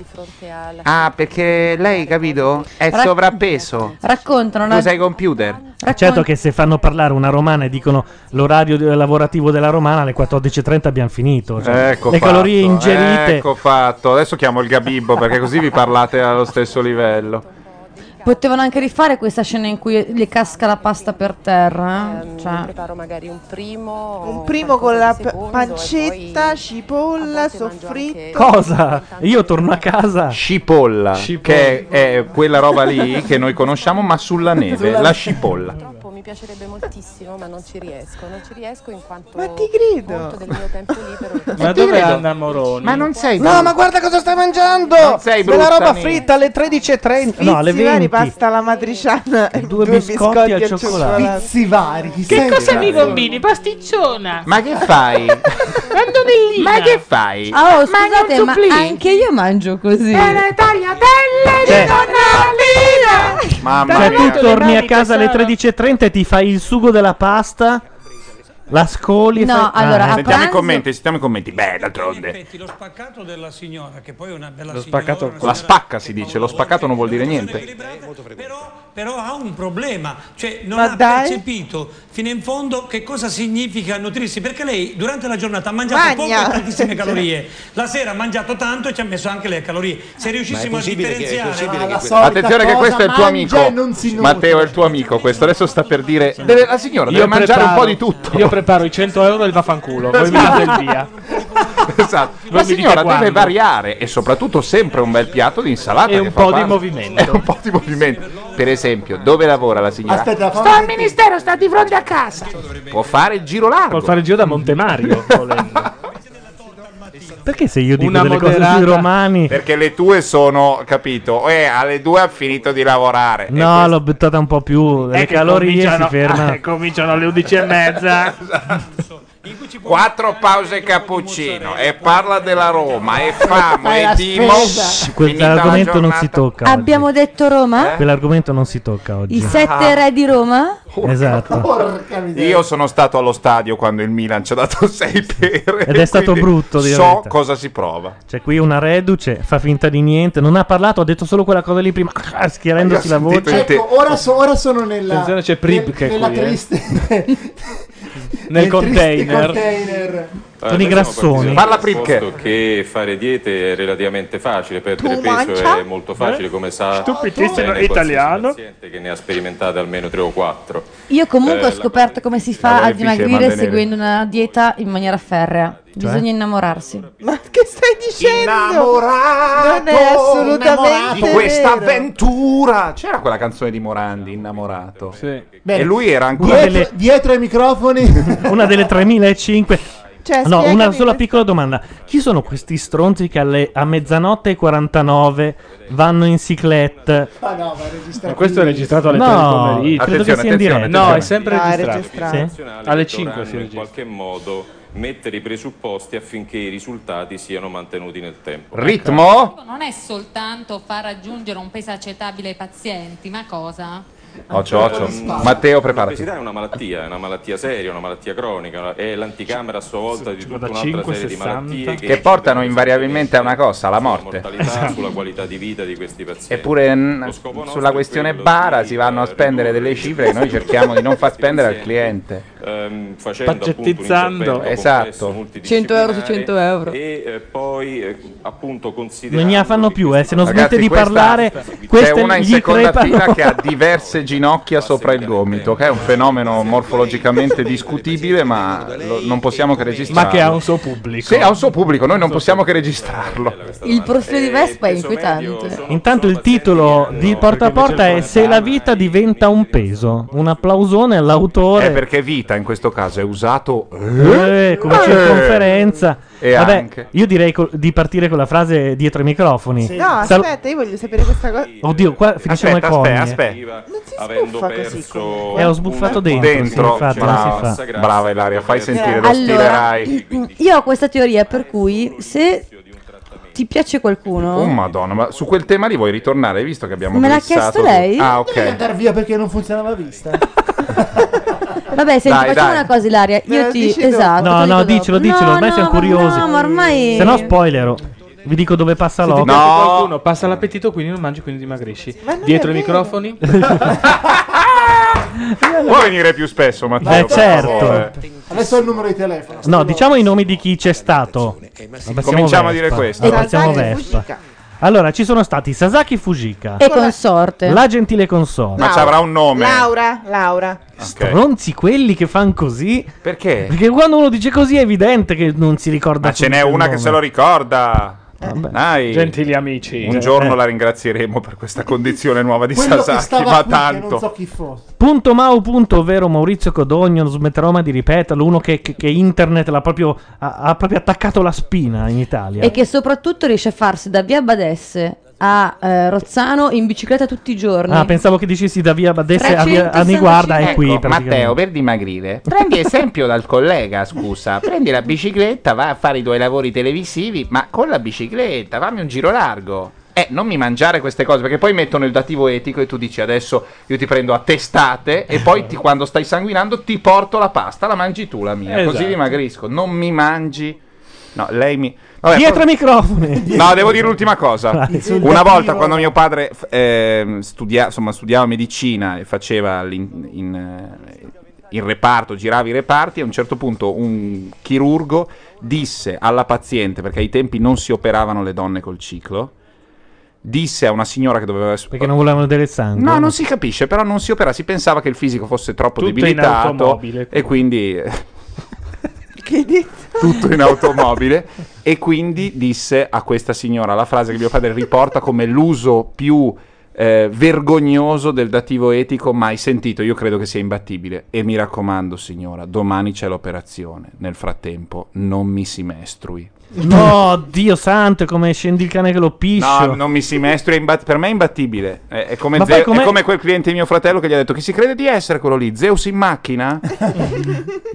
[SPEAKER 14] Ah, perché lei, capito, è
[SPEAKER 7] Rac-
[SPEAKER 14] sovrappeso.
[SPEAKER 7] Raccontano
[SPEAKER 14] Tu
[SPEAKER 7] la-
[SPEAKER 14] sei computer.
[SPEAKER 2] Certo che se fanno parlare una romana e dicono l'orario de- lavorativo della romana alle 14.30 abbiamo finito. cioè,
[SPEAKER 14] Ecco
[SPEAKER 2] le
[SPEAKER 14] fatto,
[SPEAKER 2] calorie ingerite.
[SPEAKER 14] Ecco fatto. Adesso chiamo il Gabibbo perché così vi parlate allo stesso livello.
[SPEAKER 7] Potevano anche rifare questa scena in cui le casca la pasta per terra. eh? Cioè.
[SPEAKER 1] Preparo magari un primo.
[SPEAKER 5] Un primo con la p- pancetta, cipolla, soffritto.
[SPEAKER 2] Cosa? Io torno a casa.
[SPEAKER 14] Scipolla, che è quella roba lì che noi conosciamo, ma sulla neve, la scipolla.
[SPEAKER 1] mi piacerebbe moltissimo, ma non ci riesco. Non ci riesco in quanto
[SPEAKER 16] Ma ti grido.
[SPEAKER 1] molto del mio tempo libero.
[SPEAKER 8] Ma dove è Anna Moroni?
[SPEAKER 16] Ma non sei
[SPEAKER 8] brutta.
[SPEAKER 16] No, ma guarda cosa stai mangiando!
[SPEAKER 8] Non sei
[SPEAKER 16] Della
[SPEAKER 8] brutta,
[SPEAKER 16] roba
[SPEAKER 8] Nini.
[SPEAKER 16] fritta alle 13.30.
[SPEAKER 2] No, alle
[SPEAKER 16] Pizzivari,
[SPEAKER 2] 20.
[SPEAKER 16] pasta alla matriciana e due,
[SPEAKER 2] biscotti al cioccolato.
[SPEAKER 16] Pizzivari.
[SPEAKER 2] Che
[SPEAKER 19] Cosa mi combini? Pasticciona.
[SPEAKER 14] Ma che fai?
[SPEAKER 19] Mandorellina.
[SPEAKER 14] Ma che fai?
[SPEAKER 7] Ah, Oh,
[SPEAKER 19] Mangia
[SPEAKER 7] scusate,
[SPEAKER 19] un
[SPEAKER 7] ma
[SPEAKER 19] supplì.
[SPEAKER 7] anche io mangio così.
[SPEAKER 2] Cioè-
[SPEAKER 14] Mamma
[SPEAKER 2] cioè,
[SPEAKER 14] mia.
[SPEAKER 2] tu torni a casa alle 13.30 e ti fai il sugo della pasta, la scoli. e fai... Ah,
[SPEAKER 14] sentiamo i commenti, sentiamo i commenti. Beh, d'altronde.
[SPEAKER 29] Lo spaccato della signora, che poi è una bella
[SPEAKER 14] Lo spaccato. La spacca si dice, lo spaccato non vuol dire niente.
[SPEAKER 29] però ha un problema, cioè non
[SPEAKER 16] Ma
[SPEAKER 29] ha
[SPEAKER 16] dai.
[SPEAKER 29] percepito fino in fondo che cosa significa nutrirsi, perché lei durante la giornata ha mangiato
[SPEAKER 16] Magna.
[SPEAKER 29] poco e tantissime calorie, la sera ha mangiato tanto e ci ha messo anche le calorie. Se riuscissimo a differenziare...
[SPEAKER 14] Attenzione che questo è il tuo amico.
[SPEAKER 29] mangia e non si nutre.
[SPEAKER 14] Matteo è il tuo amico. Questo adesso sta per dire. deve- la signora deve mangiare un po' di tutto.
[SPEAKER 8] Io preparo i 100 euro del vaffanculo. Voi mi date il via.
[SPEAKER 14] Esatto.
[SPEAKER 8] Non
[SPEAKER 14] La
[SPEAKER 8] mi dite
[SPEAKER 14] signora
[SPEAKER 8] quando.
[SPEAKER 14] deve variare e soprattutto sempre un bel piatto di insalata.
[SPEAKER 8] E
[SPEAKER 14] che
[SPEAKER 8] un
[SPEAKER 14] fa
[SPEAKER 8] po' di
[SPEAKER 14] parte.
[SPEAKER 8] movimento.
[SPEAKER 14] E un po' di movimento. Per esempio, dove lavora la signora?
[SPEAKER 13] Aspetta, sto al ministero, sta di fronte a casa.
[SPEAKER 14] Può fare il giro largo.
[SPEAKER 2] Può fare il giro da Montemario. Perché se io dico
[SPEAKER 14] Una
[SPEAKER 2] delle cose sui
[SPEAKER 14] moderata-
[SPEAKER 2] romani?
[SPEAKER 14] Perché le tue sono, capito? Eh, alle due ha finito di lavorare. Eh,
[SPEAKER 2] No, l'ho buttata un po' più. Le
[SPEAKER 14] che
[SPEAKER 2] calorie si
[SPEAKER 14] cominciano-
[SPEAKER 2] fermano.
[SPEAKER 14] eh, cominciano alle 11 e mezza. Quattro pause cappuccino e parla della Roma e famo
[SPEAKER 7] Fai
[SPEAKER 14] e
[SPEAKER 7] la
[SPEAKER 14] Timo.
[SPEAKER 7] spesa.
[SPEAKER 14] Finita la
[SPEAKER 2] Quell'argomento non
[SPEAKER 14] giornata.
[SPEAKER 2] si tocca. oggi.
[SPEAKER 7] Abbiamo detto
[SPEAKER 14] Eh?
[SPEAKER 7] Roma?
[SPEAKER 2] Quell'argomento non si tocca oggi.
[SPEAKER 7] I sette re di Roma?
[SPEAKER 2] Esatto.
[SPEAKER 14] Io sono stato allo stadio quando il Milan ci ha dato 6 pere.
[SPEAKER 2] Ed è stato
[SPEAKER 14] quindi
[SPEAKER 2] brutto, di
[SPEAKER 14] So
[SPEAKER 2] verità.
[SPEAKER 14] cosa si prova.
[SPEAKER 2] C'è qui una reduce, fa finta di niente, non ha parlato, ha detto solo quella cosa lì prima, schiarendosi la voce.
[SPEAKER 6] Ecco, ora, so- ora sono nella.
[SPEAKER 2] Attenzione, c'è Pribke
[SPEAKER 6] nel- nella
[SPEAKER 2] qui, eh.
[SPEAKER 6] triste- triste
[SPEAKER 2] Nel container.
[SPEAKER 6] container.
[SPEAKER 14] Eh.
[SPEAKER 2] Sono
[SPEAKER 30] Eh,
[SPEAKER 2] i grassoni.
[SPEAKER 30] Parla
[SPEAKER 2] Parla
[SPEAKER 14] Prilke.
[SPEAKER 30] Posto che fare diete è relativamente facile, perdere
[SPEAKER 2] Tu
[SPEAKER 30] peso
[SPEAKER 2] mangia?
[SPEAKER 30] è molto facile, come sa
[SPEAKER 2] Stupidissimo
[SPEAKER 30] bene qualsiasi
[SPEAKER 2] italiano.
[SPEAKER 30] paziente che ne ha sperimentate almeno 3 o 4.
[SPEAKER 7] Io comunque
[SPEAKER 30] Eh,
[SPEAKER 7] ho
[SPEAKER 30] la-
[SPEAKER 7] scoperto come si
[SPEAKER 30] la
[SPEAKER 7] fa a
[SPEAKER 30] malefice
[SPEAKER 7] dimagrire
[SPEAKER 30] mantenere.
[SPEAKER 7] seguendo una dieta in maniera ferrea. Bisogna innamorarsi.
[SPEAKER 16] Ma che stai dicendo? non è assolutamente
[SPEAKER 14] di questa
[SPEAKER 16] vero.
[SPEAKER 14] avventura. C'era quella canzone di Morandi, innamorato.
[SPEAKER 6] Bene.
[SPEAKER 14] E lui era ancora
[SPEAKER 6] Dietro, dietro ai microfoni.
[SPEAKER 2] Ecco. Una delle 3005.
[SPEAKER 6] Cioè,
[SPEAKER 2] no,
[SPEAKER 6] spiegami
[SPEAKER 2] una
[SPEAKER 6] questo.
[SPEAKER 2] sola piccola domanda. Chi sono questi stronzi che alle, a mezzanotte e 49 vanno in ciclette?
[SPEAKER 6] Ah, no, va registrato.
[SPEAKER 2] Ma questo è registrato alle
[SPEAKER 8] No.
[SPEAKER 2] tre del pomeriggio. Credo che sia in diretta.
[SPEAKER 8] No, è sempre
[SPEAKER 6] No, è
[SPEAKER 8] registrato.
[SPEAKER 6] registrato.
[SPEAKER 8] Sì.
[SPEAKER 30] Nazionale
[SPEAKER 8] Alle
[SPEAKER 30] dovranno
[SPEAKER 8] 5 si
[SPEAKER 30] in qualche modo mettere i presupposti affinché i risultati siano mantenuti nel tempo.
[SPEAKER 14] Ritmo?
[SPEAKER 31] Non è soltanto far raggiungere un peso accettabile ai pazienti, ma cosa?
[SPEAKER 14] Occio, occio. Matteo, preparati.
[SPEAKER 30] L'obesità è una malattia, è una malattia seria, una malattia cronica, è l'anticamera a sua volta di tutta un'altra
[SPEAKER 14] 55,
[SPEAKER 30] serie di malattie
[SPEAKER 14] Che portano invariabilmente a una cosa, alla morte.
[SPEAKER 30] mortalità, sulla qualità di vita di questi pazienti.
[SPEAKER 14] Eppure mh, sulla questione bara si vanno a spendere delle cifre che noi cerchiamo di non far spendere al cliente.
[SPEAKER 30] Ehm, facendo appunto un
[SPEAKER 14] Pacettizzando.
[SPEAKER 30] intervento
[SPEAKER 14] Esatto.
[SPEAKER 30] complesso, multidisciplinare,
[SPEAKER 17] 100 euro su 100 euro.
[SPEAKER 30] e eh, poi eh, appunto
[SPEAKER 2] Non ne
[SPEAKER 30] considerando
[SPEAKER 2] fanno più, eh. se non
[SPEAKER 14] Ragazzi,
[SPEAKER 2] smette di
[SPEAKER 14] questa-
[SPEAKER 2] parlare,
[SPEAKER 14] C'è
[SPEAKER 2] queste
[SPEAKER 14] una in
[SPEAKER 2] gli
[SPEAKER 14] seconda
[SPEAKER 2] crepano.
[SPEAKER 14] fila che ha diverse ginocchia sopra il gomito, che è un fenomeno morfologicamente discutibile, ma lo- non possiamo che registrarlo.
[SPEAKER 8] Ma che ha un suo pubblico.
[SPEAKER 14] Sì, ha un suo pubblico, noi non possiamo che registrarlo.
[SPEAKER 7] Il profilo di Vespa è inquietante.
[SPEAKER 2] Intanto il titolo di Porta a Porta è Se la vita diventa un peso. Un applausone
[SPEAKER 14] È
[SPEAKER 2] all'autore.
[SPEAKER 14] perché vita in questo caso è usato
[SPEAKER 2] Eh, come circonferenza.
[SPEAKER 14] Eh. E
[SPEAKER 2] Vabbè,
[SPEAKER 14] anche.
[SPEAKER 2] io direi co- di partire con la frase dietro i microfoni.
[SPEAKER 16] No,
[SPEAKER 2] Sal-
[SPEAKER 16] aspetta, io voglio sapere questa cosa.
[SPEAKER 2] Oddio, qua finisciamo
[SPEAKER 14] Aspetta,
[SPEAKER 2] ai cogne.
[SPEAKER 14] aspetta, aspetta.
[SPEAKER 30] avendo
[SPEAKER 16] Fa così,
[SPEAKER 30] perso
[SPEAKER 2] Eh, ho sbuffato dentro, sì, infatti, non si
[SPEAKER 14] brava,
[SPEAKER 2] fa.
[SPEAKER 14] brava Ilaria, fai sentire lo stile
[SPEAKER 7] Allora,
[SPEAKER 14] Rai.
[SPEAKER 7] Mm, io ho questa teoria per cui se ti piace qualcuno...
[SPEAKER 14] Oh madonna, ma su quel tema lì vuoi ritornare? Hai visto che abbiamo
[SPEAKER 7] Me l'ha
[SPEAKER 14] glissato
[SPEAKER 7] chiesto
[SPEAKER 14] tu?
[SPEAKER 7] lei?
[SPEAKER 14] Ah,
[SPEAKER 6] Devi
[SPEAKER 14] ok.
[SPEAKER 6] andare via perché non funzionava la vista.
[SPEAKER 7] Vabbè, senti,
[SPEAKER 14] Dai,
[SPEAKER 7] facciamo
[SPEAKER 14] dai.
[SPEAKER 7] una cosa, Ilaria.
[SPEAKER 6] Me
[SPEAKER 7] Io
[SPEAKER 6] la
[SPEAKER 7] ti.
[SPEAKER 6] dici dopo.
[SPEAKER 7] Esatto. te lo
[SPEAKER 2] No, no,
[SPEAKER 7] dico
[SPEAKER 2] dicelo,
[SPEAKER 7] dopo.
[SPEAKER 2] dicelo,
[SPEAKER 7] No,
[SPEAKER 2] ormai siamo
[SPEAKER 7] ma-
[SPEAKER 2] curiosi.
[SPEAKER 7] No, ma ormai.
[SPEAKER 2] Se no spoilero. Vi dico dove passa
[SPEAKER 8] Se ti
[SPEAKER 2] l'occhio.
[SPEAKER 8] piace qualcuno, passa l'appetito, quindi non mangi, quindi dimagrisci. Dietro i microfoni.
[SPEAKER 14] Può venire più spesso, Matteo?
[SPEAKER 2] Beh,
[SPEAKER 14] per
[SPEAKER 2] certo.
[SPEAKER 14] favore?
[SPEAKER 6] Adesso ho il numero di telefono.
[SPEAKER 2] No, diciamo i nomi di chi c'è stato.
[SPEAKER 14] Cominciamo a dire questo.
[SPEAKER 2] Passiamo
[SPEAKER 6] Sasaki
[SPEAKER 2] Vespa. Allora, ci sono stati Sasaki Fujika.
[SPEAKER 7] E consorte.
[SPEAKER 2] La gentile consorte.
[SPEAKER 14] Ma ci avrà un nome.
[SPEAKER 16] Laura, Laura.
[SPEAKER 2] Stronzi quelli che fanno così.
[SPEAKER 14] Perché?
[SPEAKER 2] Perché quando uno dice così è evidente che non si ricorda.
[SPEAKER 14] Ma ce n'è una che se lo ricorda.
[SPEAKER 6] Dai,
[SPEAKER 8] Eh, Gentili amici. eh.
[SPEAKER 6] Un giorno la ringrazieremo per questa condizione nuova di
[SPEAKER 3] Quello che
[SPEAKER 6] Sasaki,
[SPEAKER 3] stava
[SPEAKER 6] ma
[SPEAKER 3] qui, che non
[SPEAKER 6] tanto.
[SPEAKER 3] so chi fosse.
[SPEAKER 2] Punto Mau, punto, ovvero Maurizio Codogno, non smetterò mai di ripeterlo, uno che, che- che internet l'ha proprio, ha, ha proprio attaccato la spina in Italia.
[SPEAKER 7] E che soprattutto riesce a farsi da via Badesse a eh, Rozzano in bicicletta tutti i giorni.
[SPEAKER 2] Ah, pensavo che dicessi da via Badesse a, via, eh, a
[SPEAKER 7] 365.
[SPEAKER 2] Niguarda è
[SPEAKER 7] Ecco,
[SPEAKER 2] qui.
[SPEAKER 14] Matteo,
[SPEAKER 2] praticamente.
[SPEAKER 14] per dimagrire, prendi esempio dal collega, scusa. Prendi la bicicletta, vai a fare i tuoi lavori televisivi, ma con la bicicletta, fammi un giro largo. Eh, non mi mangiare queste cose, perché poi mettono il dativo etico e tu dici adesso io ti prendo a testate e poi ti- quando stai sanguinando ti porto la pasta, la mangi tu la mia, così
[SPEAKER 6] Esatto.
[SPEAKER 14] dimagrisco. Non mi mangi... No, lei mi...
[SPEAKER 2] Dietro ai microfoni.
[SPEAKER 14] No, devo dire l'ultima cosa.
[SPEAKER 2] Vai.
[SPEAKER 14] Una volta quando mio padre f- ehm, studia- insomma, studiava medicina e faceva l'in- in, eh, il reparto, girava i reparti, a un certo punto un chirurgo disse alla paziente, perché ai tempi non si operavano le donne col ciclo, disse a una signora che doveva...
[SPEAKER 2] Perché non volevano vedere il sangue.
[SPEAKER 14] No, non si capisce, però non si opera, si pensava che il fisico fosse troppo
[SPEAKER 2] Tutto in
[SPEAKER 14] debilitato
[SPEAKER 2] automobile.
[SPEAKER 14] e quindi... Tutto in automobile e quindi disse a questa signora la frase che mio padre riporta come l'uso più eh, vergognoso del dativo etico mai sentito, io credo che sia imbattibile e mi raccomando signora, domani c'è l'operazione, nel frattempo non mi si mestrui.
[SPEAKER 2] No, Dio santo, è come scendi il cane che lo piscio.
[SPEAKER 14] No, non mi si mestrui, è imbat- per me è imbattibile. È, è come
[SPEAKER 2] Ma
[SPEAKER 14] Ze-
[SPEAKER 2] poi com'è-
[SPEAKER 14] è come quel cliente di mio fratello che gli ha detto: Chi si crede di essere quello lì? Zeus in macchina?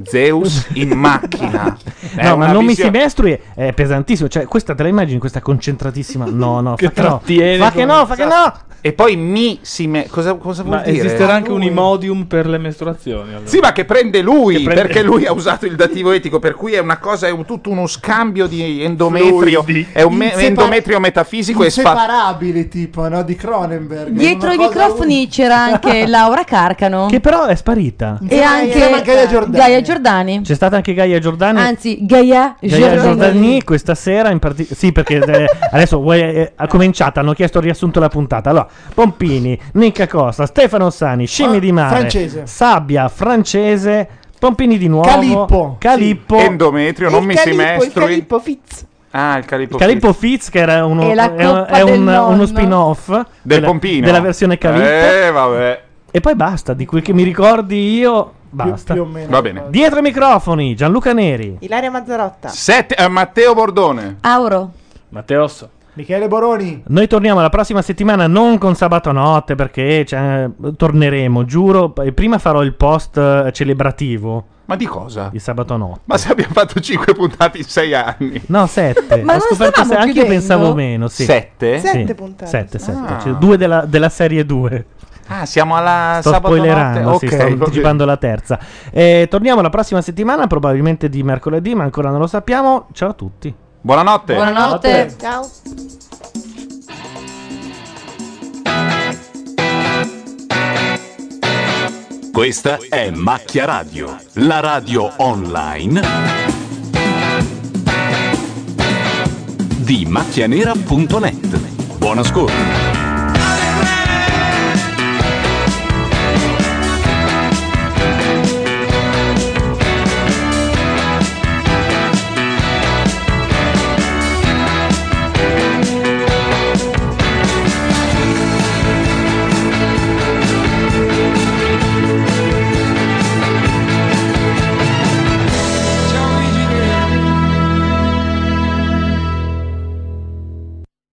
[SPEAKER 14] Zeus in macchina. È
[SPEAKER 2] No, ma
[SPEAKER 14] una
[SPEAKER 2] non mi si
[SPEAKER 14] visione-
[SPEAKER 2] mestrui è- è pesantissimo. Cioè, questa te la immagini, questa concentratissima. No, no, fa che no. Fa che no, fa che no.
[SPEAKER 14] E poi mi si me- cosa, cosa vuol
[SPEAKER 8] Ma
[SPEAKER 14] dire?
[SPEAKER 8] esisterà anche un
[SPEAKER 14] Lui.
[SPEAKER 8] imodium per le mestruazioni. allora.
[SPEAKER 14] Sì, ma che prende lui
[SPEAKER 8] Che prende-
[SPEAKER 14] perché lui ha usato il dativo etico, per cui è una cosa, è un- tutto uno scambio di endometrio, è un me-
[SPEAKER 3] Insepar-
[SPEAKER 14] endometrio metafisico e spazio.
[SPEAKER 3] Inseparabile, tipo, no? Di Cronenberg.
[SPEAKER 7] Dietro i
[SPEAKER 3] Una cosa
[SPEAKER 7] microfoni c'era anche Laura Carcano
[SPEAKER 2] Che però è sparita.
[SPEAKER 7] e anche Gaia Giordani.
[SPEAKER 2] C'è stata anche Gaia Giordani.
[SPEAKER 7] Anzi, Gaia,
[SPEAKER 2] Gaia
[SPEAKER 7] Giordani.
[SPEAKER 2] Giordani questa sera in parti- sì perché eh, adesso vuoi, eh, ha cominciato hanno chiesto il riassunto della puntata allora Pompini Nicca Costa Stefano Sani Scimmie di Mare
[SPEAKER 14] Ah, francese.
[SPEAKER 2] Sabbia francese Pompini di nuovo
[SPEAKER 14] Calippo.
[SPEAKER 2] Calippo
[SPEAKER 14] Sì. Endometrio, non Il mi si calippo, il mestrui. calippo
[SPEAKER 2] Fitz
[SPEAKER 14] Ah, il calippo.
[SPEAKER 2] Calippo Fitz che era uno,
[SPEAKER 14] E la
[SPEAKER 2] è un-
[SPEAKER 14] coppa
[SPEAKER 2] è un-
[SPEAKER 14] del nonno.
[SPEAKER 2] uno spin-off
[SPEAKER 14] Del
[SPEAKER 2] della,
[SPEAKER 14] Pompino.
[SPEAKER 2] della versione Calippo
[SPEAKER 14] Eh, vabbè.
[SPEAKER 2] e poi basta di quel che mi ricordi io basta
[SPEAKER 14] più o meno. Va bene.
[SPEAKER 2] dietro i microfoni Gianluca Neri
[SPEAKER 32] Ilaria Mazzarotta.
[SPEAKER 14] Sette, eh, Matteo Bordone.
[SPEAKER 7] Auro.
[SPEAKER 2] Matteosso
[SPEAKER 14] Michele Boroni.
[SPEAKER 2] Noi torniamo la prossima settimana non con sabato notte perché cioè, torneremo, giuro. P- Prima farò il post eh, celebrativo.
[SPEAKER 14] Ma di cosa?
[SPEAKER 2] Di sabato notte.
[SPEAKER 14] Ma se abbiamo fatto 5 puntate in 6 anni.
[SPEAKER 2] No, 7.
[SPEAKER 14] Ma
[SPEAKER 2] Ho
[SPEAKER 14] non
[SPEAKER 2] scoperto
[SPEAKER 14] stavamo
[SPEAKER 2] se anche io
[SPEAKER 14] chiudendo?
[SPEAKER 2] pensavo meno. Sì.
[SPEAKER 14] Sette?
[SPEAKER 2] Sì.
[SPEAKER 14] Sette puntate.
[SPEAKER 2] 7, 7.
[SPEAKER 14] Ah.
[SPEAKER 2] due della, della serie 2.
[SPEAKER 14] Ah, siamo alla
[SPEAKER 2] Sto
[SPEAKER 14] sabato
[SPEAKER 2] spoilerando,
[SPEAKER 14] notte. Ok,
[SPEAKER 2] sì, sto
[SPEAKER 14] va bene.
[SPEAKER 2] anticipando la terza. Eh, torniamo la prossima settimana, probabilmente di mercoledì, ma ancora non lo sappiamo. Ciao a tutti.
[SPEAKER 14] Buonanotte.
[SPEAKER 5] Buonanotte. Ciao.
[SPEAKER 33] Questa è Macchia Radio, la radio online di macchianera.net. Buon ascolto.